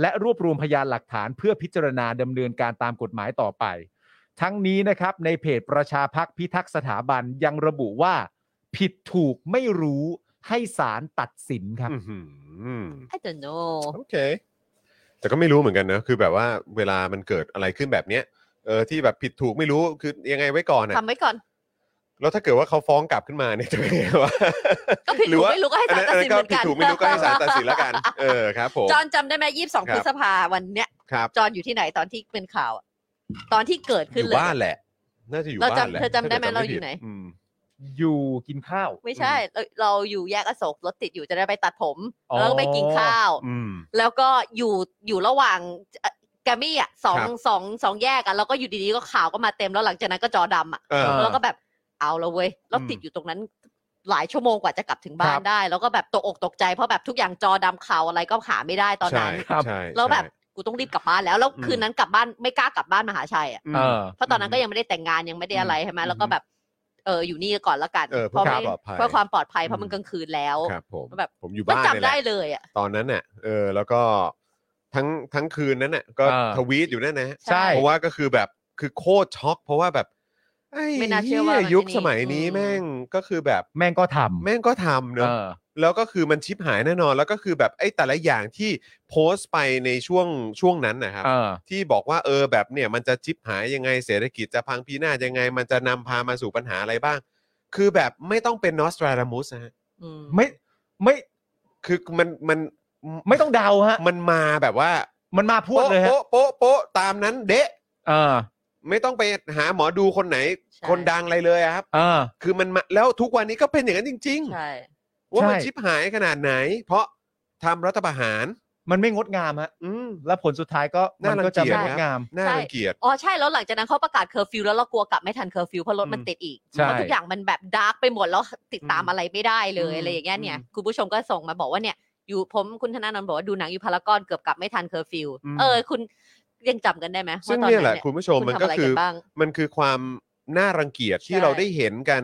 [SPEAKER 5] และรวบรวมพยานหลักฐานเพื่อพิจารณาดำเนินการตามกฎหมายต่อไป ทั้งนี้นะครับในเพจประชาพักพิทักษ์สถาบันยังระบุว่า ผิดถูกไม่รู้ให้ศาลตัดสินครับ
[SPEAKER 4] อื้อหือ
[SPEAKER 3] I don't know
[SPEAKER 4] โอเค แต่ก็ไม่รู้เหมือนกันนะ คือแบบว่าเวลามันเกิดอะไรขึ้นแบบเนี้ยเออที่แบบผิดถูกไม่รู้คือยังไงไว้ก่อนอ่ะ
[SPEAKER 3] ทำไว้ก่อน
[SPEAKER 4] แล้วถ้าเกิดว่าเขาฟ้องกลับขึ้นมาเนี่ยจะเป็นไงวะ
[SPEAKER 3] ก็ผิด
[SPEAKER 4] หรือ
[SPEAKER 3] ถูก
[SPEAKER 4] ว่า
[SPEAKER 3] ไม่รู้ก็ให้
[SPEAKER 4] อัน
[SPEAKER 3] ศาล
[SPEAKER 4] นั้น
[SPEAKER 3] ตั
[SPEAKER 4] อั
[SPEAKER 3] ด
[SPEAKER 4] น
[SPEAKER 3] สิ
[SPEAKER 4] นั้น น
[SPEAKER 3] เหมือน
[SPEAKER 4] ก็ผิด
[SPEAKER 3] กัน
[SPEAKER 4] ถูกไม่รู้ก็ให้ศาลตัดสินแล้วกัน เออครับผม
[SPEAKER 3] จอนจำได้ไหมยี่สิบสอง
[SPEAKER 4] ครับ
[SPEAKER 3] พฤษภาวันเนี้ย
[SPEAKER 4] ครับ
[SPEAKER 3] จอนอยู่ที่ไหนตอนที่เป็นข่าวอะตอนที่เกิด
[SPEAKER 4] อ
[SPEAKER 3] ขึ้น
[SPEAKER 4] ยู่
[SPEAKER 3] เลย
[SPEAKER 4] บ้านแหละ น่าจะอยู่
[SPEAKER 3] เรา
[SPEAKER 4] บ้าน
[SPEAKER 3] จำ
[SPEAKER 4] แหละ
[SPEAKER 3] เธอจำได้ไหม
[SPEAKER 4] ถ้กิ
[SPEAKER 3] เราอยู่
[SPEAKER 4] ผิด
[SPEAKER 3] ไหน
[SPEAKER 4] อืม
[SPEAKER 5] อยู่กินข้าว
[SPEAKER 3] ไม่ใช่เราเราอยู่แยกอโศกรถติดอยู่จะได้ไปตัดผม
[SPEAKER 5] อ๋อ
[SPEAKER 3] แล้วก็ไปกินข้าว
[SPEAKER 4] อืม
[SPEAKER 3] แล้วก็อยู่อยู่ระหว่างเอ่อแกรมมี่อ่ะสอง
[SPEAKER 4] ครับ
[SPEAKER 3] สองสองแยกอ่ะแล้วก็อยู่ดีๆก็ข่าวก็มาเต็มแล้วหลังจากนั้นก็จอดำอ่ะ
[SPEAKER 4] เออ
[SPEAKER 5] เออ
[SPEAKER 3] แล้วก็แบบเอาละเว้ยรถติดอยู่ตรงนั้นหลายชั่วโมงกว่าจะกลับถึง
[SPEAKER 5] ค
[SPEAKER 3] บ้า
[SPEAKER 5] รั
[SPEAKER 3] น
[SPEAKER 5] บ
[SPEAKER 3] ได้ แล้วก็แบบตกอกตกใจเพราะแบบทุกอย่างจอดำข่าวอะไรก็หาไม่ได้ตอนนั้น
[SPEAKER 4] ใช่ใช่
[SPEAKER 3] แล้วแบบ
[SPEAKER 4] ใช่
[SPEAKER 3] กูต้องรีบกลับบ้านแล้ว แล้ว
[SPEAKER 4] อืม
[SPEAKER 3] คืนนั้นกลับบ้านไม่กล้ากลับบ้านมหาชัยอ่ะ
[SPEAKER 4] อืม
[SPEAKER 5] เออ
[SPEAKER 3] เพราะตอนนั้นก็ยังไม่ได้แต่งงานยังไม่ได้อะไรใช่ไหม
[SPEAKER 4] อืม
[SPEAKER 3] แล้วก็แบบเอออยู่นี่ก่อนละกัน
[SPEAKER 4] เออเพื่อ
[SPEAKER 3] ไม่
[SPEAKER 4] ความปลอดภัย
[SPEAKER 3] เพื่อความปลอดภัย
[SPEAKER 4] อืม
[SPEAKER 3] เพราะมันกลางคืนแล้ว
[SPEAKER 4] ครับผม
[SPEAKER 3] แบบ
[SPEAKER 4] ผมอยู่
[SPEAKER 3] ก็
[SPEAKER 4] บ้าน
[SPEAKER 3] จำ
[SPEAKER 4] นี่แห
[SPEAKER 3] ได้
[SPEAKER 4] ละ
[SPEAKER 3] เลยอ่ะ
[SPEAKER 4] ตอนนั้นน่ะ เออ แล้วก็ทั้งทั้งคืนนั้นน่ะ ก็
[SPEAKER 5] อ่า
[SPEAKER 4] ทวีตอยู่นั่นนะฮะ
[SPEAKER 5] ใช่
[SPEAKER 4] เพราะว่าก็คือแบบคือโคตรช็อก เพราะว่าแบบไอ้
[SPEAKER 3] ไม่น่าเชื่
[SPEAKER 4] เหี้
[SPEAKER 3] อว่ามัน
[SPEAKER 4] ยยุค
[SPEAKER 3] จะมี
[SPEAKER 4] สมัยนี้
[SPEAKER 3] อืม
[SPEAKER 4] แม่งก็คือแบบ
[SPEAKER 5] แม่งก็ทำ
[SPEAKER 4] แม่งก็ทำเนอะ
[SPEAKER 5] เออ
[SPEAKER 4] แล้วก็คือมันชิปหายแน่นอน แล้วก็คือแบบไอ้แต่ละอย่างที่โพสต์ไปในช่วงช่วงนั้นนะครับ
[SPEAKER 5] เออ
[SPEAKER 4] ที่บอกว่าเออแบบเนี่ยมันจะจิบหายยังไงเศรษฐกิจจะพังพินาศยังไง มันจะนำพามาสู่ปัญหาอะไรบ้าง คือแบบไม่ต้องเป็นนอสตราดามุสนะฮะ
[SPEAKER 3] อืม
[SPEAKER 5] ไม่ไม่
[SPEAKER 4] คือมันมัน
[SPEAKER 5] ไม่ต้องเดาฮะ
[SPEAKER 4] มันมาแบบว่า
[SPEAKER 5] มันมาพวดเลยฮะ
[SPEAKER 4] โป๊ะโป๊ะโป๊ะตามนั้นเดะ
[SPEAKER 5] เออ
[SPEAKER 4] ไม่ต้องไปหาหมอดูคนไหน
[SPEAKER 3] ใช่
[SPEAKER 4] คนดังอะไรเลยอะครับ
[SPEAKER 5] เออ
[SPEAKER 4] คือมันมาแล้วทุกวันนี้ก็เป็นอย่างนั้นจริง
[SPEAKER 3] ใช่
[SPEAKER 4] ๆ ว่ามัน
[SPEAKER 5] ใช่
[SPEAKER 4] ชิบหายขนาดไหน เพราะทำรัฐประหาร
[SPEAKER 5] มันไม่งดงามฮะ
[SPEAKER 4] อืม
[SPEAKER 5] และผลสุดท้ายก็มันก็จะ
[SPEAKER 4] น่ารังเกียจ
[SPEAKER 5] ไม่งดงาม
[SPEAKER 4] น่ารังเกียจ
[SPEAKER 3] อ๋อใช่แล้วหลังจากนั้นเขาประกาศเคอร์ฟิวแล้วเรากลัวกลับไม่ทันเคอร์ฟิวเพราะรถมันติดอีก
[SPEAKER 5] ใช่
[SPEAKER 3] เพราะทุกอย่างมันแบบดาร์กไปหมดแล้วติดตาม
[SPEAKER 4] อืม
[SPEAKER 3] อะไรไม่ได้เลย
[SPEAKER 4] อืม
[SPEAKER 3] อะไรอย่างเงี้ยเนี่ย
[SPEAKER 4] อืม
[SPEAKER 3] คุณผู้ชมก็ส่งมาบอกว่าเนี่ยอยู่ผมคุณธนาโนนบอกว่าดูหนังอยู่พารากอนเกือบกลับไม่ทันเคอร์ฟิว
[SPEAKER 4] อืม
[SPEAKER 3] เออคุณยังจำกันได้ไหม
[SPEAKER 4] ซึ่ง
[SPEAKER 3] ว่าตอ
[SPEAKER 4] เนี่ยแหละ
[SPEAKER 3] ย
[SPEAKER 4] คุณผู้ชม
[SPEAKER 3] คุณ
[SPEAKER 4] มัน
[SPEAKER 3] ทำ
[SPEAKER 4] ก็
[SPEAKER 3] อะไร
[SPEAKER 4] คื
[SPEAKER 3] กั
[SPEAKER 4] อ
[SPEAKER 3] นบ้าง
[SPEAKER 4] มันคือความน่ารังเกียจที่
[SPEAKER 3] ใช่
[SPEAKER 4] เราได้เห็นกัน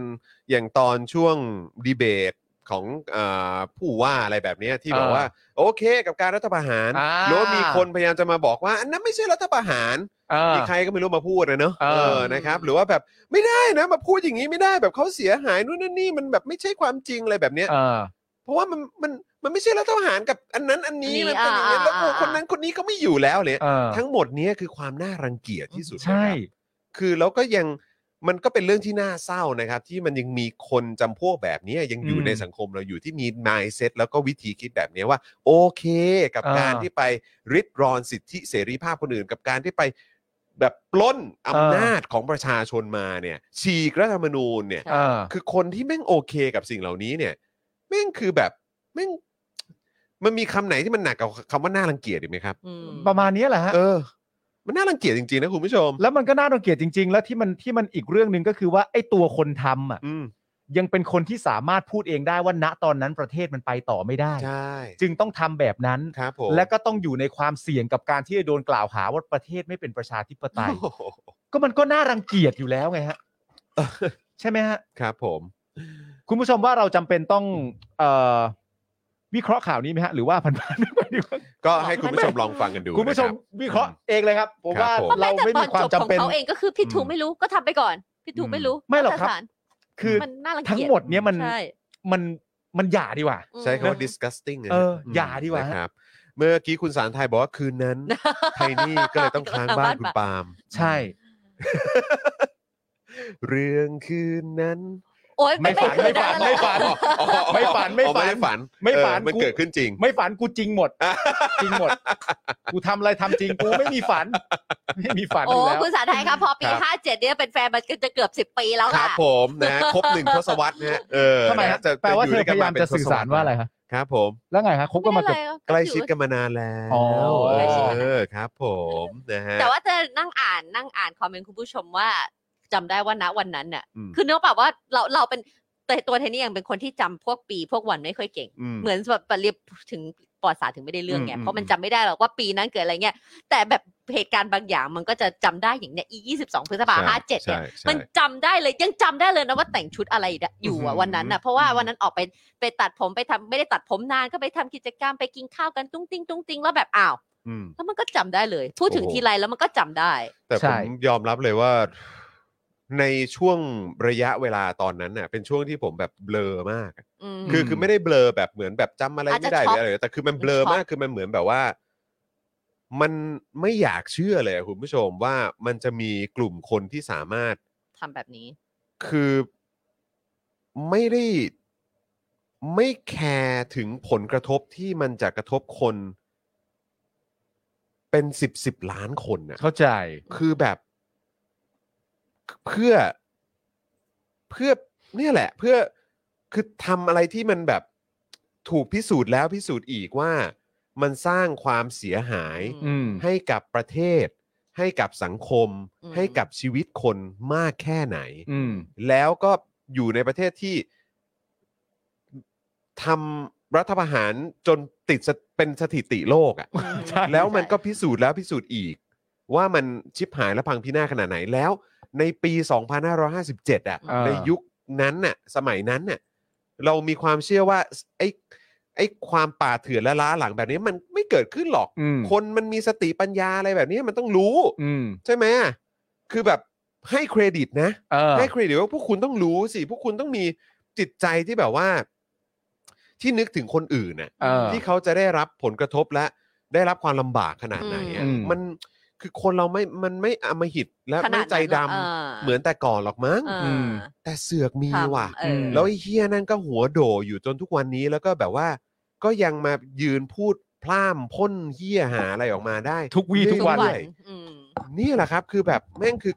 [SPEAKER 4] อย่างตอนช่วงดีเบตของเออผู้ว่าอะไรแบบเนี้ยที่บอก
[SPEAKER 5] อ่า
[SPEAKER 4] ว่า โอเคกับการรัฐประหาร
[SPEAKER 5] อ่า
[SPEAKER 4] หรือว่ามีคนพยายามจะมาบอกว่าอันนั้นไม่ใช่รัฐประหาร
[SPEAKER 5] เออ
[SPEAKER 4] มีใครก็ไม่รู้มาพูดนะเนอะ
[SPEAKER 5] เออ
[SPEAKER 4] นะครับ หรือว่าแบบไม่ได้นะมาพูดอย่างนี้ไม่ได้แบบเขาเสียหายนู่นนั่นนี่มันแบบไม่ใช่ความจริงอะไรแบบเนี้ย
[SPEAKER 5] เออ
[SPEAKER 4] เพราะว่ามันมันมันไม่ใช่รัฐประหารกับอันนั้นอันนี้
[SPEAKER 3] นี่
[SPEAKER 4] มันเป็นอย่างนี้
[SPEAKER 3] อ่า
[SPEAKER 4] แล้ว
[SPEAKER 3] อ่าอ่า
[SPEAKER 4] คนนั้นคนนี้ก็ไม่อยู่แล้วเลย
[SPEAKER 5] เออ
[SPEAKER 4] ทั้งหมดเนี้ยคือความน่ารังเกียจที่สุดเลย
[SPEAKER 5] ใช่
[SPEAKER 4] ครับ คือแล้วก็ยังมันก็เป็นเรื่องที่น่าเศร้านะครับ ที่มันยังมีคนจำพวกแบบนี้ยังอยู่ในสังคมเราอยู่ที่มี mindset แล้วก็วิธีคิดแบบนี้ว่า โอเค กับการที่ไปริดรอนสิทธิเสรีภาพคนอื่น กับการที่ไปแบบปล้นอำนาจของประชาชนมาเนี่ยฉีกรัฐธรรมนูญเนี่ย
[SPEAKER 5] เออ
[SPEAKER 4] คือคนที่แม่งโอเคกับสิ่งเหล่านี้เนี่ยแม่งคือแบบแม่งมันมีคำไหนที่มันหนักกว่าคำว่าน่ารังเกียจอีกไหมครับ
[SPEAKER 3] อืม
[SPEAKER 5] ประมาณนี้แหละฮะ
[SPEAKER 4] เออ มันน่ารังเกียจจริงๆนะคุณผู้ชม
[SPEAKER 5] แล้วมันก็น่ารังเกียจจริง ๆ แล้วที่มันที่มันอีกเรื่องหนึ่งก็คือว่าไอ้ตัวคนทำอ่ะ
[SPEAKER 4] อืม
[SPEAKER 5] ยังเป็นคนที่สามารถพูดเองได้ว่าณตอนนั้นประเทศมันไปต่อไม่ได้
[SPEAKER 4] ใช่
[SPEAKER 5] จึงต้องทำแบบนั้น
[SPEAKER 4] ครับผม
[SPEAKER 5] และก็ต้องอยู่ในความเสี่ยงกับการที่จะโดนกล่าวหาว่าประเทศไม่เป็นประชาธิปไตย
[SPEAKER 4] โอ้โห
[SPEAKER 5] ก็มันก็น่ารังเกียจอยู่แล้วไงฮะ ใช่ไหมฮะ
[SPEAKER 4] ครับผม
[SPEAKER 5] คุณผู้ชมว่าเราจำเป็นต้องเอ่อวิเคราะห์ข่าวนี้ไหมฮะ หรือว่าผ่านๆไปดีกว่า
[SPEAKER 4] ก็ให้คุณผู้ชมลองฟังกันดู
[SPEAKER 5] คุณผู้ชม
[SPEAKER 4] นะรับ
[SPEAKER 5] วิเคราะห์เองเลยครับ ผม
[SPEAKER 4] ครับ
[SPEAKER 5] ว่า
[SPEAKER 4] ผม
[SPEAKER 5] เรา
[SPEAKER 3] แต่
[SPEAKER 5] ไม่
[SPEAKER 3] ตอ
[SPEAKER 5] มี
[SPEAKER 3] น
[SPEAKER 5] ความ
[SPEAKER 3] จบ
[SPEAKER 5] จำ
[SPEAKER 3] ของ
[SPEAKER 5] เป็น
[SPEAKER 3] เขาเองก็คือผิดถู
[SPEAKER 4] อื
[SPEAKER 3] ก
[SPEAKER 4] ม
[SPEAKER 3] ไม่รู้ก็ทำไปก่อนผิดถูก
[SPEAKER 4] อืม
[SPEAKER 3] ไม่รู้
[SPEAKER 5] ไม่หรอกครับ
[SPEAKER 3] าตฐาน
[SPEAKER 5] คือ
[SPEAKER 3] มันน่ารังเกียจ
[SPEAKER 5] ทั้งหมดเนี้ยมัน
[SPEAKER 3] ใช่
[SPEAKER 5] มันมันหย่าดีกว่า
[SPEAKER 3] อืม
[SPEAKER 4] ใช้คำว่า disgusting นะ
[SPEAKER 5] เออ
[SPEAKER 4] ม
[SPEAKER 5] อย่าดีกว่าฮะ
[SPEAKER 4] นะครับ เมื่อกี้คุณสารไทยบอกว่าคืนนั้น ไทยนี่ก็เลยต้องค้างบ้านคุณปาล์ม
[SPEAKER 5] ใช่
[SPEAKER 4] เรื่องคืนนั้น
[SPEAKER 3] โอ๊ย
[SPEAKER 5] ไม่ฝันไม่
[SPEAKER 3] เคย
[SPEAKER 5] ฝัน
[SPEAKER 3] ด้
[SPEAKER 5] ไม่
[SPEAKER 3] แล้ว
[SPEAKER 5] ฝัน
[SPEAKER 4] อ๋ออ๋อ
[SPEAKER 5] ไม่ฝันไม่
[SPEAKER 4] อ๋อ
[SPEAKER 5] ฝัน
[SPEAKER 4] ไม่ด้ฝัน
[SPEAKER 5] ไม่ฝัน
[SPEAKER 4] เออมัน
[SPEAKER 5] กู
[SPEAKER 4] เกิดขึ้นจริง
[SPEAKER 5] ไม่ฝันกูจริงหมด จริงหมด กูทำอะไรทำจริงกูไม่มีฝัน ไม่มีฝัน
[SPEAKER 3] โอ้
[SPEAKER 5] อยู่แล้ว
[SPEAKER 3] คุณสาไทยครับพอปี
[SPEAKER 4] ครับ
[SPEAKER 3] 57 เนี่ยเป็นแฟนมันก็จะเกือบ 10 ปีแล้ว
[SPEAKER 4] ค
[SPEAKER 3] ค่ะ
[SPEAKER 4] รับผมนะฮะครบหนึ่งทศวรรษนะฮะเออ
[SPEAKER 5] ทำไมฮะ
[SPEAKER 4] จะ
[SPEAKER 5] แปลว่าเธอ
[SPEAKER 4] ด้
[SPEAKER 5] พ
[SPEAKER 4] กัน
[SPEAKER 5] ยายาม
[SPEAKER 4] เป็น
[SPEAKER 5] จะสื่อสารว่าอะไรครับ
[SPEAKER 4] ครับ ผม
[SPEAKER 5] แล้วไงฮะคบกันมา
[SPEAKER 3] ไได้
[SPEAKER 5] เกือบ
[SPEAKER 3] อะไร
[SPEAKER 4] ใกล้ชิด
[SPEAKER 3] ถือ
[SPEAKER 4] กันมานานแล้ว
[SPEAKER 5] อ๋อ
[SPEAKER 4] เอ
[SPEAKER 3] ใกล้ชิด
[SPEAKER 4] อครับ ผมนะฮะ
[SPEAKER 3] ว่าแต่ว่าจะนั่งอ่านนั่งอ่านคอมเมนต์คุณผู้ชมว่าจำได้ว่าณวันนั้นน่ะ
[SPEAKER 4] อืม
[SPEAKER 3] คือเนื้อแบบว่าเราเราเป็นแต่ตัวเทนนี่ยังเป็นคนที่จำพวกปีพวกวันไม่ค่อยเก่ง
[SPEAKER 4] อืม
[SPEAKER 3] เหมือนแบบเรียนถึงปอดศาสตร์ถึงไม่ได้เรื่องไง
[SPEAKER 4] อืม
[SPEAKER 3] เพราะมัน
[SPEAKER 4] อืม
[SPEAKER 3] จำไม่ได้หรอกว่าปีนั้นเกิดอะไรเงี้ยแต่แบบเหตุการณ์บางอย่างมันก็จะจำได้อย่างเนี้ยอี22พฤษภาห้าเจ็ดเนี่ย
[SPEAKER 4] ใช่ใช่
[SPEAKER 3] มันจำได้เลยยังจำได้เลยนะว่าแต่งชุดอะไรอยู่
[SPEAKER 4] อื
[SPEAKER 3] อะ
[SPEAKER 4] ม
[SPEAKER 3] วันนั้น
[SPEAKER 4] อื
[SPEAKER 3] นะ
[SPEAKER 4] ม
[SPEAKER 3] เพราะว่า
[SPEAKER 4] อืม
[SPEAKER 3] วันนั้นออกไปไปตัดผมไปทำไม่ได้ตัดผมนานก็ไปทำกิจกรรมไปกินข้าวกันตุ้งติ้งตุ้งติ้งแล้วแบบอ้าว
[SPEAKER 4] อืม
[SPEAKER 3] แล้วมันก็จำได้เลย พูดถึง
[SPEAKER 4] โอ้โห
[SPEAKER 3] ทีไรแล้วมันก็จำได้
[SPEAKER 4] แต่ผ
[SPEAKER 5] ใช่
[SPEAKER 4] มยอมรับเลยว่าในช่วงระยะเวลาตอนนั้นน่ะ เป็นช่วงที่ผมแบบเบลอมาก
[SPEAKER 3] อืม
[SPEAKER 4] คือคือไม่ได้เบลอแบบเหมือนแบบจำอะไร
[SPEAKER 3] อาจ
[SPEAKER 4] ไม่
[SPEAKER 3] จะ
[SPEAKER 4] ได้ห
[SPEAKER 3] ช็
[SPEAKER 4] รือ อก อะไรแต่คือมันเบลอ
[SPEAKER 3] ช็อก
[SPEAKER 4] มากคือมันเหมือนแบบว่า มันไม่อยากเชื่อเลยอะคุณผู้ชมว่ามันจะมีกลุ่มคนที่สามารถ
[SPEAKER 3] ทำแบบนี้
[SPEAKER 4] คือไม่ได้ไม่แคร์ถึงผลกระทบที่มันจะกระทบคน เป็นสิบสิบล้านคนน่ะ
[SPEAKER 5] เข้าใจ
[SPEAKER 4] คือแบบเพื่อเพื่อเนี่ยแหละ เพื่อคือทำอะไรที่มันแบบถูกพิสูจน์แล้วพิสูจน์อีกว่ามันสร้างความเสียหาย
[SPEAKER 5] อืม
[SPEAKER 4] ให้กับประเทศ ให้กับสังคม
[SPEAKER 3] อืม
[SPEAKER 4] ให้กับชีวิตคนมากแค่ไหน
[SPEAKER 5] อืม
[SPEAKER 4] แล้วก็อยู่ในประเทศที่ทำรัฐประหารจนติดสเป็นสถิติโลกอ่ะ
[SPEAKER 3] อืม
[SPEAKER 5] ใช่
[SPEAKER 4] แล้วมันก็พิสูจน์แล้วพิสูจน์อีก ว่ามันชิบหายและพังพินาศขนาดไหนแล้ว ในปี 2557 อ่ะ
[SPEAKER 5] อ่า
[SPEAKER 4] ในยุคนั้นน่ะ สมัยนั้นน่ะ เรามีความเชื่อว่าไอ้ไอ้ความป่าเถื่อนและล้าหลังแบบนี้มันไม่เกิดขึ้นหรอก
[SPEAKER 5] อืม
[SPEAKER 4] คนมันมีสติปัญญาอะไรแบบนี้มันต้องรู้
[SPEAKER 5] อืม
[SPEAKER 4] ใช่ไหมคือแบบให้เครดิตนะ
[SPEAKER 5] เออ
[SPEAKER 4] ให้เครดิตว่าพวกคุณต้องรู้สิ พวกคุณต้องมีจิตใจที่แบบว่า ที่นึกถึงคนอื่นน่ะ
[SPEAKER 5] เออ
[SPEAKER 4] ที่เขาจะได้รับผลกระทบและได้รับความลำบากขนาดไหนอะ
[SPEAKER 5] อืม
[SPEAKER 4] มันคือคนเราไม่มันไม่อำมหิตและ
[SPEAKER 3] ขนา
[SPEAKER 4] ไม่
[SPEAKER 3] ด
[SPEAKER 4] ใจดำ
[SPEAKER 3] นั้นหรอ
[SPEAKER 4] เหมือนแต่ก่อนหรอกมั้ง
[SPEAKER 3] เออ
[SPEAKER 5] อืม
[SPEAKER 4] แต่เสือกมี
[SPEAKER 3] ทำ
[SPEAKER 4] ว่ะ
[SPEAKER 3] เออ
[SPEAKER 4] แล้วไอ้เฮียนั่นก็หัวโดอยู่จนทุกวันนี้แล้วก็แบบว่า ก็ยังมายืนพูดพล่ามพ่นเฮียหาอะไรออกมาได้
[SPEAKER 5] ทุกวี่ทุกวัน
[SPEAKER 4] เรื่อย
[SPEAKER 3] อืม
[SPEAKER 4] ๆนี่แหละครับ คือแบบแม่งคือ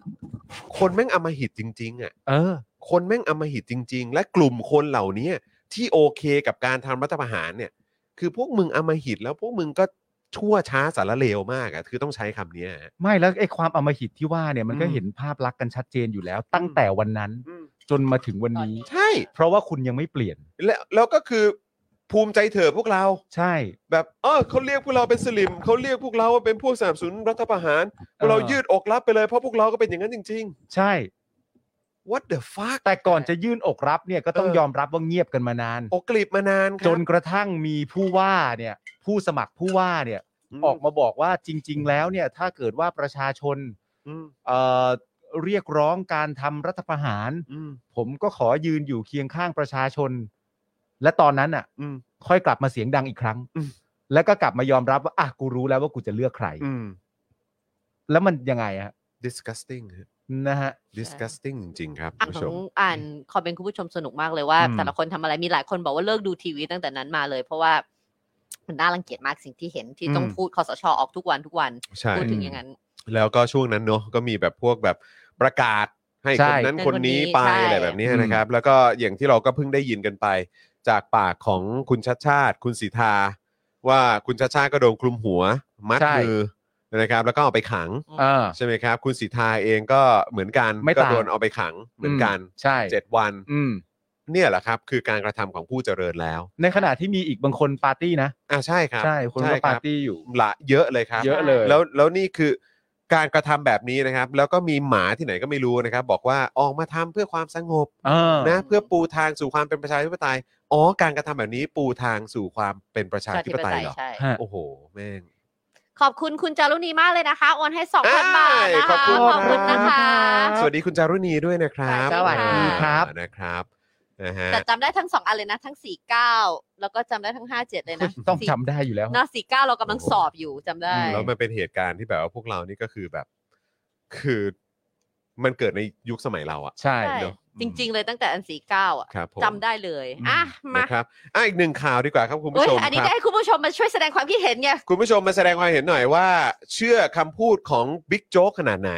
[SPEAKER 4] คนแม่งอำมหิตจริง ๆ อ่ะ
[SPEAKER 5] เออ
[SPEAKER 4] คนแม่งอำมหิตจริง ๆ และกลุ่มคนเหล่านี้ที่โอเคกับการทำรัฐประหารเนี่ย คือพวกมึงอำมหิตแล้วพวกมึงก็ชั่วช้าสารเลวมากอะคือต้องใช้คำเนี้ยฮะ
[SPEAKER 5] ไม่แล้วไอ้ความอำมหิตที่ว่าเนี่ยมันก็
[SPEAKER 4] อืม
[SPEAKER 5] เห็นภาพลักษณ์กันชัดเจนอยู่แล้ว ตั้งแต่วันนั้นจนมาถึงวันนี้
[SPEAKER 4] ใช่
[SPEAKER 5] เพราะว่าคุณยังไม่เปลี่ยน
[SPEAKER 4] แล้วแล้วก็คือภูมิใจเถอะพวกเรา
[SPEAKER 5] ใช่
[SPEAKER 4] แบบเออเขาเรียกพวกเราเป็นสลิมเขาเรียกพวกเราว่าเป็นพวกสามศูนย์รัฐประหารพวกเรา
[SPEAKER 5] เออ
[SPEAKER 4] ยืดอกรับไปเลยเพราะพวกเราก็เป็นอย่างนั้นจริง
[SPEAKER 5] ใช่
[SPEAKER 4] ๆ what the fuck
[SPEAKER 5] แต่ก่อนจะยื่นอกรับเนี่ยก็ต้อง
[SPEAKER 4] เออ
[SPEAKER 5] ยอมรับว่าเงียบกันมานาน
[SPEAKER 4] อกกลีบมานานครั
[SPEAKER 5] จ
[SPEAKER 4] บ
[SPEAKER 5] นกระทั่งมีผู้ว่าเนี่ย ผู้สมัครผู้ว่าเนี่ย ออกมาบอกว่าจริง ๆ แล้วเนี่ย ถ้าเกิดว่าประชาชน
[SPEAKER 4] อืม
[SPEAKER 5] เอ่อเรียกร้องการทำรัฐประหาร
[SPEAKER 4] อืม
[SPEAKER 5] ผมก็ขอยืนอยู่เคียงข้างประชาชน และตอนนั้นอ่ะ
[SPEAKER 4] อืม
[SPEAKER 5] ค่อยกลับมาเสียงดังอีกครั้ง
[SPEAKER 4] อืม
[SPEAKER 5] แล้วก็กลับมายอมรับว่าอ่ะกูรู้แล้วว่ากูจะเลือกใคร
[SPEAKER 4] อืม
[SPEAKER 5] แล้วมันยังไงฮะ
[SPEAKER 4] disgusting ฮะ
[SPEAKER 5] นะฮะ
[SPEAKER 4] disgusting จริง ๆ ครับ
[SPEAKER 3] อ่ะ
[SPEAKER 4] คุณผู้
[SPEAKER 3] ข
[SPEAKER 4] ช
[SPEAKER 3] อ
[SPEAKER 4] ม
[SPEAKER 3] งอ่านคอมเมนต์คุณผู้ชมสนุกมากเลยว่า
[SPEAKER 5] อืม
[SPEAKER 3] แต่ละคนทำอะไรมีหลายคนบอกว่าเลิกดูทีวีตั้งแต่นั้นมาเลย เพราะว่ามันน่ารังเกียจมากสิ่งที่เห็นที่ต้อง
[SPEAKER 4] อืม
[SPEAKER 3] พูดคอสชออกทุกวันทุกวัน
[SPEAKER 4] ใช่
[SPEAKER 3] พูดถึงอย่างนั้น
[SPEAKER 4] แล้วก็ช่วงนั้นเนอะก็มีแบบพวกแบบประกาศให้
[SPEAKER 5] ใช่
[SPEAKER 4] คนนั้นคนนี้ไป
[SPEAKER 3] ใช่
[SPEAKER 4] อะไรแบบเนี้ย
[SPEAKER 5] อืม
[SPEAKER 4] นะครับ แล้วก็อย่างที่เราก็เพิ่งได้ยินกันไป จากปากของคุณชัดชาติ คุณสีทา ว่าคุณชัดชาติก็โดนคลุมหัว มัดมือนะครับ แล้วก็เอาไปขัง
[SPEAKER 5] เออ
[SPEAKER 4] ใช่ไหมครับ คุณสีทาเองก็เหมือนกัน
[SPEAKER 5] ไม่
[SPEAKER 4] ก็
[SPEAKER 5] ต่าง
[SPEAKER 4] โดนเอาไปขังเหมือนกัน
[SPEAKER 5] ใช่
[SPEAKER 4] เจ็ดวัน
[SPEAKER 5] อืม
[SPEAKER 4] เนี่ยแหละครับ คือการกระทำของผู้เจริญแล้ว
[SPEAKER 5] ในขณะที่มีอีกบางคนปาร์ตี้นะ
[SPEAKER 4] อ่าใช่ครับ
[SPEAKER 5] ใช่คนก็
[SPEAKER 4] ค
[SPEAKER 5] ปา
[SPEAKER 4] รับ
[SPEAKER 5] ร์ตี้อยู่
[SPEAKER 4] ละเยอะเลยครับ
[SPEAKER 5] เยอะเลย
[SPEAKER 4] แล้วแล้วนี่คือการกระทำแบบนี้นะครับ แล้วก็มีหมาที่ไหนก็ไม่รู้นะครับ บอกว่าออกมาทำเพื่อความสงบ
[SPEAKER 5] เออ
[SPEAKER 4] นะเพื่อปูทางสู่ความเป็นประชาธิปไตยอ๋อการกระทำแบบนี้ปูทางสู่ความเป็นประชาธิปไตยเหรอ
[SPEAKER 3] ใช่
[SPEAKER 5] ฮะ
[SPEAKER 4] โอ้โหแม่ง
[SPEAKER 3] ขอบคุณคุณจารุณีมากเลยนะคะโอนให้สองพัน
[SPEAKER 4] อ่า
[SPEAKER 3] บาทนะคะ
[SPEAKER 4] ขอบคุณ
[SPEAKER 3] นะ
[SPEAKER 5] คร
[SPEAKER 3] คะ
[SPEAKER 5] ับ
[SPEAKER 4] สวัสดีคุณจารุณีด้วยนะครับ
[SPEAKER 3] สวัสดีค่ะ
[SPEAKER 4] อ่านะครับนะฮะ
[SPEAKER 3] แต่จำได้ทั้งสองอันเลยนะ ทั้งสี่เก้าแล้วก็จำได้ทั้งห้าเจ็ดเลยนะ
[SPEAKER 5] ต้องจำได้อยู่แล้ว
[SPEAKER 3] เนาะสี่เก้าเรากำลังสอบอยู่จำได้
[SPEAKER 5] ใช่
[SPEAKER 4] แล้วมันเป็นเหตุการณ์ที่แบบว่าพวกเรานี่ก็คือแบบ คือมันเกิดในยุคสมัยเราอะ
[SPEAKER 5] ใช่
[SPEAKER 3] ใช่
[SPEAKER 4] เนอะ
[SPEAKER 3] จริง ๆ เลยตั้งแต่อันสี่เก้าอ่ะ
[SPEAKER 4] ครับผม
[SPEAKER 3] จำได้เลย
[SPEAKER 5] อืม
[SPEAKER 3] อ่ะมา
[SPEAKER 4] นะครับอ่ะอีกหนึ่งข่าวดีกว่าครับคุณผู้
[SPEAKER 3] เอ้ย
[SPEAKER 4] ชม
[SPEAKER 3] อันนี้
[SPEAKER 4] ค
[SPEAKER 3] ได้
[SPEAKER 4] รับ
[SPEAKER 3] ให้คุณผู้ชมมาช่วยแสดงความคิดเห็นไง
[SPEAKER 4] คุณผู้ชมมาแสดงความเห็นหน่อยว่า เชื่อคำพูดของบิ๊กโจ๊กขนาดไหน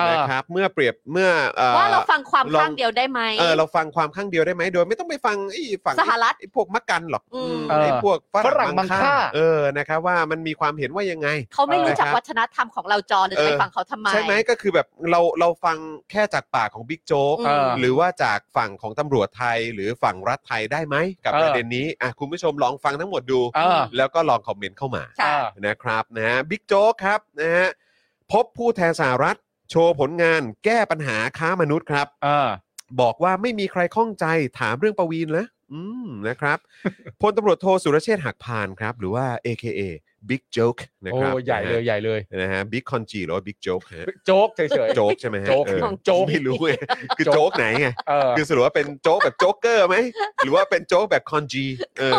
[SPEAKER 5] เออ
[SPEAKER 4] นะครับ เมื่อเปรียบเมื่อเอ่อ
[SPEAKER 3] ว่าเราฟังความ
[SPEAKER 4] ลอง
[SPEAKER 3] ข้างเดียวได้ไหม
[SPEAKER 4] เออเราฟังความข้างเดียวได้ไหมโดยไม่ต้องไปฟังไอ้ฝั่ง
[SPEAKER 3] สหรัฐ
[SPEAKER 4] ไอ้พวกมักกันหรอก
[SPEAKER 3] อืม
[SPEAKER 4] อืมไอ้พวก
[SPEAKER 5] ฝรั่งมังค่า
[SPEAKER 4] เออนะครับว่ามันมีความเห็นว่ายังไง
[SPEAKER 3] เขาไม่รู้จัก
[SPEAKER 4] นะครับ
[SPEAKER 3] วัฒนธรรมของเราจอหรือจะไป
[SPEAKER 4] เออ
[SPEAKER 3] ฟังเขาทำไม
[SPEAKER 4] ใช่ไหมก็คือแบบเราเราฟังแค่จากปากของบิ๊กโจ๊ก
[SPEAKER 3] อืม
[SPEAKER 5] เออ
[SPEAKER 4] หรือว่าจากฝั่งของตำรวจไทยหรือฝั่งรัฐไทยได้ไหมกับ
[SPEAKER 5] เออ
[SPEAKER 4] ประเด็นนี้อ่ะคุณผู้ชมลองฟังทั้งหมดดู
[SPEAKER 5] เออ
[SPEAKER 4] แล้วก็ลองคอมเมนต์เข้ามา
[SPEAKER 3] ค่ะ
[SPEAKER 4] นะครับนะฮะบิ๊กโจ๊กครับนะฮะพบผู้แทนสหรัฐ โชว์ผลงานแก้ปัญหาค้ามนุษย์ครับ
[SPEAKER 5] เออ
[SPEAKER 4] บอกว่าไม่มีใครข้องใจถามเรื่องประวีนนะอืมนะครับ พลตำรวจโทสุรเชษฐ์หักพานครับ หรือว่า AKA Big Joke นะ
[SPEAKER 5] โอ้
[SPEAKER 4] ครับ
[SPEAKER 5] ใหญ่เลยใหญ่เลย
[SPEAKER 4] นะฮะบิ๊กคอนจีหรือว่าบิ๊กโจ๊ก ฮะ
[SPEAKER 5] โจ๊กเฉย
[SPEAKER 4] โจ๊กใช่ไหมฮะ
[SPEAKER 5] โจ๊ก
[SPEAKER 4] เออ
[SPEAKER 5] โจ๊ก
[SPEAKER 4] ไม่รู้ ไงคือโจ๊กไหนไง
[SPEAKER 5] ๆเออ
[SPEAKER 4] คือสรุปว่าเป็นโจ๊กแบบโจ๊กเกอร์ไหม หรือว่าเป็นโจ๊กแบบคอนจีเออ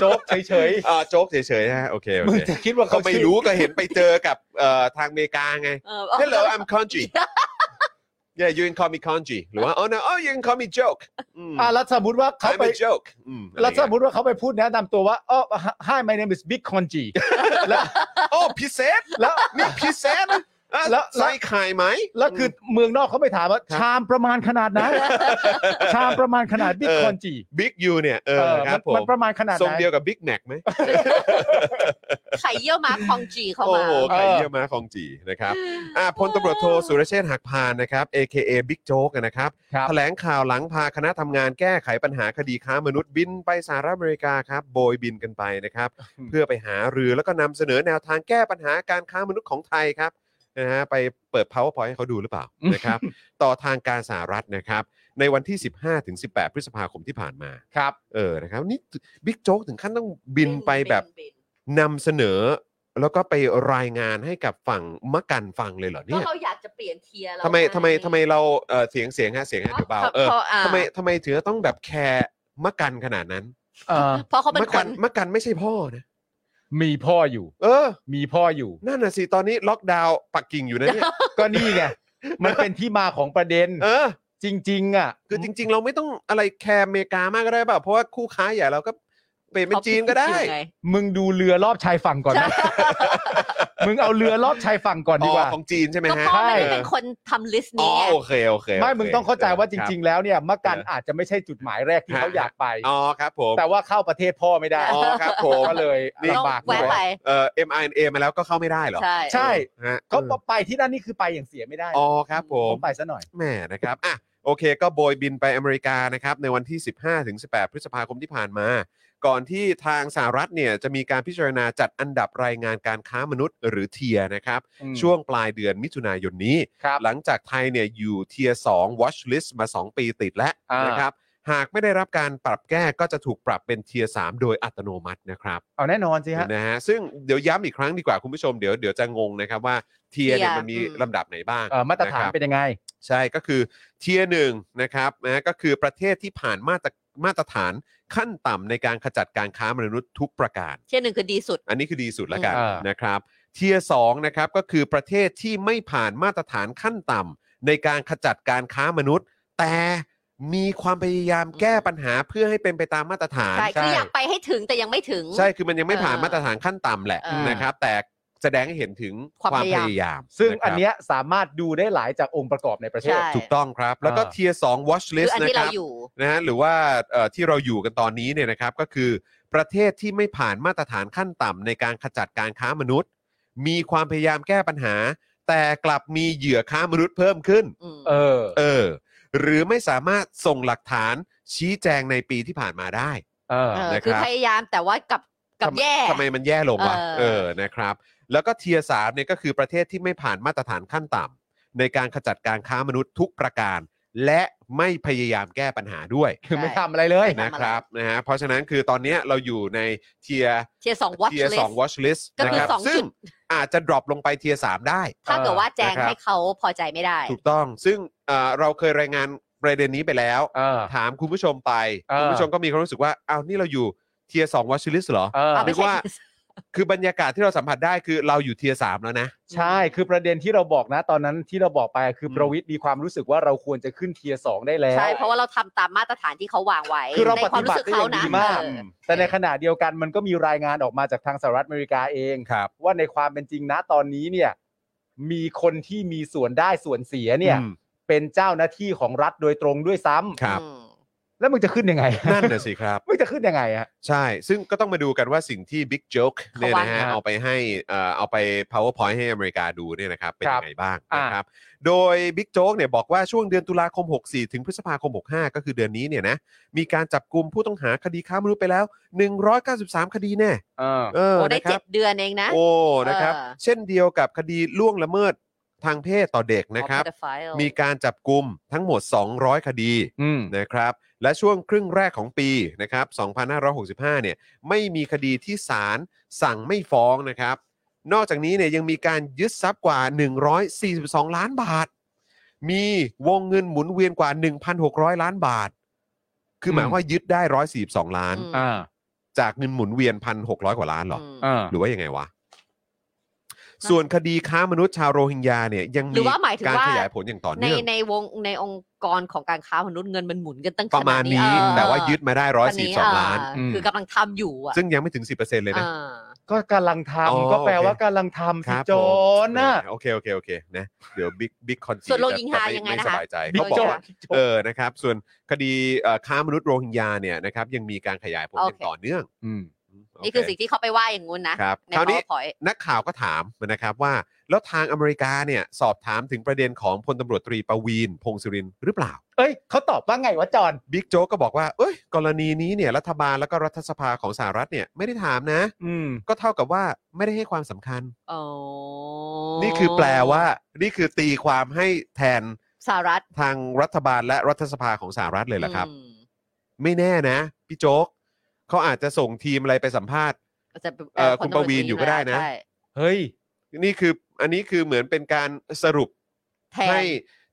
[SPEAKER 5] โจ๊กเฉย
[SPEAKER 4] อ่าโจ๊กเฉยๆนะฮะโอเค
[SPEAKER 5] ๆ
[SPEAKER 4] โอ
[SPEAKER 5] มึง
[SPEAKER 4] เค
[SPEAKER 5] จะคิดว่า
[SPEAKER 4] ก็
[SPEAKER 5] เขา
[SPEAKER 4] ไม่
[SPEAKER 5] ชื่อ
[SPEAKER 4] รู้ก็เห็นไปเจอกับเอ่อทางอเมริกาไง
[SPEAKER 3] เออ
[SPEAKER 4] Hello I'm Kanji Yeah you can call me Kanji หรือว่า Oh no Oh you can call me joke อืม
[SPEAKER 5] อ่ะแล้วสมมติว่าเขาไป
[SPEAKER 4] I'm a joke อืมอะไร
[SPEAKER 5] แล้วสมม
[SPEAKER 4] เงี้ย
[SPEAKER 5] ติว่าเขาไปพูดแนะนำตัวว่าอ๋อ hi my name is big conji แล้ว
[SPEAKER 4] Oh พิเศษ
[SPEAKER 5] แล้ว
[SPEAKER 4] นี่พิเศษนะอ่ะ
[SPEAKER 5] แล้ว
[SPEAKER 4] ใส่ไข่ ไหม
[SPEAKER 5] แล้วคือเมืองนอกเขาไปถามว่า
[SPEAKER 4] ครับ
[SPEAKER 5] ชามประมาณขนาดไหน ชามประมาณขนาด big
[SPEAKER 4] เออ
[SPEAKER 5] conji
[SPEAKER 4] บิ๊กยูเนี่ยเออ
[SPEAKER 5] เออ
[SPEAKER 4] ค
[SPEAKER 5] มั
[SPEAKER 4] รั
[SPEAKER 5] น
[SPEAKER 4] บผม
[SPEAKER 5] มันประมาณขนาด
[SPEAKER 4] ทร
[SPEAKER 5] ไห
[SPEAKER 4] ง
[SPEAKER 5] น
[SPEAKER 4] เดียวกับบิ๊กแม็กไหม
[SPEAKER 3] ไข่เยี่ยวม้าคองจีเข้า
[SPEAKER 4] โอ้
[SPEAKER 3] มา
[SPEAKER 4] โหไข่
[SPEAKER 5] เออ
[SPEAKER 4] เยี่ยมมาของจีนะครับอ่ะพลตำรวจโทสุรเชษฐ์หักพานนะครับ AKA บิ๊กโจ๊กนะครับ
[SPEAKER 5] ครับ
[SPEAKER 4] แถลงข่าวหลังพาคณะทำงานแก้ไขปัญหาคดีค้ามนุษย์บินไปสหรัฐอเมริกาครับโบยบินกันไปนะครับ
[SPEAKER 5] อืม
[SPEAKER 4] เพื่อไปหารือแล้วก็นำเสนอแนวทางแก้ปัญหาการค้ามนุษย์ของไทยครับนะฮะไปเปิด powerpoint ให้เขาดูหรือเปล่านะครับ ต่อทางการสหรัฐนะครับ ในวันที่ 15-18 พฤษภาคมที่ผ่านมา
[SPEAKER 5] ครับ
[SPEAKER 4] เออนะครับนี่บิ๊กโจ๊กถึงขั้นต้องบินไปแบบ นำเสนอแล้วก็ไปรายงานให้กับฝั่งมะกันฟังเลยเหรอ
[SPEAKER 3] ก็
[SPEAKER 4] เนี่ย
[SPEAKER 3] เขาอยากจะเปลี่ยนเทียร์เรา
[SPEAKER 4] ทำไม
[SPEAKER 3] ง
[SPEAKER 4] ทำไมทำไมเราเอ่อเสียงเสียงฮะเสียงฮะเดี๋ยวเบา
[SPEAKER 3] พระ
[SPEAKER 4] เออ
[SPEAKER 3] พระอ่า
[SPEAKER 4] ทำไมทำไมถึงจะต้องแบบแคร์มะกันขนาดนั้น
[SPEAKER 5] เอ่อ
[SPEAKER 3] เพราะเขาเป็น
[SPEAKER 4] มะ
[SPEAKER 3] ค
[SPEAKER 4] กัน นมะกันไม่ใช่พ่อนะ
[SPEAKER 5] มีพ่ออยู่
[SPEAKER 4] เออ
[SPEAKER 5] มีพ่ออยู่
[SPEAKER 4] นั่นน่ะสิตอนนี้ล็อกดาวน์ปักกิ่งอยู่นะ เนี่ย
[SPEAKER 5] ก็นี่ ไงมันเป็นที่มาของประเด็น
[SPEAKER 4] เออ
[SPEAKER 5] จริง ๆ อ่ะ
[SPEAKER 4] คือจริง ๆ เราไม่ต้องอะไรแคร์อเมริกามากก็ได้เปล่าเพราะว่าคู่ค้าใหญ่เราก็เปลี่ยนเป็นจีนก็ได้
[SPEAKER 3] อยู่ง
[SPEAKER 5] มึงดูเรือรอบชายฝั่งก่อนนะ มึงเอาเรือรอบชายฝั่งก่อน
[SPEAKER 4] อ๋
[SPEAKER 5] ดีก
[SPEAKER 4] อ
[SPEAKER 5] ว่า
[SPEAKER 4] ของจีนใช่ไหม
[SPEAKER 3] ก็
[SPEAKER 4] ฮะ
[SPEAKER 3] พ่อไม่
[SPEAKER 5] ใช่
[SPEAKER 3] ได้เป็นคนทำลิสต์
[SPEAKER 4] อ๋อ
[SPEAKER 3] นี้ไง
[SPEAKER 4] โอเคโอเค
[SPEAKER 5] ไม่
[SPEAKER 4] โค
[SPEAKER 5] มึงต้องเข้าใจว่าจ
[SPEAKER 4] คบ
[SPEAKER 5] ริง ๆ แล้วเนี่ยมะกัน
[SPEAKER 4] เอออ
[SPEAKER 5] อาจจะไม่ใช่จุดหมายแรกที่
[SPEAKER 4] ฮะ
[SPEAKER 5] เขาอยากไป
[SPEAKER 4] อ๋อครับผม
[SPEAKER 5] แต่ว่าเข้าประเทศพ่อไม่ได้
[SPEAKER 4] อ๋อครับผม
[SPEAKER 5] ก็เลย
[SPEAKER 3] ต้อ
[SPEAKER 5] ลำ
[SPEAKER 3] ง
[SPEAKER 5] บากห
[SPEAKER 3] แวะ
[SPEAKER 5] น่อย
[SPEAKER 3] ไป
[SPEAKER 4] เอ่อ mRNA มาแล้วก็เข้าไม่ได้เหรอ
[SPEAKER 3] ใช่
[SPEAKER 5] ใช่
[SPEAKER 4] ฮะ
[SPEAKER 5] ก็ไปที่นั่นนี่คือไปอย่างเสียไม่ได้
[SPEAKER 4] อ๋อครับผม
[SPEAKER 5] ต้องไปซะหน่อย
[SPEAKER 4] แหมนะครับ อ่ะ โอเค ก็โบยบินไปอเมริกานะครับ ในวันที่ 15 ถึง 18 พฤษภาคมที่ผ่านมา ก่อนที่ทางสหรัฐเนี่ย จะมีการพิจารณาจัดอันดับรายงานการค้ามนุษย์หรือเทียนะครับ ช่วงปลายเดือนมิถุนายนนี้
[SPEAKER 5] ครับ
[SPEAKER 4] หลังจากไทยเนี่ย อยู่เทีย2 watch list มา 2 ปีติดแล้ว
[SPEAKER 5] อ่าน
[SPEAKER 4] นะครับ หากไม่ได้รับการปรับแก้ก็จะถูกปรับเป็นเทีย3โดยอัตโนมัตินะครับ
[SPEAKER 5] เอาแน่นอนสิฮะ
[SPEAKER 4] นะฮะ ซึ่งเดี๋ยวย้ำอีกครั้งดีกว่าคุณผู้ชม เดี๋ยวเดี๋ยวจะงงนะครับว่าเทียเนี่ย
[SPEAKER 3] tier
[SPEAKER 4] มันมี
[SPEAKER 3] อืม
[SPEAKER 4] ลำดับไหนบ้าง
[SPEAKER 5] เอ่อมาตรฐาน
[SPEAKER 4] ะคบ
[SPEAKER 5] เป็นยังไง
[SPEAKER 4] ใช่ก็คือเทียหนึ่งนะครับนะก็คือประเทศที่ผ่านมาตรมาตรฐานขั้นต่ำในการขจัดการค้ามนุษย์ทุกประการ
[SPEAKER 3] เที่ยหนึ่งคือดีสุด
[SPEAKER 4] อันนี้คือดีสุดแล้วกัน
[SPEAKER 5] อ่าน
[SPEAKER 4] นะครับเทียสองนะครับก็คือประเทศที่ไม่ผ่านมาตรฐานขั้นต่ำในการขจัดการค้ามนุษย์ แต่มีความพยายามแก้ปัญหาเพื่อให้เป็นไปตามมาตรฐาน
[SPEAKER 3] ใช่คืออยากไปให้ถึงแต่ยังไม่ถึง
[SPEAKER 4] ใช่คือมันยังไม่ผ่าน
[SPEAKER 3] เออ
[SPEAKER 4] มาตรฐานขั้นต่ำแหละ
[SPEAKER 3] เออ
[SPEAKER 4] นะครับ แต่แสดงให้เห็นถึง
[SPEAKER 3] ความ
[SPEAKER 4] ความพ
[SPEAKER 3] พยายาม
[SPEAKER 4] ยายาม
[SPEAKER 5] ซึ่งอัน
[SPEAKER 4] นะครับ
[SPEAKER 5] เนี้ยสามารถดูได้หลายจากองค์ประกอบในประเทศ
[SPEAKER 3] ใช่
[SPEAKER 4] ถูกต้องครับ แล้วก็
[SPEAKER 5] อ่า
[SPEAKER 4] เทียสอง watch
[SPEAKER 3] คือ
[SPEAKER 4] list
[SPEAKER 3] อัน
[SPEAKER 4] นะ
[SPEAKER 3] ที่
[SPEAKER 4] ค
[SPEAKER 3] เรา
[SPEAKER 4] รับ
[SPEAKER 3] อยู่
[SPEAKER 4] นะฮะหรือว่าเอ่อที่เราอยู่กันตอนนี้เนี่ยนะครับก็คือประเทศที่ไม่ผ่านมาตรฐานขั้นต่ำในการขจัดการค้ามนุษย์ มีความพยายามแก้ปัญหา แต่กลับมีเหยื่อค้ามนุษย์เพิ่มขึ้น
[SPEAKER 3] อืม
[SPEAKER 5] เออ
[SPEAKER 4] เออ หรือไม่สามารถส่งหลักฐานชี้แจงในปีที่ผ่านมาได้
[SPEAKER 5] เออ
[SPEAKER 3] เออ
[SPEAKER 4] นะครับ
[SPEAKER 3] คือพยายามแต่ว่ากับกับแย่
[SPEAKER 4] ทำไมมันแย่ลงวะ
[SPEAKER 3] เออ
[SPEAKER 4] เออนะครับ แล้วก็เทียสามเนี่ยก็คือประเทศที่ไม่ผ่านมาตรฐานขั้นต่ำในการขจัดการค้ามนุษย์ทุกประการ และไม่พยายามแก้ปัญหาด้วย
[SPEAKER 5] คือไม่ทำอะไรเลย
[SPEAKER 3] ไม่
[SPEAKER 4] นะ
[SPEAKER 3] ทำอะไร
[SPEAKER 4] ครับนะฮะเพราะฉะนั้นคือตอนเนี้ยเราอยู่ในเทีย
[SPEAKER 3] เทียสองวอช
[SPEAKER 4] เทีย
[SPEAKER 3] เล
[SPEAKER 4] ส
[SPEAKER 3] ส
[SPEAKER 4] อง watch list
[SPEAKER 3] ก็
[SPEAKER 4] นะ
[SPEAKER 3] คือ
[SPEAKER 4] ครับ
[SPEAKER 3] สองจุด
[SPEAKER 4] ซึ่งอาจจะดรอปลงไปเทียสามได้
[SPEAKER 3] ถ้าเกิดว่าแจง
[SPEAKER 4] นะครับ
[SPEAKER 3] ให้เขาพอใจไม่ได้
[SPEAKER 4] ถูกต้องซึ่งเอ่อเราเคยรายงานประเด็นนี้ไปแล้ว
[SPEAKER 5] เออ
[SPEAKER 4] ถามคุณผู้ชมไป
[SPEAKER 5] เออ
[SPEAKER 4] คุณผู้ชมก็มีความรู้สึกว่าอ้าวนี่เราอยู่เทียสอง watch list เหรอ
[SPEAKER 5] เออ
[SPEAKER 3] เอา
[SPEAKER 4] นึ
[SPEAKER 3] ไม่
[SPEAKER 4] ก
[SPEAKER 3] ใช่
[SPEAKER 4] ว่า คือบรรยากาศที่เราสัมผัสได้คือเราอยู่เทียสามแล้วนะ
[SPEAKER 5] ใช่คือประเด็นที่เราบอกนะ ตอนนั้นที่เราบอกไปคือ
[SPEAKER 4] ม
[SPEAKER 5] ประวิทย์มีความรู้สึกว่าเราควรจะขึ้นเทียสองได้แล้ว
[SPEAKER 3] ใช่ เพราะว่าเราทำตามมาตรฐานที่เขาวางไว้
[SPEAKER 5] คือเรา
[SPEAKER 3] ใน
[SPEAKER 5] ป
[SPEAKER 3] ความ
[SPEAKER 5] ฏิบัติ
[SPEAKER 3] รู้สึก
[SPEAKER 5] ได้อ
[SPEAKER 3] เขา
[SPEAKER 5] ย่าง
[SPEAKER 3] นะ
[SPEAKER 5] ดีมาก
[SPEAKER 3] เออ
[SPEAKER 5] แต่ในขณะเดียวกันมันก็มีรายงานออกมาจากทางสหรัฐอเมริกาเอง
[SPEAKER 4] ครับ
[SPEAKER 5] ว่าในความเป็นจริงนะตอนนี้เนี่ย มีคนที่มีส่วนได้ส่วนเสียเนี่ย
[SPEAKER 4] อืม
[SPEAKER 5] เป็นเจ้าหน้าที่ของรัฐโดยตรงด้วยซ้ำ
[SPEAKER 4] ครับ
[SPEAKER 3] อืม
[SPEAKER 5] แล้วมึงจะขึ้นยังไง
[SPEAKER 4] นั่นน่ะสิครับ
[SPEAKER 5] มึงจะขึ้นยังไงอะ
[SPEAKER 4] ใช่ ซึ่งก็ต้องมาดูกันว่าสิ่งที่ Big Joke เนี่ยนะฮะ
[SPEAKER 5] เขาว่าไง
[SPEAKER 4] เอาไปให้เอ่อเอาไป PowerPoint ให้อเมริกาดูเนี่ยนะครับ เป็น
[SPEAKER 5] ครั
[SPEAKER 4] ยั
[SPEAKER 5] บ
[SPEAKER 4] งไงบ้าง
[SPEAKER 5] อ่าน
[SPEAKER 4] นะครับ โดย Big Joke เนี่ยบอกว่าช่วงเดือนตุลาคม 64 ถึงพฤษภาคม 65 ก็คือเดือนนี้เนี่ยนะ มีการจับกลุ่มผู้ต้องหาคดีค้ามนุษย์ไปแล้ว 193 คดีแน่
[SPEAKER 5] เออ
[SPEAKER 4] เออ
[SPEAKER 3] โอ้ได้
[SPEAKER 4] นะค
[SPEAKER 3] เจ็
[SPEAKER 4] รั
[SPEAKER 3] ด
[SPEAKER 4] บ
[SPEAKER 3] เดือนเองนะ
[SPEAKER 4] โอ้ นะครับ
[SPEAKER 3] เออ
[SPEAKER 4] เช่นเดียวกับคดีล่วงละเมิดทางเพศต่อเด็กนะครับ
[SPEAKER 3] Of pedophile
[SPEAKER 4] มีการจับกลุ่มทั้งหมด 200 คดี
[SPEAKER 5] อืม
[SPEAKER 4] นะครับและช่วงครึ่งแรกของปีนะครับ2565 เนี่ยไม่มีคดีที่ศาลสั่งไม่ฟ้องนะครับ นอกจากนี้เนี่ยยังมีการยึดทรัพย์กว่า 142 ล้านบาท มีวงเงินหมุนเวียนกว่า 1,600 ล้านบาท คือหมาย
[SPEAKER 5] อืม
[SPEAKER 4] ว่ายึดได้ 142 ล้าน
[SPEAKER 3] อืม
[SPEAKER 5] อ่า
[SPEAKER 4] จากเงินหมุนเวียน 1,600 กว่าล้านเหรอ
[SPEAKER 3] ม
[SPEAKER 5] อ่า
[SPEAKER 4] หรือว่ายังไงวะ ส่วนคดีค้ามนุษย์ชาวโรฮิงญาเนี่ยยัง
[SPEAKER 3] หรื
[SPEAKER 4] มี
[SPEAKER 3] อว่าหมายถึง
[SPEAKER 4] การ
[SPEAKER 3] ว่า
[SPEAKER 4] ขยายผลอย่างต่อ
[SPEAKER 3] ใน
[SPEAKER 4] เนื่อง
[SPEAKER 3] ในวงในองค์กรของการค้ามนุษย์เงินมันหมุนกันตั้ง
[SPEAKER 4] ประมาณนี้
[SPEAKER 3] ขดเออ
[SPEAKER 4] แต่ว่ายึดมาได้
[SPEAKER 3] ขดนี้
[SPEAKER 4] 142 ล้าน
[SPEAKER 3] เอออ
[SPEAKER 5] ม
[SPEAKER 3] คือกำลังทำอยู่อ่ะ
[SPEAKER 4] ซึ่งยังไม่ถึง 10%เลยนะ
[SPEAKER 3] อ่า
[SPEAKER 5] ก็กำลัง
[SPEAKER 4] อ๋อ
[SPEAKER 5] ทำก็แปล
[SPEAKER 4] โอเค
[SPEAKER 5] ว่ากำลังทำ
[SPEAKER 4] ค
[SPEAKER 5] สิ
[SPEAKER 4] รับ
[SPEAKER 5] จอ
[SPEAKER 4] ผม
[SPEAKER 5] นน่ะ
[SPEAKER 4] แหมโอเค โอเค โอเค นะ เดี๋ยวบิ๊กบิ๊กคอนจี
[SPEAKER 3] ส่วนโรฮิงญา
[SPEAKER 4] จะม่
[SPEAKER 3] ยังไง
[SPEAKER 4] ม่
[SPEAKER 3] นะ
[SPEAKER 4] ส
[SPEAKER 3] คะ
[SPEAKER 4] บายใจ
[SPEAKER 5] บิ๊
[SPEAKER 4] เขา
[SPEAKER 5] ก
[SPEAKER 4] บอ
[SPEAKER 5] โจ๊
[SPEAKER 4] ก
[SPEAKER 5] ก
[SPEAKER 4] ว่าเออ นะครับ ส่วนคดีเอ่อค้ามนุษย์โรฮิงญาเนี่ยนะครับ ยังมีการขยายผลกัน
[SPEAKER 3] โอเค
[SPEAKER 4] ต่อเนื่อง
[SPEAKER 5] ม
[SPEAKER 4] โ
[SPEAKER 3] นี่คือสิ่งที่เขาไปว่าอย่างงู้นนะครับ ใน
[SPEAKER 4] คราวนี้
[SPEAKER 3] PowerPoint
[SPEAKER 4] นักข่าวก็ถามนะครับว่า แล้วทางอเมริกาเนี่ย สอบถามถึงประเด็นของพลตำรวจตรีประวีน พงศ์สุรินทร์หรือเปล่า
[SPEAKER 5] เอ้ยเขาตอบว่าไงวะจอน
[SPEAKER 4] บิ๊กโจ๊กก็บอกว่า เอ้ย กรณีนี้เนี่ย รัฐบาลแล้วก็รัฐสภาของสหรัฐเนี่ยไม่ได้ถามนะ
[SPEAKER 5] อืม
[SPEAKER 4] ก็เท่ากับว่าไม่ได้ให้ความสำคัญ
[SPEAKER 3] โอ้
[SPEAKER 4] นี่คือแปลว่า นี่คือตีความให้แทน
[SPEAKER 3] สหรัฐ
[SPEAKER 4] ทางรัฐบาลและรัฐสภาของสหรัฐเลยเหรอครับ
[SPEAKER 3] อืม
[SPEAKER 4] ไม่แน่นะ พี่โจ๊กเขาอาจจะส่งทีมอะไรไปสัมภาษณ์
[SPEAKER 3] จะ
[SPEAKER 4] เอ่อคุณปวีณอยู่ก็ได้นะ
[SPEAKER 3] ใช่
[SPEAKER 5] เฮ้ย
[SPEAKER 4] นี่คืออันนี้คือเหมือนเป็นการสรุป
[SPEAKER 3] แทน
[SPEAKER 4] ให้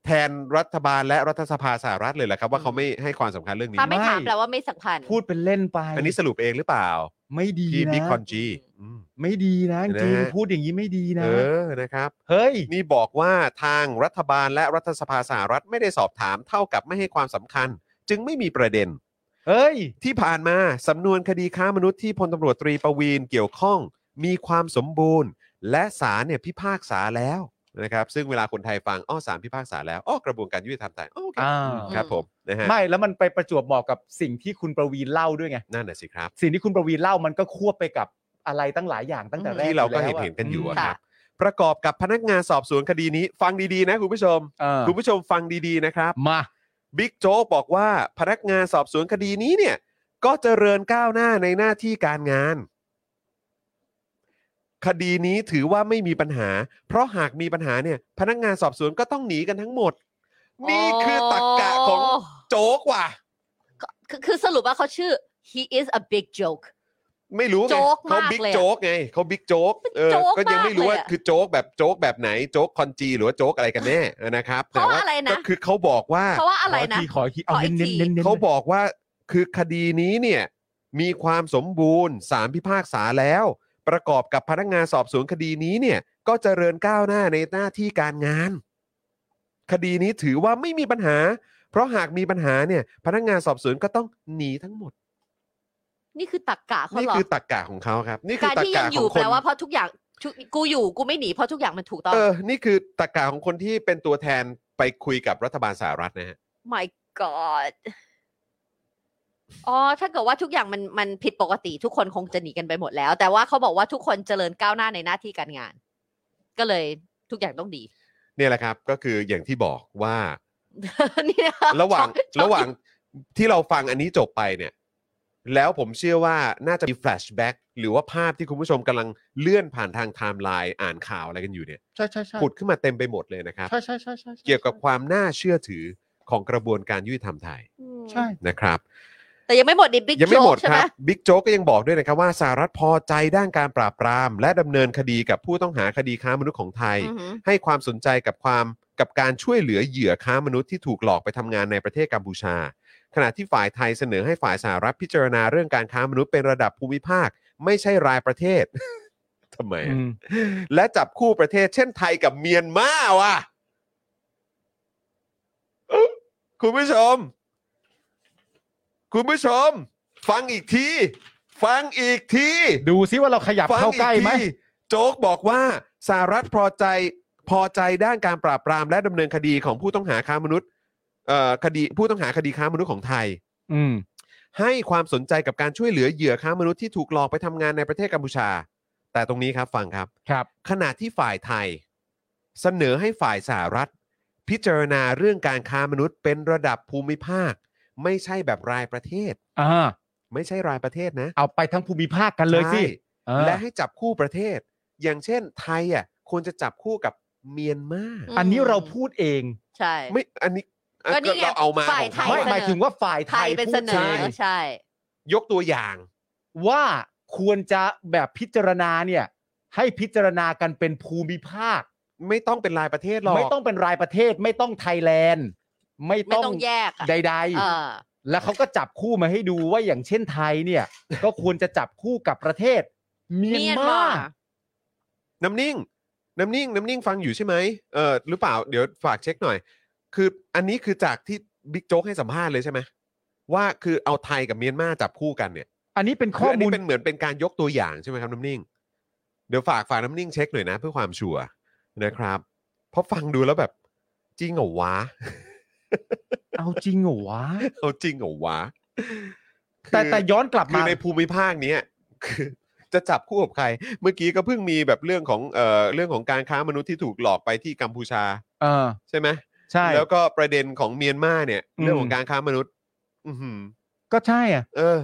[SPEAKER 4] แทนรัฐบาลและรัฐสภาสหรัฐเลยเหรอครับว่าเขาไม่ให้ความสำคัญเรื่องนี้
[SPEAKER 3] ถ้าไม่
[SPEAKER 5] ไม่
[SPEAKER 3] ถามแปลว่าไม่สำคัญ
[SPEAKER 5] พูดเป็นเล่นไป
[SPEAKER 4] อันนี้สรุปเองหรือเปล่า
[SPEAKER 5] ไม่ดี
[SPEAKER 4] พี่
[SPEAKER 5] นะ
[SPEAKER 4] บิ๊กคอนจีอืม
[SPEAKER 5] ไม่ดีนะจริง
[SPEAKER 4] นะฮะ
[SPEAKER 5] ๆพูดอย่างนี้ไม่ดีนะ
[SPEAKER 4] เออนะครับ
[SPEAKER 5] เฮ้ย
[SPEAKER 4] นี่บอกว่าทางรัฐบาลและรัฐสภาสหรัฐไม่ได้สอบถามเท่ากับไม่ให้ความสำคัญ จึงไม่มีประเด็น
[SPEAKER 5] เฮ้ย
[SPEAKER 4] ที่ผ่านมาสำนวนคดีค้ามนุษย์ที่พลตำรวจตรีประวีนเกี่ยวข้อง มีความสมบูรณ์ และศาลเนี่ยพิพากษาแล้วนะครับ ซึ่งเวลาคนไทยฟังอ้อศาลพิพากษาแล้วอ้อกระบวนการยุติธรรมไทยอ้อโอเค
[SPEAKER 5] อ่า
[SPEAKER 4] ครับผมนะฮะ
[SPEAKER 5] ไม่แล้วมันไปประจวบเหมาะกับสิ่งที่คุณประวีนเล่าด้วยไง
[SPEAKER 4] นั่นน่ะสิครับ
[SPEAKER 5] สิ่งที่คุณประวีนเล่ามันก็ควบไปกับอะไรตั้งหลายอย่างตั้งแต่แรก
[SPEAKER 4] ที่เราก็
[SPEAKER 5] อยู่
[SPEAKER 4] เห็
[SPEAKER 5] แล้วะ
[SPEAKER 4] นเห็นๆกันอยู่อะ
[SPEAKER 3] ค่ะ
[SPEAKER 4] ครับ ประกอบกับพนักงานสอบสวนคดีนี้ ฟังดีๆนะคุณผู้ชม
[SPEAKER 5] เออ
[SPEAKER 4] คุณผู้ชมฟังดีๆนะครับ
[SPEAKER 5] มา
[SPEAKER 4] บิ๊กโจ๊กบอกว่าพนักงานสอบสวนคดีนี้เนี่ย ก็เจริญก้าวหน้าในหน้าที่การงาน คดีนี้ถือว่าไม่มีปัญหา เพราะหากมีปัญหาเนี่ย พนักงานสอบสวนก็ต้องหนีกันทั้งหมด นี่คือตรกกะของโจ๊กว่ะ
[SPEAKER 3] คือคือสรุปว่าเขาชื่อ he is a big joke
[SPEAKER 4] ไม่รู้ไง
[SPEAKER 3] โจ๊ก
[SPEAKER 4] เขา
[SPEAKER 3] มาก
[SPEAKER 4] บิ๊ก
[SPEAKER 3] เลยอะ
[SPEAKER 4] โจ๊กไงเขาบิ๊กโจ๊กเออ
[SPEAKER 3] โจ๊ก
[SPEAKER 4] ก็ยังไม่รู้ว่า
[SPEAKER 3] ากเลยอะ
[SPEAKER 4] คือโจ๊กแบบโจ๊กแบบไหนโจ๊กคอนจีหรือว่าโจ๊กอะไรกันแน่นะครับ
[SPEAKER 3] เพราะว่าอะไรนะ
[SPEAKER 4] ก็คือเขาบอกว่า
[SPEAKER 3] เพราะว่าอะไรนะ
[SPEAKER 5] ขออีกทีขออีกทีเอาเน้นๆเน้นๆเน้นๆ
[SPEAKER 4] เขาบอกว่าคือคดีนี้เนี่ยมีความสมบูรณ์สารพิพากษาแล้ว ประกอบกับพนักงานสอบสวนคดีนี้เนี่ยก็เจริญก้าวหน้าในหน้าที่การงาน คดีนี้ถือว่าไม่มีปัญหา เพราะหากมีปัญหาเนี่ยพนักงานสอบสวนก็ต้องหนีทั้งหมด
[SPEAKER 3] นี่คือตักกะเขา
[SPEAKER 4] นี่
[SPEAKER 3] เหรอ
[SPEAKER 4] คือตรกกะของเขาครับ นี่คือ
[SPEAKER 3] การ
[SPEAKER 4] ตรก
[SPEAKER 3] ที่ยั
[SPEAKER 4] กะ
[SPEAKER 3] งอ
[SPEAKER 4] ขอยู่ งค
[SPEAKER 3] แปล
[SPEAKER 4] น
[SPEAKER 3] ว่าเพราะทุกอย่างทุกกูอยู่กูไม่หนีเพราะทุกอย่างมันถูกต้อง
[SPEAKER 4] เออนี่คือตรกกะของคนที่เป็นตัวแทนไปคุยกับรัฐบาลสหรัฐนะฮะ
[SPEAKER 3] my god อ๋อ ถ้าเกิดว่าทุกอย่างมันมันผิดปกติ ทุกคนคงจะหนีกันไปหมดแล้ว แต่ว่าเขาบอกว่าทุกคนเจริญก้าวหน้าในหน้าที่การงาน ก็เลยทุกอย่างต้องดี
[SPEAKER 4] เนี่ยแหละครับก็คืออย่างที่บอกว่า
[SPEAKER 3] นี่นค
[SPEAKER 4] ระหว่าง
[SPEAKER 3] ชอบ ชอบ
[SPEAKER 4] ระหว่างที่เราฟังอันนี้จบไปเนี่ย แล้วผมเชื่อว่าน่าจะมีแฟลชแบ็กหรือว่าภาพที่คุณผู้ชมกำลังเลื่อนผ่านทางไทม์ไลน์อ่านข่าวอะไรกันอยู่เนี่ย
[SPEAKER 5] ใช่ใช่ใช่
[SPEAKER 4] ผุดขึ้นมาเต็มไปหมดเลยนะครับ
[SPEAKER 5] ใช่ใช่ใช่ใช่
[SPEAKER 4] เกี่ยวกับความน่าเชื่อถือของกระบวนการยุติธรรมไทย
[SPEAKER 3] อืม
[SPEAKER 5] ใช่
[SPEAKER 4] นะครับ
[SPEAKER 3] แต่ยังไม่หมดดิบิ๊ก
[SPEAKER 4] ยังไม่
[SPEAKER 3] โจ๊
[SPEAKER 4] หมด
[SPEAKER 3] กใช่
[SPEAKER 4] ค
[SPEAKER 3] ไหม
[SPEAKER 4] รับบิ๊กโจ๊กก็ยังบอกด้วยนะครับว่าสหรัฐพอใจด้านการปราบปราม และดำเนินคดีกับผู้ต้องหาคดีค้ามนุษย์ของไทย
[SPEAKER 3] อือหือ
[SPEAKER 4] ให้ความสนใจกับความกับการช่วยเหลือเหยื่อค้ามนุษย์ที่ถูกหลอกไปทำงานในประเทศกัมพูชา ขณะที่ฝ่ายไทยเสนอให้ฝ่ายสหรัฐพิจารณาเรื่องการค้ามนุษย์เป็นระดับภูมิภาค ไม่ใช่รายประเทศ ทำไม
[SPEAKER 5] อื
[SPEAKER 4] อะ
[SPEAKER 5] ม
[SPEAKER 4] และจับคู่ประเทศเช่นไทยกับเมียนมาว่ะ คุณผู้ชม คุณผู้ชม ฟังอีกที ฟังอีกที
[SPEAKER 5] ดูซิว่าเราขยับ
[SPEAKER 4] ฟัง
[SPEAKER 5] เข้า
[SPEAKER 4] อี
[SPEAKER 5] ใกล้ไหม
[SPEAKER 4] ทีโจ๊กบอกว่าสหรัฐพอใจพอใจด้านการปราบปรามและดำเนินคดีของผู้ต้องหาค้ามนุษย์เอ่อคดีผู้ต้องหาคดีค้ามนุษย์ของไทย
[SPEAKER 5] อืม
[SPEAKER 4] ให้ความสนใจกับการช่วยเหลือเหยื่อค้ามนุษย์ที่ถูกหลอกไปทำงานในประเทศกัมพูชา แต่ตรงนี้ครับฟังครับ
[SPEAKER 5] ครับ
[SPEAKER 4] ขณะที่ฝ่ายไทย เสนอให้ฝ่ายสหรัฐ พิจารณาเรื่องการค้ามนุษย์เป็นระดับภูมิภาค ไม่ใช่แบบรายประเทศ
[SPEAKER 5] อ่า
[SPEAKER 4] ไม่ใช่รายประเทศนะ
[SPEAKER 5] เอาไปทั้งภูมิภาคกันเลยสิ
[SPEAKER 4] ใช่
[SPEAKER 5] เออ
[SPEAKER 4] และให้จับคู่ประเทศ อย่างเช่นไทยอ่ะควรจะจับคู่กับเมียนมา
[SPEAKER 5] อันนี้เราพูดเอง
[SPEAKER 3] ใช่
[SPEAKER 4] ไม่อันนี้อัน
[SPEAKER 3] ก็นี่ไง
[SPEAKER 4] เราเอามา
[SPEAKER 3] ฝ่าย
[SPEAKER 4] ของ
[SPEAKER 3] ไท
[SPEAKER 4] เขา
[SPEAKER 5] ไม่
[SPEAKER 3] เสนอ
[SPEAKER 5] หมายถึงว่าฝ่ายไท
[SPEAKER 3] ไทย
[SPEAKER 5] ย
[SPEAKER 3] เป็น
[SPEAKER 5] พู
[SPEAKER 3] เส
[SPEAKER 5] ด
[SPEAKER 3] น
[SPEAKER 5] ใช่
[SPEAKER 3] อใช่
[SPEAKER 4] ยกตัวอย่าง
[SPEAKER 5] ว่าควรจะแบบพิจารณาเนี่ย ให้พิจารณากันเป็นภูมิภาค
[SPEAKER 4] ไม่ต้องเป็นรายประเทศหรอก
[SPEAKER 5] ไม่ต้องเป็นรายประเทศ ไม่ต้องไทยแลนด์ ไม่
[SPEAKER 3] ไม่ต้องแยกอะ
[SPEAKER 5] ใดๆ
[SPEAKER 3] เออ
[SPEAKER 5] แล้วเขาก็จับคู่มาให้ดูว่าอย่างเช่นไทย เนี่ย ก็ควรจะจับคู่กับประเทศ เมียน
[SPEAKER 3] เมียน
[SPEAKER 5] มา
[SPEAKER 3] มา
[SPEAKER 4] น้ำนิ่ง น้ำนิ่ง น้ำนิ่งฟังอยู่ใช่ไหมเออหรือเปล่าเดี๋ยวฝากเช็คหน่อย คืออันนี้คือจากที่บิ๊กโจ๊กให้สัมภาษณ์เลยใช่ไหมว่าคือเอาไทยกับเมียนมาจับคู่กันเนี่ย
[SPEAKER 5] อันนี้เป็น
[SPEAKER 4] คื
[SPEAKER 5] ข้อ
[SPEAKER 4] อัน
[SPEAKER 5] มูล
[SPEAKER 4] นี้เป็นเหมือนเป็นการยกตัวอย่างใช่ไหมครับน้ำนิ่ง เดี๋ยวฝากฝากน้ำนิ่งเช็คหน่อยนะ เพื่อความชัวร์นะครับ เพราะฟังดูแล้วแบบจริงเหรอวะ
[SPEAKER 5] เอาจริงเหรอวะ
[SPEAKER 4] เอาจริงเหรอวะ
[SPEAKER 5] แต่
[SPEAKER 4] คือ
[SPEAKER 5] แต่ย้อนกลับ
[SPEAKER 4] คือ
[SPEAKER 5] มา
[SPEAKER 4] ในภูมิภาคเนี้ยคือจะจับคู่กับใคร เมื่อกี้ก็เพิ่งมีแบบเรื่องของเอ่อเรื่องของการค้ามนุษย์ที่ถูกหลอกไปที่กัมพูชา
[SPEAKER 5] เออ
[SPEAKER 4] ใช่ไหม
[SPEAKER 5] ใช่
[SPEAKER 4] แล้วก็ประเด็นของเมียนมาเนี่ย
[SPEAKER 5] อืม
[SPEAKER 4] เรื่องของการค้ามนุษย์ อือหือ
[SPEAKER 5] ก็ใช่อ่ะ
[SPEAKER 4] เออ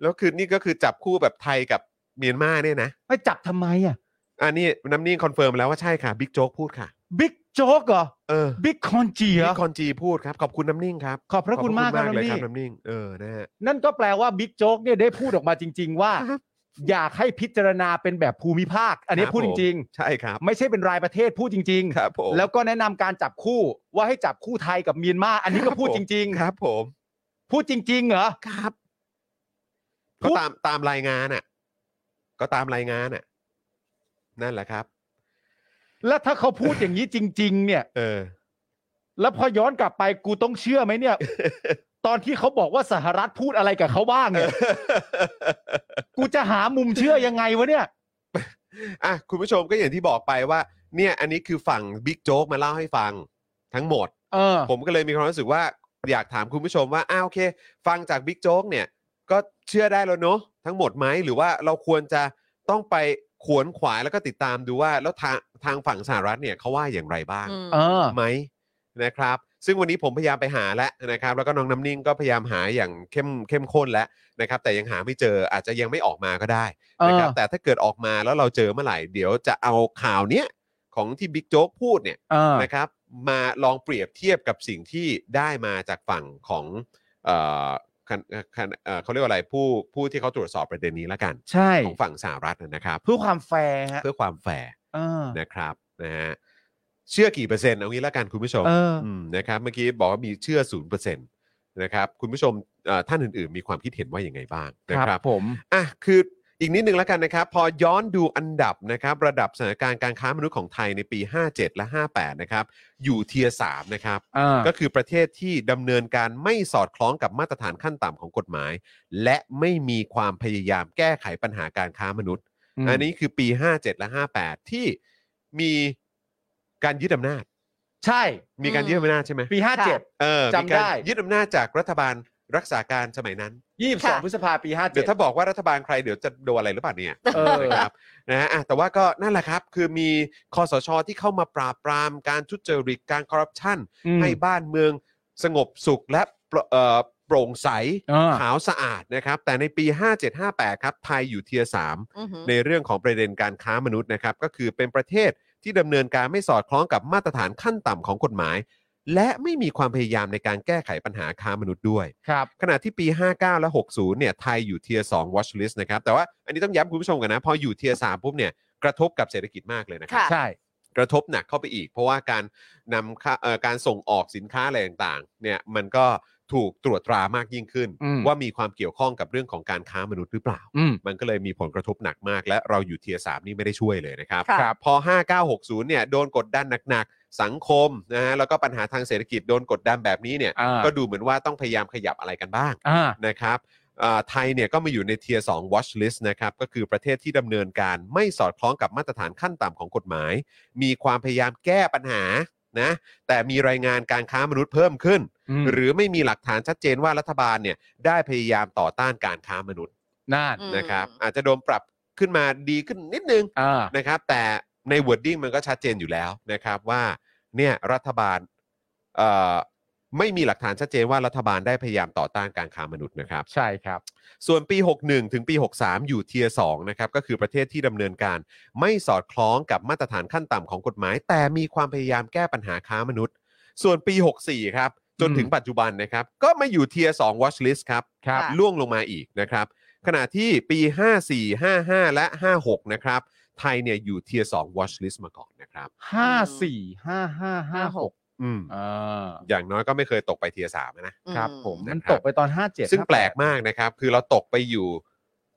[SPEAKER 4] แล้วคือนี่ก็คือจับคู่แบบไทยกับเมียนมาเนี่ยนะ
[SPEAKER 5] ไม่จับทำไมอ่ะ
[SPEAKER 4] อันนี้น้ำนิ่งคอนเฟิร์มแล้วว่าใช่ค่ะบิ๊กโจ๊กพูดค่ะ
[SPEAKER 5] บิ๊กโจ๊กเหรอ
[SPEAKER 4] เออ
[SPEAKER 5] บิ๊กคอนจี
[SPEAKER 4] บิ๊
[SPEAKER 5] เหรอก
[SPEAKER 4] คอนจีพูดครับ ขอบคุณน้ำนิ่งครับ
[SPEAKER 5] ขอบพระคุณมากครับ
[SPEAKER 4] ขอ
[SPEAKER 5] น้ำ
[SPEAKER 4] เลย
[SPEAKER 5] นี่
[SPEAKER 4] ครับน้ำนิ่งเออนะฮะ
[SPEAKER 5] นั่นก็แปลว่าบิ๊กโจ๊กเนี่ยได้พูดออกมาจริง ๆ ว่า
[SPEAKER 4] ครับ
[SPEAKER 5] อยากให้พิจารณาเป็นแบบภูมิภาค อันนี้
[SPEAKER 4] ครับ
[SPEAKER 5] พูดจ
[SPEAKER 4] ผม
[SPEAKER 5] ริง
[SPEAKER 4] ใช่ครับ
[SPEAKER 5] ๆ ไม่ใช่เป็นรายประเทศพูดจริง
[SPEAKER 4] ครับผม
[SPEAKER 5] ๆ แล้วก็แนะนำการจับคู่ว่าให้จับคู่ไทยกับเมียนมาอันนี้ก็พูดจริง
[SPEAKER 4] ครับ ผม
[SPEAKER 5] ๆ พูดจริง ๆ เหรอ
[SPEAKER 4] ครับก็ตามตามรายงานอ่ะ ก็ตามรายงานอ่ะ นั่นแหละครับ
[SPEAKER 5] แล้วถ้าเขาพูดอย่างนี้จริง ๆ เนี่ย
[SPEAKER 4] เอ อ
[SPEAKER 5] แล้วพอย้อนกลับไปกูต้องเชื่อไหมเนี่ย ตอนที่เขาบอกว่าสหรัฐพูดอะไรกับเขาบ้างเนี่ย กูจะหามุมเชื่อยังไงวะเนี่ย
[SPEAKER 4] อ่ะคุณผู้ชมก็อย่างที่บอกไปว่า เนี่ย อันนี้คือฝั่งบิ๊กโจ๊กมาเล่าให้ฟังทั้งหมด
[SPEAKER 5] เออ
[SPEAKER 4] ผมก็เลยมีความรู้สึกว่าอยากถามคุณผู้ชมว่าอ้าวโอเค ฟังจากบิ๊กโจ๊กเนี่ย ก็เชื่อได้แล้วเนาะทั้งหมดไหมหรือว่าเราควรจะต้องไปขวนขวายแล้วก็ติดตามดูว่า แล้วทางทางฝั่งสหรัฐเนี่ยเขาว่าอย่างไรบ้าง
[SPEAKER 3] อืม
[SPEAKER 5] เออ
[SPEAKER 4] ไหมนะครับ ซึ่งวันนี้ผมพยายามไปหาแล้วนะครับ แล้วก็น้องน้ำนิ่งก็พยายามหาอย่างเข้มเข้มข้นแล้วนะครับ แต่ยังหาไม่เจออาจจะยังไม่ออกมาก็ได้นะครับ
[SPEAKER 5] เออ
[SPEAKER 4] แต่ถ้าเกิดออกมาแล้วเราเจอเมื่อไหร่เดี๋ยวจะเอาข่าวเนี้ยของที่บิ๊กโจ๊กพูดเนี่ย
[SPEAKER 5] เออ
[SPEAKER 4] นะครับ มาลองเปรียบเทียบกับสิ่งที่ได้มาจากฝั่งของเอ่อคันคันเอ่อเขาเรียกว่าอะไรผู้ผู้ที่เขาตรวจสอบประเด็นนี้แล้วกัน
[SPEAKER 5] ใช่
[SPEAKER 4] ของฝั่งสหรัฐนะครับ
[SPEAKER 5] เพื่อความแฟร์ฮะ
[SPEAKER 4] เพื่อความแฟร์
[SPEAKER 5] เออ
[SPEAKER 4] นะครับนะฮะเชื่อกี่เปอร์เซ็นต์เอางี้ละกันคุณผู้ชม
[SPEAKER 5] เอออื
[SPEAKER 4] มนะครับเมื่อกี้บอกว่ามีเชื่อศูนย์เปอร์เซ็นต์นะครับคุณผู้ชมเอ่อท่านอื่นๆ มีความคิดเห็นว่าอย่างไงบ้างนะครับ
[SPEAKER 5] ผม
[SPEAKER 4] อ่ะคืออีกนิดนึงแล้วกันนะครับ พอย้อนดูอันดับนะครับระดับสถานการณ์การค้ามนุษย์ของไทยในปี 57 และ 58 นะครับอยู่เทียสามนะครับ
[SPEAKER 5] เออ
[SPEAKER 4] ก็คือประเทศที่ดำเนินการไม่สอดคล้องกับมาตรฐานขั้นต่ำของกฎหมาย และไม่มีความพยายามแก้ไขปัญหาการค้ามนุษย์
[SPEAKER 5] ม
[SPEAKER 4] อันนี้คือปี 57 และ 58 ที่มีการยึดอำนาจ
[SPEAKER 5] ใช่
[SPEAKER 4] มีการ
[SPEAKER 3] อืม
[SPEAKER 4] ยึดอำนาจใช่ไหม
[SPEAKER 5] ปีห้าเจ็ด
[SPEAKER 4] เออ
[SPEAKER 5] จำ
[SPEAKER 4] มีการ
[SPEAKER 5] ได้
[SPEAKER 4] ยึดอำนาจจากรัฐบาลรักษาการสมัยนั้น
[SPEAKER 5] ยี่สิบสอง
[SPEAKER 3] ค่ะ
[SPEAKER 5] พฤษภาปีห้า
[SPEAKER 4] เดี๋
[SPEAKER 5] เจ็
[SPEAKER 4] ย
[SPEAKER 5] ด
[SPEAKER 4] วถ้าบอกว่ารัฐบาลใครเดี๋ยวจะโดนอะไรหรือเปล่าเนี่ย
[SPEAKER 5] เออ
[SPEAKER 4] นะครับนะฮะอ่ะแต่ว่าก็นั่นแหละครับ คือมีคอสชที่เข้ามาปราบปรามการทุจริตการคอร์รัปชันให้บ้านเมืองสงบสุขและโปรเอ่อโปร่งใส
[SPEAKER 5] อ่า
[SPEAKER 4] ขาวสะอาดนะครับ แต่ในปี 57-58 ครับไทยอยู่เทียร์สาม
[SPEAKER 3] อือหือ
[SPEAKER 4] ในเรื่องของประเด็นการค้ามนุษย์นะครับ ก็คือเป็นประเทศที่ดำเนินการไม่สอดคล้องกับมาตรฐานขั้นต่ำของกฎหมาย และไม่มีความพยายามในการแก้ไขปัญหาค้ามนุษย์ด้วย
[SPEAKER 5] ครับ
[SPEAKER 4] ขณะที่ปี 59 และ 60 เนี่ยไทยอยู่เทียร์2 watch list นะครับ แต่ว่าอันนี้ต้องย้ำคุณผู้ชมกันนะ พออยู่เทียร์3ปุ๊บเนี่ยกระทบกับเศรษฐกิจมากเลยนะครับ
[SPEAKER 3] ค่ะ
[SPEAKER 5] ใช่
[SPEAKER 4] กระทบหนักเข้าไปอีก เพราะว่าการนำเข้าเอ่อการส่งออกสินค้าอะไรต่างๆเนี่ยมันก็ถูกตรวจตรามากยิ่งขึ้น
[SPEAKER 5] อืม
[SPEAKER 4] ว่ามีความเกี่ยวข้องกับเรื่องของการค้ามนุษย์หรือเปล่า
[SPEAKER 5] อืม
[SPEAKER 4] มันก็เลยมีผลกระทบหนักมาก และเราอยู่เทียสามนี่ไม่ได้ช่วยเลยนะครับ
[SPEAKER 3] ค่ะ
[SPEAKER 5] ครับ
[SPEAKER 4] พอ 5960 เนี่ยโดนกดดันหนักๆ สังคมนะฮะแล้วก็ปัญหาทางเศรษฐกิจโดนกดดันแบบนี้เนี่ย
[SPEAKER 5] อ่า
[SPEAKER 4] ก็ดูเหมือนว่าต้องพยายามขยับอะไรกันบ้าง
[SPEAKER 5] อ่า
[SPEAKER 4] นะครับอ่าไทยเนี่ยก็มาอยู่ในเทียร์2 watch list นะครับ ก็คือประเทศที่ดำเนินการไม่สอดคล้องกับมาตรฐานขั้นต่ำของกฎหมาย มีความพยายามแก้ปัญหานะแต่มีรายงานการค้ามนุษย์เพิ่มขึ้น
[SPEAKER 5] อืม
[SPEAKER 4] หรือไม่มีหลักฐานชัดเจนว่ารัฐบาลเนี่ยได้พยายามต่อต้านการค้ามนุษย์
[SPEAKER 5] นั่น
[SPEAKER 3] อืม
[SPEAKER 4] นะครับอาจจะโดนปรับขึ้นมาดีขึ้นนิดนึง
[SPEAKER 5] อ่า
[SPEAKER 4] นะครับ แต่ใน wording มันก็ชัดเจนอยู่แล้วนะครับว่าเนี่ยรัฐบาลเอ่อไม่มีหลักฐานชัดเจนว่ารัฐบาลได้พยายามต่อต้านการค้ามนุษย์นะครับ
[SPEAKER 5] ใช่ครับ
[SPEAKER 4] ส่วนปี 61 ถึงปี 63 อยู่เทียร์2นะครับ ก็คือประเทศที่ดำเนินการไม่สอดคล้องกับมาตรฐานขั้นต่ำของกฎหมาย แต่มีความพยายามแก้ปัญหาค้ามนุษย์ ส่วนปี 64 ครับ จนถึง
[SPEAKER 5] อืม
[SPEAKER 4] ปัจจุบันนะครับ ก็มาอยู่เทียร์2 watch list ครับ
[SPEAKER 5] ครับ
[SPEAKER 3] ค่ะ
[SPEAKER 4] ล่วงลงมาอีกนะครับ ขณะที่ปี 54 55 และ 56 นะครับ ไทยเนี่ยอยู่เทียร์2 watch list มาก่อนนะครับ
[SPEAKER 5] ห้าสี่ห้าห้าห้าหก
[SPEAKER 4] อืม
[SPEAKER 5] อ่า
[SPEAKER 4] อย่างน้อยก็ไม่เคยตกไปเทียร์สามนะ
[SPEAKER 5] ครับผม
[SPEAKER 4] นะครับ
[SPEAKER 5] มันตกไปตอน 5 7
[SPEAKER 4] ซึ่งแปลกมากนะครับ คือเราตกไปอยู่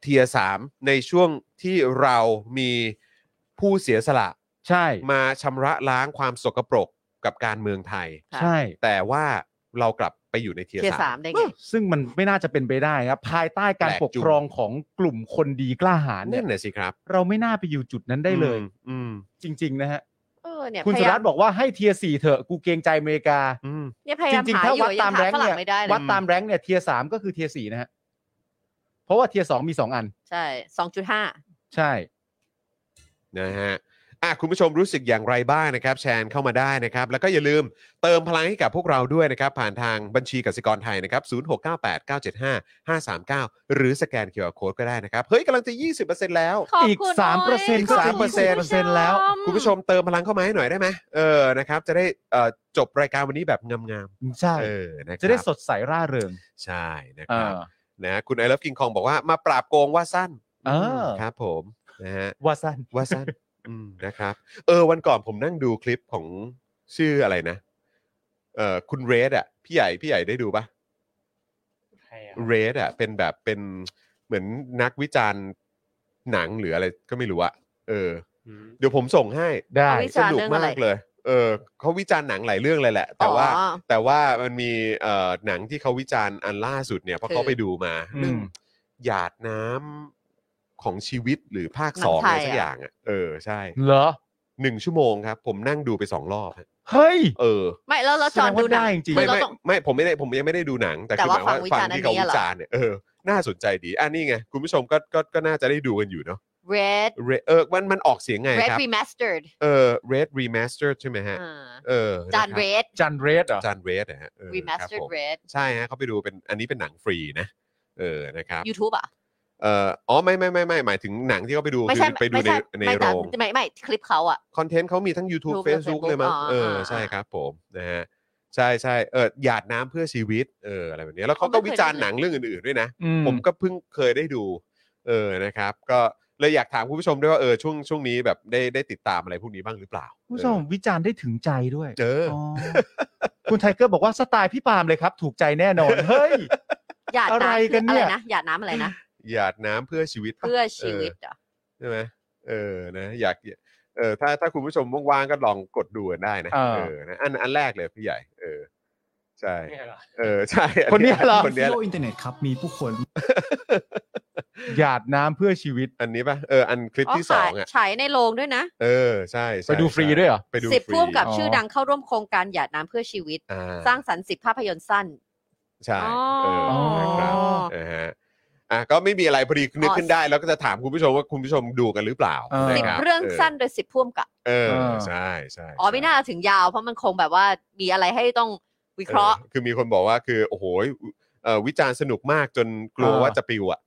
[SPEAKER 4] เทียร์สามในช่วงที่เรามีผู้เสียสละ
[SPEAKER 5] ใช่
[SPEAKER 4] มาชำระล้างความสกปรกกับการเมืองไทย
[SPEAKER 5] ใช่
[SPEAKER 4] แต่ว่าเรากลับไปอยู่ในเทียร์
[SPEAKER 3] เทียร์
[SPEAKER 4] สา
[SPEAKER 3] สาม มได้ไง
[SPEAKER 5] ซึ่งมันไม่น่าจะเป็นไปได้ครับ ภายใต้การ
[SPEAKER 4] แปลก
[SPEAKER 5] ปก
[SPEAKER 4] จุง
[SPEAKER 5] ครองของกลุ่มคนดีกล้าหาญเนี่
[SPEAKER 4] นั่
[SPEAKER 5] ย
[SPEAKER 4] นแหละสิครับ
[SPEAKER 5] เราไม่น่าไปอยู่จุดนั้นได้เลย
[SPEAKER 4] อืม
[SPEAKER 5] จริง ๆ นะฮะ
[SPEAKER 3] เออเนี่ย
[SPEAKER 5] คุณ
[SPEAKER 3] พ
[SPEAKER 5] สุ
[SPEAKER 3] ยายา
[SPEAKER 5] รั
[SPEAKER 3] ม
[SPEAKER 5] ตน์บอกว่าให้เทียสี่เถอะกูเกรงใจอเมริกา
[SPEAKER 4] อืม
[SPEAKER 3] เนี่ยพยา
[SPEAKER 5] จ
[SPEAKER 3] ยาม
[SPEAKER 5] ริง
[SPEAKER 3] หา
[SPEAKER 5] ๆ ถ้า
[SPEAKER 3] อ
[SPEAKER 5] วัด
[SPEAKER 3] ยู่ยั
[SPEAKER 5] ตาม
[SPEAKER 3] งหา
[SPEAKER 5] แรง
[SPEAKER 3] ฝ
[SPEAKER 5] ค์
[SPEAKER 3] รั่ง
[SPEAKER 5] เนี่ย
[SPEAKER 3] ไม่ได้เล
[SPEAKER 5] วั
[SPEAKER 3] ย
[SPEAKER 5] ดตามแรงค์เนี่ยเทียสามก็คือเทียสี่นะฮะ เพราะว่าเทียสองมีสองอัน
[SPEAKER 3] ใช่สองจุดห้า
[SPEAKER 5] ใช่
[SPEAKER 4] นะฮะอ่ะคุณผู้ชมรู้สึกอย่างไรบ้างนะครับ แชร์เข้ามาได้นะครับ แล้วก็อย่าลืมเติมพลังให้กับพวกเราด้วยนะครับ ผ่านทางบัญชีกสิกรไทยนะครับ 0698975539 หรือสแกนเคอร์โคดก็ได้นะครับ เฮ้ยกำลังจะ 20%แล้ว
[SPEAKER 3] ขอบ
[SPEAKER 5] อีก
[SPEAKER 3] คุณ
[SPEAKER 5] สาม
[SPEAKER 3] โย
[SPEAKER 5] เปอร์เซ็นต์ก็
[SPEAKER 3] ขอบคุณคุณ
[SPEAKER 4] จะ
[SPEAKER 3] ผู้ชม
[SPEAKER 5] 20%แล้ว
[SPEAKER 4] คุณผู้ชมเติมพลังเข้ามาให้หน่อยได้ไหมเออนะครับ จะได้เอ่อจบรายการวันนี้แบบงาม
[SPEAKER 5] ใช่
[SPEAKER 4] ๆเออนะครับ
[SPEAKER 5] จะได้สดใสร่าเริง
[SPEAKER 4] ใช่นะค
[SPEAKER 5] เอ
[SPEAKER 4] รับ
[SPEAKER 5] อ
[SPEAKER 4] นะคุณไอ o v ฟกิงคองบอกว่ามาปราบโกงว่าสั้น
[SPEAKER 5] เออ
[SPEAKER 4] ครับผมนะฮะ
[SPEAKER 5] ว่าสั้น
[SPEAKER 4] ว่าสั้น อืมนะครับ เออ วันก่อนผมนั่งดูคลิปของชื่ออะไรนะ เอ่อ คุณเรดอ่ะ พี่ใหญ่ พี่ใหญ่ได้ดูปะเรดอ่ะ เป็นแบบ เป็นเหมือนนักวิจารณ์หนังหรืออะไรก็ไม่รู้อะเออ เดี๋ยวผมส่งให้
[SPEAKER 5] ได้
[SPEAKER 3] เอาไว้ วิ
[SPEAKER 4] ส
[SPEAKER 3] จารณ์
[SPEAKER 4] นุก
[SPEAKER 3] เรื่องอะ
[SPEAKER 4] มา
[SPEAKER 3] ไร
[SPEAKER 4] กเลย เออเขาวิจารณ์หนังหลายเรื่องเลยแหละ แต่ว่า
[SPEAKER 3] อ๋อ
[SPEAKER 4] แต่ว่ามันมีเอ่อหนังที่เขาวิจารณ์อันล่าสุดเนี่ยเพราะ
[SPEAKER 3] คือ
[SPEAKER 4] เขาไปดูมา
[SPEAKER 5] อืม
[SPEAKER 4] เรื่องหยาดน้ำของชีวิตหรือภาค
[SPEAKER 3] หนัง
[SPEAKER 4] สองอะไร
[SPEAKER 3] ไทย
[SPEAKER 4] สัก
[SPEAKER 3] อะ
[SPEAKER 4] อย่างอ่ะเออใช่
[SPEAKER 5] เหรอ
[SPEAKER 4] หนึ่งชั่วโมงครับ ผมนั่งดูไปสองรอบฮะ
[SPEAKER 5] เฮ้ย
[SPEAKER 4] เออ
[SPEAKER 3] ไม่แล้วแล้ว
[SPEAKER 5] แส
[SPEAKER 3] จ
[SPEAKER 5] ดง
[SPEAKER 3] อน
[SPEAKER 5] ว่า
[SPEAKER 3] ดูหนัง
[SPEAKER 5] ได้จริง
[SPEAKER 3] คื
[SPEAKER 4] ไม่
[SPEAKER 3] อเรา
[SPEAKER 4] ไม่
[SPEAKER 3] ต้อง
[SPEAKER 4] ไม่ผมไม่ได้ผมยังไม่ได้ดูหนัง แต่
[SPEAKER 3] แต่
[SPEAKER 4] คือ
[SPEAKER 3] ว่าม
[SPEAKER 4] หายว่า
[SPEAKER 3] ฟั
[SPEAKER 4] ฟั
[SPEAKER 3] งวิจาร
[SPEAKER 4] ง
[SPEAKER 3] ณ์
[SPEAKER 4] ที่เขา
[SPEAKER 3] อันนี้
[SPEAKER 4] วิ
[SPEAKER 3] เหรอ
[SPEAKER 4] จารณ์เนี่ยเออน่าสนใจดีอ่ะนี่ไงคุณผู้ชมก็ก็ก็น่าจะได้ดูกันอยู่เนาะ
[SPEAKER 3] red
[SPEAKER 4] Red- เออมันมันออกเสียงไง
[SPEAKER 3] red
[SPEAKER 4] ครับ
[SPEAKER 3] remastered
[SPEAKER 4] เออ red remaster ใช่ไหมฮะ
[SPEAKER 3] อ่า
[SPEAKER 4] เออ
[SPEAKER 3] จาน
[SPEAKER 4] ะครับ
[SPEAKER 3] red
[SPEAKER 5] จันเรดเหรอ
[SPEAKER 4] จานเรสนะฮะเออครับผ
[SPEAKER 3] remastered
[SPEAKER 4] ม
[SPEAKER 3] red
[SPEAKER 4] ใช่ฮะเขาไปดูเป็นอันนี้เป็นหนังฟรีนะ เออนะครับ
[SPEAKER 3] YouTube อ่ะ
[SPEAKER 4] เอ่ออ๋อไม่ไม่ไม่ไม่หมายถึงหนังที่เขาไปดู
[SPEAKER 3] ไม่
[SPEAKER 4] คื
[SPEAKER 3] ใช่
[SPEAKER 4] อไปดู
[SPEAKER 3] ไม่
[SPEAKER 4] ใน
[SPEAKER 3] ใช่
[SPEAKER 4] ใน
[SPEAKER 3] ไม่
[SPEAKER 4] โร
[SPEAKER 3] ตาม
[SPEAKER 4] ง
[SPEAKER 3] ไม่ไม่คลิปเขาอ่ะ
[SPEAKER 4] คอนเทนต์เขามีทั้ง YouTube
[SPEAKER 3] YouTube และ
[SPEAKER 4] Facebook เลยมั้ง
[SPEAKER 3] อ๋อ
[SPEAKER 4] เออ
[SPEAKER 3] อ่า
[SPEAKER 4] ใช่ครับผมนะฮะใช่ใช่เออหยาดน้ำเพื่อชีวิตเอออะไรแบบนี้แล้วเขาก็วิจารณ์หนังเรื่องอื่นๆด้วยนะ
[SPEAKER 5] อื
[SPEAKER 4] ผมก็เพิ่งเคยได้ดู เออนะครับ ก็เลยอยากถามคุณผู้ชมด้วยว่าเออช่วงช่วงนี้แบบได้ได้ติดตามอะไรพวกนี้บ้างหรือเปล่า
[SPEAKER 5] คุณผู้ชมวิจารณ์ได้ถึงใจด้วย
[SPEAKER 4] เออ
[SPEAKER 5] อคุณไทเกอร์บอกว่าสไตล์พี่ปาล์มเลยครับ ถูกใจแน่น อน เฮ้ย
[SPEAKER 3] หยาด
[SPEAKER 5] อะไร
[SPEAKER 3] น้ำ
[SPEAKER 5] กันเนี่ย
[SPEAKER 3] อะไรนะหยาดน้ำอะไรนะ
[SPEAKER 4] หยาดน้ำเพื่อชีวิตปะ
[SPEAKER 3] เพื่อชีวิตเหรอ่ะ
[SPEAKER 4] ใช่ไหมเออ นะ อยาก เออ ถ้า ถ้าคุณผู้ชมว่างๆ ก็ลองกดดูกันได้นะ
[SPEAKER 5] เออ
[SPEAKER 4] เออ นะ อัน อันแรกเลยพี่ใหญ่ เออ ใช่ เออ ใช่อั
[SPEAKER 5] คนเนี้ยเหรอ
[SPEAKER 4] คนเนี้ย
[SPEAKER 6] โลกอินเทอร์เน็ตครับ มีผู้ คน
[SPEAKER 5] หยาดน้ำเพื่อชีวิต
[SPEAKER 4] อันนี้ป่ะ เออ อันคลิปที่ส
[SPEAKER 3] ขา
[SPEAKER 4] อย งอ่ะ
[SPEAKER 3] ฉายในโรงด้วยนะ
[SPEAKER 4] เออ ใช่ใช่
[SPEAKER 5] ไปดูฟรีด้วยเหรอ
[SPEAKER 4] ไปดู
[SPEAKER 3] สิบ
[SPEAKER 4] ฟรี
[SPEAKER 3] ร่วมกับ
[SPEAKER 5] อ๋อ
[SPEAKER 3] ชื่อดังเข้าร่วมโครงการหยาดน้ำเพื่อชีวิต
[SPEAKER 4] อ่า
[SPEAKER 3] สร้างสรรค์สิบภาพยนตร์สั้น
[SPEAKER 4] ใช่เออ
[SPEAKER 3] อ๋อ
[SPEAKER 4] นะครับนะฮะ อ่ะ ก็ไม่มีอะไรพอดีนึกขึ้นได้แล้วก็จะถามคุณผู้ชมว่าคุณผู้ชมดูกันหรือเปล่า
[SPEAKER 5] เออ
[SPEAKER 4] นะ
[SPEAKER 3] สิบ
[SPEAKER 4] คบ
[SPEAKER 3] เรื่องสั้นโดยสิบพ่วมกับ
[SPEAKER 4] เออ ใช่ใช่
[SPEAKER 3] อ๋อไม่น่าถึงยาวเพราะมันคงแบบว่ามีอะไรให้ต้องวิเคราะห์
[SPEAKER 4] เออคือมีคนบอกว่าคือโอ้โหเอ่อวิจารณ์สนุกมากจนกลัว
[SPEAKER 5] อ่า
[SPEAKER 4] ว่าจะปิวอ่ะ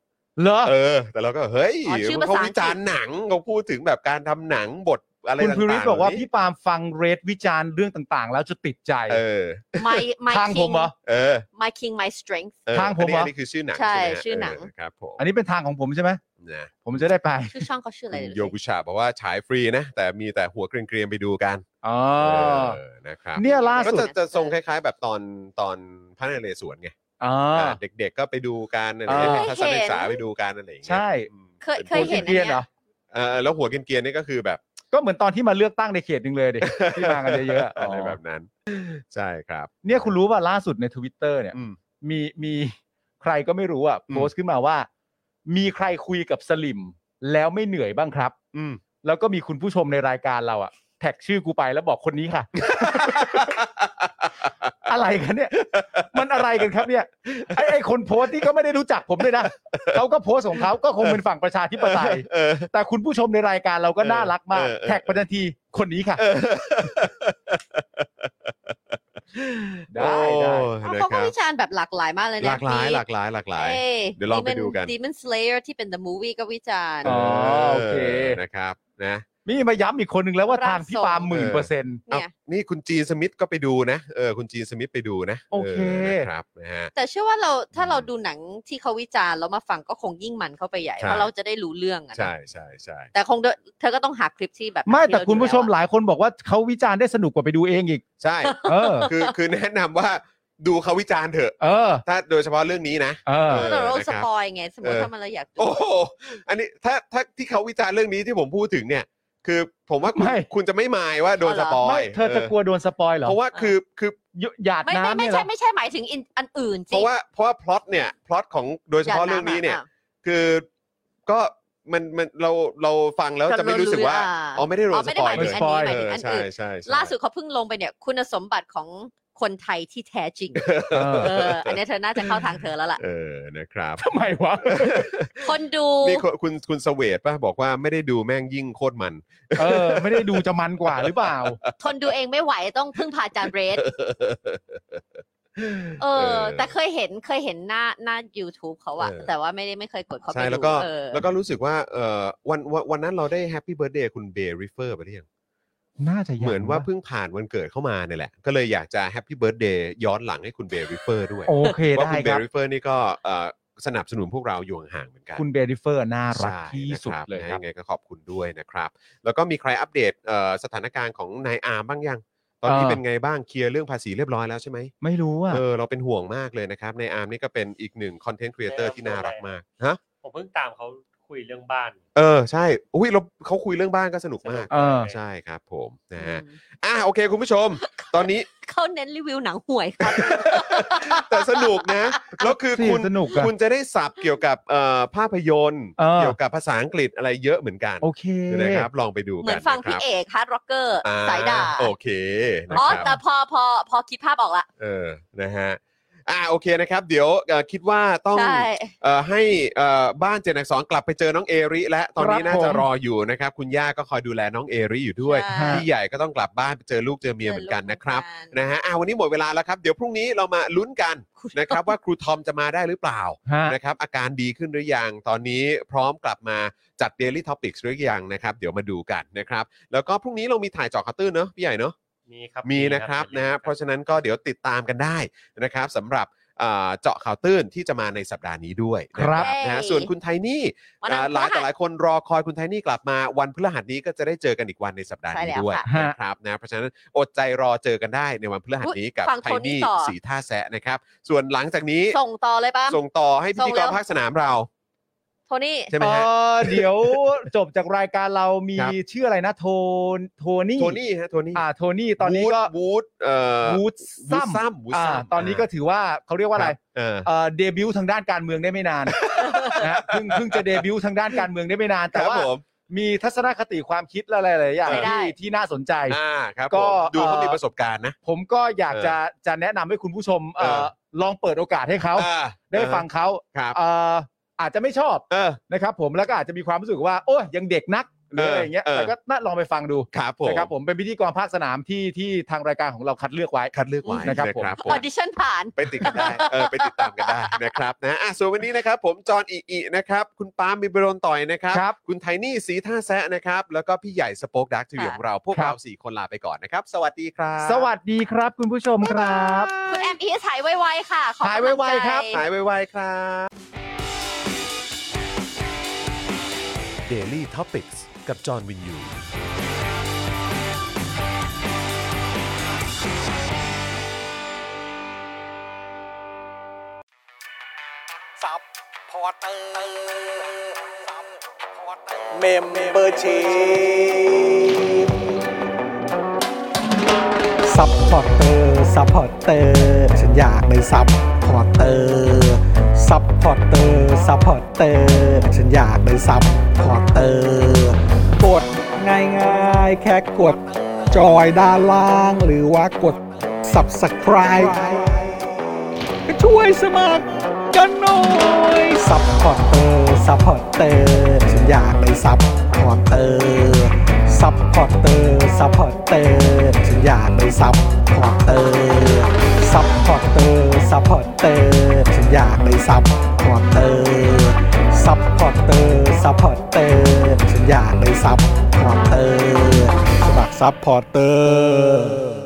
[SPEAKER 5] เหรอ
[SPEAKER 4] เออ แต่เราก็เฮ้ย
[SPEAKER 3] อ๋อชื่อภาษา
[SPEAKER 4] เขาวิจารณ์หนังเขาพูดถึงแบบการทำหนังบทอะไร
[SPEAKER 5] คุณ
[SPEAKER 4] ต่างๆ
[SPEAKER 5] พิริศบอกว่า
[SPEAKER 4] เหล่นี้
[SPEAKER 5] พี่ปาล์มฟังเรดวิจารณ์เรื่องต่างๆ แล้วจะติดใจ
[SPEAKER 4] เออ
[SPEAKER 3] my my
[SPEAKER 5] ทางผม
[SPEAKER 3] king
[SPEAKER 5] เหรอ
[SPEAKER 4] เออ
[SPEAKER 3] my king my strength
[SPEAKER 4] เออ
[SPEAKER 5] ทางผม
[SPEAKER 4] อันนี้
[SPEAKER 5] เหรออั
[SPEAKER 4] นนี้คือชื่อหนัง
[SPEAKER 3] ใช่
[SPEAKER 4] ใช่ไหมฮะ
[SPEAKER 3] ชื่อหนัง
[SPEAKER 4] เครับผม
[SPEAKER 5] อันนี้เป็นทางของผมใช่ไหม
[SPEAKER 4] นะ
[SPEAKER 5] ผมจะได้ไป
[SPEAKER 3] ชื่อช่องเขาชื่ออะไร
[SPEAKER 4] คุณ
[SPEAKER 3] เดี๋ยว
[SPEAKER 4] โย
[SPEAKER 3] ดู
[SPEAKER 4] บุ
[SPEAKER 3] สิ
[SPEAKER 4] ชาบอกว่าฉายฟรีนะ แต่มีแต่หัวเกรียนๆไปดูกัน
[SPEAKER 5] อ๋อ
[SPEAKER 4] เออนะครับ
[SPEAKER 5] เนี่ยล่า
[SPEAKER 4] ก็
[SPEAKER 5] สุด
[SPEAKER 4] จะจะทรงคล้ายๆ แบบตอนตอนพระนเรศวรไง
[SPEAKER 5] อ่า
[SPEAKER 4] อ่าเด็กๆก็ไปดูกันอะไรอย่างเงี้ย
[SPEAKER 5] อ่า
[SPEAKER 4] ทัศนศึกษาไปดูกันอะไรอย่างเงี้ย
[SPEAKER 5] ใช่
[SPEAKER 4] อืม
[SPEAKER 3] เคยเคยเห็นอัน
[SPEAKER 5] เรียน
[SPEAKER 3] เนี้
[SPEAKER 5] เหรอ
[SPEAKER 3] ย
[SPEAKER 4] เออแล้วหัวเกรียนๆนี่ก็คือแบบ
[SPEAKER 5] ก็เหมือนตอนที่มาเลือกตั้งในเขตหนึ่งเลยดิ ที่มากันเยอะๆอะ
[SPEAKER 4] อะไรแบบนั้น ใช่ครับ
[SPEAKER 5] เนี่ยคุณรู้ป่ะล่าสุดในทวิตเตอร์เนี่ย
[SPEAKER 4] อืม
[SPEAKER 5] มีมีใครก็ไม่รู้อ่ะ
[SPEAKER 4] อืม
[SPEAKER 5] โพสต์ขึ้นมาว่า มีใครคุยกับสลิมแล้วไม่เหนื่อยบ้างครับ
[SPEAKER 4] อืม
[SPEAKER 5] แล้วก็มีคุณผู้ชมในรายการเราอ่ะ แท็กชื่อกูไปแล้วบอกคนนี้ค่ะ อะไรกันเนี่ย มันอะไรกันครับเนี่ยไอ้ไอ้คนโพสต์นี่ก็ไม่ได้รู้จักผมด้วยนะเขาก็โพสต์ของเขาก็คงเป็นฝั่งประชา ธิปไตย
[SPEAKER 4] เออ
[SPEAKER 5] แต่คุณผู้ชมในรายการเราก็
[SPEAKER 4] เออ
[SPEAKER 5] น่ารักมาก
[SPEAKER 4] เออเออ
[SPEAKER 5] แท็กประทันทีคนนี้ค่ะ
[SPEAKER 4] เออ
[SPEAKER 5] ได้ได้
[SPEAKER 4] โอ้
[SPEAKER 3] อ๋อ
[SPEAKER 4] นะ
[SPEAKER 3] เขา
[SPEAKER 4] ค
[SPEAKER 3] ก็
[SPEAKER 4] รับ
[SPEAKER 3] วิจารณ์แบบหลากหลายมากเลย
[SPEAKER 4] ห
[SPEAKER 3] นะ
[SPEAKER 4] ลากหลาย
[SPEAKER 3] มี
[SPEAKER 4] หลากหลายหลากหลาย
[SPEAKER 3] อ้
[SPEAKER 4] เดี๋ยวลองไป
[SPEAKER 3] Demon-
[SPEAKER 4] ดูกัน
[SPEAKER 3] Demon Slayer ที่เป็น the movie ก็วิจารณ์
[SPEAKER 5] อ๋อโอเค
[SPEAKER 4] นะครับนะ
[SPEAKER 5] มีมาย้ำอีกคนหนึ่งแล้วว่าทางพี่ปาล์มหมื่นเปอร์เซ็นต์
[SPEAKER 4] เอ้า
[SPEAKER 3] เนี่ย
[SPEAKER 4] นี่คุณจีนสมิธก็ไปดูนะเออคุณจีนสมิธไปดูนะ
[SPEAKER 5] โอเค
[SPEAKER 4] นะครับนะฮะ
[SPEAKER 3] แต่เชื่อว่าเราถ้าเราดูหนังที่เขาวิจารณ์แล้วมาฟังก็คงยิ่งมันเข้าไปใหญ่
[SPEAKER 4] ใช่
[SPEAKER 3] เพราะเราจะได้รู้เรื่องอะนะ
[SPEAKER 4] ใช่ใช่ใช่
[SPEAKER 3] แต่คงเดอะเธอก็ต้องหาคลิปที่แบบ
[SPEAKER 5] ไม่
[SPEAKER 3] ที่
[SPEAKER 5] แต่
[SPEAKER 3] เร
[SPEAKER 5] คุณผู้ชม
[SPEAKER 3] ดู
[SPEAKER 5] ห
[SPEAKER 3] แล้วอะ
[SPEAKER 5] ลายคนบอกว่าเขาวิจารณ์ได้สนุกกว่าไปดูเองอีก
[SPEAKER 4] ใช่
[SPEAKER 5] เอ อ
[SPEAKER 4] คือคือแนะนำว่าดูเขาวิจารณ์เถอะ
[SPEAKER 5] เออ
[SPEAKER 4] ถ้าโดยเฉพาะเรื่องนี้นะ
[SPEAKER 5] เออ
[SPEAKER 4] อ
[SPEAKER 3] แต่เรา
[SPEAKER 4] นะค
[SPEAKER 3] ส
[SPEAKER 4] รับ
[SPEAKER 3] ปอยไงสมมติ
[SPEAKER 4] เออ
[SPEAKER 3] ถ้ามันเราอยากดู
[SPEAKER 4] โอ้โห อันนี้ถ้าถ้าที่เขาวิจารณ์เรื่องนี้ที่ผมพูดถึงเนี่ย คือผมว่าคุณ
[SPEAKER 5] ไม่
[SPEAKER 4] คุณจะไม่มายว่าโดน
[SPEAKER 3] อ๋อเห
[SPEAKER 4] ส
[SPEAKER 3] รอ
[SPEAKER 4] ปอย
[SPEAKER 5] ไม่เธอจะกลัวโดนสปอยเหรอ
[SPEAKER 4] เพราะว่าคือคือ
[SPEAKER 5] ยุหยาด
[SPEAKER 3] ไม่ไม่
[SPEAKER 5] น้ำ
[SPEAKER 3] ไม่
[SPEAKER 5] เนี่ยเหร
[SPEAKER 3] ใช่
[SPEAKER 5] อ
[SPEAKER 3] ไม่ใช่หมายถึงอินอันอื่น
[SPEAKER 4] เพ
[SPEAKER 3] จริง
[SPEAKER 4] ราะว่าเพราะว่าพล็อตเนี่ยพล็อตของโดยเฉพาะเรื่องนี้เนี่ย
[SPEAKER 3] ย่าำะ
[SPEAKER 4] คือก็มันมันเราเราฟังแล้วจะไม่รู้สึกว่า
[SPEAKER 3] จะรู้เรื่อง
[SPEAKER 4] อ๋อไม่ได้โด
[SPEAKER 3] อ๋อ
[SPEAKER 4] นส
[SPEAKER 3] ไม่ได้
[SPEAKER 4] ปอ
[SPEAKER 3] ห
[SPEAKER 4] ย
[SPEAKER 3] มายถึง
[SPEAKER 4] เล
[SPEAKER 5] สปอย
[SPEAKER 3] อันนี้หมายถึง
[SPEAKER 4] ยเออ
[SPEAKER 3] อัน
[SPEAKER 4] ใช่
[SPEAKER 3] อื่น
[SPEAKER 4] ใช่ใช่
[SPEAKER 3] ล่าสุดเขาเพิ่งลงไปเนี่ยคุณสมบัติของคนไทยที่แท้จริ ง
[SPEAKER 5] เออ
[SPEAKER 3] เออ อันเนี้ยเธอน่าจะเข้าทางเธอแล้วล่ะ
[SPEAKER 4] เออนะครับ
[SPEAKER 5] ทำไมวะ
[SPEAKER 3] คนดู
[SPEAKER 4] มีคนคุณคุณเสเวตป่ะบอกว่าไม่ได้ดูแม่งยิ่งโคตรมัน
[SPEAKER 5] เออ ไม่ได้ดูจะมันกว่าหรือเปล่า
[SPEAKER 3] คนดูเองไม่ไหวต้องพึ่งพาจานเรสเออ แต่เคยเห็นเคยเห็นหน้าหน้า YouTube เขาอะ
[SPEAKER 4] เออ
[SPEAKER 3] แต่ว่าไม่ได้ไม่เคยกดเขาไป
[SPEAKER 4] ใช่
[SPEAKER 3] ดู
[SPEAKER 4] แล้วก็
[SPEAKER 3] เออ
[SPEAKER 4] แล้วก็รู้สึกว่าเออวันวันวันนั้นเราได้แฮปปี้เบิร์ดเดย์คุณเบริเฟอร์ไปหรือยัง
[SPEAKER 5] น่าจะยัง
[SPEAKER 4] เหมือนว่าเพิ่งผ่านวันเกิดเข้ามาเนี่ยแหละ ก็เลยอยากจะแฮปปี้เบิร์ดเดย์ย้อนหลังให้คุณเบริเฟอร์ด้วย
[SPEAKER 5] โอเค
[SPEAKER 4] ว่า
[SPEAKER 5] ได้
[SPEAKER 4] คุณเบ
[SPEAKER 5] ครับ
[SPEAKER 4] ริเฟอร์นี่ก็เอ่อ สนับสนุนพวกเราอยู่ห่างๆเหมือนกัน
[SPEAKER 5] คุณเบริเฟอร์น่ารัก
[SPEAKER 4] ใช่
[SPEAKER 5] ที่สุด
[SPEAKER 4] นะครับ
[SPEAKER 5] เลย
[SPEAKER 4] นะ
[SPEAKER 5] ครั
[SPEAKER 4] ยั
[SPEAKER 5] บ
[SPEAKER 4] งไงก็ขอบคุณด้วยนะครับ แล้วก็มีใครอัปเดตเอ่อสถานการณ์ของนายอาร์มบ้างยัง ตอนนี้
[SPEAKER 5] เออ
[SPEAKER 4] เป็นไงบ้างเคลียร์เรื่องภาษีเรียบร้อยแล้วใช่ไหม
[SPEAKER 5] ไม่รู้อ่ะ
[SPEAKER 4] เออเราเป็นห่วงมากเลยนะครับนายอาร์มนี่ก็เป็นอีกหนึ่งคอนเทนต์ครีเอเตอร์ที่น่ารักมากฮะ
[SPEAKER 6] ผมเพิ่งตามเขาคุยเรื่องบ้าน
[SPEAKER 4] เออใช่อุ้ยเราเขาคุยเรื่องบ้านก็สนุกมาก
[SPEAKER 6] สนุก
[SPEAKER 5] เออ
[SPEAKER 4] ใช่ครับผมนะฮะ
[SPEAKER 3] อืม
[SPEAKER 4] อ่ะโอเค คุณผู้ชม ตอนนี้
[SPEAKER 3] เขาเน้นรีวิวหนังห่วยครับ
[SPEAKER 4] แต่สนุกนะแล้วคือ
[SPEAKER 5] สิ
[SPEAKER 4] คุณ
[SPEAKER 5] สนุกอะ
[SPEAKER 4] คุณจะได้สับเกี่ยวกับเอ่อภาพยนตร์
[SPEAKER 5] เออ
[SPEAKER 4] เกี่ยวกับภาษาอังกฤษอะไรเยอะเหมือนกัน
[SPEAKER 5] โอเค
[SPEAKER 4] นะครับลองไป ดูกัน
[SPEAKER 3] เหมือนฟัง
[SPEAKER 4] ะค
[SPEAKER 3] พี่
[SPEAKER 4] รับ
[SPEAKER 3] เอกฮาร์ดร็อกเกอร์
[SPEAKER 4] อ่
[SPEAKER 3] สายด่า
[SPEAKER 4] โอเคนะ
[SPEAKER 3] อ๋อ
[SPEAKER 4] ค
[SPEAKER 3] แต่
[SPEAKER 4] รับ
[SPEAKER 3] พอพอพอคิดภาพออกละ
[SPEAKER 4] เออนะฮะอ่าโอเคนะครับ เดี๋ยวเอ่อคิดว่าต้อง
[SPEAKER 3] ใช่
[SPEAKER 4] เอ่อให้เอ่อบ้านเจนอักสอนกลับไปเจอน้องเอริ และตอนนี้
[SPEAKER 5] ครับ
[SPEAKER 4] น่าจะ
[SPEAKER 5] ผม
[SPEAKER 4] รออยู่นะครับ คุณย่าก็คอยดูแลน้องเอริอยู่ด้วย
[SPEAKER 3] ใช่
[SPEAKER 4] พี่ใหญ่ก็ต้องกลับบ้านไปเจอลูกเจอเมียเหมือนกันนะครับนะฮะอ่าวันนี้หมดเวลาแล้วครับ เดี๋ยวพรุ่งนี้เรามาลุ้นกันนะครับว่าครูทอมจะมาได้หรือเปล่า
[SPEAKER 5] ฮะ
[SPEAKER 4] นะครับอาการดีขึ้นหรือยังตอนนี้พร้อมกลับมาจัด Daily Topics หรือยังนะครับ เดี๋ยวมาดูกันนะครับแล้วก็พรุ่งนี้เรามีถ่ายเจอข่าวตื้นเนอะพี่ใหญ่เนอะ
[SPEAKER 6] มีครับ
[SPEAKER 4] มีนะครับนะฮะเพราะฉะนั้นก็เดี๋ยวติดตามกันได้นะครับสำหรับเอ่อเจาะข่าวตื้นที่จะมาในสัปดาห์นี้ด้วย
[SPEAKER 5] ครับ
[SPEAKER 4] นะนะฮะ
[SPEAKER 3] เย้
[SPEAKER 4] ส่วนคุณไทนี่
[SPEAKER 3] วัน
[SPEAKER 4] เอ่
[SPEAKER 3] นั้น
[SPEAKER 4] อห
[SPEAKER 3] พ
[SPEAKER 4] ลาย
[SPEAKER 3] ฤหั
[SPEAKER 4] ต่อ
[SPEAKER 3] ส
[SPEAKER 4] หลายคนรอคอยคุณไทนี่กลับมาวันพฤหัสนี้ก็จะได้เจอกันอีกวันในสัปดาห์
[SPEAKER 3] ใช่
[SPEAKER 4] นี้
[SPEAKER 3] แล้ว
[SPEAKER 4] ด้วย
[SPEAKER 5] ค่ะ
[SPEAKER 4] นะครับนะเพราะฉะนั้นอดใจรอเจอกันได้ในวันพฤหัสนี้กับ
[SPEAKER 3] ฟัง
[SPEAKER 4] ไท
[SPEAKER 3] โทนี่
[SPEAKER 4] นี่
[SPEAKER 3] ต่อ
[SPEAKER 4] สีท่าแซะนะครับ ส่วนหลังจากนี้
[SPEAKER 3] ส่งต่อเลยป้า
[SPEAKER 4] ส่งต่อให้พิธี
[SPEAKER 3] ส่ง
[SPEAKER 4] ก
[SPEAKER 3] แล้
[SPEAKER 4] ร
[SPEAKER 3] ว
[SPEAKER 4] ภาคสนามเรา
[SPEAKER 3] โทนี่
[SPEAKER 4] ใช่ไหม
[SPEAKER 5] เอ
[SPEAKER 4] ฮะ
[SPEAKER 5] อเดี๋ยวจบจากรายการเรามี
[SPEAKER 4] ครับ
[SPEAKER 5] ชื่ออะไรนะโทนโทนี่
[SPEAKER 4] โทนี่ฮะโทนี่
[SPEAKER 5] อ่าโทนี่ตอนนี้ก็
[SPEAKER 4] วูดเอ่อ
[SPEAKER 5] วูดซัม
[SPEAKER 4] Woodsum Woodsum
[SPEAKER 5] อ่าตอนนี้ก็ถือว่าเขาเรียกว่าอะไร
[SPEAKER 4] คบเออ
[SPEAKER 5] เอ่อเดบิวต์ทางด้านการเมืองได้ไม่นาน นะฮะเพิ่งเพิ่งจะเดบิวต์ทางด้านการเมืองได้ไม่นาน แต่
[SPEAKER 4] ครับ
[SPEAKER 5] ว่า
[SPEAKER 4] ผม
[SPEAKER 5] มีทัศนคติความคิดและอะไรหลายๆอย่าง
[SPEAKER 3] ใช่ได้
[SPEAKER 5] ที่ที่น่าสนใจ
[SPEAKER 4] อ่าครับ
[SPEAKER 5] ก็
[SPEAKER 4] ผมดูเขา
[SPEAKER 5] เอ่อ
[SPEAKER 4] มีประสบการณ์นะ
[SPEAKER 5] ผมก็อยาก
[SPEAKER 4] เออ
[SPEAKER 5] จะจะแนะนำให้คุณผู้ชมเอ่อ
[SPEAKER 4] เออ
[SPEAKER 5] ลองเปิดโอกาสให้เขา
[SPEAKER 4] อ่า
[SPEAKER 5] ได้ฟังเขา
[SPEAKER 4] ครับ
[SPEAKER 5] เอ่ออาจจะไม่ชอบ
[SPEAKER 4] เออ
[SPEAKER 5] นะครับผมแล้วก็อาจจะมีความรู้สึกว่า โอ้ยยังเด็กนักหรืออะไรอย่างเงี้ย
[SPEAKER 4] เออ
[SPEAKER 5] แต่ก็น่าลองไปฟังดู
[SPEAKER 4] ครับผม
[SPEAKER 5] นะครับผมเป็นพิธีกรภาคสนามที่ที่ทางรายการของเราคัดเลือกไว้
[SPEAKER 4] คัดเลือกไว้นะ
[SPEAKER 5] นะ
[SPEAKER 4] ค
[SPEAKER 5] ครั
[SPEAKER 4] รับบ
[SPEAKER 5] ผม
[SPEAKER 4] ผ
[SPEAKER 3] อ
[SPEAKER 4] ม
[SPEAKER 3] อดิชั่นผ่าน
[SPEAKER 4] ไปติดกันได้เออไปติดตามกันได้นะครับนะอ่ะส่วนวันนี้นะครับ ผมจอห์นอิอินะครับ คุณปาล์มบิบโรนต่อยนะครับ
[SPEAKER 5] ครับ
[SPEAKER 4] คุณไทนี่สีท่าแซะนะครับ แล้วก็พี่ใหญ่สป็อคดักทีวี
[SPEAKER 3] ค่ะ
[SPEAKER 4] ของเราพวก
[SPEAKER 5] ครับ
[SPEAKER 4] เราสี่คนลาไปก่อนนะครับ สวัสดีครับ
[SPEAKER 5] สวัสดีครับคุณผู้ชมครับ
[SPEAKER 3] คุณแอมอีสหายไวๆค่ะขอกำลัง
[SPEAKER 5] หายไวๆครับ
[SPEAKER 3] ใจ
[SPEAKER 4] หายไวๆครับ
[SPEAKER 2] Daily Topics กับจอห์นวินยู
[SPEAKER 7] ซับพอร์เตอร์ซับพอร์เตอร์
[SPEAKER 1] เมมเบอร์ชีซัพพอร์เตอร์ซัพพอร์เตอร์ฉันอยากเป็นซัพพอร์เตอร์ซัพพอร์เตอร์ซัพพอร์เตอร์ฉันอยากเป็นซัพพอร์เตอร์กดง่ายๆ แค่กด จอยด้านล่าง หรือว่ากด subscribe ก็ช่วยสมัคร กันหน่อยซัพพอร์เตอร์ซัพพอร์เตอร์ฉันอยากเป็นซัพพอร์เตอร์ซัพพอร์เตอร์ซัพพอร์เตอร์ฉันอยากเป็นซัพพอร์เตอร์ซัพพอร์เตอร์ซัพพอร์เตอร์ฉันอยากเป็นซัพพอร์เตอร์ซัพพอร์เตอร์ซัพพอร์เตอร์ฉันอยากเป็นซัพพอร์เตอร์สมัครซัพพอร์เตอร์